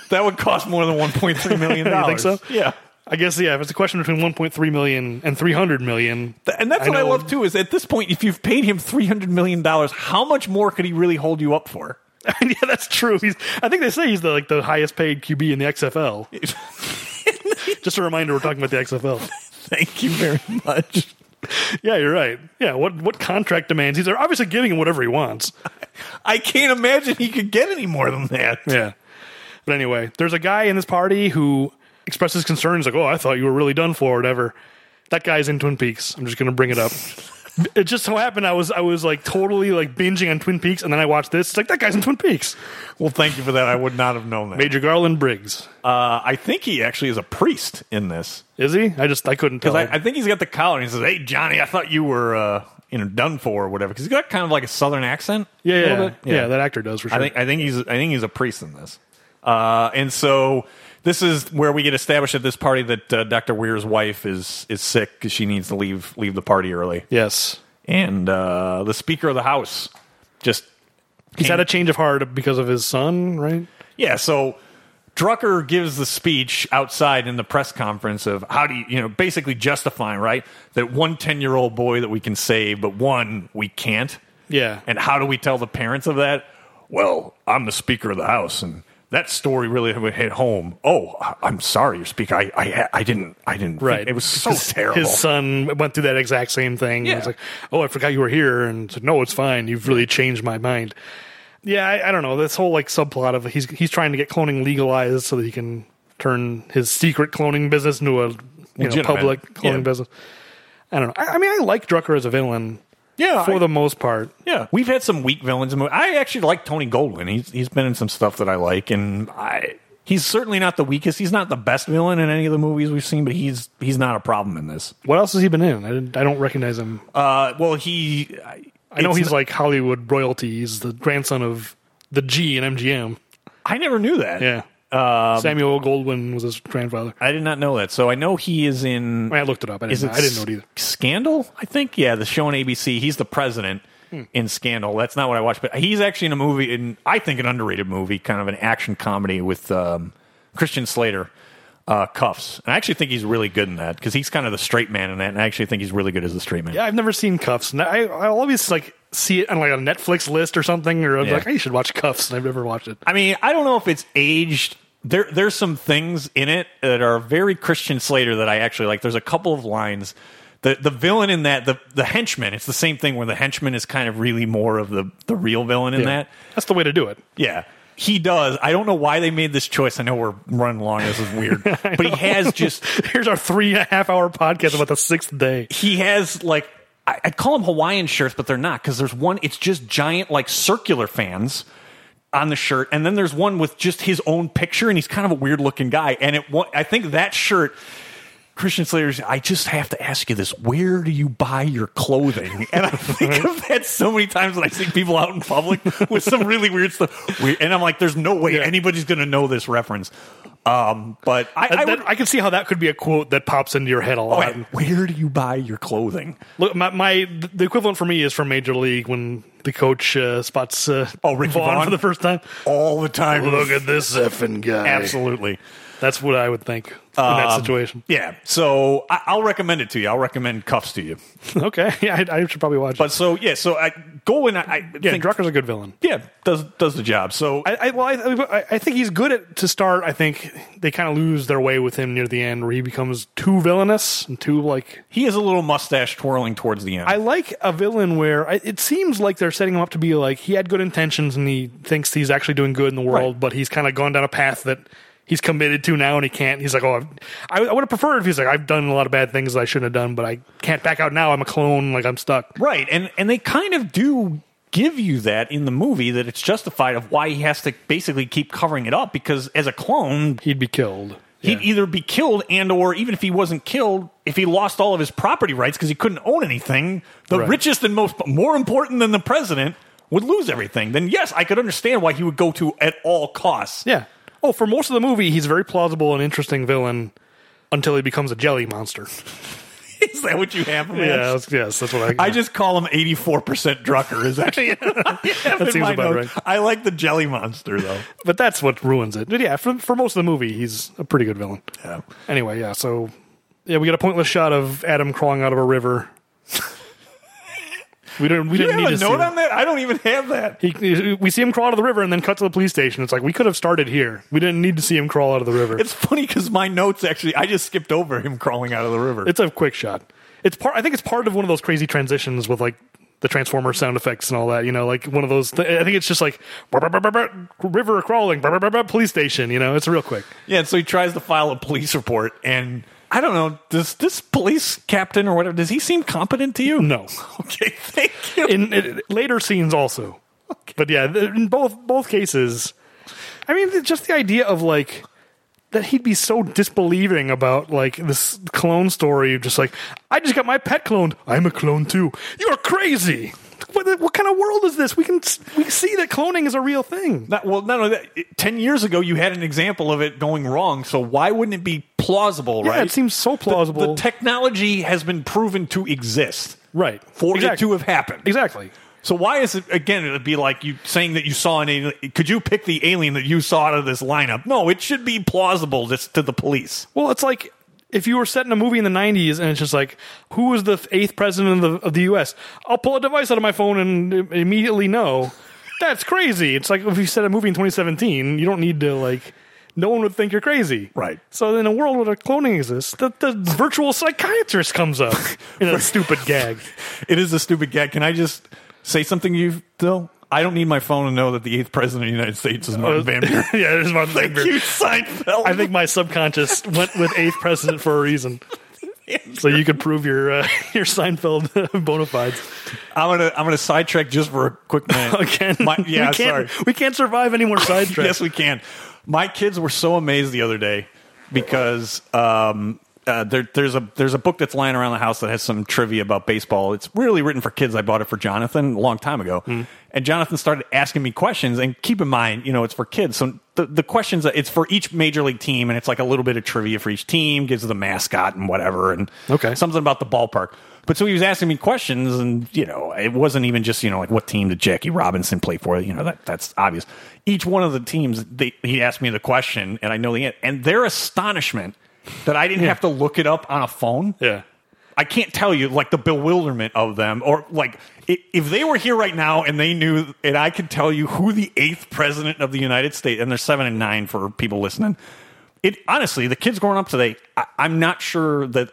[SPEAKER 1] that would cost more than one point [LAUGHS] three million
[SPEAKER 2] You think
[SPEAKER 1] dollars.
[SPEAKER 2] so?
[SPEAKER 1] Yeah,
[SPEAKER 2] I guess yeah. If it's a question between 1.3 million and 300 million, [LAUGHS]
[SPEAKER 1] Th- and that's
[SPEAKER 2] I
[SPEAKER 1] what I
[SPEAKER 2] know.
[SPEAKER 1] love too. Is at this point, if you've paid him three hundred million dollars, how much more could he really hold you up for?
[SPEAKER 2] yeah, that's true. He's, I think they say he's the, like the highest paid QB in the XFL. Just a reminder, we're talking about the XFL.
[SPEAKER 1] Thank you very much.
[SPEAKER 2] Yeah, you're right. Yeah, what what contract demands? He's obviously giving him whatever he wants.
[SPEAKER 1] I can't imagine he could get any more than that.
[SPEAKER 2] Yeah. But anyway, there's a guy in this party who expresses concerns like, "Oh, I thought you were really done for, or whatever." That guy's in Twin Peaks. I'm just going to bring it up. it just so happened I was I was like totally like binging on Twin Peaks, and then I watched this. It's like that guy's in Twin Peaks.
[SPEAKER 1] Well, thank you for that. I would not have known that.
[SPEAKER 2] Major Garland Briggs
[SPEAKER 1] Uh, I think he actually is a priest in this.
[SPEAKER 2] is he? I just I couldn't tell.
[SPEAKER 1] Because I, I think he's got the collar and he says, Hey, Johnny, I thought you were, uh, you know, done for or whatever. Because he's got kind of like a southern accent.
[SPEAKER 2] yeah,
[SPEAKER 1] a
[SPEAKER 2] yeah,
[SPEAKER 1] little
[SPEAKER 2] yeah,
[SPEAKER 1] bit.
[SPEAKER 2] that actor does for sure.
[SPEAKER 1] I think I think he's I think he's a priest in this. Uh, and so this is where we get established at this party that uh, Doctor Weir's wife is is sick because she needs to leave leave the party early.
[SPEAKER 2] yes,
[SPEAKER 1] And uh, the Speaker of the House just
[SPEAKER 2] he's had a change of heart because of his son, right?
[SPEAKER 1] Yeah, so Drucker gives the speech outside in the press conference of how do you, you know, basically justifying, right, that one 10 year old boy that we can save, but one we can't.
[SPEAKER 2] Yeah,
[SPEAKER 1] And how do we tell the parents of that? Well, I'm the Speaker of the House, and that story really hit home. Oh, I- I'm sorry, your Speaker. I, I, I didn't, I didn't. think-
[SPEAKER 2] right.
[SPEAKER 1] It was so
[SPEAKER 2] his,
[SPEAKER 1] terrible.
[SPEAKER 2] His son went through that exact same thing. Yeah.
[SPEAKER 1] Yeah.
[SPEAKER 2] It's like, oh, I forgot you were here, and said, no, it's fine. You've really changed my mind. Yeah, I, I don't know this whole like subplot of he's he's trying to get cloning legalized so that he can turn his secret cloning business into a you know,
[SPEAKER 1] Legitimate.
[SPEAKER 2] public cloning
[SPEAKER 1] Yeah.
[SPEAKER 2] business. I don't know. I, I mean, I like Drucker as a villain
[SPEAKER 1] yeah,
[SPEAKER 2] for
[SPEAKER 1] I-
[SPEAKER 2] the most part.
[SPEAKER 1] Yeah, we've had some weak villains. in movies. I actually like Tony Goldwyn. He's he's been in some stuff that I like, and I he's certainly not the weakest. He's not the best villain in any of the movies we've seen, but he's he's not a problem in this.
[SPEAKER 2] What else has he been in? I, didn't, I don't recognize him.
[SPEAKER 1] Uh, well, he I,
[SPEAKER 2] I know
[SPEAKER 1] it's-
[SPEAKER 2] he's like Hollywood royalty. He's the grandson of the G Um, in MGM.
[SPEAKER 1] I never knew that.
[SPEAKER 2] Yeah. Samuel Goldwyn was his grandfather.
[SPEAKER 1] I did not know that. So I know he is in.
[SPEAKER 2] I, mean, I looked it up. I didn't,
[SPEAKER 1] is
[SPEAKER 2] know.
[SPEAKER 1] it
[SPEAKER 2] I didn't know it either.
[SPEAKER 1] Scandal, I think. Yeah, the show on ABC. He's the president in Scandal. That's not what I watched, but he's actually in a movie, in I think an underrated movie, kind of an action comedy with um, Christian Slater, uh, Cuffs. And I actually think he's really good in that because he's kind of the straight man in that, and I actually think he's really good as the straight man.
[SPEAKER 2] Yeah, I've never seen Cuffs. And I, I always like see it on like a Netflix list or something, or I'm
[SPEAKER 1] Yeah.
[SPEAKER 2] like, I should watch Cuffs, and I've never watched it.
[SPEAKER 1] I mean, I don't know if it's aged. There, there's some things in it that are very Christian Slater that I actually like. There's a couple of lines. The the villain in that the the henchman. It's the same thing where the henchman is kind of really more of the the real villain in that.
[SPEAKER 2] That's the way to do it. [LAUGHS]
[SPEAKER 1] Yeah. He does. I don't know why they made this choice. I know we're running long. This is weird. but he has just,
[SPEAKER 2] Here's our three and a half hour podcast about the sixth day.
[SPEAKER 1] he has like, I- I'd call them Hawaiian shirts, but they're not because there's one, it's just giant, like circular fans on the shirt. And then there's one with just his own picture, and he's kind of a weird looking guy. And it, wa- I think that shirt, Christian Slater's, I just have to ask you this where do you buy your clothing? [LAUGHS] And I think of that so many times when I see people out in public with some really weird stuff. We- And I'm like, there's no way anybody's going to know this reference. Um, but I, I
[SPEAKER 2] I, Oh, that,
[SPEAKER 1] would-
[SPEAKER 2] I can see how that could be a quote that pops into your head a lot.
[SPEAKER 1] Wait, where do you buy your clothing?
[SPEAKER 2] Look, my, my the equivalent for me is from Major League when the coach uh, spots uh,
[SPEAKER 1] Oh, Ricky Vaughn?
[SPEAKER 2] for the first time.
[SPEAKER 1] All the time.
[SPEAKER 2] Look at this effing guy. Um,
[SPEAKER 1] Absolutely.
[SPEAKER 2] That's what I would think in that situation. [LAUGHS]
[SPEAKER 1] Yeah. So I, I'll recommend it to you. I'll recommend cuffs to you.
[SPEAKER 2] Okay, [LAUGHS] yeah, I, I should probably watch.
[SPEAKER 1] But so, yeah, so I, Goldwyn, I, I
[SPEAKER 2] it. yeah,
[SPEAKER 1] think,
[SPEAKER 2] Drucker's a good villain.
[SPEAKER 1] yeah, does, does the job. So
[SPEAKER 2] I, I well, I, I- I think he's good at to start. I think they kind of lose their way with him near the end, where he becomes too villainous and too like.
[SPEAKER 1] he has a little mustache twirling towards the end.
[SPEAKER 2] I like a villain where I, it seems like they're setting him up to be like he had good intentions and he thinks he's actually doing good in the world,
[SPEAKER 1] Right.
[SPEAKER 2] but he's kind of gone down a path that he's committed to now and he can't. He's like, oh, I've, I, I would have preferred if he's like, I've done a lot of bad things that I shouldn't have done, but I can't back out now. I'm a clone, like I'm stuck.
[SPEAKER 1] Right, and and they kind of do give you that in the movie that it's justified of why he has to basically keep covering it up because as a clone
[SPEAKER 2] He'd e-, be killed.
[SPEAKER 1] he'd either be killed and or even if he wasn't killed if he lost all of his property rights because he couldn't own anything the
[SPEAKER 2] Right.
[SPEAKER 1] richest and most more important than the president would lose everything then yes i could understand why he would go to at all costs
[SPEAKER 2] Yeah. Oh, for most of the movie, he's a very plausible and interesting villain until he becomes a jelly monster.
[SPEAKER 1] [LAUGHS] is that what you have man?
[SPEAKER 2] Yeah, that's- [LAUGHS] yes, that's what I.
[SPEAKER 1] I just call him 84% Drucker is
[SPEAKER 2] [LAUGHS]
[SPEAKER 1] actually that [LAUGHS]
[SPEAKER 2] seems about right.
[SPEAKER 1] I like the jelly monster though.
[SPEAKER 2] but that's what ruins it. But yeah, for for most of the movie, he's a pretty good villain.
[SPEAKER 1] Yeah.
[SPEAKER 2] Anyway, yeah. So yeah, we get a pointless shot of Adam crawling out of a river. [LAUGHS] we don't. We
[SPEAKER 1] Do
[SPEAKER 2] didn't
[SPEAKER 1] you
[SPEAKER 2] need
[SPEAKER 1] have
[SPEAKER 2] to
[SPEAKER 1] a note
[SPEAKER 2] see.
[SPEAKER 1] on that? I don't even have that.
[SPEAKER 2] Him. He, we see him crawl out of the river and then cut to the police station. It's like we could have started here. We didn't need to see him crawl out of the river.
[SPEAKER 1] It's funny because my notes actually, I just skipped over him crawling out of the river.
[SPEAKER 2] It's a quick shot. It's part. I think it's part of one of those crazy transitions with like the transformer sound effects and all that. You know, like one of those. Th- I think it's just like [LAUGHS] "Brr, brr, brr, brr, brr, river crawling, brr, brr, brr, brr, police station. You know, it's real quick.
[SPEAKER 1] yeah, so he tries to file a police report, and I don't know. Does this police captain or whatever does he seem competent to
[SPEAKER 2] [LAUGHS]
[SPEAKER 1] you?
[SPEAKER 2] No.
[SPEAKER 1] Okay, thank you.
[SPEAKER 2] In, in later scenes also. But yeah, th- in both both cases, I mean, th- just the idea of like that he'd be so disbelieving about like this clone story of just like I just got my pet cloned. I'm a clone too. You're crazy. What, what kind of world is this? We can s- we see that cloning is a real thing.
[SPEAKER 1] Not, well, no, no. That, it- Ten years ago, you had an example of it going wrong. So why wouldn't it be plausible?
[SPEAKER 2] Yeah,
[SPEAKER 1] right?
[SPEAKER 2] it seems so plausible.
[SPEAKER 1] The technology has been proven to exist
[SPEAKER 2] right.
[SPEAKER 1] for it
[SPEAKER 2] exactly.
[SPEAKER 1] to have happened.
[SPEAKER 2] exactly.
[SPEAKER 1] So why is it again? It'd be like you saying that you saw an alien. Could you pick the alien that you saw out of this lineup? No, it should be plausible just to the police.
[SPEAKER 2] Well, it's like if you were setting a movie in the 90s and it's just like, who was the eighth president of the, of the U.S.? I'll pull a device out of my phone and im- immediately know. That's crazy. It's like if you set a movie in 2017, you don't need to, like, no one would think you're crazy.
[SPEAKER 1] Right.
[SPEAKER 2] So in a world where cloning exists, the, the virtual psychiatrist
[SPEAKER 1] [LAUGHS]
[SPEAKER 2] comes up [LAUGHS] in a stupid gag.
[SPEAKER 1] It is a stupid gag. Can I just say something? You though, I don't need my phone to know that the eighth president of the United States is
[SPEAKER 2] Uh,
[SPEAKER 1] Martin Van Buren.
[SPEAKER 2] [LAUGHS] yeah, there's my thing.
[SPEAKER 1] Thank you, Seinfeld.
[SPEAKER 2] I think my subconscious went with eighth president for a
[SPEAKER 1] [LAUGHS]
[SPEAKER 2] reason. So you could prove your uh, [LAUGHS] your Seinfeld [LAUGHS] bona fides.
[SPEAKER 1] I'm gonna I'm gonna sidetrack just for a quick minute.
[SPEAKER 2] [LAUGHS] again.
[SPEAKER 1] My- yeah,
[SPEAKER 2] we can't,
[SPEAKER 1] sorry.
[SPEAKER 2] We can't survive
[SPEAKER 1] [LAUGHS]
[SPEAKER 2] any more sidetracks.
[SPEAKER 1] Yes, we can. My kids were so amazed the other day because um, uh, there, there's a there's a book that's lying around the house that has some trivia about baseball. It's really written for kids. I bought it for Jonathan a long time ago, and Jonathan started asking me questions. And keep in mind, you know, it's for kids, so the the questions uh, it's for each major league team, and it's like a little bit of trivia for each team, gives the mascot and whatever, and
[SPEAKER 2] Okay.
[SPEAKER 1] something about the ballpark. But so he was asking me questions, and you know, it wasn't even just you know like what team did Jackie Robinson play for? You know, that that's obvious. Each one of the teams, they, he asked me the question, and I know the answer. And their astonishment that I didn't have to look it up on a phone.
[SPEAKER 2] Yeah.
[SPEAKER 1] I can't tell you like the bewilderment of them, or like i- if they were here right now and they knew, and I could tell you who the eighth president of the United States, and they're seven and nine for people listening. It honestly, the kids growing up today, I, I'm not sure that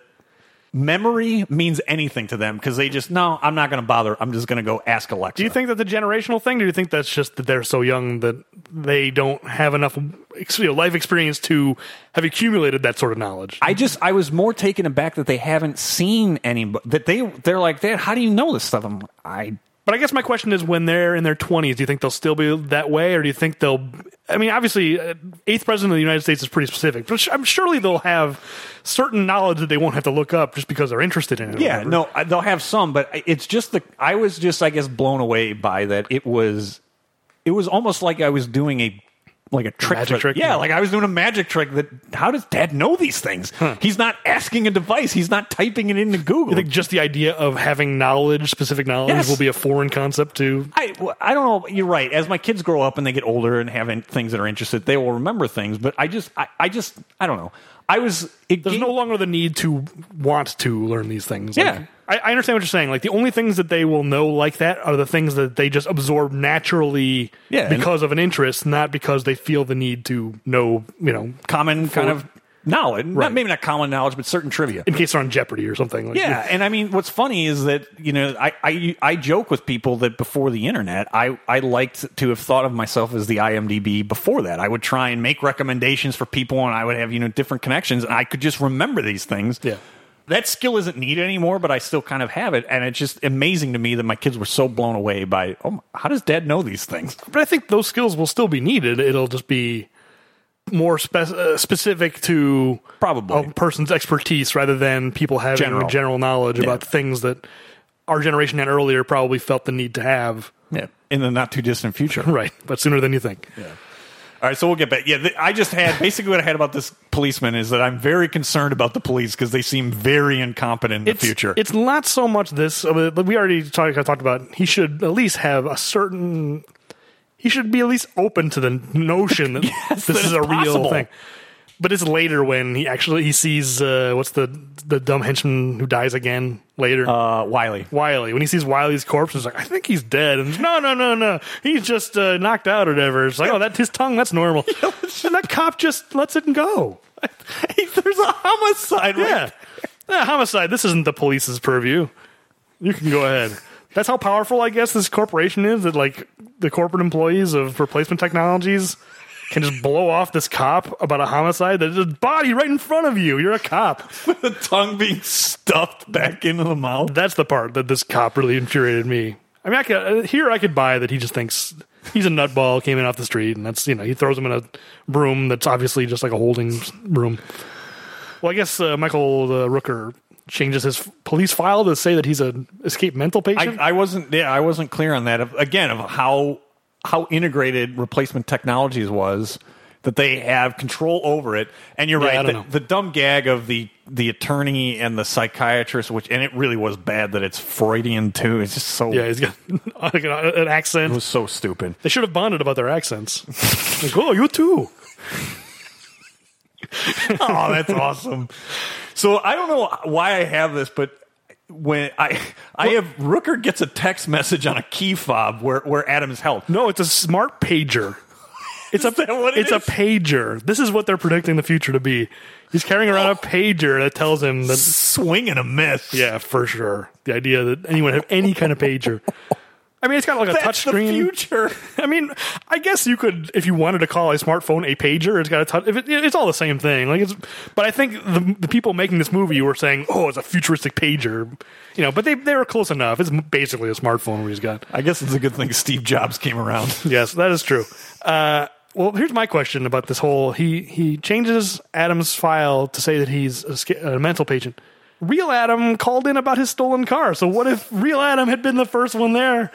[SPEAKER 1] memory means anything to them because they just no, I'm not going to bother. I'm just going to go ask Alexa.
[SPEAKER 2] Do you think that's a generational thing? Do you think that's just that they're so young that they don't have enough ex- you know, life experience to have accumulated that sort of knowledge?
[SPEAKER 1] I just I was more taken aback that they haven't seen any that they they're like, Dad, how do you know this stuff? I'm, I
[SPEAKER 2] But I guess my question is when they're in their 20s, do you think they'll still be that way or do you think they'll I mean, obviously, uh, eighth president of the United States is pretty specific, but I'm surely they'll have certain knowledge that they won't have to look up just because they're interested in it. or
[SPEAKER 1] Yeah,
[SPEAKER 2] whatever.
[SPEAKER 1] no, I- they'll have some, but I- it's just the. I was just, I guess, blown away by that. It was, it was almost like I was doing a, like a trick,
[SPEAKER 2] magic
[SPEAKER 1] for-
[SPEAKER 2] trick?
[SPEAKER 1] Yeah, like I was doing a magic trick. That how does Dad know these things? He's not asking a device. He's not typing it into Google.
[SPEAKER 2] I think just the idea of having knowledge, specific knowledge,
[SPEAKER 1] Yes.
[SPEAKER 2] will be a foreign concept to
[SPEAKER 1] I, well, I don't know. You're right. As my kids grow up and they get older and have in- things that are interested, they will remember things. But I just, I, I just, I don't know. I was. It
[SPEAKER 2] There's
[SPEAKER 1] gave-
[SPEAKER 2] no longer the need to want to learn these things. Like,
[SPEAKER 1] Yeah.
[SPEAKER 2] I, I understand what you're saying. Like the only things that they will know like that are the things that they just absorb naturally
[SPEAKER 1] Yeah, and-
[SPEAKER 2] because of an interest, not because they feel the need to know, you know,
[SPEAKER 1] common kind of knowledge. Not, maybe not common knowledge, but certain trivia.
[SPEAKER 2] in case they're on Jeopardy or something. Like,
[SPEAKER 1] Yeah, and I mean, what's funny is that you know, I, I I joke with people that before the internet, I I liked to have thought of myself as the IMDb before that. I would try and make recommendations for people, and I would have you know different connections, and I could just remember these things.
[SPEAKER 2] Yeah.
[SPEAKER 1] That skill isn't needed anymore, but I still kind of have it, and it's just amazing to me that my kids were so blown away by. Oh, my- how does Dad know these things?
[SPEAKER 2] But I think those skills will still be needed. It'll just be more spe- uh, specific to
[SPEAKER 1] Probably.
[SPEAKER 2] a person's expertise rather than people having
[SPEAKER 1] General.
[SPEAKER 2] general, knowledge about things that our generation and earlier probably felt the need to have. [LAUGHS]
[SPEAKER 1] Yeah, in the not too distant future.
[SPEAKER 2] Right, but sooner than you think.
[SPEAKER 1] All right, so we'll get back. Yeah, th- I just had basically what I had about this policeman is that I'm very concerned about the police because they seem very incompetent in
[SPEAKER 2] it's,
[SPEAKER 1] the future.
[SPEAKER 2] It's not so much this. I mean, We already talked, talked about he should at least have a certain. He should be at least open to the
[SPEAKER 1] [LAUGHS]
[SPEAKER 2] notion that this
[SPEAKER 1] that
[SPEAKER 2] is
[SPEAKER 1] it's
[SPEAKER 2] a
[SPEAKER 1] possible.
[SPEAKER 2] real thing. But it's later when he actually he sees uh, what's the the dumb henchman who dies again later.
[SPEAKER 1] uh, [LAUGHS] Wiley.
[SPEAKER 2] Wiley. When he sees Wiley's corpse, he's like, "I think he's dead." And he's, no, no, no, no, he's just uh, knocked out or whatever. It's like, oh, that his tongue.
[SPEAKER 1] [LAUGHS]
[SPEAKER 2] That's normal. and that cop just lets it go.
[SPEAKER 1] There's a homicide. right?
[SPEAKER 2] Yeah. Eh, homicide. This isn't the police's purview. You can go ahead. That's how powerful I guess this corporation is that like the corporate employees of replacement technologies and just blow off this cop about a homicide that's his body right in front of you. You're a cop.
[SPEAKER 1] [LAUGHS] the tongue being stuffed back into the mouth.
[SPEAKER 2] That's the part that this cop really infuriated me. I mean, I could, uh, here I could buy that he just thinks he's a nutball, came in off the street, and that's, you know, he throws him in a room that's obviously just like a holding room. Well, I guess uh, Michael uh, Rooker changes his f- police file to say that he's an escaped mental patient.
[SPEAKER 1] I, I wasn't. Yeah, I wasn't clear on that. Of, again, of how how integrated replacement technologies was that they have control over it. And you're
[SPEAKER 2] Yeah,
[SPEAKER 1] right.
[SPEAKER 2] I don't
[SPEAKER 1] The,
[SPEAKER 2] know.
[SPEAKER 1] the dumb gag of the the attorney and the psychiatrist, which and it really was bad that it's Freudian too. It's just so
[SPEAKER 2] yeah, he's got [LAUGHS] like, an- uh, an accent.
[SPEAKER 1] it was so stupid.
[SPEAKER 2] They should have bonded about
[SPEAKER 1] [LAUGHS]
[SPEAKER 2] their accents. like, oh, you too.
[SPEAKER 1] oh, that's awesome. So I don't know why I have this, but when I I have Rooker gets a text message on a key fob where where Adam's held.
[SPEAKER 2] No, it's a smart pager. It's
[SPEAKER 1] [LAUGHS]
[SPEAKER 2] a
[SPEAKER 1] that what it
[SPEAKER 2] it's a
[SPEAKER 1] is?
[SPEAKER 2] pager. This is what they're predicting the future to be. He's carrying around
[SPEAKER 1] Oh.
[SPEAKER 2] a pager that tells him that
[SPEAKER 1] Swing and a miss.
[SPEAKER 2] yeah, for sure. The idea that anyone have any kind of pager. I mean, it's got like a touch
[SPEAKER 1] That's the
[SPEAKER 2] screen.
[SPEAKER 1] future.
[SPEAKER 2] [LAUGHS] I mean, I guess you could, if you wanted to call a smartphone a pager, it's got a touch. If it, it's all the same thing, like it's. But I think the, the people making this movie were saying, "Oh, it's a futuristic pager," you know. But they they were close enough. It's basically a smartphone we just got.
[SPEAKER 1] I guess it's a good thing Steve Jobs came around.
[SPEAKER 2] Yes, that is true. Uh, well, here's my question about this whole. He he changes Adam's file to say that he's a, sca- a mental patient. Real Adam called in about his stolen car. So what if Real Adam had been the first one there,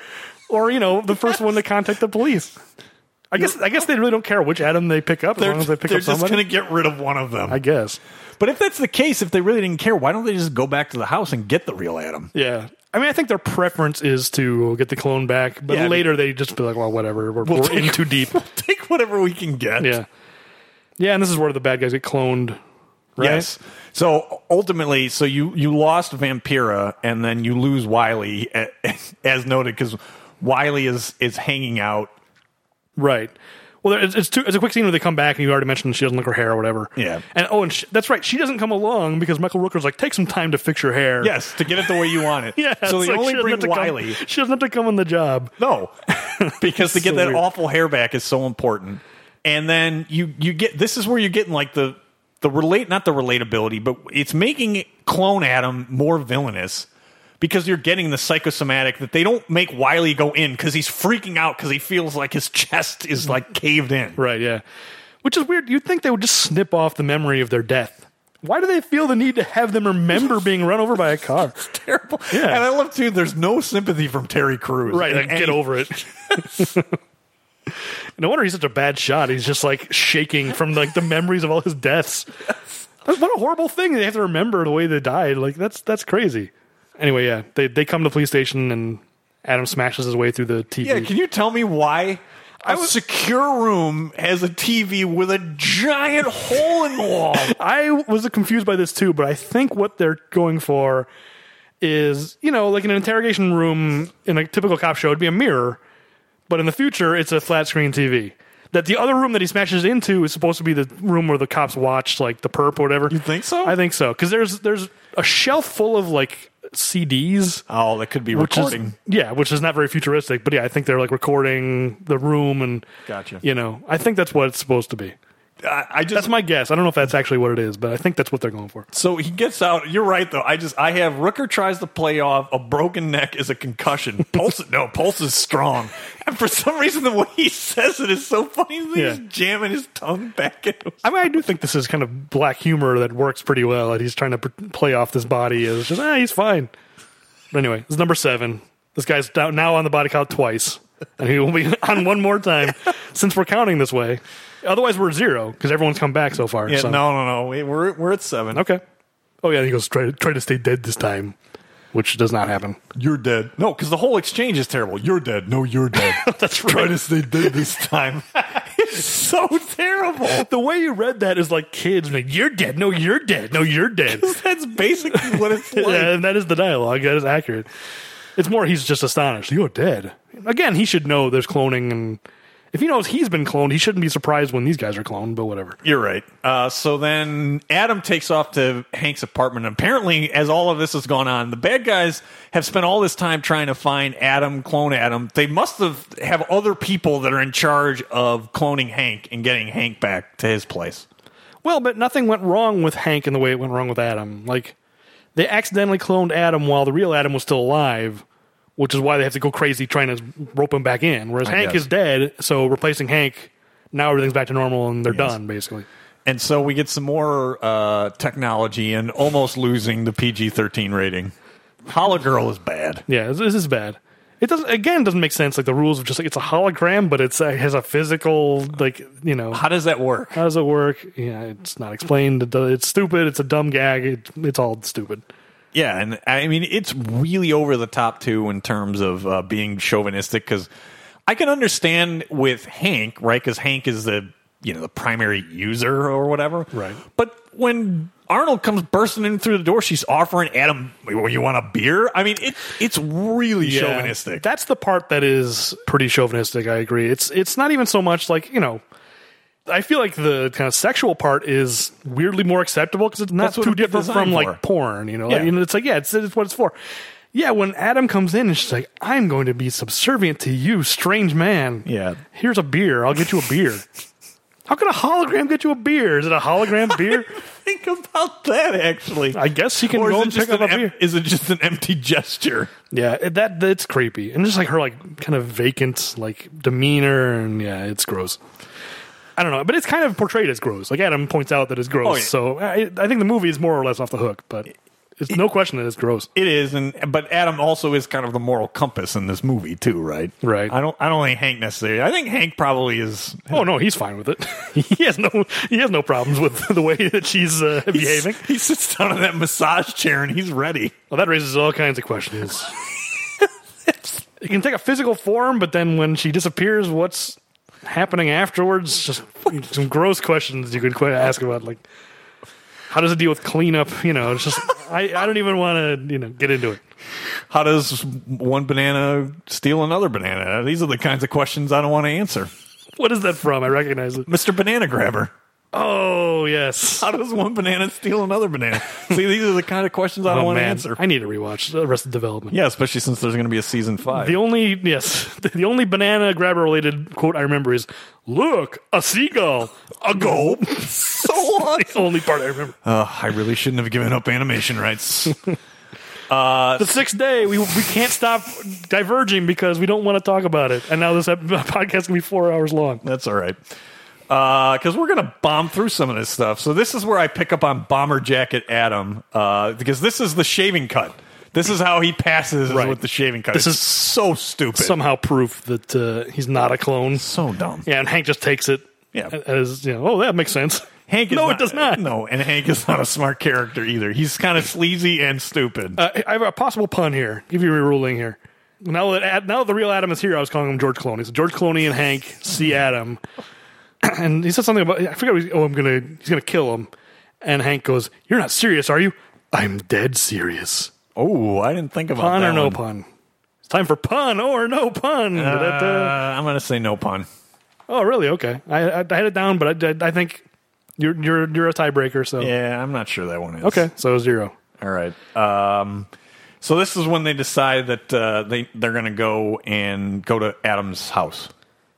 [SPEAKER 2] or you know, the first one to contact the police? I guess I guess they really don't care which Adam they pick up
[SPEAKER 1] [LAUGHS]
[SPEAKER 2] as
[SPEAKER 1] They're,
[SPEAKER 2] long as they pick
[SPEAKER 1] they're
[SPEAKER 2] up
[SPEAKER 1] just
[SPEAKER 2] somebody.
[SPEAKER 1] going to get rid of one of them.
[SPEAKER 2] I guess.
[SPEAKER 1] but if that's the case, if they really didn't care, why don't they just go back to the house and get the real Adam?
[SPEAKER 2] Yeah. I mean, I think their preference is to get the clone back, but
[SPEAKER 1] Yeah, I mean-
[SPEAKER 2] later they just be like, "Well, whatever, we're,
[SPEAKER 1] [LAUGHS] We'll
[SPEAKER 2] we're
[SPEAKER 1] take-
[SPEAKER 2] in too deep."
[SPEAKER 1] Take whatever we can get.
[SPEAKER 2] Yeah, yeah, and this is where the bad guys get cloned. Right?
[SPEAKER 1] Yes. So ultimately, so you you lost Vampira, and then you lose Wiley, a- [LAUGHS] as noted, because Wiley is is hanging out.
[SPEAKER 2] Right. Well, there- it's, it's, two, it's a quick scene where they come back, and you already mentioned she doesn't look her hair or whatever.
[SPEAKER 1] Yeah.
[SPEAKER 2] And oh, and she, that's right, she doesn't come along because Michael Rooker's like, take some time to fix your hair.
[SPEAKER 1] Yes, to get it the way you want it.
[SPEAKER 2] [LAUGHS] Yeah.
[SPEAKER 1] So
[SPEAKER 2] it's
[SPEAKER 1] they
[SPEAKER 2] like,
[SPEAKER 1] only
[SPEAKER 2] she doesn't
[SPEAKER 1] bring
[SPEAKER 2] have to come-
[SPEAKER 1] Wiley.
[SPEAKER 2] [LAUGHS] she doesn't have to come on the job. [LAUGHS]
[SPEAKER 1] No, because to
[SPEAKER 2] So
[SPEAKER 1] get that
[SPEAKER 2] weird.
[SPEAKER 1] awful hair back is so important. And then you you get this is where you're getting like the the relate not the relatability, but it's making clone Adam more villainous because you're getting the psychosomatic that they don't make Wiley go in because he's freaking out because he feels like his chest is like caved in.
[SPEAKER 2] Right, yeah. Which is weird. You'd think they would just snip off the memory of their death. Why do they feel the need to have them remember being run over by a car?
[SPEAKER 1] Terrible.
[SPEAKER 2] Yeah.
[SPEAKER 1] And I love too. There's no sympathy from Terry Crews.
[SPEAKER 2] Right,
[SPEAKER 1] And-
[SPEAKER 2] like, get
[SPEAKER 1] and-
[SPEAKER 2] over it. [LAUGHS] no wonder he's such a bad shot. He's just like shaking from like the memories of all his deaths. What a horrible thing they have to remember the way they died. Like that's that's crazy. Anyway, yeah, they they come to the police station and Adam smashes his way through the TV.
[SPEAKER 1] Yeah. Can you tell me why? a
[SPEAKER 2] was-
[SPEAKER 1] secure room has a TV with a giant hole in the wall.
[SPEAKER 2] [LAUGHS] I was confused by this too, but I think what they're going for is, you know, like in an interrogation room in a typical cop show, it'd be a mirror, but in the future, it's a flat screen TV. That the other room that he smashes into is supposed to be the room where the cops watch, like the perp or whatever.
[SPEAKER 1] You think so?
[SPEAKER 2] I think so, because there's there's a shelf full of like CDs.
[SPEAKER 1] Oh, that could be
[SPEAKER 2] Which is,
[SPEAKER 1] recording.
[SPEAKER 2] yeah, which is not very futuristic, but yeah, I think they're like recording the room and
[SPEAKER 1] Gotcha.
[SPEAKER 2] You know, I think that's what it's supposed to be.
[SPEAKER 1] I, I just
[SPEAKER 2] That's my guess. I don't know if that's actually what it is, but I think that's what they're going for.
[SPEAKER 1] so he gets out. You're right though. I just I have Rooker tries to play off a broken neck is a
[SPEAKER 2] [LAUGHS]
[SPEAKER 1] concussion. Pulse no, pulse is strong. And for some reason, the way he says it is so funny. He's
[SPEAKER 2] Yeah.
[SPEAKER 1] just jamming his tongue back. Into
[SPEAKER 2] I mean, I do think this is kind of black humor that works pretty well. That he's trying to pr- play off this body as just ah, he's fine. But anyway, it's number seven. This guy's down, now on the body count twice, and he will be [LAUGHS] on one
[SPEAKER 1] [LAUGHS]
[SPEAKER 2] more time since we're counting this way. Otherwise, we're zero because everyone's come back so far.
[SPEAKER 1] yeah,
[SPEAKER 2] so.
[SPEAKER 1] no, no, no. We, we're we're at seven.
[SPEAKER 2] Okay. Oh yeah, he goes try try to stay dead this time, which does not happen.
[SPEAKER 1] You're dead. No, because the whole exchange is terrible. You're dead. No, you're [LAUGHS] dead.
[SPEAKER 2] That's
[SPEAKER 1] Try to stay dead this time. [LAUGHS] it's so terrible.
[SPEAKER 2] The way you read that is like kids like you're dead. No, you're dead. No, you're dead.
[SPEAKER 1] That's basically what [LAUGHS] it's like.
[SPEAKER 2] yeah, and that is the dialogue. That is accurate. It's more he's just astonished. You're dead. Again, he should know there's cloning and If he knows he's been cloned, he shouldn't be surprised when these guys are cloned. But whatever.
[SPEAKER 1] You're right. Uh, so then Adam takes off to Hank's apartment. Apparently, as all of this has gone on, the bad guys have spent all this time trying to find Adam, clone Adam. They must have have other people that are in charge of cloning Hank and getting Hank back to his place.
[SPEAKER 2] Well, but nothing went wrong with Hank in the way it went wrong with Adam. Like they accidentally cloned Adam while the real Adam was still alive, which is why they have to go crazy trying to rope him back in. Whereas Hank
[SPEAKER 1] guess.
[SPEAKER 2] is dead, so replacing Hank, now everything's back to normal and they're done basically.
[SPEAKER 1] And so we get some more uh, technology and almost losing the PG-13 rating. Hologirl is bad.
[SPEAKER 2] Yeah, this, this is bad. It doesn't again it doesn't make sense. Like the rules of just like it's a hologram, but it's uh, it has a physical like you know
[SPEAKER 1] How does that work?
[SPEAKER 2] how does it work? Yeah, it's not explained. It does- It's stupid. It's a dumb gag. It, it's all stupid.
[SPEAKER 1] Yeah, and I mean it's really over the top too in terms of uh, being chauvinistic because I can understand with Hank, right? Because Hank is the you know the primary user or whatever,
[SPEAKER 2] Right.
[SPEAKER 1] But when Arnold comes bursting in through the door, she's offering Adam, "Well, you want a beer?" I mean, it, it's really chauvinistic.
[SPEAKER 2] That's the part that is pretty chauvinistic. I agree. It's it's not even so much like you know. I feel like the kind of sexual part is weirdly more acceptable because it's not
[SPEAKER 1] That's what
[SPEAKER 2] too
[SPEAKER 1] it was
[SPEAKER 2] different from
[SPEAKER 1] designed
[SPEAKER 2] like
[SPEAKER 1] for.
[SPEAKER 2] porn. You know,
[SPEAKER 1] Yeah.
[SPEAKER 2] Like, you know, it's like yeah, it's, it's what it's for. Yeah, when Adam comes in and she's like, "I'm going to be subservient to you, strange man."
[SPEAKER 1] Yeah.
[SPEAKER 2] here's a beer. I'll get you a beer. How could a hologram get you a beer? Is it a hologram
[SPEAKER 1] [LAUGHS]
[SPEAKER 2] beer?
[SPEAKER 1] Think about that, actually.
[SPEAKER 2] I guess she can
[SPEAKER 1] or is it,
[SPEAKER 2] go and pick
[SPEAKER 1] just
[SPEAKER 2] up
[SPEAKER 1] an
[SPEAKER 2] a
[SPEAKER 1] em-
[SPEAKER 2] beer.
[SPEAKER 1] is it just an empty gesture?
[SPEAKER 2] Yeah, it- that that's creepy, and just like her like kind of vacant like demeanor, and yeah, it's gross. I don't know, but it's kind of portrayed as gross. Like Adam points out that it's gross,
[SPEAKER 1] Oh, yeah.
[SPEAKER 2] so I, I think the movie is more or less off the hook. But it's no question that it's gross.
[SPEAKER 1] It is, and but Adam also is kind of the moral compass in this movie too, right?
[SPEAKER 2] Right.
[SPEAKER 1] I don't. I don't think Hank necessarily. I think Hank probably is
[SPEAKER 2] Oh no, he's fine with it. [LAUGHS] he has no he has no problems with [LAUGHS] the way that she's uh, behaving.
[SPEAKER 1] He sits down in that massage chair and he's ready.
[SPEAKER 2] Well, that raises all kinds of questions. it can take a physical form, but then when she disappears, what's happening afterwards? Just some gross questions you could quite ask about, like how does it deal with cleanup? You know, it's just [LAUGHS] I, I don't even want to you know get into it.
[SPEAKER 1] How does one banana steal another banana? These are the kinds of questions I don't want to answer,
[SPEAKER 2] What is that from? I recognize it.
[SPEAKER 1] Mister Banana Grabber.
[SPEAKER 2] Oh yes.
[SPEAKER 1] How does one banana steal another
[SPEAKER 2] [LAUGHS]
[SPEAKER 1] banana? See, these are the kind of questions I don't
[SPEAKER 2] Oh,
[SPEAKER 1] want to
[SPEAKER 2] man.
[SPEAKER 1] answer.
[SPEAKER 2] I need to rewatch the rest of development.
[SPEAKER 1] Yeah, especially since there's going to be a season five.
[SPEAKER 2] The only yes, the only banana grabber related quote I remember is "Look, a seagull, a [LAUGHS]
[SPEAKER 1] [LAUGHS]
[SPEAKER 2] gulp."
[SPEAKER 1] so
[SPEAKER 2] [LAUGHS]
[SPEAKER 1] what?
[SPEAKER 2] the only part I remember.
[SPEAKER 1] Uh, I really shouldn't have given up animation rights.
[SPEAKER 2] the sixth day we we can't stop diverging because we don't want to talk about it and now this ep- [LAUGHS] podcast can be four hours long
[SPEAKER 1] That's all right. Because we're going to bomb through some of this stuff. So, this is where I pick up on Bomber Jacket Adam, uh, because this is the shaving cut. This is how he passes is
[SPEAKER 2] Right.
[SPEAKER 1] with the shaving cut.
[SPEAKER 2] This
[SPEAKER 1] This
[SPEAKER 2] is
[SPEAKER 1] is so stupid.
[SPEAKER 2] somehow proof that uh, he's not a clone
[SPEAKER 1] so dumb.
[SPEAKER 2] yeah and hank just takes it
[SPEAKER 1] Yeah.
[SPEAKER 2] as you know oh that makes sense
[SPEAKER 1] Hank is
[SPEAKER 2] no it does not
[SPEAKER 1] No, and Hank is not a smart character either. He's kind of sleazy and stupid.
[SPEAKER 2] uh, i have a possible pun here give you a ruling here now that Ad- now that the real Adam is here, I was calling him George Clooney. So George Clooney and Hank see Adam, [CLEARS THROAT] and he says something about I forget. What he's, oh, I'm gonna he's gonna kill him, and Hank goes, "You're not serious, are you? I'm dead serious."
[SPEAKER 1] oh, I didn't think about
[SPEAKER 2] Pun
[SPEAKER 1] that
[SPEAKER 2] or no
[SPEAKER 1] one.
[SPEAKER 2] pun? It's time for pun or no pun.
[SPEAKER 1] Uh,
[SPEAKER 2] Da-da-da.
[SPEAKER 1] I'm going to say no pun.
[SPEAKER 2] oh, really? Okay. I, I, I had it down, but I, I, I think you're you're you're a tiebreaker. So
[SPEAKER 1] Yeah, I'm not sure that one is.
[SPEAKER 2] okay, so zero.
[SPEAKER 1] All right. Um, so this is when they decide that uh, they they're going to go and go to Adam's house.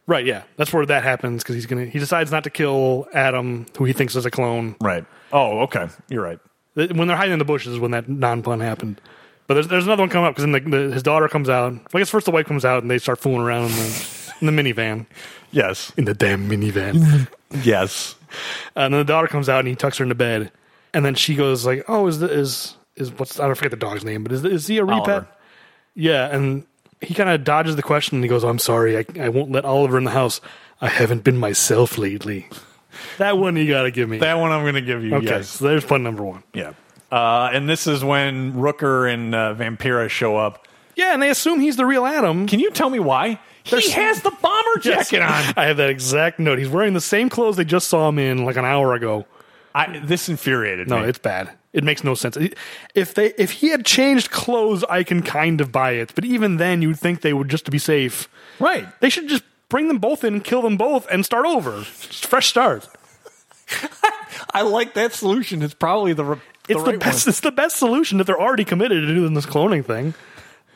[SPEAKER 2] Right? Yeah, that's where that happens because he's gonna he decides not to kill Adam, who he thinks is a clone.
[SPEAKER 1] Right. Oh, okay. You're right.
[SPEAKER 2] Th- When they're hiding in the bushes, is when that non pun happened. But there's there's another one coming up because then the, the, his daughter comes out. I guess first the wife comes out and they start fooling around in the, in the minivan.
[SPEAKER 1] Yes.
[SPEAKER 2] In the damn minivan.
[SPEAKER 1] Yes.
[SPEAKER 2] And then the daughter comes out and he tucks her into bed. And then she goes like, "Oh, is the, is is what's I don't forget the dog's name, but is is he a repet?"
[SPEAKER 1] Oliver.
[SPEAKER 2] Yeah, and he kind of dodges the question and he goes, "I'm sorry, I, I won't let Oliver in the house. I haven't been
[SPEAKER 1] [LAUGHS]
[SPEAKER 2] myself lately." that one you got to give me.
[SPEAKER 1] That one I'm going to give you.
[SPEAKER 2] okay,
[SPEAKER 1] Yes.
[SPEAKER 2] so there's pun number one.
[SPEAKER 1] Yeah. Uh, and this is when Rooker and uh, Vampira show up.
[SPEAKER 2] Yeah, and they assume he's the real Adam.
[SPEAKER 1] Can you tell me why? he has the bomber jacket on.
[SPEAKER 2] [LAUGHS] I have that exact note. He's wearing the same clothes they just saw him in like an hour ago.
[SPEAKER 1] I, this infuriated
[SPEAKER 2] No,
[SPEAKER 1] me.
[SPEAKER 2] it's bad. It makes no sense. If they if he had changed clothes, I can kind of buy it. But even then, you'd think they would just to be safe.
[SPEAKER 1] right.
[SPEAKER 2] They should just bring them both in, kill them both, and start over. Just fresh start.
[SPEAKER 1] I like that solution. It's probably the, re-
[SPEAKER 2] It's the,
[SPEAKER 1] right
[SPEAKER 2] best. It's the best solution if they're already committed to doing this cloning thing.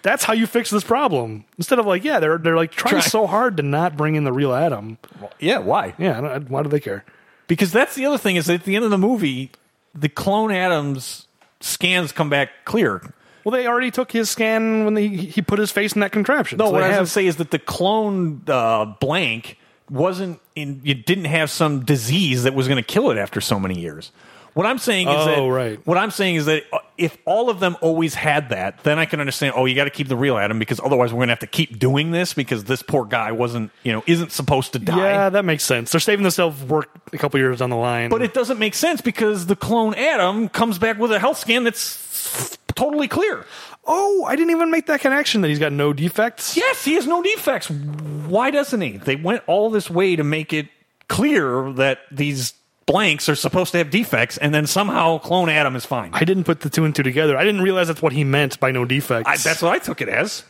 [SPEAKER 2] That's how you fix this problem. Instead of like, yeah, they're they're like trying
[SPEAKER 1] Try.
[SPEAKER 2] so hard to not bring in the real Adam.
[SPEAKER 1] one. Yeah, why?
[SPEAKER 2] Yeah, I don't- I- why do they care?
[SPEAKER 1] Because that's the other thing is at the end of the movie, the clone Adams scans come back clear.
[SPEAKER 2] Well, they already took his scan when they, he put his face in that contraption.
[SPEAKER 1] No,
[SPEAKER 2] So
[SPEAKER 1] what
[SPEAKER 2] they
[SPEAKER 1] I was going
[SPEAKER 2] have-
[SPEAKER 1] to say is that the clone uh, blank wasn't in. You didn't have some disease that was going to kill it after so many years. What I'm saying is
[SPEAKER 2] Oh,
[SPEAKER 1] that
[SPEAKER 2] right.
[SPEAKER 1] what I'm saying is that uh, if all of them always had that, then I can understand. Oh, you got to keep the real Adam because otherwise we're going to have to keep doing this because this poor guy wasn't, you know, isn't supposed to die.
[SPEAKER 2] yeah, that makes sense. They're saving themselves work a couple years down the line.
[SPEAKER 1] But it doesn't make sense because the clone Adam comes back with a health scan that's totally clear.
[SPEAKER 2] oh, I didn't even make that connection that he's got no defects.
[SPEAKER 1] Yes, he has no defects. Why doesn't he? They went all this way to make it clear that these blanks are supposed to have defects, and then somehow clone Adam is fine. I,
[SPEAKER 2] I didn't put the two and two together. I didn't realize that's what he meant by no defects.
[SPEAKER 1] that's what I took it as.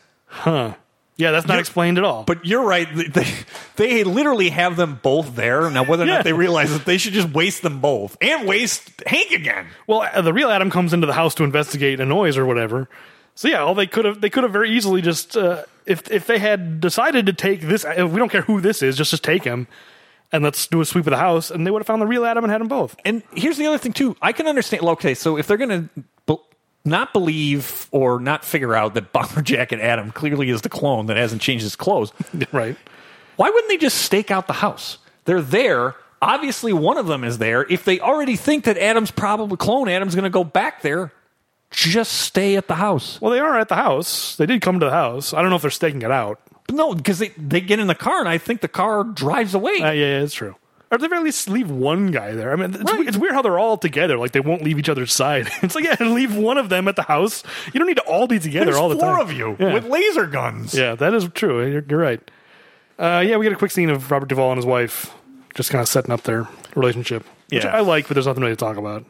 [SPEAKER 2] yeah, that's not
[SPEAKER 1] You-
[SPEAKER 2] explained at all.
[SPEAKER 1] But you're right. They, they, they literally have them both there. Now, whether or
[SPEAKER 2] Yeah.
[SPEAKER 1] not they realize that they should just waste them both and waste Hank again.
[SPEAKER 2] Well, uh, the real Adam comes into the house to investigate a noise or whatever. So yeah, all they could have they could have very easily just uh, if if they had decided to take this, uh, we don't care who this is, just just take him, and let's do a sweep of the house, and they would have found the real Adam and had
[SPEAKER 1] [LAUGHS]
[SPEAKER 2] them both.
[SPEAKER 1] and here's the other thing too. I can understand. Okay, so if they're gonna b- not believe or not figure out that Bomber Jacket Adam clearly is the clone that hasn't changed his clothes,
[SPEAKER 2] Right.
[SPEAKER 1] why wouldn't they just stake out the house? They're there. Obviously, one of them is there. If they already think that Adam's probably clone Adam's gonna go back there, just stay at the house.
[SPEAKER 2] Well, they are at the house. They did come to the house. I don't know if they're staking it out.
[SPEAKER 1] No, because they they get in the car and I think the car drives away.
[SPEAKER 2] Uh, yeah, yeah, it's true. Or at the very least, leave one guy there. I mean, it's,
[SPEAKER 1] Right.
[SPEAKER 2] it's weird how they're all together. Like they won't leave each other's side. [LAUGHS] It's like yeah, leave one of them at the house. You don't need to all be together
[SPEAKER 1] There's
[SPEAKER 2] all the
[SPEAKER 1] four
[SPEAKER 2] time.
[SPEAKER 1] of you
[SPEAKER 2] Yeah.
[SPEAKER 1] with laser guns.
[SPEAKER 2] Yeah, that is true. You're, you're right. Uh, yeah, we get a quick scene of Robert Duvall and his wife just kind of setting up their relationship, which
[SPEAKER 1] Yeah.
[SPEAKER 2] I like, but there's nothing really to talk about.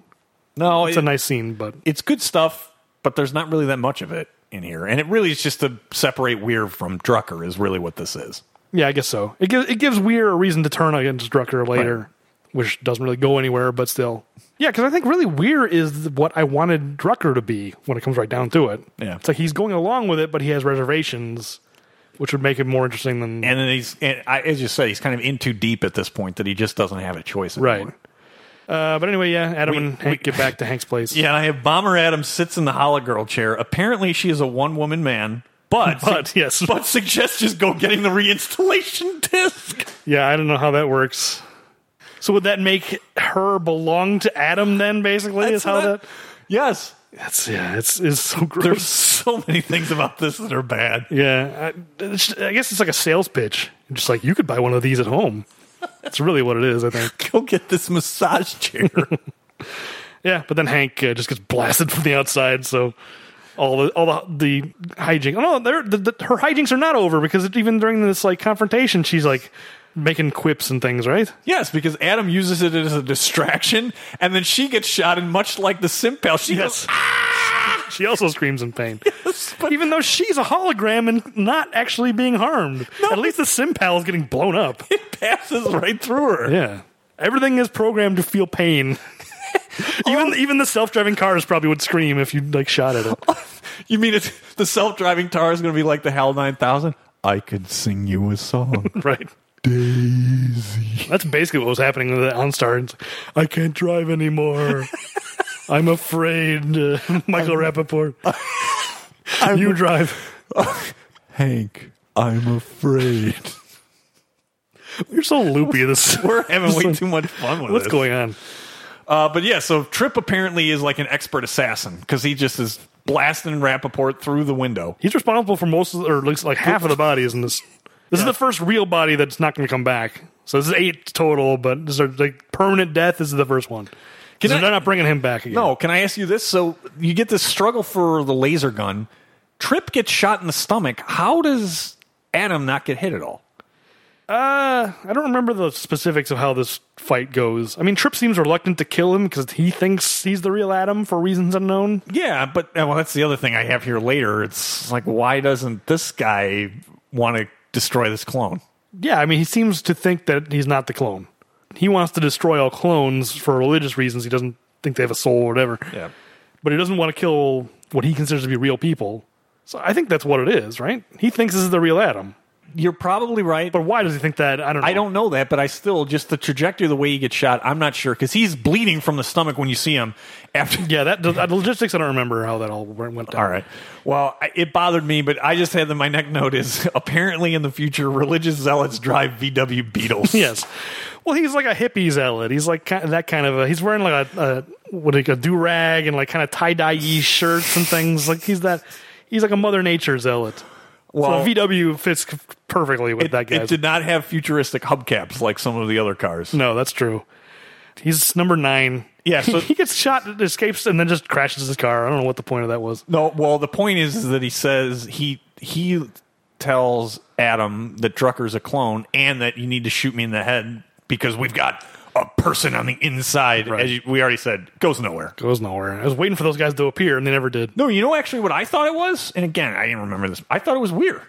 [SPEAKER 1] No, it's
[SPEAKER 2] It's a nice scene, but
[SPEAKER 1] it's good stuff, but there's not really that much of it in here. And it really is just to separate Weir from Drucker is really what this is.
[SPEAKER 2] yeah, I guess so. It gives it gives Weir a reason to turn against Drucker later, which doesn't really go anywhere, but still. Yeah, because I think really Weir is what I wanted Drucker to be when it comes right down to it.
[SPEAKER 1] Yeah.
[SPEAKER 2] it's like he's going along with it, but he has reservations, which would make it more interesting than
[SPEAKER 1] And then he's, and I, as you said, he's kind of in too deep at this point that he just doesn't have a choice anymore.
[SPEAKER 2] right. Uh, but anyway, yeah, Adam and Hank get back to Hank's place.
[SPEAKER 1] Yeah, and I have Bomber Adams sits in the Hologirl chair. Apparently, she is a one woman man, but
[SPEAKER 2] [LAUGHS] But, yes.
[SPEAKER 1] but suggests just go getting the reinstallation [LAUGHS] disc.
[SPEAKER 2] Yeah, I don't know how that works. So would that make her belong to Adam then? Basically, is
[SPEAKER 1] That's
[SPEAKER 2] how
[SPEAKER 1] not-
[SPEAKER 2] that.
[SPEAKER 1] Yes,
[SPEAKER 2] That's yeah. It's it's so
[SPEAKER 1] there's [LAUGHS]
[SPEAKER 2] gross.
[SPEAKER 1] so many things about this that are bad.
[SPEAKER 2] yeah, I, it's- I guess it's like a sales pitch. Just like you could buy one of these at home. That's really what it is, I think.
[SPEAKER 1] Go get this massage chair.
[SPEAKER 2] Yeah, but then Hank uh, just gets blasted from the outside. So all the all the, the hijinks. Oh no, they're, the, the, her hijinks are not over because even during this like confrontation, she's like making quips and things, right?
[SPEAKER 1] Yes, because Adam uses it as a distraction, and then she gets shot, and much like the simp pal, she
[SPEAKER 2] Yes.
[SPEAKER 1] goes,
[SPEAKER 2] [LAUGHS] She also screams in pain.
[SPEAKER 1] [LAUGHS] "Yes," but
[SPEAKER 2] even though she's a hologram and not actually being harmed. At least the SimPal is getting blown up.
[SPEAKER 1] [LAUGHS] it passes right through her. [LAUGHS]
[SPEAKER 2] Yeah. Everything is programmed to feel pain. [LAUGHS] even even the self-driving cars probably would scream if you like shot at it.
[SPEAKER 1] You mean it's, the self driving car is going to be like the HAL 9000? I could sing you a [LAUGHS] song.
[SPEAKER 2] right. Daisy. That's basically what was happening with the OnStar. It's like, I can't drive anymore. I'm afraid, uh, [LAUGHS] Michael Rappaport. you drive.
[SPEAKER 1] Hank, I'm afraid.
[SPEAKER 2] You're so loopy. This
[SPEAKER 1] [LAUGHS] We're having way too much fun with
[SPEAKER 2] what's
[SPEAKER 1] this.
[SPEAKER 2] going on?
[SPEAKER 1] Uh, but yeah, so Trip apparently is like an expert assassin because he just is blasting Rappaport through the window.
[SPEAKER 2] He's responsible for most, of the, or at least like half of the bodies in this. This is the first real body that's not going to come back. So this is eight total, but this is like permanent death. This is the first one. Because
[SPEAKER 1] I-
[SPEAKER 2] they're not bringing him back again.
[SPEAKER 1] No, can I ask you this? So you get this struggle for the laser gun. Trip gets shot in the stomach. How does Adam not get hit at all?
[SPEAKER 2] Uh, I don't remember the specifics of how this fight goes. I mean, Tripp seems reluctant to kill him because he thinks he's the real Adam for reasons unknown.
[SPEAKER 1] Yeah, but uh, well, that's the other thing I have here later. It's like, why doesn't this guy want to destroy this clone?
[SPEAKER 2] yeah, I mean, he seems to think that he's not the clone. He wants to destroy all clones for religious reasons. He doesn't think they have a soul or whatever.
[SPEAKER 1] Yeah.
[SPEAKER 2] But he doesn't want to kill what he considers to be real people. So I think that's what it is, right? He thinks this is the real Adam.
[SPEAKER 1] You're probably right.
[SPEAKER 2] But why does he think that? I don't know.
[SPEAKER 1] I don't know that, but I still just the trajectory, the way he gets shot, I'm not sure because he's bleeding from the stomach when you see him. After
[SPEAKER 2] Yeah, that the, the logistics. I don't remember how that all went down.
[SPEAKER 1] all right, well, I, it bothered me, but I just had that my neck note is [LAUGHS] apparently in the future religious zealots drive VW Beetles.
[SPEAKER 2] [LAUGHS] Yes. Well, he's like a hippie zealot. He's like kind that kind of a. He's wearing like a, a what do you a do rag and like kind of tie dye shirts and things. Like he's that. He's like a Mother Nature zealot.
[SPEAKER 1] Well-
[SPEAKER 2] so VW fits c- perfectly with
[SPEAKER 1] it,
[SPEAKER 2] that guy.
[SPEAKER 1] it did not have futuristic hubcaps like some of the other cars.
[SPEAKER 2] No, that's true. He's number nine.
[SPEAKER 1] Yeah, so-
[SPEAKER 2] [LAUGHS] he gets shot, escapes, and then just crashes his car. I don't know what the point of that was.
[SPEAKER 1] No, well, the point is, is that he says he he tells Adam that Drucker's a clone and that you need to shoot me in the head because we've got a person on the inside.
[SPEAKER 2] Right.
[SPEAKER 1] As you- we already said, goes nowhere.
[SPEAKER 2] Goes nowhere. I was waiting for those guys to appear, and they never did.
[SPEAKER 1] No, you know actually what I thought it was, and again, I didn't remember this. I thought it was weird.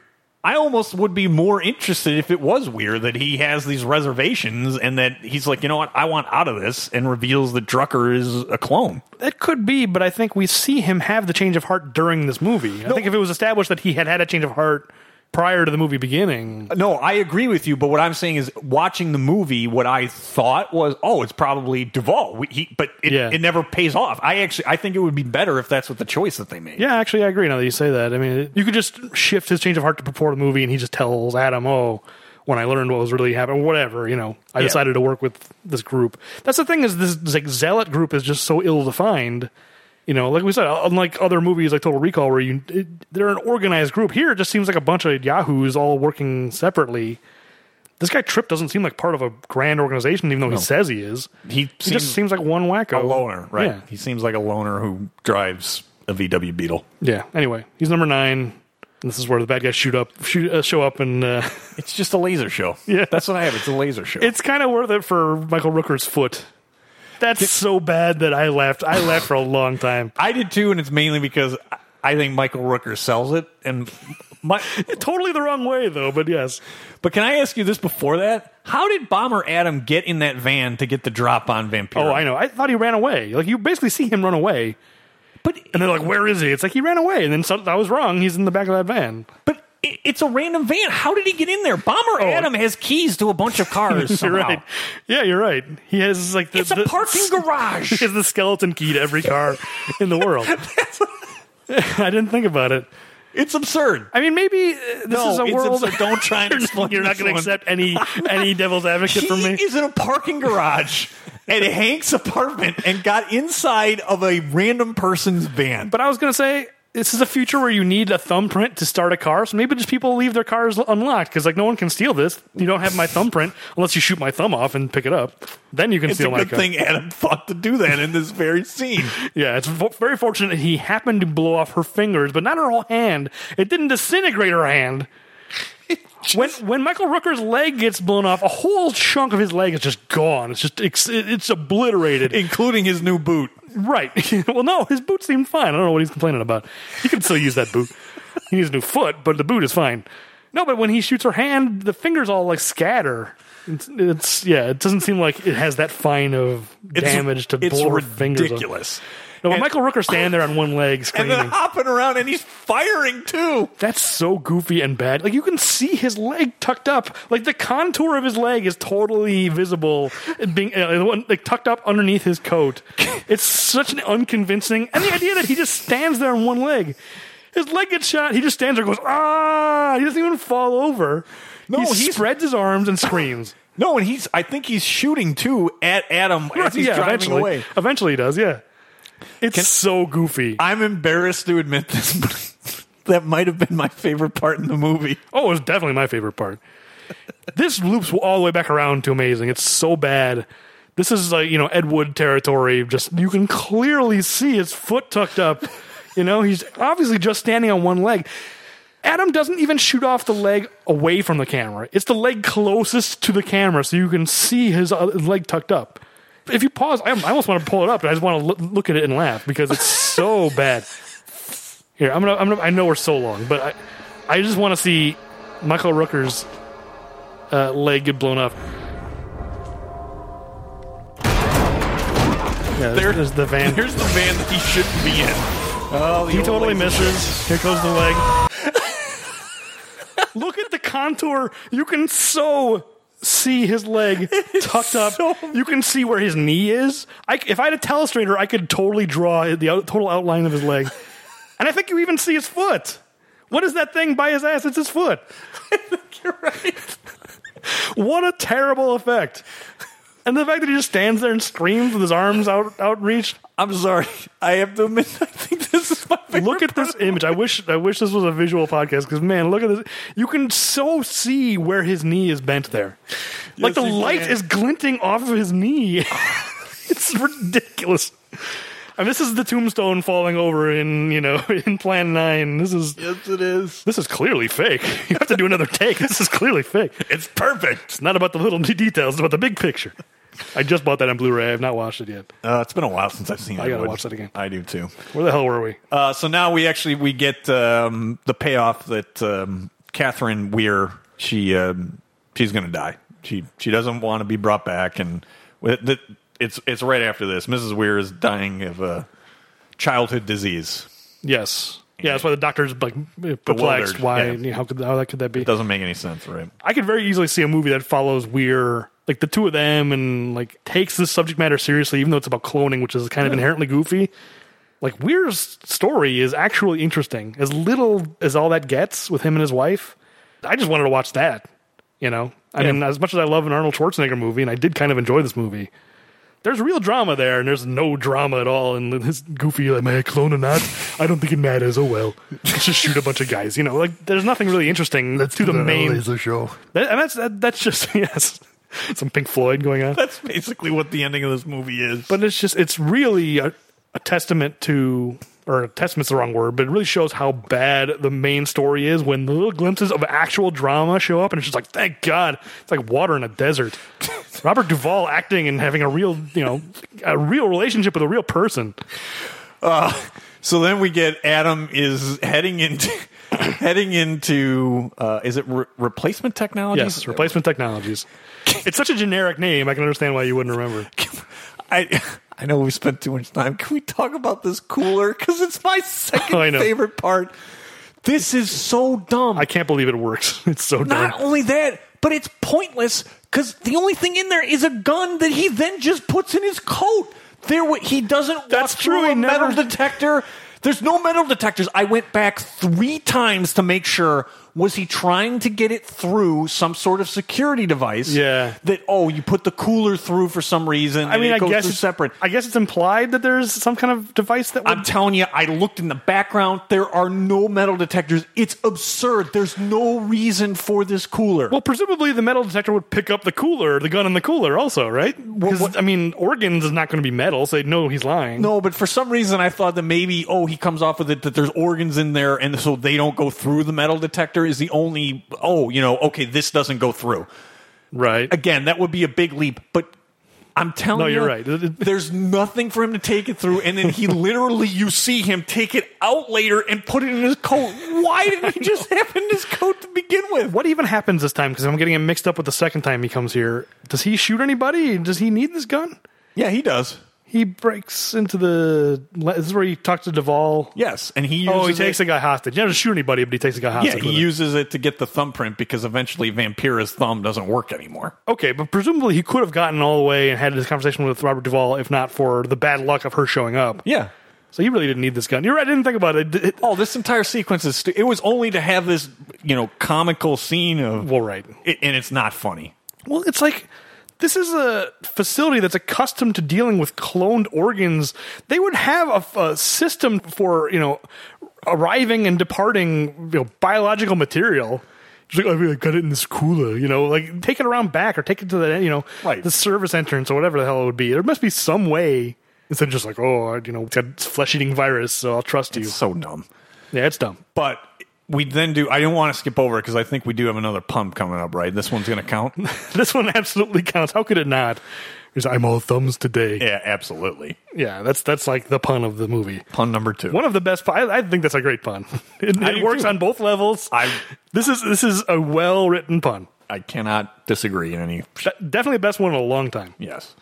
[SPEAKER 1] I almost would be more interested if it was weird that he has these reservations and that he's like, you know what, I want out of this, and reveals that Drucker is a clone.
[SPEAKER 2] It could be, but I think we see him have the change of heart during this movie. I think if it was established that he had had a change of heart prior to the movie beginning,
[SPEAKER 1] No, I agree with you, but what I'm saying is, watching the movie, what I thought was, oh, it's probably Duvall. We, he, but it,
[SPEAKER 2] Yeah.
[SPEAKER 1] it never pays off. I actually, I think it would be better if that's what the choice that they made.
[SPEAKER 2] yeah, actually, I agree. Now that you say that, I mean, it- you could just shift his change of heart to before the movie, and he just tells Adam, "Oh, when I learned what was really happening, whatever, you know, I
[SPEAKER 1] Yeah.
[SPEAKER 2] decided to work with this group." That's the thing is this, this like zealot group is just so ill defined. You know, like we said, uh, unlike other movies like Total Recall, where you it, they're an organized group, here it just seems like a bunch of yahoos all working separately. This guy Tripp doesn't seem like part of a grand organization, even though he says he is.
[SPEAKER 1] He
[SPEAKER 2] He
[SPEAKER 1] seems
[SPEAKER 2] just seems like one wacko.
[SPEAKER 1] a loner, right?
[SPEAKER 2] Yeah.
[SPEAKER 1] He seems like a loner who drives a VW Beetle.
[SPEAKER 2] Yeah. Anyway, he's number nine. And this is where the bad guys shoot up, shoot, uh, show up, and uh, [LAUGHS]
[SPEAKER 1] It's just a laser show.
[SPEAKER 2] Yeah.
[SPEAKER 1] that's what I have. It's a laser show.
[SPEAKER 2] it's kind of worth it for Michael Rooker's foot. That's so bad that I laughed. I laughed for a long time.
[SPEAKER 1] I did too, and it's mainly because I- I think Michael Rooker sells it. And my,
[SPEAKER 2] Totally the wrong way, though. But yes,
[SPEAKER 1] but can I ask you this before that? How did Bomber Adam get in that van to get the drop on Vampiro?
[SPEAKER 2] oh, I know. I thought he ran away. Like you basically see him run away,
[SPEAKER 1] but
[SPEAKER 2] and they're like, "Where is he?" It's like he ran away, and then some, I was wrong. He's in the back of that van.
[SPEAKER 1] But i- it's a random van. How did he get in there? Bomber Adam has keys to a bunch of [LAUGHS] cars.
[SPEAKER 2] You're
[SPEAKER 1] somehow.
[SPEAKER 2] right. Yeah, you're right. He has like the,
[SPEAKER 1] Oh, It's a
[SPEAKER 2] the- [LAUGHS]
[SPEAKER 1] parking garage.
[SPEAKER 2] He
[SPEAKER 1] [LAUGHS]
[SPEAKER 2] has the skeleton key to every car in the world. [LAUGHS] I didn't think about it.
[SPEAKER 1] It's absurd.
[SPEAKER 2] I mean, maybe uh, this
[SPEAKER 1] No,
[SPEAKER 2] is a
[SPEAKER 1] it's
[SPEAKER 2] world.
[SPEAKER 1] absurd. Don't try and [LAUGHS]
[SPEAKER 2] You're-
[SPEAKER 1] explain
[SPEAKER 2] [LAUGHS] You're not
[SPEAKER 1] this
[SPEAKER 2] going to
[SPEAKER 1] one.
[SPEAKER 2] accept any [LAUGHS] any devil's advocate
[SPEAKER 1] He
[SPEAKER 2] from me.
[SPEAKER 1] is in a parking
[SPEAKER 2] [LAUGHS]
[SPEAKER 1] garage at Hank's apartment and got inside of a random person's van.
[SPEAKER 2] but I was going to say this is a future where you need a thumbprint to start a car. So maybe just people leave their cars unlocked because like no one can steal this. You don't have my thumbprint unless you shoot my thumb off and pick it up. Then you can
[SPEAKER 1] it's a
[SPEAKER 2] steal my
[SPEAKER 1] good
[SPEAKER 2] car.
[SPEAKER 1] thing Adam thought to do that in this very scene.
[SPEAKER 2] [LAUGHS] Yeah, it's vo- very fortunate he happened to blow off her fingers, but not her whole hand. It didn't disintegrate her
[SPEAKER 1] [LAUGHS]
[SPEAKER 2] hand. When when Michael Rooker's leg gets blown off, a whole chunk of his leg is just gone. It's just it's, it's obliterated.
[SPEAKER 1] Including his new boot.
[SPEAKER 2] Right. [LAUGHS] well, no, his boot seemed fine. I don't know what he's complaining about. He can still use that boot. he needs a new foot, but the boot is fine. No, but when he shoots her hand, the fingers all like scatter. It's, it's yeah. It doesn't seem like it has that fine of
[SPEAKER 1] It's-
[SPEAKER 2] damage to
[SPEAKER 1] it's
[SPEAKER 2] blow her fingers. off.
[SPEAKER 1] ridiculous.
[SPEAKER 2] No, but
[SPEAKER 1] And-
[SPEAKER 2] Michael Rooker standing there on one leg
[SPEAKER 1] And then
[SPEAKER 2] screaming.
[SPEAKER 1] hopping around and he's firing too.
[SPEAKER 2] That's so goofy and bad. Like you can see his leg tucked up. Like the contour of his leg is totally visible, and being uh, the one, like tucked up underneath his coat. It's such an unconvincing. And the idea that he just stands there on one leg. His leg gets shot. He just stands there, and goes ah. He doesn't even fall over.
[SPEAKER 1] No,
[SPEAKER 2] he
[SPEAKER 1] he's-
[SPEAKER 2] spreads his arms
[SPEAKER 1] [LAUGHS]
[SPEAKER 2] and screams.
[SPEAKER 1] No, and he's I think he's shooting too at Adam as he's driving
[SPEAKER 2] eventually,
[SPEAKER 1] away.
[SPEAKER 2] eventually he does. Yeah, it's so goofy.
[SPEAKER 1] I'm embarrassed to admit this, but [LAUGHS] that might have been my favorite part in the movie.
[SPEAKER 2] Oh, it was definitely my favorite part. this loops all the way back around to amazing. It's so bad. This is like, you know, Ed Wood territory. Just you can clearly see his foot tucked up. You know, he's obviously just standing on one leg. Adam doesn't even shoot off the leg away from the camera. It's the leg closest to the camera, so you can see his uh, leg tucked up. If you pause, I I almost want to pull it up, but I just want to loo- look at it and laugh because it's [LAUGHS] so bad. Here, I'm gonna, I'm gonna. I know we're so long, but I, I just want to see Michael Rooker's uh, leg get blown up. Yeah,
[SPEAKER 1] There-
[SPEAKER 2] there's, there's the van.
[SPEAKER 1] Here's the van that he shouldn't be in. Oh,
[SPEAKER 3] He totally misses. Here goes the leg.
[SPEAKER 2] [LAUGHS] Look at the contour. You can so see
[SPEAKER 3] [LAUGHS]
[SPEAKER 2] his leg tucked up.
[SPEAKER 1] so-
[SPEAKER 2] You can see where his knee is. I, if I had a telestrator, I could totally draw the out, total outline of
[SPEAKER 3] [LAUGHS]
[SPEAKER 2] his leg. and I think you even see his foot. What is that thing by his ass? It's
[SPEAKER 3] [LAUGHS]
[SPEAKER 2] his foot. [LAUGHS] what a terrible effect. And the fact that he just stands there and screams with his arms out outreached.
[SPEAKER 1] I'm sorry. I have to admit, I think this is my favorite.
[SPEAKER 2] Look at
[SPEAKER 1] part.
[SPEAKER 2] this image. I wish I wish this was a visual podcast because man, look at this. You can so see where his knee is bent there. like the
[SPEAKER 1] you
[SPEAKER 2] light
[SPEAKER 1] can.
[SPEAKER 2] is glinting off of his knee. [LAUGHS] it's ridiculous. And this is the tombstone falling over in you know [LAUGHS] in Plan Nine. This is
[SPEAKER 1] Yes, it is.
[SPEAKER 2] this is clearly fake. [LAUGHS] You have to do another take. This is clearly fake.
[SPEAKER 1] It's perfect.
[SPEAKER 2] It's not about the little [LAUGHS] details. It's about the big picture. I just bought that on Blu-ray. I've not watched it yet.
[SPEAKER 1] Uh, it's been a while since I've seen it.
[SPEAKER 2] gotta
[SPEAKER 1] would-
[SPEAKER 2] watch that again.
[SPEAKER 1] I do too.
[SPEAKER 2] Where the hell were we?
[SPEAKER 1] Uh, so now we actually we get um, the payoff that um, Catherine Weir she um, she's going to die. She she doesn't want to be brought back, and with- that- it's it's right after this. Mrs. Weir is dying of a childhood disease.
[SPEAKER 2] Yes. Yeah, that's why the doctor's like perplexed.
[SPEAKER 1] Bewildered,
[SPEAKER 2] Why?
[SPEAKER 1] yeah.
[SPEAKER 2] you know, how could how that could that be?
[SPEAKER 1] Doesn't make any sense, right?
[SPEAKER 2] I could very easily see a movie that follows Weir, like the two of them, and like takes this subject matter seriously, even though it's about cloning, which is kind of inherently goofy. Like Weir's story is actually interesting, as little as all that gets with him and his wife. I just wanted to watch that. You know, I mean, as much as I love an Arnold Schwarzenegger movie, and I did kind of enjoy this movie. There's real drama there, and there's no drama at all. And this goofy, like, am I a clone or not? I don't think it matters. Oh well, let's just shoot a bunch of guys. You know, like there's nothing really interesting to the main
[SPEAKER 3] show.
[SPEAKER 2] that, and that's that, that's just [LAUGHS] yes, some Pink Floyd going on.
[SPEAKER 1] That's basically what the ending of this movie is.
[SPEAKER 2] But it's just it's really a, a testament to or testament's the wrong word, but it really shows how bad the main story is when the little glimpses of actual drama show up, and it's just like thank God, it's like water in
[SPEAKER 1] [LAUGHS]
[SPEAKER 2] a desert. Robert Duvall acting and having a real you know a real relationship with a real person.
[SPEAKER 1] So then we get Adam is heading into [COUGHS] heading into uh, is it re- replacement technology?
[SPEAKER 2] Yes, replacement technologies. It's such a generic name. I can understand why you wouldn't remember.
[SPEAKER 1] [LAUGHS] I I know we spent too much time. Can we talk about this cooler? Because it's my
[SPEAKER 2] [LAUGHS] I
[SPEAKER 1] second
[SPEAKER 2] know.
[SPEAKER 1] favorite part. This is so dumb.
[SPEAKER 2] I can't believe it works. [LAUGHS] It's so dumb.
[SPEAKER 1] Not only that, but it's pointless because the only thing in there is a gun that he then just puts in his coat. There, wa- he doesn't.
[SPEAKER 2] That's
[SPEAKER 1] walk
[SPEAKER 2] true,
[SPEAKER 1] Through
[SPEAKER 2] he
[SPEAKER 1] a metal
[SPEAKER 2] never-
[SPEAKER 1] detector. There's no metal detectors. I went back three times to make sure. Was he trying to get it through some sort of security device?
[SPEAKER 2] Yeah.
[SPEAKER 1] That oh, you put the cooler through for some reason.
[SPEAKER 2] I mean, I
[SPEAKER 1] it's
[SPEAKER 2] guess it's-
[SPEAKER 1] separate.
[SPEAKER 2] I guess it's implied that there's some kind of device that would
[SPEAKER 1] I'm telling you, I looked in the background. There are no metal detectors. It's absurd. There's no reason for this cooler.
[SPEAKER 2] Well, presumably the metal detector would pick up the cooler, the gun in the cooler, also, right? 'Cause,
[SPEAKER 1] what-
[SPEAKER 2] I mean, organs is not going to be metal, so they know he's lying.
[SPEAKER 1] no, but for some reason, I thought that maybe, oh, he comes off with it that there's organs in there, and so they don't go through the metal detector is the only, oh, you know, okay, this doesn't go through.
[SPEAKER 2] right?
[SPEAKER 1] Again, that would be a big leap, but. I'm telling
[SPEAKER 2] No,
[SPEAKER 1] you,
[SPEAKER 2] you're right. [LAUGHS]
[SPEAKER 1] there's nothing for him to take it through, and then he literally, you see him take it out later and put it in his coat. Why didn't he
[SPEAKER 2] [LAUGHS]
[SPEAKER 1] just have it in his coat to begin with?
[SPEAKER 2] What even happens this time? Because I'm getting him mixed up with the second time he comes here. Does he shoot anybody? Does he need this gun?
[SPEAKER 1] Yeah, he does.
[SPEAKER 2] He breaks into the. This is where he talks to Duvall.
[SPEAKER 1] Yes, and he uses
[SPEAKER 2] Oh, he takes
[SPEAKER 1] it,
[SPEAKER 2] a guy hostage. He doesn't shoot anybody, but he takes a guy hostage.
[SPEAKER 1] yeah, he
[SPEAKER 2] with him.
[SPEAKER 1] uses it to get the thumbprint because eventually Vampira's thumb doesn't work anymore.
[SPEAKER 2] Okay, but presumably he could have gotten all the way and had this conversation with Robert Duvall if not for the bad luck of her showing up.
[SPEAKER 1] Yeah.
[SPEAKER 2] So he really didn't need this gun. You're right. I didn't think about it. it
[SPEAKER 1] Oh, this entire sequence is stu- it was only to have this, you know, comical scene of
[SPEAKER 2] well, right.
[SPEAKER 1] it, and it's not funny.
[SPEAKER 2] Well, it's like this is a facility that's accustomed to dealing with cloned organs. They would have a, a system for you know arriving and departing you know, biological material. Just like, I, mean, I got it in this cooler, you know, like take it around back or take it to the you know
[SPEAKER 1] Right.
[SPEAKER 2] the service entrance or whatever the hell it would be. There must be some way. Instead of just like, oh, I- you know, it's got flesh eating virus, so I'll trust you.
[SPEAKER 1] So dumb.
[SPEAKER 2] yeah, it's dumb.
[SPEAKER 1] But we then do I didn't want to skip over it because I think we do have another pump coming up, right? This one's going to [LAUGHS] count.
[SPEAKER 2] [LAUGHS] This one absolutely counts. How could it not? He's like, I'm all thumbs today.
[SPEAKER 1] yeah, absolutely.
[SPEAKER 2] yeah, that's that's like the pun of the movie.
[SPEAKER 1] Pun number 2.
[SPEAKER 2] One of the best. pun- I, I think that's a great pun. [LAUGHS] It,
[SPEAKER 1] I
[SPEAKER 2] it
[SPEAKER 1] do
[SPEAKER 2] works
[SPEAKER 1] too.
[SPEAKER 2] on both levels.
[SPEAKER 1] I-
[SPEAKER 2] this is this is a well written pun.
[SPEAKER 1] I cannot disagree in any
[SPEAKER 2] Definitely the best one in a long time.
[SPEAKER 1] Yes.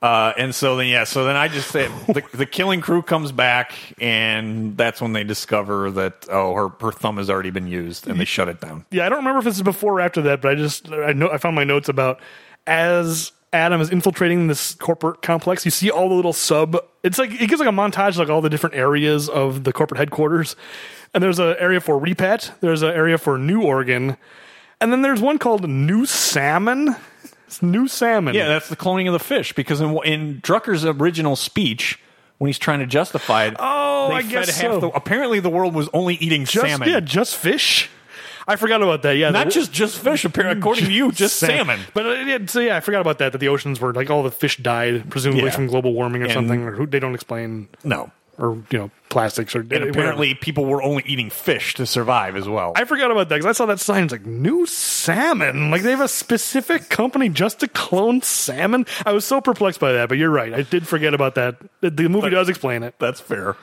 [SPEAKER 1] Uh, and so then, yeah. So then, I just said [LAUGHS] the, the killing crew comes back, and that's when they discover that oh, her her thumb has already been used, and they shut it down.
[SPEAKER 2] Yeah, I don't remember if this is before or after that, but I just I know I found my notes about as Adam is infiltrating this corporate complex. You see all the little sub. It's like it gives like a montage of, like all the different areas of the corporate headquarters, and there's an area for Repat. There's an area for New Oregon, and then there's one called New Salmon. It's New Salmon.
[SPEAKER 1] Yeah, that's the cloning of the fish because in, in Drucker's original speech, when he's trying to justify it,
[SPEAKER 2] Oh,
[SPEAKER 1] they
[SPEAKER 2] I
[SPEAKER 1] fed
[SPEAKER 2] guess
[SPEAKER 1] half
[SPEAKER 2] so.
[SPEAKER 1] the- apparently, the world was only eating
[SPEAKER 2] just,
[SPEAKER 1] salmon,
[SPEAKER 2] Yeah, just fish. I forgot about that. Yeah,
[SPEAKER 1] not
[SPEAKER 2] the-
[SPEAKER 1] just just fish. Apparently, according to you, just
[SPEAKER 2] Sam-
[SPEAKER 1] salmon.
[SPEAKER 2] But uh, yeah, so yeah, I forgot about that. That the oceans were like all the fish died, presumably
[SPEAKER 1] Yeah.
[SPEAKER 2] from global warming or
[SPEAKER 1] And-
[SPEAKER 2] something, or who they don't explain,
[SPEAKER 1] No,
[SPEAKER 2] or you know, plastics or
[SPEAKER 1] and apparently, people were only eating fish to survive as well.
[SPEAKER 2] I forgot about that because I saw that sign. It's like new salmon. Like they have a specific company just to clone salmon. I was so perplexed by that, but you're right. I did forget about that. The, the movie does explain it.
[SPEAKER 1] That's fair.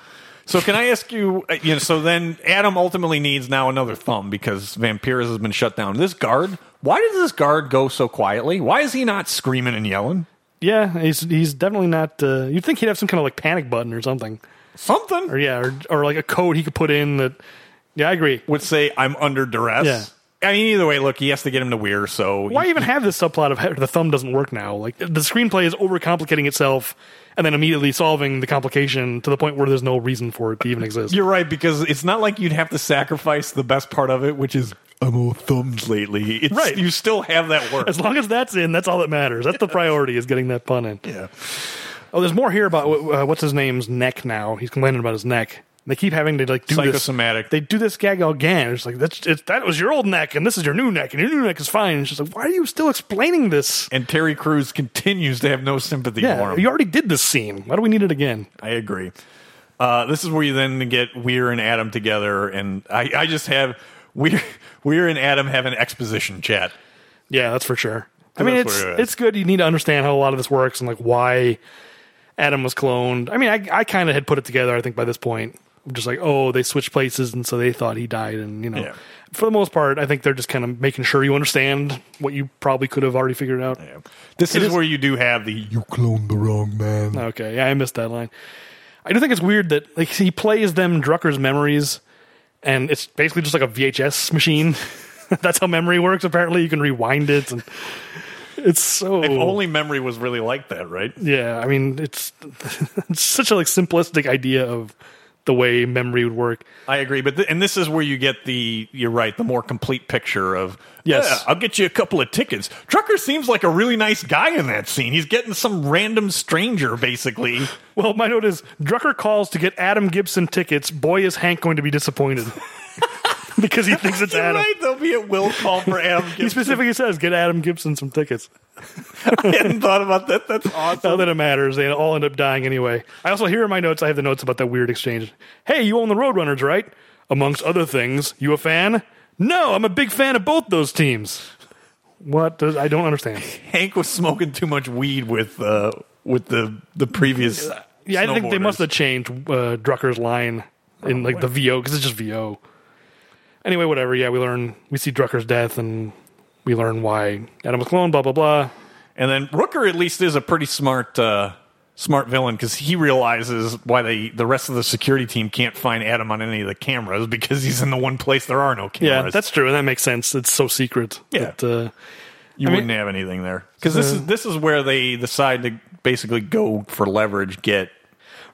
[SPEAKER 1] So can I ask you? uh, You know, so then Adam ultimately needs now another thumb because Vampires has been shut down. This guard, why does this guard go so quietly? Why is he not screaming and yelling?
[SPEAKER 2] Yeah, he's he's definitely not. Uh, you'd think he'd have some kind of like panic button or something,
[SPEAKER 1] Something
[SPEAKER 2] or yeah, or, or like a code he could put in that. Yeah, I agree.
[SPEAKER 1] would say I'm under duress.
[SPEAKER 2] Yeah.
[SPEAKER 1] I mean, either way, look, he has to get him to Weir. So
[SPEAKER 2] why even have this subplot of he- the thumb doesn't work now? Like the screenplay is overcomplicating itself and then immediately solving the complication to the point where there's no reason for it to even exist.
[SPEAKER 1] You're right because it's not like you'd have to sacrifice the best part of it, which is I'm all thumbs lately. It's,
[SPEAKER 2] Right.
[SPEAKER 1] You still have that work.
[SPEAKER 2] As long as that's in, that's all that matters. That's the priority is getting that pun in.
[SPEAKER 1] [LAUGHS] yeah.
[SPEAKER 2] Oh, there's more here about uh, what's his name's neck now. He's complaining about his neck. They keep having to like do this.
[SPEAKER 1] Psychosomatic.
[SPEAKER 2] They do this gag again. It's like that's it's, that was your old neck, and this is your new neck, and your new neck is fine. It's just like why are you still explaining this?
[SPEAKER 1] and Terry Crews continues to have no sympathy for
[SPEAKER 2] Yeah,
[SPEAKER 1] him.
[SPEAKER 2] you already did this scene. Why do we need it again?
[SPEAKER 1] I agree. Uh, this is where you then get Weir and Adam together, and I, I just have Weir, [LAUGHS] Weir and Adam have an exposition chat.
[SPEAKER 2] Yeah, that's for sure. I
[SPEAKER 1] So
[SPEAKER 2] mean,
[SPEAKER 1] that's
[SPEAKER 2] it's
[SPEAKER 1] where it is.
[SPEAKER 2] it's good. You need to understand how a lot of this works and like why Adam was cloned. I mean, I I kind of had put it together. I think by this point, I'm just like, oh, they switched places, and so they thought he died, and you know,
[SPEAKER 1] Yeah.
[SPEAKER 2] for the most part, I think they're just kind of making sure you understand what you probably could have already figured out.
[SPEAKER 1] This is
[SPEAKER 2] is-
[SPEAKER 1] where you do have the you cloned the wrong man.
[SPEAKER 2] Okay, yeah, I missed that line. I do think it's weird that like he plays them Drucker's memories, and it's basically just like a VHS machine. [LAUGHS] That's how memory works. Apparently, you can rewind it, and it's so.
[SPEAKER 1] If only memory was really like that, right?
[SPEAKER 2] Yeah, I mean, it's, [LAUGHS] it's such a like simplistic idea of the way memory would work.
[SPEAKER 1] I agree, but th- and this is where you get the you're right the more complete picture of
[SPEAKER 2] Yes.
[SPEAKER 1] "Yeah, I'll get you a couple of tickets. Trucker seems like a really nice guy in that scene. He's getting some random stranger [LAUGHS] basically.
[SPEAKER 2] Well, my note is Drucker calls to get Adam Gibson tickets. Boy, is Hank going to be disappointed [LAUGHS] because he thinks
[SPEAKER 1] [LAUGHS]
[SPEAKER 2] it's
[SPEAKER 1] You're
[SPEAKER 2] Adam.
[SPEAKER 1] right, there'll be a will call for [LAUGHS] Adam.
[SPEAKER 2] He
[SPEAKER 1] Gibson.
[SPEAKER 2] specifically says, "Get Adam Gibson some tickets."
[SPEAKER 1] I hadn't thought about that. That's awesome.
[SPEAKER 2] Not that it matters. They all end up dying anyway. I also here in my notes. I have the notes about that weird exchange. Hey, you own the Roadrunners, right? Amongst other things, you a fan? No, I'm a big fan of both those teams. What does I
[SPEAKER 1] [LAUGHS]
[SPEAKER 2] don't understand.
[SPEAKER 1] [LAUGHS] Hank was smoking too much weed with uh, with the the previous.
[SPEAKER 2] Yeah, I think they
[SPEAKER 1] snowboarders.
[SPEAKER 2] must have changed uh, Drucker's line in like the VO because it's just VO. Anyway, whatever. Yeah, we learn we see Drucker's death and we learn why Adam was cloned. Blah blah blah.
[SPEAKER 1] And then Rooker at least is a pretty smart uh, smart villain because he realizes why they the rest of the security team can't find Adam on any of the cameras because he's in the one place there are no
[SPEAKER 2] Yeah,
[SPEAKER 1] cameras.
[SPEAKER 2] that's true, and that makes sense. It's so secret.
[SPEAKER 1] Yeah.
[SPEAKER 2] that, uh,
[SPEAKER 1] you
[SPEAKER 2] I mean-
[SPEAKER 1] wouldn't have anything there because this is this is where they decide to basically go for leverage. Get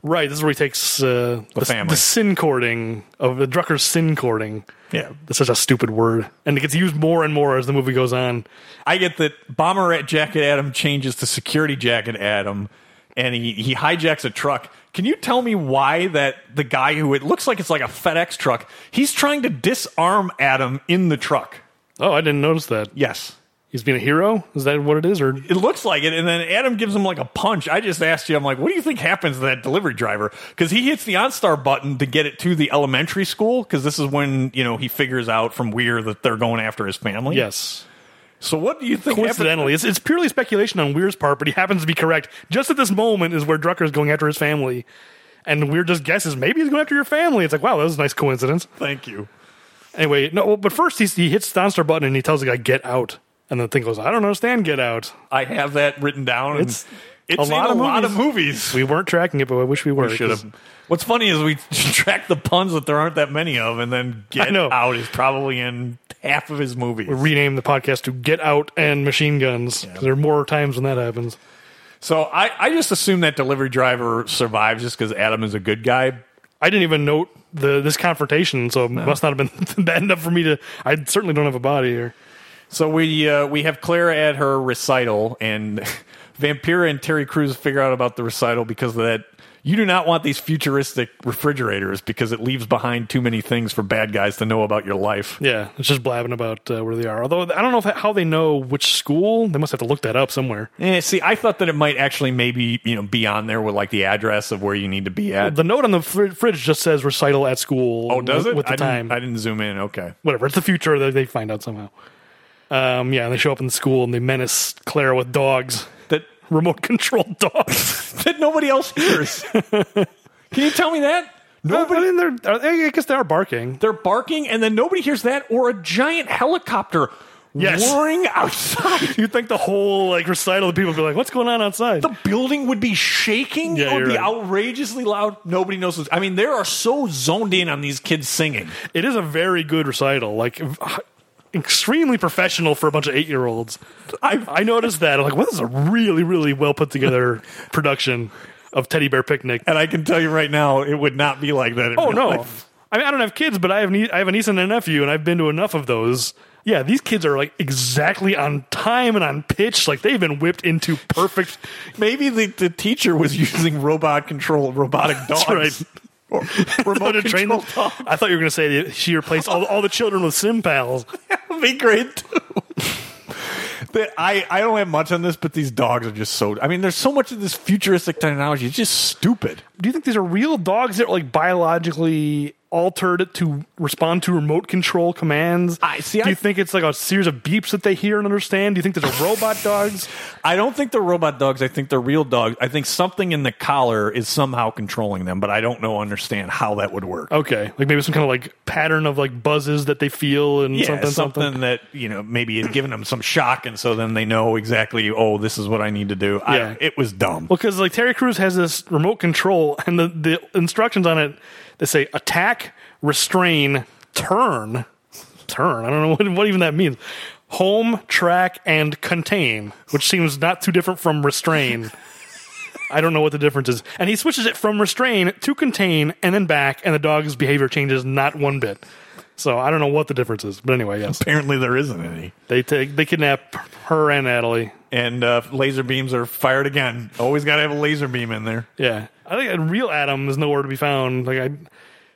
[SPEAKER 2] right. This is where he takes uh, the,
[SPEAKER 1] family.
[SPEAKER 2] the sin cording of the Drucker's sin cording.
[SPEAKER 1] yeah.
[SPEAKER 2] That's such a stupid word, and it gets used more and more as the movie goes on.
[SPEAKER 1] I get that bomber jacket Adam changes to security jacket Adam, and he, he hijacks a truck. Can you tell me why that the guy who it looks like it's like a FedEx truck, he's trying to disarm Adam in the truck?
[SPEAKER 2] Oh, I didn't notice that.
[SPEAKER 1] Yes.
[SPEAKER 2] He's being a hero. Is that what it is, or
[SPEAKER 1] It looks like it, and then Adam gives him like a punch. I just asked you, I'm like, what do you think happens to that delivery driver? Because he hits the OnStar button to get it to the elementary school, because this is when, you know, he figures out from Weir that they're going after his family.
[SPEAKER 2] yes?
[SPEAKER 1] So what do you think happens?
[SPEAKER 2] coincidentally. It's, it's purely speculation on Weir's part, but he happens to be correct. Just at this moment is where Drucker's going after his family. And Weir just guesses maybe he's going after your family. It's like, wow, that was a nice coincidence.
[SPEAKER 1] Thank you.
[SPEAKER 2] Anyway, no, well, but first he's, he hits the downstar button and he tells the guy, get out. And the thing goes, I don't understand Get Out.
[SPEAKER 1] I have that written down. and
[SPEAKER 2] It's
[SPEAKER 1] it's
[SPEAKER 2] a
[SPEAKER 1] in
[SPEAKER 2] lot of
[SPEAKER 1] lot of movies.
[SPEAKER 2] We weren't tracking it, but I wish we were.
[SPEAKER 1] We should
[SPEAKER 2] 'cause
[SPEAKER 1] have. What's funny is we [LAUGHS] track the puns that there aren't that many of, and then
[SPEAKER 2] I
[SPEAKER 1] Get
[SPEAKER 2] know.
[SPEAKER 1] Out is probably in half of his movies.
[SPEAKER 2] Renamed the podcast to Get Out and Machine Guns. 'cause There are more times when that happens.
[SPEAKER 1] So I, I just assume that delivery driver survives just because Adam is a good guy.
[SPEAKER 2] I didn't even note the this confrontation, so it must not have been [LAUGHS] bad enough for me to. I certainly don't have a body here.
[SPEAKER 1] So we uh, we have Clara at her recital, and [LAUGHS] Vampira and Terry Crews figure out about the recital because of that. You do not want these futuristic refrigerators because it leaves behind too many things for bad guys to know about your life.
[SPEAKER 2] Yeah, it's just blabbing about uh, where they are. Although I don't know if, how they know which school. They must have to look that up somewhere.
[SPEAKER 1] Eh, see, I thought that it might actually maybe you know be on there with like the address of where you need to be at.
[SPEAKER 2] The note on the fr- fridge just says recital at school.
[SPEAKER 1] Oh, does
[SPEAKER 2] with,
[SPEAKER 1] it?
[SPEAKER 2] With the
[SPEAKER 1] I
[SPEAKER 2] time,
[SPEAKER 1] Didn't, I didn't zoom in. Okay.
[SPEAKER 2] whatever. It's the future that they find out somehow. Um, yeah, and they show up in the school and they menace Claire with dogs, [LAUGHS]
[SPEAKER 1] That [LAUGHS]
[SPEAKER 2] remote controlled dogs.
[SPEAKER 1] that nobody else
[SPEAKER 2] [LAUGHS]
[SPEAKER 1] hears. Can you tell me that?
[SPEAKER 2] Nobody, I mean, [LAUGHS] they're, uh, I guess they are barking.
[SPEAKER 1] They're barking, and then nobody hears that, or a giant helicopter
[SPEAKER 2] Yes.
[SPEAKER 1] roaring outside.
[SPEAKER 2] [LAUGHS] You'd think the whole like recital, the people would be like, "What's going on outside?"
[SPEAKER 1] The building would be shaking.
[SPEAKER 2] Yeah,
[SPEAKER 1] it would
[SPEAKER 2] you're
[SPEAKER 1] be
[SPEAKER 2] right.
[SPEAKER 1] outrageously loud. Nobody knows. What's, I mean, they are so zoned in on these kids singing.
[SPEAKER 2] it is a very good recital, like v- extremely professional for a bunch of eight year olds. I I noticed that. I'm like, well, this is a really really well put together production of Teddy Bear Picnic.
[SPEAKER 1] And I can tell you right now, it would not be like that. in
[SPEAKER 2] Oh
[SPEAKER 1] real
[SPEAKER 2] no,
[SPEAKER 1] life.
[SPEAKER 2] I mean I don't have kids, but I have nie- I have a niece and a nephew, and I've been to enough of those. Yeah, these kids are like exactly on time and on pitch. Like they've been whipped into perfect.
[SPEAKER 1] Maybe the, the teacher was [LAUGHS] using robot control, robotic dogs.
[SPEAKER 2] right.
[SPEAKER 1] Or [LAUGHS]
[SPEAKER 2] how
[SPEAKER 1] remote
[SPEAKER 2] to train them.
[SPEAKER 1] control dogs.
[SPEAKER 2] I thought you were going to say that she replaced all, all the children with sim pals.
[SPEAKER 1] would be great too. That- I, I don't have much on this, but these dogs are just so. I mean, there's so much of this futuristic technology. It's just stupid.
[SPEAKER 2] do you think these are real dogs that are like biologically altered to respond to remote control commands?
[SPEAKER 1] I- see,
[SPEAKER 2] Do you
[SPEAKER 1] I-
[SPEAKER 2] think it's like a series of beeps that they hear and understand? Do you think these are robot dogs?
[SPEAKER 1] I don't think they're robot dogs. I think they're real dogs. I think something in the collar is somehow controlling them, but I don't know understand how that would work.
[SPEAKER 2] [LAUGHS] Okay, like maybe some kind of like pattern of like buzzes that they feel and
[SPEAKER 1] Yeah,
[SPEAKER 2] something,
[SPEAKER 1] something,
[SPEAKER 2] something.
[SPEAKER 1] that you know maybe is giving them some shock, and so then they know exactly. Oh, this is what I need to do. I-
[SPEAKER 2] Yeah.
[SPEAKER 1] it was dumb.
[SPEAKER 2] Well, because like Terry Crews has this remote control, and the, the instructions on it they say attack, restrain, turn, turn. I don't know [LAUGHS] what, what even that means. Home, track, and contain, which seems not too different from restrain. I don't know what the difference is. And he switches it from restrain to contain and then back, and the dog's behavior changes not one bit. So I don't know what the difference is. But anyway, yes.
[SPEAKER 1] Apparently, there isn't any.
[SPEAKER 2] They take they kidnap her and Natalie.
[SPEAKER 1] And uh, laser beams are fired again. Always got to have a laser beam in there.
[SPEAKER 2] Yeah, I think a real Adam is nowhere to be found. Like I,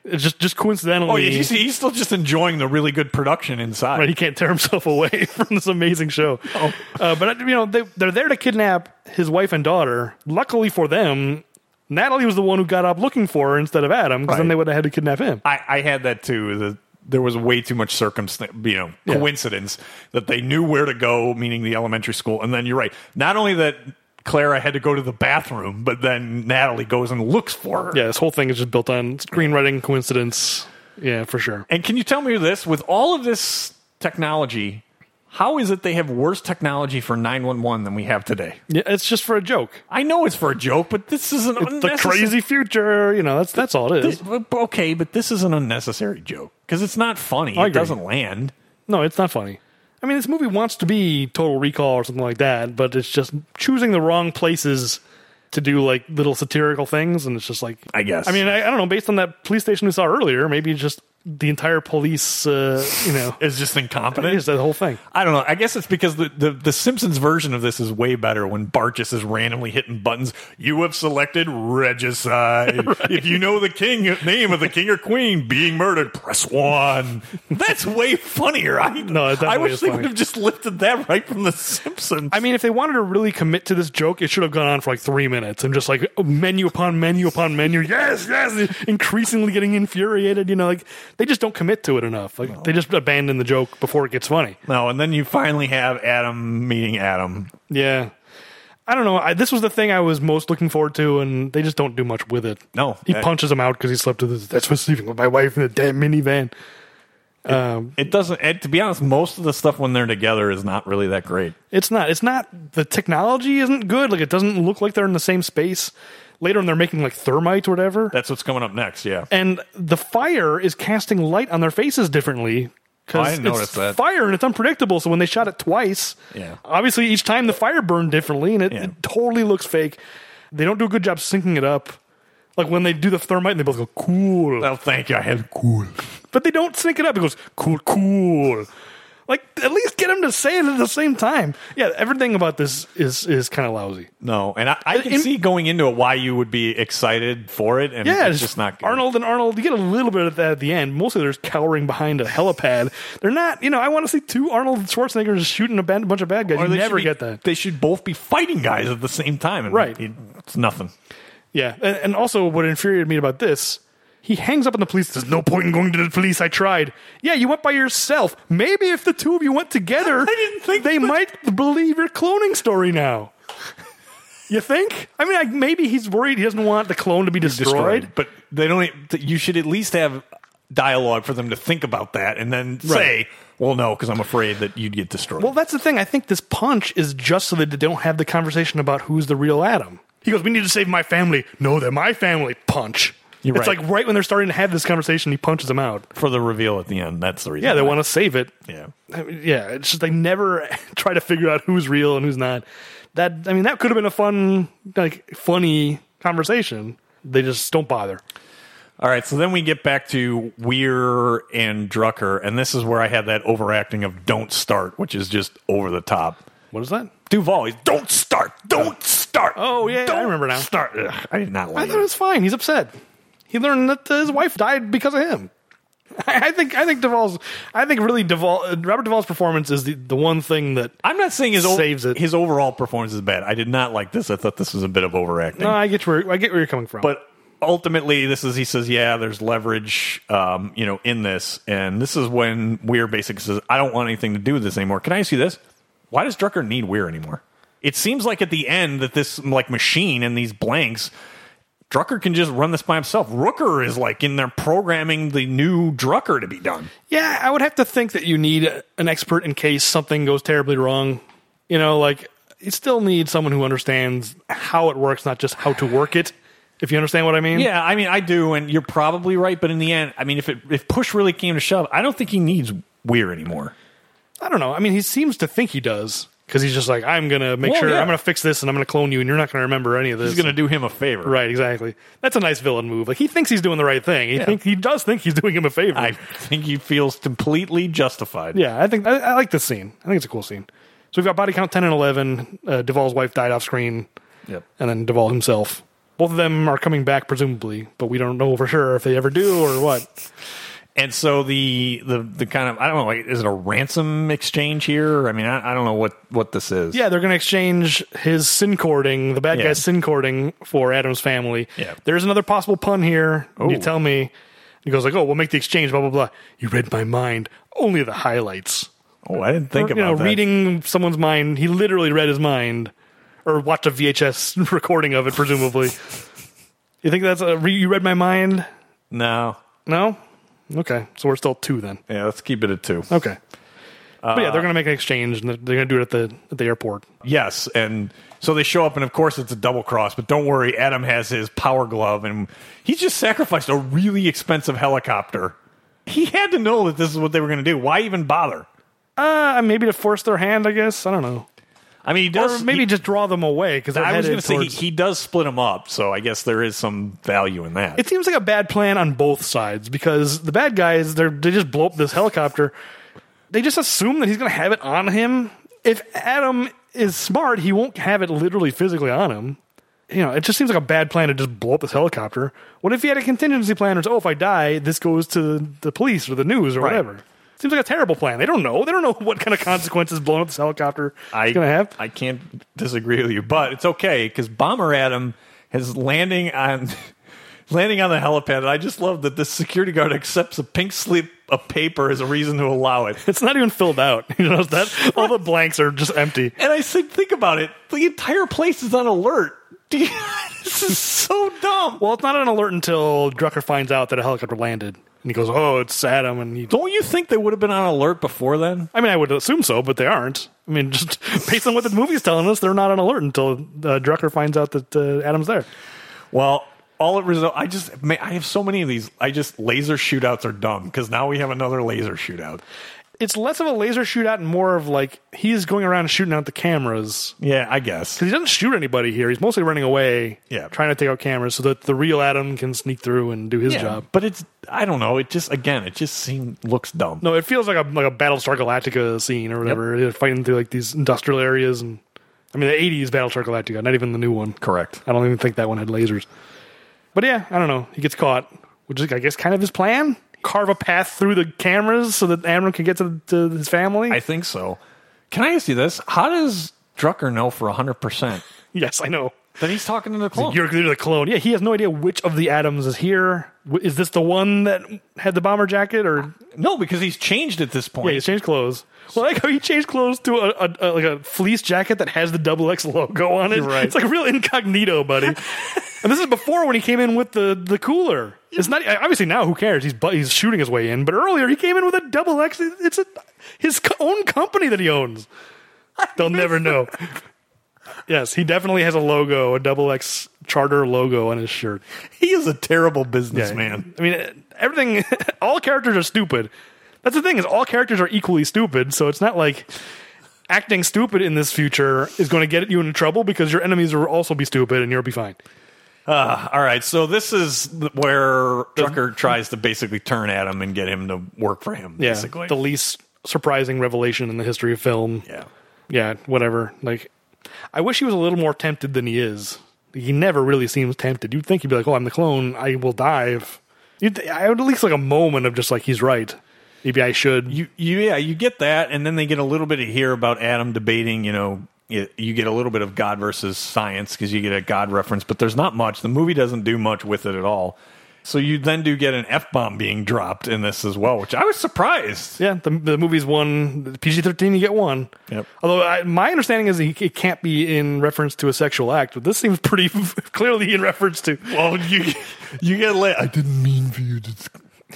[SPEAKER 2] it's just just coincidentally,
[SPEAKER 1] Oh, yeah, he's, he's still just enjoying the really good production inside.
[SPEAKER 2] right, he can't tear himself away [LAUGHS] from this amazing show. Uh, but you know they they're there to kidnap his wife and daughter. Luckily for them, Natalie was the one who got up looking for her instead of Adam, because
[SPEAKER 1] Right.
[SPEAKER 2] then they would have had to kidnap him.
[SPEAKER 1] I, I had that too. That there was way too much circumstance, you know, coincidence that they knew where to go, meaning the elementary school. And then you're right. Not only that Clara had to go to the bathroom, but then Natalie goes and looks for her.
[SPEAKER 2] Yeah, this whole thing is just built on screenwriting coincidence. Yeah, for sure.
[SPEAKER 1] And can you tell me this? With all of this technology, how is it they have worse technology for 911 than we have today?
[SPEAKER 2] Yeah, it's just for a joke.
[SPEAKER 1] I know it's for a joke, but this is an
[SPEAKER 2] The crazy future, you know, that's that's all it is.
[SPEAKER 1] This- okay, but this is an unnecessary joke because it's not funny. it
[SPEAKER 2] agree.
[SPEAKER 1] doesn't land.
[SPEAKER 2] No, it's not funny. I mean, this movie wants to be Total Recall or something like that, but it's just choosing the wrong places to do like little satirical things, and it's just like
[SPEAKER 1] I guess.
[SPEAKER 2] I mean, I, I don't know. Based on that police station we saw earlier, maybe just the entire police, uh, you [LAUGHS] know,
[SPEAKER 1] it's just incompetent.
[SPEAKER 2] is that whole thing.
[SPEAKER 1] I don't know. I guess it's because the, the, the Simpsons version of this is way better when Bart just is randomly hitting buttons. You have selected [LAUGHS] regicide. If you know the king name of the king or queen being murdered, press one. That's way funnier. I,
[SPEAKER 2] No, it definitely
[SPEAKER 1] I wish
[SPEAKER 2] is
[SPEAKER 1] they
[SPEAKER 2] funny.
[SPEAKER 1] would have just lifted that right from the Simpsons.
[SPEAKER 2] I mean, if they wanted to really commit to this joke, it should have gone on for like three minutes and just like menu upon menu upon menu. Yes, yes, increasingly getting infuriated. You know, like they just don't commit to it enough. Like they just abandon the joke before it gets funny.
[SPEAKER 1] no, and then you finally have Adam meeting Adam.
[SPEAKER 2] Yeah. I don't know. I, this was the thing I was most looking forward to, and they just don't do much with it.
[SPEAKER 1] No.
[SPEAKER 2] He
[SPEAKER 1] Uh,
[SPEAKER 2] punches him out because he slept with his. That's what's sleeping with my wife in a damn minivan. Um,
[SPEAKER 1] It doesn't. And to be honest, most of the stuff when they're together is not really that great.
[SPEAKER 2] It's not. It's not. The technology isn't good. Like it doesn't look like they're in the same space. Later on, they're making like thermite or whatever,
[SPEAKER 1] That's what's coming up next. Yeah,
[SPEAKER 2] and the fire is casting light on their faces differently.
[SPEAKER 1] I
[SPEAKER 2] Because
[SPEAKER 1] didn't
[SPEAKER 2] it's
[SPEAKER 1] notice that.
[SPEAKER 2] fire and it's unpredictable. So when they shot it twice,
[SPEAKER 1] Yeah.
[SPEAKER 2] obviously each time the fire burned differently, and it,
[SPEAKER 1] Yeah.
[SPEAKER 2] it totally looks fake. They don't do a good job syncing it up. Like when they do the thermite, and they both go cool.
[SPEAKER 1] Oh, thank you. I had cool.
[SPEAKER 2] but they don't sync it up. It goes cool, cool. Like at least get them to say it at the same time. Yeah, everything about this is is kind of lousy.
[SPEAKER 1] No, and I, I can
[SPEAKER 2] In-
[SPEAKER 1] see going into it why you would be excited for it, and
[SPEAKER 2] Yeah,
[SPEAKER 1] it's just not good.
[SPEAKER 2] Arnold and Arnold. You get a little bit of that at the end. Mostly they're just cowering behind a helipad. They're not. You know, I want to see two Arnold Schwarzeneggers shooting a band, bunch of bad guys.
[SPEAKER 1] Or
[SPEAKER 2] You
[SPEAKER 1] they should
[SPEAKER 2] never
[SPEAKER 1] be-
[SPEAKER 2] get that.
[SPEAKER 1] They should both be fighting guys at the same time. And
[SPEAKER 2] Right.
[SPEAKER 1] it- it's nothing.
[SPEAKER 2] Yeah, and, and also what infuriated me about this. He hangs up on the police. There's no point in going to the police. I tried. Yeah, you went by yourself. Maybe if the two of you
[SPEAKER 1] [LAUGHS]
[SPEAKER 2] went together, I
[SPEAKER 1] didn't think
[SPEAKER 2] they
[SPEAKER 1] that-
[SPEAKER 2] might believe your cloning story now. You think? I mean, like, maybe he's worried he doesn't want the clone to be destroyed.
[SPEAKER 1] But they don't. e- th- You should at least have dialogue for them to think about that, and then say, "Well, no, because I'm afraid that you'd get destroyed."
[SPEAKER 2] Well, that's the thing. I think this punch is just so that they don't have the conversation about who's the real Adam. He goes, "We need to save my family." No, they're my family. Punch.
[SPEAKER 1] You're
[SPEAKER 2] it's
[SPEAKER 1] right.
[SPEAKER 2] like right when they're starting to have this conversation, he punches them out.
[SPEAKER 1] for the reveal at the end, that's the reason.
[SPEAKER 2] Yeah, they want to save it.
[SPEAKER 1] Yeah.
[SPEAKER 2] I mean, yeah, it's just they never [LAUGHS] try to figure out who's real and who's not. That I mean, that could have been a fun, like, funny conversation. They just don't bother.
[SPEAKER 1] All right, so then we get back to Weir and Drucker, and this is where I had that overacting of "Don't start," which is just over the top.
[SPEAKER 2] What is that?
[SPEAKER 1] Duval, he's, "Don't start, don't start."
[SPEAKER 2] Oh, yeah, I
[SPEAKER 1] don't
[SPEAKER 2] remember now.
[SPEAKER 1] Start. Ugh, I did not
[SPEAKER 2] I
[SPEAKER 1] like
[SPEAKER 2] thought it
[SPEAKER 1] that.
[SPEAKER 2] was fine. He's upset. He learned that his wife died because of him. I, I think. I think Duvall's. I think really Duvall. uh, Robert Duvall's performance is the, the one thing that.
[SPEAKER 1] I'm not saying his
[SPEAKER 2] Saves it.
[SPEAKER 1] his overall performance is bad. I did not like this. I thought this was a bit of overacting.
[SPEAKER 2] No, uh, I get where I get where you're coming from.
[SPEAKER 1] but ultimately this is he says yeah there's leverage um, you know in this and this is when weir basically says i don't want anything to do with this anymore can i ask you this why does drucker need weir anymore it seems like at the end that this like machine and these blanks drucker can just run this by himself rooker is like in there programming the new drucker to be done
[SPEAKER 2] yeah, I would have to think that you need an expert in case something goes terribly wrong. You know, like you still need someone who understands how it works, not just how to work it. If you understand what I mean.
[SPEAKER 1] yeah i mean i do and you're probably right but in the end i mean if it if push really came to shove i don't think he needs weir anymore
[SPEAKER 2] I don't know. I mean, he seems to think he does because he's just like, I'm gonna make
[SPEAKER 1] Well,
[SPEAKER 2] sure
[SPEAKER 1] yeah.
[SPEAKER 2] I'm gonna fix this and I'm gonna clone you and you're not gonna remember any of this.
[SPEAKER 1] he's going to do him a favor
[SPEAKER 2] Right, exactly. That's a nice villain move. Like he thinks he's doing the right thing. He think he does think he's doing him a favor.
[SPEAKER 1] I think he feels completely justified.
[SPEAKER 2] yeah, I think I, I like this scene. I think it's a cool scene. So we've got body count ten and eleven. Uh, Duvall's wife died off screen,
[SPEAKER 1] Yep.
[SPEAKER 2] and then Duvall himself. Both of them are coming back presumably, but we don't know for sure if they ever do or what.
[SPEAKER 1] And so the the the kind of I don't know, like is it a ransom exchange here? I mean, I, I don't know what what this is.
[SPEAKER 2] Yeah, they're going to exchange his sin cording, the bad
[SPEAKER 1] Yeah.
[SPEAKER 2] guy's sin cording, for Adam's family.
[SPEAKER 1] Yeah.
[SPEAKER 2] There's another possible pun here. You
[SPEAKER 1] Ooh.
[SPEAKER 2] tell me. He goes like, "Oh, we'll make the exchange." Blah blah blah. You read my mind. Only the highlights.
[SPEAKER 1] Oh, I didn't think
[SPEAKER 2] you
[SPEAKER 1] about
[SPEAKER 2] know,
[SPEAKER 1] that.
[SPEAKER 2] reading someone's mind. He literally read his mind, or watched a VHS [LAUGHS] recording of it, presumably. you think that's a re- you read my mind?
[SPEAKER 1] No.
[SPEAKER 2] No. Okay, so we're still two then.
[SPEAKER 1] Yeah, let's keep it at two.
[SPEAKER 2] Okay. but yeah, they're going to make an exchange, and they're going to do it at the at the airport.
[SPEAKER 1] Yes, and so they show up, and of course it's a double cross. But don't worry, Adam has his power glove, and he just sacrificed a really expensive helicopter. He had to know that this is what they were going to do. Why even bother?
[SPEAKER 2] Uh, maybe to force their hand, I guess. I don't know,
[SPEAKER 1] I mean, he does.
[SPEAKER 2] or maybe
[SPEAKER 1] he-
[SPEAKER 2] just draw them away because
[SPEAKER 1] I was
[SPEAKER 2] going
[SPEAKER 1] going
[SPEAKER 2] to
[SPEAKER 1] to say he, he does split them up, so I guess there is some value in that.
[SPEAKER 2] it seems like a bad plan on both sides because the bad guys they they just blow up this helicopter. They just assume that he's going to have it on him. If Adam is smart, he won't have it literally physically on him. You know, it just seems like a bad plan to just blow up this helicopter. What if he had a contingency plan or oh, if I die, this goes to the police or the news or whatever? Seems like a terrible plan. They don't know. They don't know [LAUGHS] what kind of consequences blowing up this helicopter
[SPEAKER 1] I
[SPEAKER 2] is going to have.
[SPEAKER 1] I can't disagree with you, but it's okay because Bomber Adam is landing on [LAUGHS] landing on the helipad. And I just love that this security guard accepts a pink slip of paper as a reason to allow it.
[SPEAKER 2] It's not even filled out. [LAUGHS] You know that all the blanks are just empty.
[SPEAKER 1] And I said, think about it. The entire place is on alert. Do you- [LAUGHS] this is so dumb.
[SPEAKER 2] Well, it's not an alert until Drucker finds out that a helicopter landed, and he goes, "Oh, it's Adam," and he.
[SPEAKER 1] Don't you think they would have been on alert before then?
[SPEAKER 2] I mean, I would assume so, but they aren't. I mean, [LAUGHS] just based on what the movie's telling us, they're not on alert until uh, Drucker finds out that uh, Adam's there.
[SPEAKER 1] Well, all it result. I just man, I have so many of these. I just laser shootouts are dumb because now we have another laser shootout.
[SPEAKER 2] It's less of a laser shootout and more of like he's going around shooting out the cameras.
[SPEAKER 1] Yeah, I guess.
[SPEAKER 2] He doesn't shoot anybody here. He's mostly running away,
[SPEAKER 1] Yeah.
[SPEAKER 2] trying to take out cameras so that the real Adam can sneak through and do his
[SPEAKER 1] Yeah,
[SPEAKER 2] job.
[SPEAKER 1] but it's I don't know. It just again, it just seems looks dumb.
[SPEAKER 2] No, it feels like a like a Battlestar Galactica scene or whatever. They're fighting through like these industrial areas and I mean the '80s Battlestar Galactica, not even the new one.
[SPEAKER 1] Correct.
[SPEAKER 2] I don't even think that one had lasers. But yeah, I don't know. He gets caught, which is I guess kind of his plan: carve a path through the cameras so that Amram can get to, to his family.
[SPEAKER 1] I think so. Can I ask you this? How does Drucker know for hundred percent
[SPEAKER 2] [LAUGHS] yes, I know.
[SPEAKER 1] that he's talking to the clone?
[SPEAKER 2] You're clearly the clone. Yeah, he has no idea which of the Adams is here. Wh- Is this the one that had the bomber jacket, or
[SPEAKER 1] no, because he's changed at this
[SPEAKER 2] yeah,
[SPEAKER 1] point.
[SPEAKER 2] he's changed clothes? Well, I like how he changed clothes to a, a, a like a fleece jacket that has the double X logo on it.
[SPEAKER 1] You're right.
[SPEAKER 2] It's like real incognito,
[SPEAKER 1] [LAUGHS]
[SPEAKER 2] buddy. and this is before when he came in with the the cooler. It's not obviously now. Who cares? He's bu- he's shooting his way in, but earlier he came in with a double X. It's a, his co- own company that he owns.
[SPEAKER 1] [LAUGHS]
[SPEAKER 2] They'll never know. Yes, he definitely has a logo, a double X charter logo on his shirt.
[SPEAKER 1] [LAUGHS] he is a terrible businessman.
[SPEAKER 2] I mean, everything, [LAUGHS] all characters are stupid. That's the thing is, all characters are equally stupid. So it's not like acting stupid in this future is going to get you into trouble because your enemies will also be stupid and you'll be fine.
[SPEAKER 1] Uh, all right, so this is th- where Drucker tries to basically turn at him and get him to work for him.
[SPEAKER 2] Yeah,
[SPEAKER 1] Basically,
[SPEAKER 2] the least surprising revelation in the history of film.
[SPEAKER 1] yeah.
[SPEAKER 2] yeah, whatever. Like, I wish he was a little more tempted than he is. He never really seems tempted. You'd think he'd be like, "Oh, I'm the clone. I will dive." You'd th- I would at least like a moment of just like he's right. Maybe I should.
[SPEAKER 1] you, you yeah you get that and then they get a little bit of here about adam debating you know y- you get a little bit of god versus science because you get a god reference but there's not much the movie doesn't do much with it at all so you then do get an f-bomb being dropped in this as well which i was surprised
[SPEAKER 2] Yeah, the, the movie's one PG thirteen. You get one.
[SPEAKER 1] Yep.
[SPEAKER 2] Although I, my understanding is he, it can't be in reference to a sexual act, but this seems pretty [LAUGHS] clearly in reference to.
[SPEAKER 1] well you you get lit i didn't mean for you to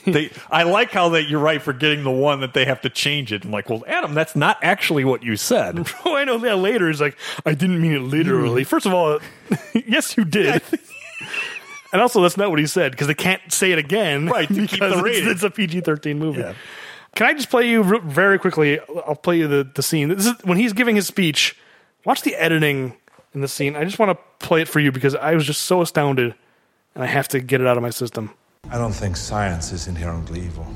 [SPEAKER 1] they, I like how that you're right for getting the one that they have to change it. I'm like, well, Adam, that's not actually what you said.
[SPEAKER 2] [LAUGHS] Oh, I know that later is like I didn't mean it
[SPEAKER 1] Mm.
[SPEAKER 2] literally. First of all, [LAUGHS] yes, you did. [LAUGHS] and also, that's not what he said because they can't say it again.
[SPEAKER 1] Right, to keep the
[SPEAKER 2] [LAUGHS] because it's,
[SPEAKER 1] rating.
[SPEAKER 2] it's a PG thirteen movie.
[SPEAKER 1] Yeah.
[SPEAKER 2] Can I just play you re- very quickly? I'll play you the, the scene. This is when he's giving his speech. Watch the editing in the scene. I just want to play it for you because I was just so astounded, and I have to get it out of my system.
[SPEAKER 4] I don't think science is inherently evil,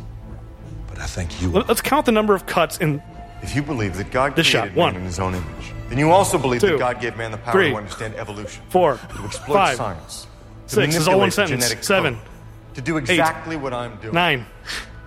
[SPEAKER 4] but I think you
[SPEAKER 2] Let- Let's count the number of cuts in
[SPEAKER 5] If you believe that God
[SPEAKER 2] This
[SPEAKER 5] created
[SPEAKER 2] shot, one.
[SPEAKER 5] man in his own image, then you also believe
[SPEAKER 2] Two.
[SPEAKER 5] that God gave man the power
[SPEAKER 2] Three.
[SPEAKER 5] to understand evolution,
[SPEAKER 2] four,
[SPEAKER 5] to exploit
[SPEAKER 2] five,
[SPEAKER 5] science, to
[SPEAKER 2] six. This is all one
[SPEAKER 5] manipulate
[SPEAKER 2] sentence.
[SPEAKER 5] genetic
[SPEAKER 2] Seven,
[SPEAKER 5] code, to do exactly what I'm doing.
[SPEAKER 2] nine,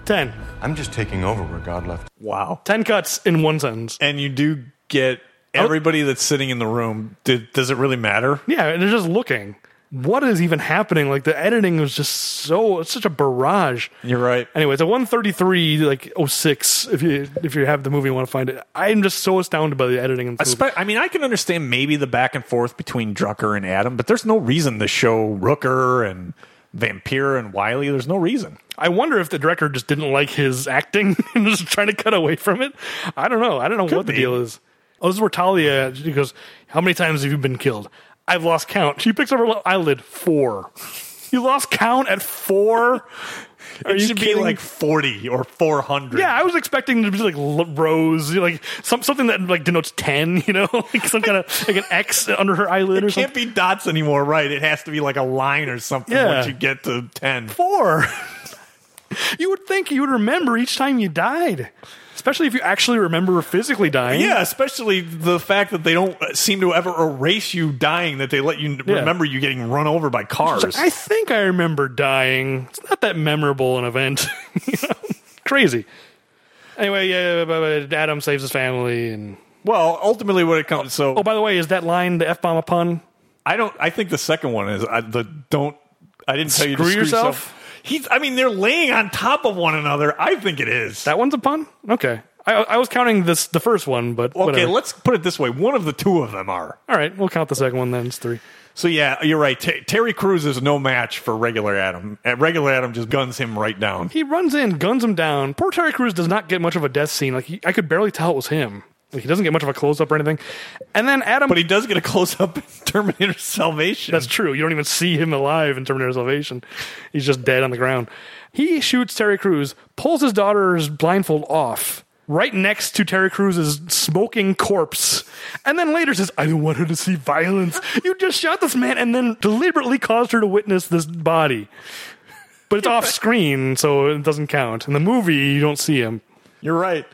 [SPEAKER 2] ten.
[SPEAKER 5] I'm just taking over where God left.
[SPEAKER 1] Wow.
[SPEAKER 2] Ten cuts in one sentence.
[SPEAKER 1] and you do get everybody that's sitting in the room. Did, does it really matter?
[SPEAKER 2] Yeah, and they're just looking. What is even happening? Like the editing was just so it's such a barrage.
[SPEAKER 1] You're right.
[SPEAKER 2] Anyway, it's a 133 like 06 if you if you have the movie and want to find it. I'm just so astounded by the editing and
[SPEAKER 1] Espe- I mean, I can understand maybe the back and forth between Drucker and Adam, but there's no reason to show Rooker and Vampire and Wiley. There's no reason.
[SPEAKER 2] I wonder if the director just didn't like his acting [LAUGHS] and was trying to cut away from it. I don't know. I don't know what the
[SPEAKER 1] be.
[SPEAKER 2] deal is. Oh, this is where Talia she goes, How many times have you been killed? I've lost count. She picks up her eyelid four. You lost count at four? Are
[SPEAKER 1] it
[SPEAKER 2] you
[SPEAKER 1] should
[SPEAKER 2] kidding?
[SPEAKER 1] be like 40 or 400.
[SPEAKER 2] Yeah, I was expecting to be like l- rows, you know, like some something that like denotes ten, [LAUGHS] you know, like some kind of like an X under her eyelid or
[SPEAKER 1] It can't
[SPEAKER 2] something.
[SPEAKER 1] be dots anymore, right? It has to be like a line or something
[SPEAKER 2] Yeah.
[SPEAKER 1] once you get to 10.
[SPEAKER 2] Four. [LAUGHS] you would think you would remember each time you died, especially if you actually remember physically dying.
[SPEAKER 1] Yeah, especially the fact that they don't seem to ever erase you dying, that they let you
[SPEAKER 2] Yeah.
[SPEAKER 1] remember you getting run over by cars.
[SPEAKER 2] So I think I remember dying. It's not that memorable an event. [LAUGHS] You know? Crazy. Anyway, yeah, but- but Adam saves his family, and
[SPEAKER 1] well, ultimately, what it comes so
[SPEAKER 2] oh, by the way, is that line the f bomb a pun?
[SPEAKER 1] I don't. I think the second one is I, the don't. I didn't tell you to
[SPEAKER 2] Screw
[SPEAKER 1] screw
[SPEAKER 2] yourself?
[SPEAKER 1] yourself. He's. I mean, they're laying on top of one another. I think it is.
[SPEAKER 2] That one's a pun? Okay. I, I was counting this the first one, but
[SPEAKER 1] Okay,
[SPEAKER 2] whatever.
[SPEAKER 1] let's put it this way: one of the two of them are.
[SPEAKER 2] All right, we'll count the second one then. It's three.
[SPEAKER 1] So yeah, you're right. Ter- Terry Crews is no match for regular Adam. Uh, Regular Adam just guns him right down.
[SPEAKER 2] He runs in, guns him down. Poor Terry Crews does not get much of a death scene. Like he, I could barely tell it was him. Like he doesn't get much of a close up or anything. And then Adam.
[SPEAKER 1] But he does get a close up in [LAUGHS] Terminator Salvation.
[SPEAKER 2] [LAUGHS] That's true. You don't even see him alive in Terminator Salvation. He's just dead on the ground. He shoots Terry Crews, pulls his daughter's blindfold off right next to Terry Crews' smoking corpse, and then later says, I don't want her to
[SPEAKER 1] [LAUGHS]
[SPEAKER 2] see violence. You just shot this man and then deliberately caused her to witness this body. But it's off screen, so it doesn't count. In the movie, you don't see him.
[SPEAKER 1] you're right.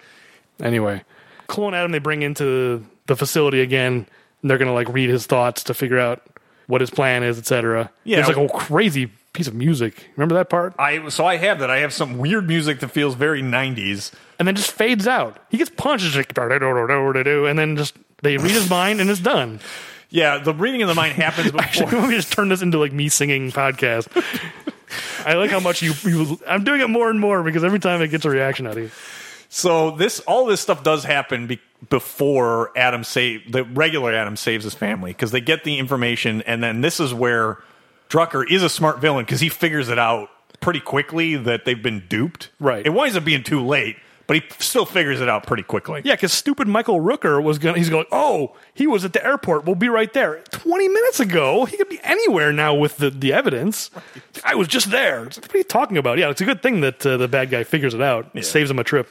[SPEAKER 2] Anyway, Clone Adam they bring into the facility again. And they're gonna like read his thoughts to figure out what his plan is, etc.
[SPEAKER 1] Yeah.
[SPEAKER 2] it's like a crazy piece of music. Remember that part?
[SPEAKER 1] I so I have that. I have some weird music that feels very 90s.
[SPEAKER 2] And then just fades out. He gets punched, it's like, "Da-da-da-da-da-da-da," and then just they read his mind and it's done.
[SPEAKER 1] Yeah, the reading in the mind happens
[SPEAKER 2] [LAUGHS] Actually,
[SPEAKER 1] before.
[SPEAKER 2] let me just turn this into like me singing podcast. I like how much you, you. I'm doing it more and more because every time it gets a reaction out of you.
[SPEAKER 1] so this all this stuff does happen be, before Adam save the regular Adam saves his family because they get the information and then this is where Drucker is a smart villain because he figures it out pretty quickly that they've been duped.
[SPEAKER 2] Right.
[SPEAKER 1] It winds up being too late, but he still figures it out pretty quickly.
[SPEAKER 2] Yeah, because stupid Michael Rooker was going. to He's going. Oh, he was at the airport. We'll be right there. Twenty minutes ago, he could be anywhere now with the, the evidence. I was just there. It's like, what are you talking about? Yeah, it's a good thing that uh, the bad guy figures it out. It saves him a trip.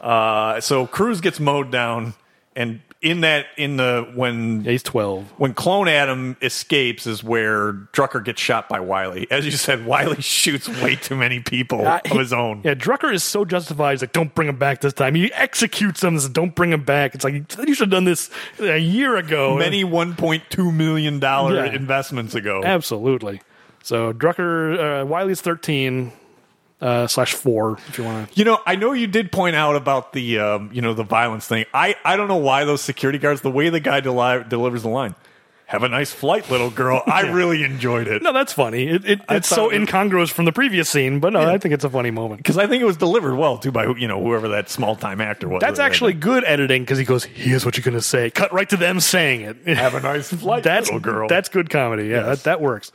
[SPEAKER 1] Uh, so Cruz gets mowed down, and in that, in the when
[SPEAKER 2] Yeah, he's twelve.
[SPEAKER 1] when Clone Adam escapes is where Drucker gets shot by Wiley. As you said, [LAUGHS] Wiley shoots way too many people
[SPEAKER 2] Uh,
[SPEAKER 1] of his own.
[SPEAKER 2] Yeah, Drucker is so justified. He's like, "Don't bring him back this time." He executes him. Says, "Don't bring him back." It's like you should have done this a year ago.
[SPEAKER 1] Many one point two million dollar
[SPEAKER 2] Yeah.
[SPEAKER 1] investments ago.
[SPEAKER 2] absolutely. So Drucker uh, Wiley's thirteen uh, slash four. If you want to.
[SPEAKER 1] You know, I know you did point out about the um, you know the violence thing. I I don't know why those security guards. The way the guy deli- delivers the line, "Have a nice flight, little girl." I
[SPEAKER 2] [LAUGHS]
[SPEAKER 1] really enjoyed it
[SPEAKER 2] No, that's funny. It, it,
[SPEAKER 1] I
[SPEAKER 2] it's
[SPEAKER 1] thought it
[SPEAKER 2] so
[SPEAKER 1] was-
[SPEAKER 2] incongruous from the previous scene, but no, I think it's a funny moment.
[SPEAKER 1] because I think it was delivered well too by you know whoever that small time actor was.
[SPEAKER 2] That's actually good editing because he goes, "Here's what you're gonna say." Cut right to them saying
[SPEAKER 1] [LAUGHS]
[SPEAKER 2] it.
[SPEAKER 1] have a nice flight,
[SPEAKER 2] that's
[SPEAKER 1] little girl.
[SPEAKER 2] That's good comedy. Yeah, that, that works.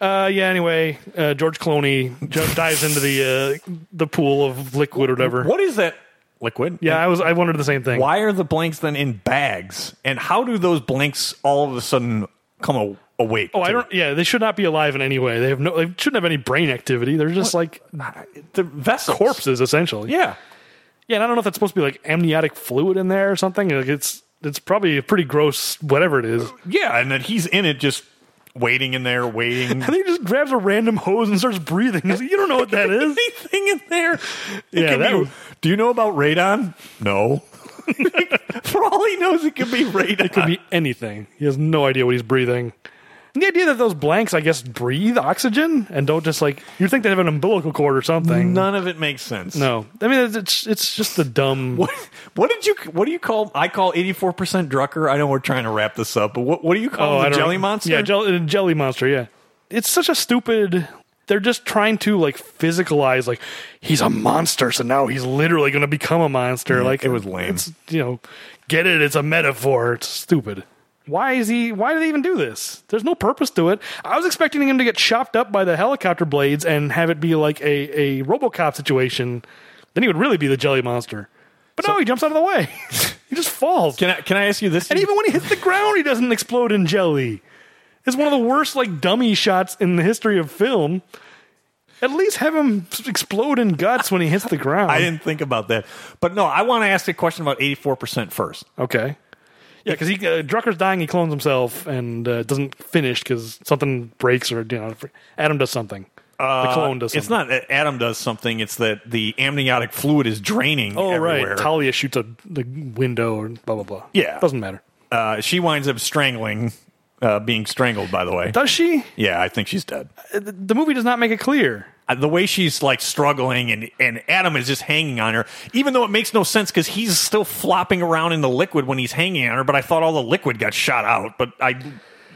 [SPEAKER 2] Uh, yeah. Anyway, uh, George Clooney
[SPEAKER 1] [LAUGHS]
[SPEAKER 2] ju- dives into the uh, the pool of liquid or whatever.
[SPEAKER 1] What is that liquid?
[SPEAKER 2] Yeah, I was. I wondered the same thing.
[SPEAKER 1] Why are the blanks then in bags? And how do those blanks all of a sudden come a- awake?
[SPEAKER 2] Oh, I don't. Yeah, they should not be alive in any way. They have no. They shouldn't have any brain activity. They're just like
[SPEAKER 1] The vessels.
[SPEAKER 2] corpses, essentially.
[SPEAKER 1] Yeah.
[SPEAKER 2] Yeah, and I don't know if that's supposed to be like amniotic fluid in there or something. Like it's it's probably a pretty gross whatever it is.
[SPEAKER 1] Yeah. And then he's in it just waiting in there, waiting. [LAUGHS]
[SPEAKER 2] And then he just grabs a random hose and starts breathing. He's like, you don't know what that [LAUGHS] is.
[SPEAKER 1] Anything in there? It
[SPEAKER 2] Yeah,
[SPEAKER 1] could
[SPEAKER 2] that
[SPEAKER 1] be-
[SPEAKER 2] was-
[SPEAKER 1] do you know about radon? [LAUGHS] No. For all he knows, it could be radon.
[SPEAKER 2] Could be anything. He has no idea what he's breathing. And the idea that those blanks, I guess, breathe oxygen and don't just like you'd think they have an umbilical cord or something.
[SPEAKER 1] None of it makes sense.
[SPEAKER 2] No, I mean it's- it's it's just the dumb.
[SPEAKER 1] What, what did you? What do you call? I call eighty four percent Drucker. I know we're trying to wrap this up, but what, what do you call the
[SPEAKER 2] Oh, don't
[SPEAKER 1] jelly
[SPEAKER 2] know.
[SPEAKER 1] monster?
[SPEAKER 2] Yeah, jell- uh, jelly monster. Yeah, it's such a stupid. They're just trying to like physicalize like he's a monster, so now he's literally going to become a monster. like
[SPEAKER 1] it was lame.
[SPEAKER 2] It's, you know, get it? It's a metaphor. It's stupid. Why is he? Why do they even do this? There's no purpose to it. I was expecting him to get chopped up by the helicopter blades and have it be like a a RoboCop situation. Then he would really be the jelly monster. But no, he jumps out of the way. [LAUGHS] he just falls.
[SPEAKER 1] Can I? Can I ask you this?
[SPEAKER 2] And even when he hits the ground, he doesn't explode in jelly. It's one of the worst like dummy shots in the history of film. At least have him explode in guts when he hits the ground.
[SPEAKER 1] I didn't think about that. But no, I want to ask a question about 84% first.
[SPEAKER 2] Okay. Yeah, because he uh, Drucker's dying, he clones himself and uh, doesn't finish because something breaks or you know Adam does something. the clone does. Something.
[SPEAKER 1] Uh, It's not that Adam does something, it's that the amniotic fluid is draining.
[SPEAKER 2] Oh
[SPEAKER 1] everywhere.
[SPEAKER 2] right, Talia shoots a the window or blah blah blah.
[SPEAKER 1] Yeah.
[SPEAKER 2] doesn't matter.
[SPEAKER 1] uh, she winds up strangling, uh, being strangled, by the way.
[SPEAKER 2] Does she?
[SPEAKER 1] Yeah, I think she's dead.
[SPEAKER 2] Uh, The the movie does not make it clear.
[SPEAKER 1] Uh, The way she's like struggling and, and Adam is just hanging on her, even though it makes no sense because he's still flopping around in the liquid when he's hanging on her. But I thought all the liquid got shot out, but I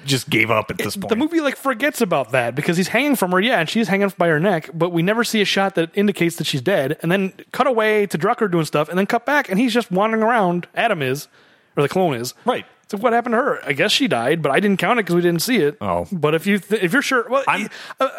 [SPEAKER 1] just gave up at this point.
[SPEAKER 2] The movie like forgets about that because he's hanging from her, yeah, and she's hanging by her neck, but we never see a shot that indicates that she's dead. And then cut away to Drucker doing stuff, and then cut back, and he's just wandering around. Adam is, or the clone is,
[SPEAKER 1] Right.
[SPEAKER 2] So what happened to her? I guess she died, but I didn't count it because we didn't see it.
[SPEAKER 1] Oh.
[SPEAKER 2] but if you th- if you're sure, well, i
[SPEAKER 1] I'm-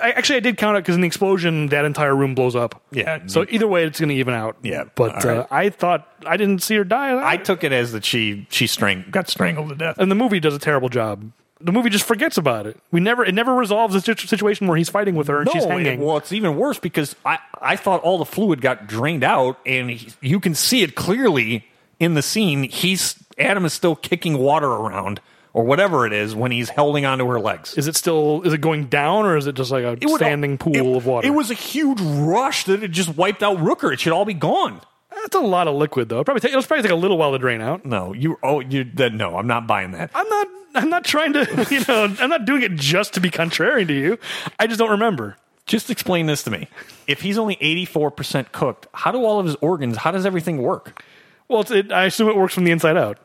[SPEAKER 2] I, actually I did count it because in the explosion that entire room blows up.
[SPEAKER 1] Yeah.
[SPEAKER 2] So either way, it's going to even out.
[SPEAKER 1] Yeah,
[SPEAKER 2] But
[SPEAKER 1] all right.
[SPEAKER 2] uh, I thought I didn't see her die.
[SPEAKER 1] I took it as that she she strang- got strangled to death.
[SPEAKER 2] and the movie does a terrible job. The movie just forgets about it. We never it never resolves the situ- situation where he's fighting with her and she's
[SPEAKER 1] No,
[SPEAKER 2] hanging.
[SPEAKER 1] it- well, it's even worse because I, I thought all the fluid got drained out, and he- you can see it clearly in the scene. He's Adam is still kicking water around or whatever it is when he's holding onto her legs.
[SPEAKER 2] is it still is it going down or is it just like a
[SPEAKER 1] It would-
[SPEAKER 2] standing pool
[SPEAKER 1] it-
[SPEAKER 2] of water?
[SPEAKER 1] It was a huge rush that it just wiped out Rooker. It should all be gone.
[SPEAKER 2] that's a lot of liquid though. It Probably take, it'll probably take a little while to drain out.
[SPEAKER 1] No, you. Oh, you. That, no, I'm not buying that.
[SPEAKER 2] I'm not I'm not trying to [LAUGHS] you know I'm not doing it just to be contrary to you. I just don't remember.
[SPEAKER 1] Just explain this to me. If he's only 84 percent cooked, how do all of his organs? How does everything work?
[SPEAKER 2] Well, it's, it, I assume it works from the inside out.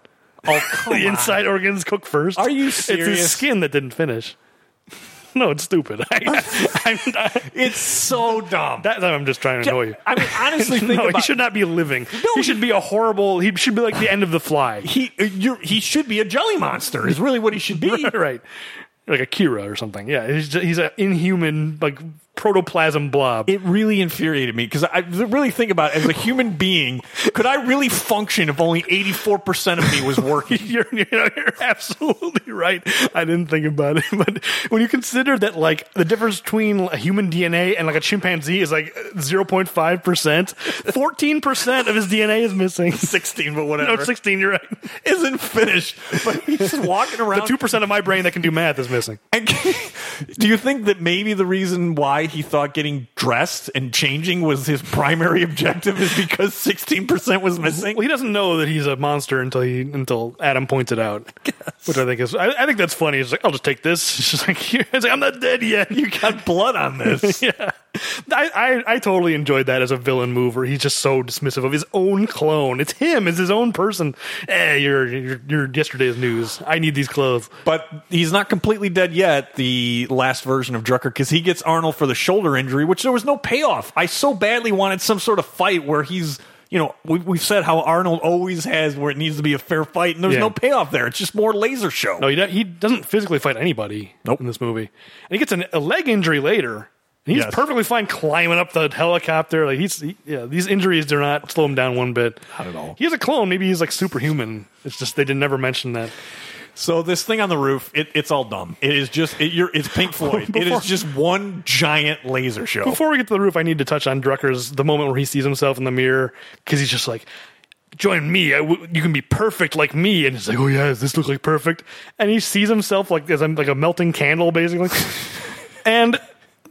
[SPEAKER 1] Oh,
[SPEAKER 2] [LAUGHS]
[SPEAKER 1] come
[SPEAKER 2] The inside organs cook first.
[SPEAKER 1] Are you
[SPEAKER 2] It's his
[SPEAKER 1] serious?
[SPEAKER 2] skin that didn't finish. [LAUGHS] No, it's stupid. [LAUGHS] I, I'm,
[SPEAKER 1] It's so dumb.
[SPEAKER 2] that time I'm just trying to annoy you.
[SPEAKER 1] I mean, honestly, think
[SPEAKER 2] [LAUGHS] no,
[SPEAKER 1] about
[SPEAKER 2] he should not be living. he should be a horrible. He should be like the end of the [LAUGHS] fly,
[SPEAKER 1] he. uh, You're, he should be a jelly monster. Is really what he [LAUGHS] should be.
[SPEAKER 2] right? Like Akira or something. Yeah, he's just, he's an inhuman like protoplasm blob.
[SPEAKER 1] It really infuriated me because I really think about it, as a human being, could I really function if only 84 percent of me was working?
[SPEAKER 2] [LAUGHS] you're, you know, you're absolutely right. I didn't think about it, [LAUGHS] but when you consider that, like, the difference between a human DNA and like a chimpanzee is like 0.5 percent, 14 percent of his DNA is [LAUGHS] missing.
[SPEAKER 1] 16, but whatever.
[SPEAKER 2] No, 16. You're right.
[SPEAKER 1] isn't finished, but he's [LAUGHS] just walking
[SPEAKER 2] [LAUGHS] The
[SPEAKER 1] around.
[SPEAKER 2] two percent of my brain that can do math is missing.
[SPEAKER 1] And [LAUGHS] do you think that maybe the reason why he thought getting dressed and changing was his primary [LAUGHS] objective is because 16% was missing?
[SPEAKER 2] Well, he doesn't know that he's a monster until he until Adam points it out, which I think is I, I think that's funny. He's like, I'll just take this. [LAUGHS] He's just like, he's like I'm not dead yet. You got
[SPEAKER 1] Got blood on this.
[SPEAKER 2] [LAUGHS] yeah. I, I I totally enjoyed that as a villain move where he's just so dismissive of his own clone. It's him. It's his own person. Eh, you're you're, you're yesterday's news. I need these clothes.
[SPEAKER 1] But he's not completely dead yet, the last version of Drucker, because he gets Arnold for the shoulder injury, which there was no payoff. I so badly wanted some sort of fight where he's, you know, we, we've said how Arnold always has where it needs to be a fair fight, and there's
[SPEAKER 2] Yeah.
[SPEAKER 1] no payoff there. It's just more laser show.
[SPEAKER 2] No, he, do- he doesn't physically fight anybody
[SPEAKER 1] Nope.
[SPEAKER 2] in this movie. And he gets an, a leg injury later. And he's
[SPEAKER 1] Yes.
[SPEAKER 2] perfectly fine climbing up the helicopter. Like he's he, yeah, these injuries do not slow him down one bit.
[SPEAKER 1] Not at all.
[SPEAKER 2] He's a clone. Maybe he's like superhuman. It's just they didn't never mention that.
[SPEAKER 1] So this thing on the roof, it, it's all dumb. It is just it, you're, it's Pink Floyd.
[SPEAKER 2] [LAUGHS]
[SPEAKER 1] it
[SPEAKER 2] Before-
[SPEAKER 1] is just one giant laser show.
[SPEAKER 2] Before we get to the roof, I need to touch on Drucker's the moment where he sees himself in the mirror because he's just like, "Join me. I w- you can be perfect like me." And he's like, "Oh yeah, does this look like perfect?" And he sees himself like as I'm like a melting candle, basically. and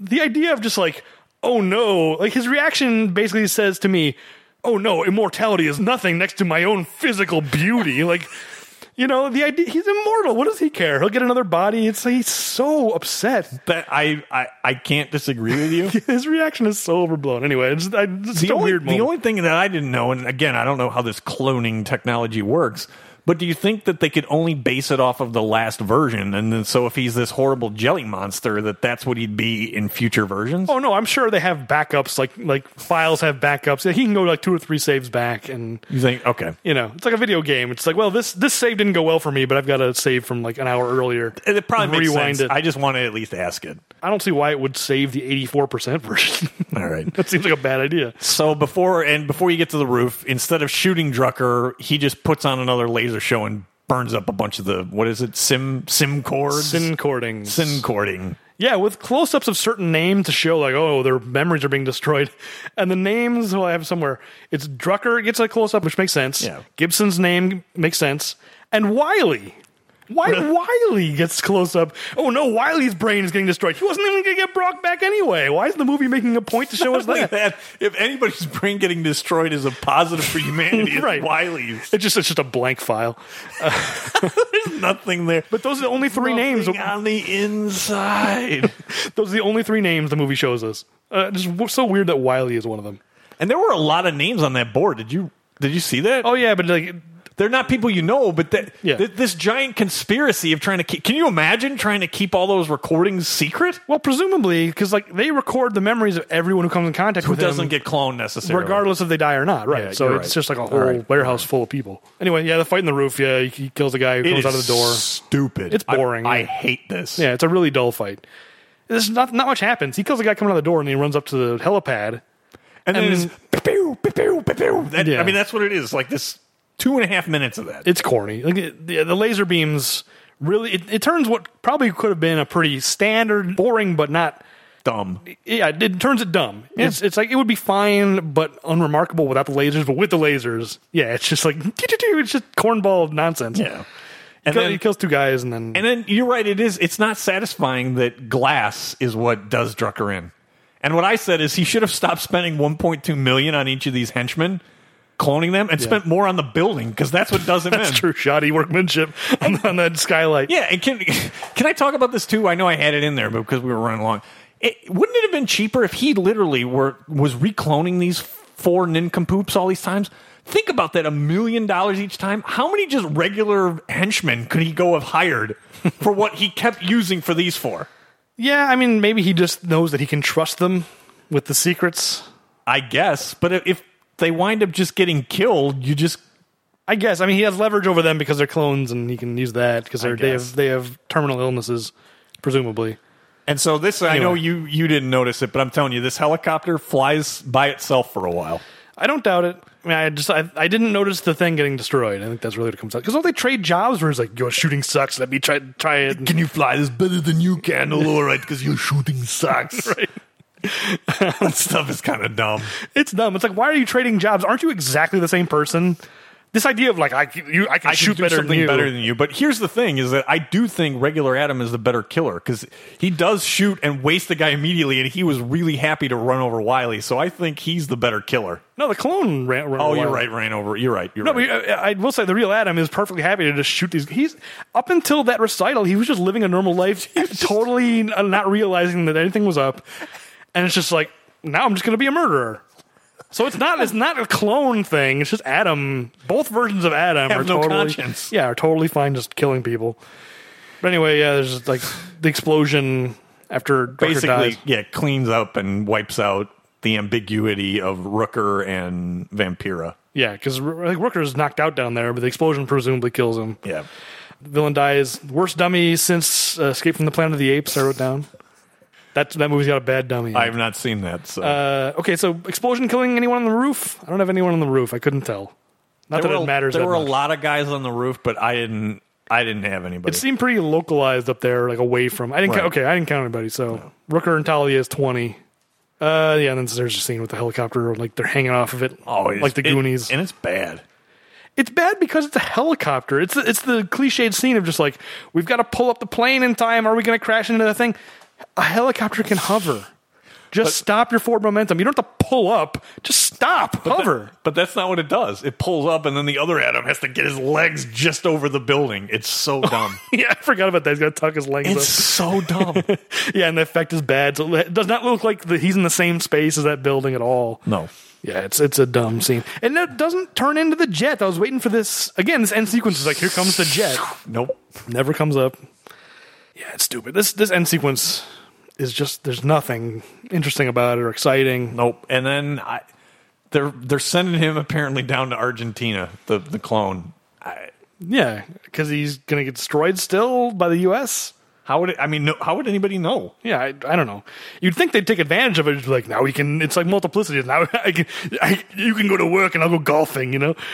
[SPEAKER 2] the idea of just like, "Oh no!" Like his reaction basically says to me, "Oh no, immortality is nothing next to my own physical beauty." like. You know the idea—he's immortal. What does he care? He'll get another body. It's he's so upset
[SPEAKER 1] that I, I I can't disagree with
[SPEAKER 2] [LAUGHS]
[SPEAKER 1] you.
[SPEAKER 2] his reaction is so overblown. Anyway, it's, I, it's
[SPEAKER 1] the
[SPEAKER 2] a
[SPEAKER 1] only,
[SPEAKER 2] weird
[SPEAKER 1] the
[SPEAKER 2] moment.
[SPEAKER 1] only thing that I didn't know, and again, I don't know how this cloning technology works, but do you think that they could only base it off of the last version? And then, so if he's this horrible jelly monster, that that's what he'd be in future versions?
[SPEAKER 2] oh no, I'm sure they have backups. Like like files have backups. He can go like two or three saves back, and
[SPEAKER 1] You think, okay.
[SPEAKER 2] you know it's like a video game. It's like, well, this this save didn't go well for me, but I've got a save from like an hour earlier.
[SPEAKER 1] It probably makes
[SPEAKER 2] Rewind
[SPEAKER 1] sense.
[SPEAKER 2] it.
[SPEAKER 1] I just want to at least ask it.
[SPEAKER 2] I don't see why it would save the 84 percent version. [LAUGHS]
[SPEAKER 1] All right. [LAUGHS]
[SPEAKER 2] that seems like a bad idea.
[SPEAKER 1] So before and before you get to the roof, instead of shooting Drucker, he just puts on another laser show and burns up a bunch of the what is it sim sim cords
[SPEAKER 2] Sin cording.
[SPEAKER 1] cording.
[SPEAKER 2] Yeah, with close ups of certain names to show, like, oh, their memories are being destroyed. [LAUGHS] And the names, well, I have somewhere. It's Drucker gets a close up, which makes sense.
[SPEAKER 1] Yeah.
[SPEAKER 2] Gibson's name makes sense. And Wiley. Why [LAUGHS] Wiley gets close up? Oh no, Wiley's brain is getting destroyed. He wasn't even going to get brought back anyway. Why is the movie making a point to show us
[SPEAKER 1] Look at [LAUGHS]
[SPEAKER 2] [LAUGHS] that?
[SPEAKER 1] that. If anybody's brain getting destroyed is a positive for humanity, [LAUGHS]
[SPEAKER 2] Right.
[SPEAKER 1] it's Wiley's.
[SPEAKER 2] It's just it's just a blank [LAUGHS] file.
[SPEAKER 1] There's nothing there.
[SPEAKER 2] But those are the only three names.
[SPEAKER 1] Nothing on the [LAUGHS] inside.
[SPEAKER 2] Those are the only three names the movie shows us. Uh, just w- so weird that Wiley is one of them.
[SPEAKER 1] and there were a lot of names on that board. Did you did you see that?
[SPEAKER 2] Oh yeah, but like
[SPEAKER 1] they're not people you know, but that
[SPEAKER 2] Yeah.
[SPEAKER 1] th- this giant conspiracy of trying to keep. Can you imagine trying to keep all those recordings secret?
[SPEAKER 2] Well, presumably, because like they record the memories of everyone who comes in contact
[SPEAKER 1] Who
[SPEAKER 2] with them,
[SPEAKER 1] doesn't get cloned necessarily?
[SPEAKER 2] regardless if they die or not, right?
[SPEAKER 1] Yeah,
[SPEAKER 2] so
[SPEAKER 1] you're
[SPEAKER 2] it's
[SPEAKER 1] right.
[SPEAKER 2] just like a
[SPEAKER 1] All
[SPEAKER 2] whole
[SPEAKER 1] right.
[SPEAKER 2] warehouse full of people. Anyway, yeah, the fight in the roof. Yeah, he, he kills the guy who
[SPEAKER 1] It
[SPEAKER 2] comes out
[SPEAKER 1] is
[SPEAKER 2] of the door.
[SPEAKER 1] Stupid.
[SPEAKER 2] It's
[SPEAKER 1] I-
[SPEAKER 2] boring,
[SPEAKER 1] I,
[SPEAKER 2] yeah.
[SPEAKER 1] hate this.
[SPEAKER 2] Yeah, it's a really dull fight. There's not not much happens. He kills the guy coming out the door, and he runs up to the helipad.
[SPEAKER 1] And, then
[SPEAKER 2] and-
[SPEAKER 1] it's pew, pew, pew, pew, pew. That,
[SPEAKER 2] Yeah.
[SPEAKER 1] I mean, that's what it is. Like this two and a half minutes of that.
[SPEAKER 2] It's corny. Like it- the, the laser beams really. It, it turns what probably could have been a pretty standard, boring, but not.
[SPEAKER 1] dumb.
[SPEAKER 2] Yeah, it, it turns it dumb. It's it's like it would be fine, but unremarkable without the lasers. But with the lasers, yeah, it's just like [LAUGHS] it's just cornball
[SPEAKER 1] [LAUGHS]
[SPEAKER 2] nonsense.
[SPEAKER 1] Yeah. And
[SPEAKER 2] Kill-
[SPEAKER 1] then,
[SPEAKER 2] he kills two guys, and then [LAUGHS]
[SPEAKER 1] and then you're right. It is. It's not satisfying that glass is what does Drucker in. And what I said is he should have stopped spending 1.2 million on each of these henchmen, cloning them, and spent more on the building because [LAUGHS] that's what does him
[SPEAKER 2] that's
[SPEAKER 1] in.
[SPEAKER 2] true shoddy workmanship [LAUGHS] on, on that skylight.
[SPEAKER 1] Yeah, and can [LAUGHS] can I talk about this too? I know I had it in there, but because we were running long, it, wouldn't it have been cheaper if he literally were was recloning these four nincompoops all these times? Think about that—a million dollars each time. How many just regular henchmen could he go have hired for what he kept using for these four?
[SPEAKER 2] Yeah, I mean, maybe he just knows that he can trust them with the secrets.
[SPEAKER 1] I guess, but if- if they wind up just getting killed, you just
[SPEAKER 2] I guess. I mean, he has leverage over them because they're clones, and he can use that because they're they
[SPEAKER 1] guess.
[SPEAKER 2] have they have terminal illnesses, presumably.
[SPEAKER 1] and so this. I know
[SPEAKER 2] Anyway.
[SPEAKER 1] you you didn't notice it, but I'm telling you, this helicopter flies by itself for a while. [LAUGHS]
[SPEAKER 2] I don't doubt it. I mean, I just I, I didn't notice the thing getting destroyed. I think that's really what it comes out because don't they trade jobs where he's like, "Your shooting sucks. Let me try try it."
[SPEAKER 1] Can you fly this better than you
[SPEAKER 2] [LAUGHS]
[SPEAKER 1] can? Oh, all right, because your shooting sucks. that stuff is kind of dumb.
[SPEAKER 2] It's dumb. It's like, why are you trading jobs? Aren't you exactly the same person? This idea of like, I c- you I can
[SPEAKER 1] I
[SPEAKER 2] shoot
[SPEAKER 1] shoot do
[SPEAKER 2] better than
[SPEAKER 1] something
[SPEAKER 2] you.
[SPEAKER 1] better than you. But here's the thing: is that I do think regular Adam is the better killer because he does shoot and waste the guy immediately, and he was really happy to run over Wiley. So I think he's the better killer.
[SPEAKER 2] no, the clone ran. ran
[SPEAKER 1] Oh,
[SPEAKER 2] away.
[SPEAKER 1] you're right, ran over. You're right. You're
[SPEAKER 2] No,
[SPEAKER 1] right.
[SPEAKER 2] but uh, I will say the real Adam is perfectly happy to just shoot these. He's up until that recital, he was just living a normal life,
[SPEAKER 1] [LAUGHS]
[SPEAKER 2] totally n- not realizing that anything was up, and it's just like now I'm just going to be a murderer. So it's not it's not a clone thing. It's just Adam. Both versions of Adam
[SPEAKER 1] Have
[SPEAKER 2] are
[SPEAKER 1] no
[SPEAKER 2] totally
[SPEAKER 1] conscience.
[SPEAKER 2] yeah are totally fine just killing people. But anyway, yeah, there's just like the explosion after Drucker
[SPEAKER 1] Basically,
[SPEAKER 2] dies.
[SPEAKER 1] yeah, cleans up and wipes out the ambiguity of Rooker and Vampira.
[SPEAKER 2] Yeah, because like Rooker's knocked out down there, but the explosion presumably kills him.
[SPEAKER 1] Yeah.
[SPEAKER 2] villain dies. Worst dummy since uh, Escape from the Planet of the Apes. I wrote down. That that movie's got a bad dummy.
[SPEAKER 1] I've not seen that. So
[SPEAKER 2] uh, okay, so explosion killing anyone on the roof? I don't have anyone on the roof. I couldn't tell. Not that it matters.
[SPEAKER 1] There
[SPEAKER 2] that
[SPEAKER 1] were
[SPEAKER 2] much.
[SPEAKER 1] a lot of guys on the roof, but I didn't. I didn't have anybody.
[SPEAKER 2] It seemed pretty localized up there, like away from. I didn't.
[SPEAKER 1] Right.
[SPEAKER 2] count Okay, I didn't count anybody. So Rooker and Talia is twenty. Uh, yeah, and then there's a scene with the helicopter, like they're hanging off of Oh, it,
[SPEAKER 1] it's-
[SPEAKER 2] like the
[SPEAKER 1] Oh, it-
[SPEAKER 2] Goonies.
[SPEAKER 1] and it's bad.
[SPEAKER 2] it's bad because it's a helicopter. It's it's the cliched scene of just like we've got to pull up the plane in time. Are we going to crash into the thing? A helicopter can hover. Just stop your forward momentum. You don't have to pull up. Just stop, hover.
[SPEAKER 1] [LAUGHS]
[SPEAKER 2] [LAUGHS]
[SPEAKER 1] But that's not what it does. It pulls up, and then the other Adam has to get his legs just over the building. It's [LAUGHS] so dumb.
[SPEAKER 2] yeah, I forgot about that. He's got to tuck his legs
[SPEAKER 1] it's so dumb.
[SPEAKER 2] up. Yeah, and the effect is bad. So it does not look like the, he's in the same space as that building at all.
[SPEAKER 1] [LAUGHS] No.
[SPEAKER 2] Yeah, it's it's a dumb scene, and it doesn't turn into the jet. I was waiting for this again. This end sequence is like here comes the jet.
[SPEAKER 1] Nope.
[SPEAKER 2] never comes up. Yeah, it's stupid. This this end sequence is just there's nothing interesting about it or exciting.
[SPEAKER 1] Nope. And then I, they're they're sending him apparently down to Argentina. The the clone. I,
[SPEAKER 2] Yeah, because he's gonna get destroyed still by the U.S.
[SPEAKER 1] how would it, I mean? No, how would anybody know?
[SPEAKER 2] Yeah, I, I don't know. You'd think they'd take advantage of it. Just Like now we can. It's like multiplicity. Now [LAUGHS] I can. I, you can go to work and I'll go golfing. You know. [LAUGHS]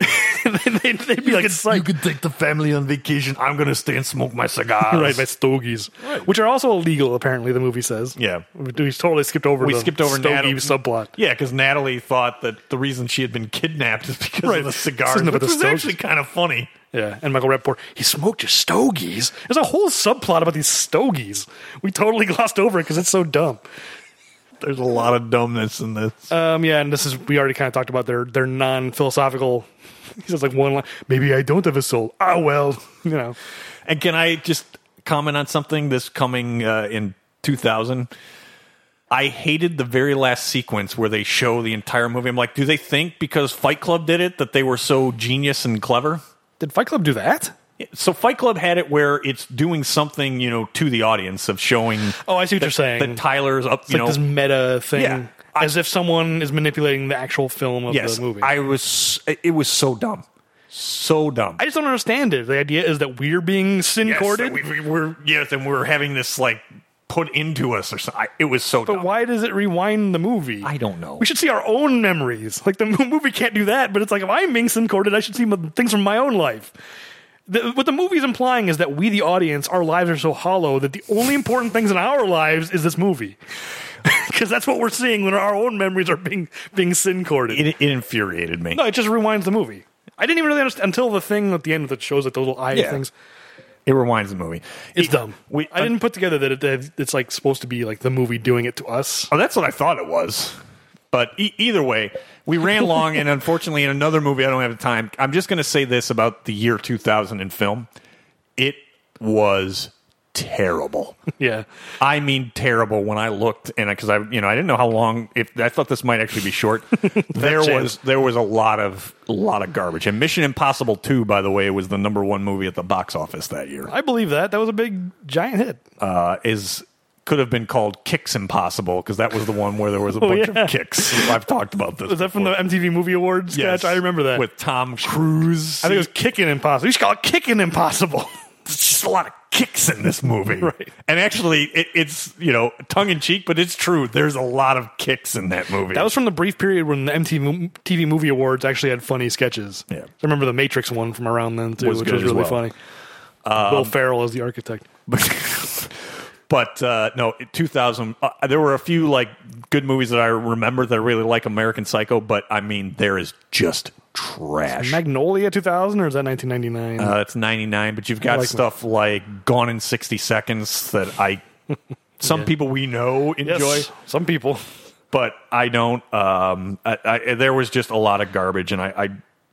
[SPEAKER 2] they'd, they'd be like, it's like
[SPEAKER 1] could take the family on vacation. I'm gonna stay and smoke my [LAUGHS] cigars.
[SPEAKER 2] right, "Ah, my stogies, which are also illegal. Apparently, the movie says.
[SPEAKER 1] Yeah.
[SPEAKER 2] we, we totally skipped over.
[SPEAKER 1] We
[SPEAKER 2] the
[SPEAKER 1] skipped over
[SPEAKER 2] stogie
[SPEAKER 1] Natalie-
[SPEAKER 2] subplot.
[SPEAKER 1] Yeah, because Natalie thought that the reason she had been kidnapped is because
[SPEAKER 2] Right.
[SPEAKER 1] of the
[SPEAKER 2] This
[SPEAKER 1] cigars,
[SPEAKER 2] isn't
[SPEAKER 1] which
[SPEAKER 2] about the
[SPEAKER 1] was
[SPEAKER 2] stogies.
[SPEAKER 1] actually kind of funny.
[SPEAKER 2] Yeah, and Michael Rapport, he smoked your stogies. There's a whole subplot about these stogies. We totally [LAUGHS] glossed over it because it's so dumb.
[SPEAKER 1] There's a lot of dumbness in this.
[SPEAKER 2] Um, yeah, and this is we already kind of talked about their their non philosophical. [LAUGHS] He says like one line, maybe I don't have a soul. Ah, well, [LAUGHS] you know.
[SPEAKER 1] and can I just comment on something? This coming uh, in 2000, I hated the very last sequence where they show the entire movie. I'm like, do they think because Fight Club did it that they were so genius and clever?
[SPEAKER 2] Did Fight Club do that?
[SPEAKER 1] So Fight Club had it where it's doing something, you know, to the audience of showing
[SPEAKER 2] Oh, I see what you're saying.
[SPEAKER 1] that Tyler's up,
[SPEAKER 2] it's
[SPEAKER 1] you
[SPEAKER 2] like
[SPEAKER 1] know,
[SPEAKER 2] this meta thing,
[SPEAKER 1] Yeah, I-
[SPEAKER 2] as if someone is manipulating the actual film of
[SPEAKER 1] yes.
[SPEAKER 2] the movie.
[SPEAKER 1] I was, it was so dumb, so dumb.
[SPEAKER 2] I just don't understand it. The idea is that we're being sin
[SPEAKER 1] Yes,
[SPEAKER 2] courted.
[SPEAKER 1] we, we were yes, and we were having this like put into us or something. I- It was so
[SPEAKER 2] But
[SPEAKER 1] dumb.
[SPEAKER 2] why does it rewind the movie?
[SPEAKER 1] I don't know.
[SPEAKER 2] We should see our own memories. Like the mo- movie can't do that, but it's like if I'm being sin courted, I should see m- things from my own life. The, what the movie's implying is that we, the audience, our lives are so hollow that the only important things in our lives is this movie, [LAUGHS] because that's what we're seeing when our own memories are being being sin courted.
[SPEAKER 1] It, it infuriated me.
[SPEAKER 2] No, it just rewinds the movie. I didn't even really understand until the thing at the end that shows like those little eye
[SPEAKER 1] Yeah.
[SPEAKER 2] things.
[SPEAKER 1] It rewinds the movie.
[SPEAKER 2] It's
[SPEAKER 1] It-
[SPEAKER 2] dumb.
[SPEAKER 1] We,
[SPEAKER 2] I didn't put together that, it, that it's like supposed to be like the movie doing it to us.
[SPEAKER 1] Oh, that's what I thought it was. But e- either way, we ran
[SPEAKER 2] [LAUGHS]
[SPEAKER 1] long, and unfortunately, in another movie, I don't have the time. I'm just going to say this about the year 2000 in film. It was
[SPEAKER 2] [LAUGHS]
[SPEAKER 1] terrible.
[SPEAKER 2] Yeah,
[SPEAKER 1] I mean, terrible. When I looked, and because I, you know, I didn't know how long. If I thought this might actually be
[SPEAKER 2] [LAUGHS]
[SPEAKER 1] short, there
[SPEAKER 2] chance.
[SPEAKER 1] was there was a lot of a lot of garbage. And Mission Impossible Two, by the way, was the number one movie at the box office that year.
[SPEAKER 2] I believe that. That was a big giant hit.
[SPEAKER 1] Uh, is could have been called Kicks Impossible because that was the one where there was a bunch
[SPEAKER 2] Oh, yeah.
[SPEAKER 1] of kicks. I've talked about this.
[SPEAKER 2] Was that from the MTV Movie Awards
[SPEAKER 1] Yes.
[SPEAKER 2] sketch? I remember that.
[SPEAKER 1] with Tom Cruise.
[SPEAKER 2] I think it was Kicking Impossible. You should call it Kicking Impossible. [LAUGHS]
[SPEAKER 1] There's just a lot of kicks in this movie,
[SPEAKER 2] Right.
[SPEAKER 1] And actually, it, it's you know tongue in cheek, but it's true. There's a lot of kicks in that movie.
[SPEAKER 2] That was from the brief period when the MTV mo- TV Movie Awards actually had funny sketches.
[SPEAKER 1] Yeah.
[SPEAKER 2] I remember the Matrix one from around then too,
[SPEAKER 1] Was
[SPEAKER 2] which
[SPEAKER 1] good
[SPEAKER 2] was
[SPEAKER 1] as
[SPEAKER 2] really
[SPEAKER 1] well.
[SPEAKER 2] funny. Will Ferrell is the architect.
[SPEAKER 1] [LAUGHS] but, but uh, no, 2000. Uh, there were a few like good movies that I remember that I really like. American Psycho, but I mean, there is just trash.
[SPEAKER 2] Magnolia 2000 or is that 1999?
[SPEAKER 1] Uh, it's 99, but you've got
[SPEAKER 2] like
[SPEAKER 1] stuff like Gone in 60 Seconds that
[SPEAKER 2] [LAUGHS]
[SPEAKER 1] I, some people we know
[SPEAKER 2] Yes,
[SPEAKER 1] enjoy,
[SPEAKER 2] Some people.
[SPEAKER 1] but I don't. Um, I, I, there was just a lot of garbage, and I, I,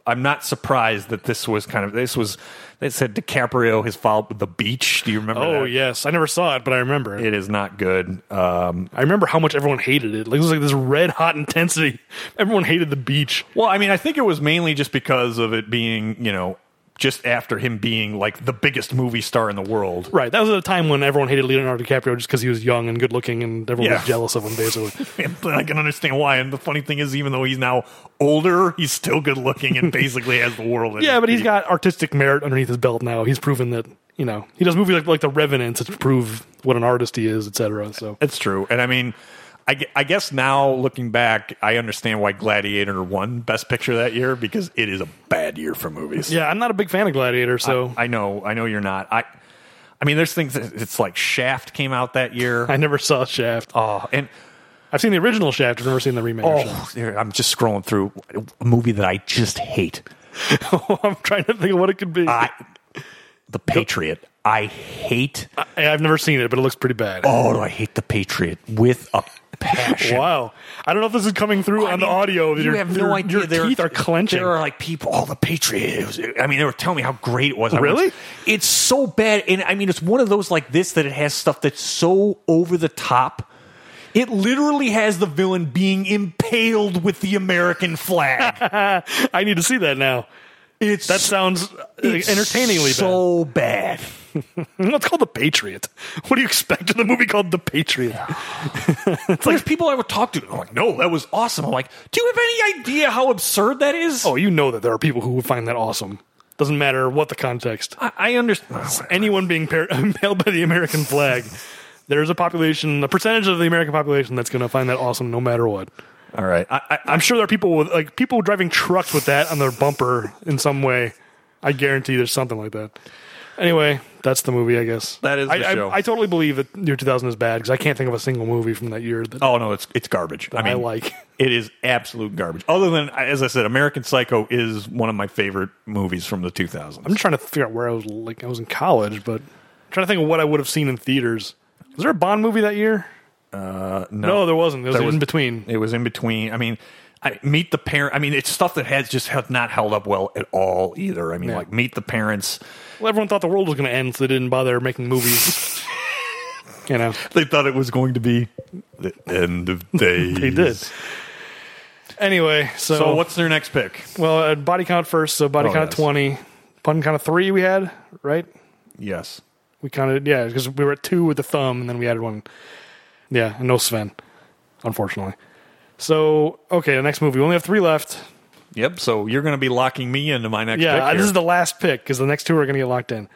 [SPEAKER 1] I'm not surprised that this was kind of this was. They said DiCaprio has followed with the beach. Do you remember?
[SPEAKER 2] Oh
[SPEAKER 1] that?
[SPEAKER 2] yes, I never saw it, but I remember it.
[SPEAKER 1] It is not good. Um,
[SPEAKER 2] I remember how much everyone hated it. Like it was like this red hot intensity. Everyone hated the beach.
[SPEAKER 1] well, I mean, I think it was mainly just because of it being, you know, just after him being like the biggest movie star in the world.
[SPEAKER 2] Right, that was at a time when everyone hated Leonardo DiCaprio just because he was young and good looking, and everyone
[SPEAKER 1] Yeah.
[SPEAKER 2] was jealous of him. Basically,
[SPEAKER 1] And [LAUGHS] I can understand why. And the funny thing is, even though he's now older, he's still good looking and basically has the world. in
[SPEAKER 2] yeah,
[SPEAKER 1] his
[SPEAKER 2] but he's
[SPEAKER 1] feet.
[SPEAKER 2] got artistic merit underneath his belt now. He's proven that you know he does movies like like The Revenant to prove what an artist he is, etc. So
[SPEAKER 1] That's true. And I mean, I, gue- I guess now looking back, I understand why Gladiator won Best Picture that year because it is a bad year for movies.
[SPEAKER 2] yeah, I'm not a big fan of Gladiator. So
[SPEAKER 1] I know, I know you're not. I, I mean, there's things. that- It's like Shaft came out that year.
[SPEAKER 2] I, never saw Shaft.
[SPEAKER 1] oh, and
[SPEAKER 2] I've seen the original Shaft. I've never seen the remake. [LAUGHS] of Shaft.
[SPEAKER 1] oh, there- I'm just scrolling through a movie that I just hate.
[SPEAKER 2] I'm trying to think of what it could be.
[SPEAKER 1] I, the Patriot. I hate.
[SPEAKER 2] I, I've never seen it, but it looks pretty bad.
[SPEAKER 1] Oh, do I hate the Patriot with a passion.
[SPEAKER 2] Wow. I don't know if this is coming through on the audio.
[SPEAKER 1] You
[SPEAKER 2] your,
[SPEAKER 1] have no
[SPEAKER 2] your-
[SPEAKER 1] idea.
[SPEAKER 2] Your
[SPEAKER 1] There-
[SPEAKER 2] teeth are clenching.
[SPEAKER 1] There are like people, all the Patriots. I mean, they were telling me how great it was. I
[SPEAKER 2] Really?
[SPEAKER 1] went- it's so bad. And I mean, it's one of those like this that it has stuff that's so over the top. It literally has the villain being impaled with the American
[SPEAKER 2] [LAUGHS]
[SPEAKER 1] flag.
[SPEAKER 2] [LAUGHS] I need to see that now.
[SPEAKER 1] It's
[SPEAKER 2] That sounds uh,
[SPEAKER 1] it's
[SPEAKER 2] entertainingly
[SPEAKER 1] so bad.
[SPEAKER 2] bad. Well, [LAUGHS] It's called The Patriot. What do you expect in a movie called The Patriot?
[SPEAKER 1] It's like people I would talk to. I'm like, no, that was awesome. I'm like, do you have any idea how absurd that is?
[SPEAKER 2] Oh, you know that there are people who would find that awesome. Doesn't matter what the context.
[SPEAKER 1] I, I understand.
[SPEAKER 2] Anyone being par- [LAUGHS] impaled by the American flag. There's a population, a percentage of the American population that's going to find that awesome no matter what.
[SPEAKER 1] All right, I, I,
[SPEAKER 2] I'm sure there are people with like people driving trucks with that on their bumper in some way. I guarantee there's something like that. Anyway, that's the movie, I guess.
[SPEAKER 1] That is the
[SPEAKER 2] I, I-
[SPEAKER 1] show.
[SPEAKER 2] I, totally believe that year 2000 is bad because I can't think of a single movie from that year that
[SPEAKER 1] Oh no, it's it's garbage. I
[SPEAKER 2] I,
[SPEAKER 1] mean,
[SPEAKER 2] like. [LAUGHS]
[SPEAKER 1] it is absolute garbage. Other than as I said, American Psycho is one of my favorite movies from the 2000s.
[SPEAKER 2] I'm trying to figure out where I was. Like I was in college, but I'm trying to think of what I would have seen in theaters. Was there a Bond movie that year?
[SPEAKER 1] Uh,
[SPEAKER 2] No, there wasn't. It was
[SPEAKER 1] There
[SPEAKER 2] in
[SPEAKER 1] was-
[SPEAKER 2] between.
[SPEAKER 1] It was in between. I mean, I, Meet the Parent. I mean, it's stuff that has just have not held up well at all either. I mean, like Meet the Parents. [LAUGHS]
[SPEAKER 2] Well, everyone thought the world was going to end, so they didn't bother making movies. You know,
[SPEAKER 1] They thought it was going to be the end of days.
[SPEAKER 2] [LAUGHS] they did. Anyway, so,
[SPEAKER 1] So what's their next pick?
[SPEAKER 2] well, uh, body count first. So body
[SPEAKER 1] Oh,
[SPEAKER 2] count
[SPEAKER 1] yes.
[SPEAKER 2] twenty, pun count of three. We had right.
[SPEAKER 1] Yes.
[SPEAKER 2] We counted yeah because we were at two with the thumb and then we added one. Yeah, and no Sven, unfortunately. So okay, the next movie. We only have three left.
[SPEAKER 1] Yep. So you're going to be locking me into my next pick.
[SPEAKER 2] Yeah,
[SPEAKER 1] here.
[SPEAKER 2] this is the last pick because the next two are going to get locked in.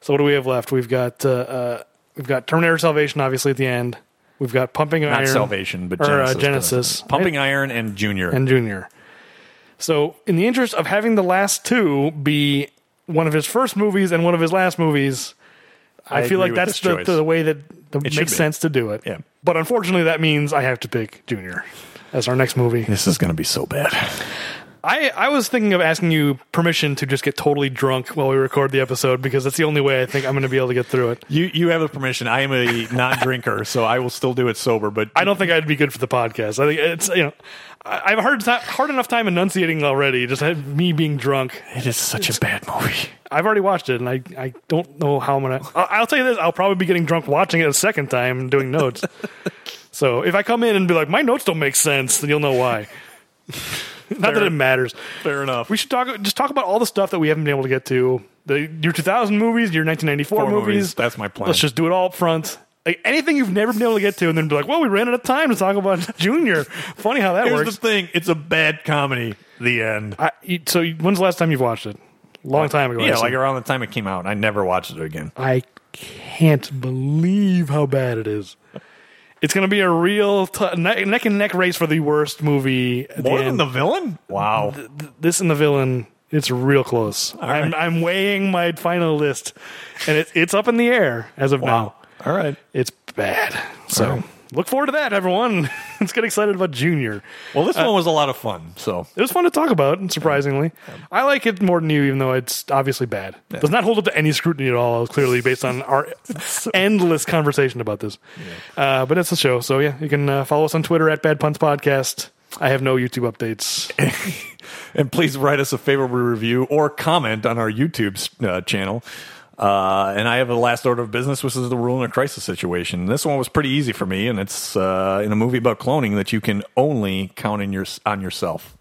[SPEAKER 2] So what do we have left? We've got uh, uh, we've got Terminator Salvation, obviously at the end. We've got Pumping
[SPEAKER 1] not
[SPEAKER 2] Iron,
[SPEAKER 1] Salvation, but
[SPEAKER 2] or, uh,
[SPEAKER 1] Genesis.
[SPEAKER 2] Genesis.
[SPEAKER 1] Pumping Iron and Junior.
[SPEAKER 2] and Junior. So in the interest of having the last two be one of his first movies and one of his last movies,
[SPEAKER 1] I
[SPEAKER 2] I, feel
[SPEAKER 1] agree
[SPEAKER 2] like
[SPEAKER 1] with this
[SPEAKER 2] that's the,
[SPEAKER 1] choice.
[SPEAKER 2] the way that the,
[SPEAKER 1] It should
[SPEAKER 2] makes
[SPEAKER 1] be.
[SPEAKER 2] sense to do it.
[SPEAKER 1] Yeah.
[SPEAKER 2] But unfortunately, that means I have to pick Junior as our next movie.
[SPEAKER 1] this is going to be so bad.
[SPEAKER 2] I, I was thinking of asking you permission to just get totally drunk while we record the episode because that's the only way I think I'm going to be able to get through it.
[SPEAKER 1] You you have the permission. I am a [LAUGHS] non-drinker, so I will still do it sober. But
[SPEAKER 2] I don't think I'd be good for the podcast. I think it's you know I, I've hard ti- hard enough time enunciating already. Just had me being drunk.
[SPEAKER 1] it is such a bad movie.
[SPEAKER 2] I've already watched it, and I, I don't know how I'm gonna. I- I'll tell you this: I'll probably be getting drunk watching it a second time and doing notes. so if I come in and be like, my notes don't make sense, then you'll know why. [LAUGHS] Not that it matters.
[SPEAKER 1] Fair enough.
[SPEAKER 2] We should talk just talk about all the stuff that we haven't been able to get to. The your 2000 movies, your 1994
[SPEAKER 1] Four
[SPEAKER 2] movies.
[SPEAKER 1] movies. That's my plan.
[SPEAKER 2] Let's just do it all up front. Like anything you've never been able to get to, and then be like, "Well, we ran out of time to talk about [LAUGHS] Junior." Funny how that
[SPEAKER 1] Here's
[SPEAKER 2] works.
[SPEAKER 1] the thing: it's a bad comedy. The end.
[SPEAKER 2] I, you- so when's the last time you've watched it? Long time ago. I
[SPEAKER 1] yeah,
[SPEAKER 2] assume.
[SPEAKER 1] like around the time it came out, I never watched it again.
[SPEAKER 2] I can't believe how bad it is. It's going to be a real t- neck neck and neck race for the worst movie. at
[SPEAKER 1] More than
[SPEAKER 2] end.
[SPEAKER 1] the villain? Wow.
[SPEAKER 2] this and the villain. It's real close. I'm
[SPEAKER 1] right.
[SPEAKER 2] I'm weighing my final list, and it, it's up in the air as of now.
[SPEAKER 1] All right.
[SPEAKER 2] It's bad. So
[SPEAKER 1] All right.
[SPEAKER 2] look forward to that, everyone. [LAUGHS] Let's get excited about Junior.
[SPEAKER 1] Well, this one was a lot of fun. So
[SPEAKER 2] It was fun to talk about, surprisingly. I like it more than you, even though it's obviously bad. Does not hold up to any scrutiny at all, clearly, based
[SPEAKER 1] [LAUGHS]
[SPEAKER 2] on our endless conversation about this. Uh, but it's the show. So, yeah, you can uh, follow us on Twitter at Bad Puns Podcast. I have no YouTube updates.
[SPEAKER 1] and please write us a favorable review or comment on our YouTube uh, channel. Uh, and I have a last order of business, which is the rule in a crisis situation. This one was pretty easy for me, and it's uh, in a movie about cloning that you can only count in your on yourself.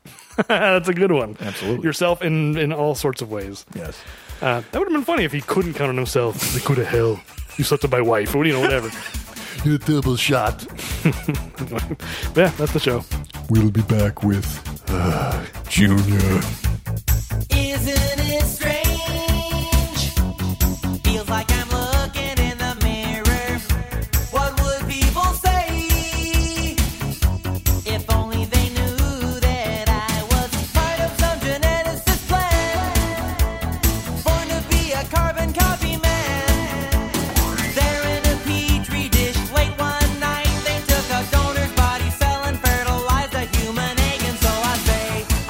[SPEAKER 2] [LAUGHS] That's a good one.
[SPEAKER 1] Absolutely.
[SPEAKER 2] Yourself in, in all sorts of ways.
[SPEAKER 1] Yes.
[SPEAKER 2] Uh, that would have been funny if he couldn't count on himself. They could have hell. You slept with my wife, or you know, whatever.
[SPEAKER 6] You're a double shot.
[SPEAKER 2] yeah, that's the show.
[SPEAKER 6] We'll be back with uh, Junior.
[SPEAKER 7] Isn't it strange? Feels like I'm looking in the mirror. What would people say? If only they knew that I was part of some geneticist plan. Born to be a carbon copy man. There in a petri dish, late one night, they took a donor's body cell and fertilized a human egg. And so I say,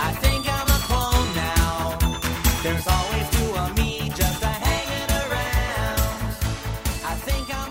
[SPEAKER 7] I think I'm a clone now. There's always two of me just a hanging around. I think I'm a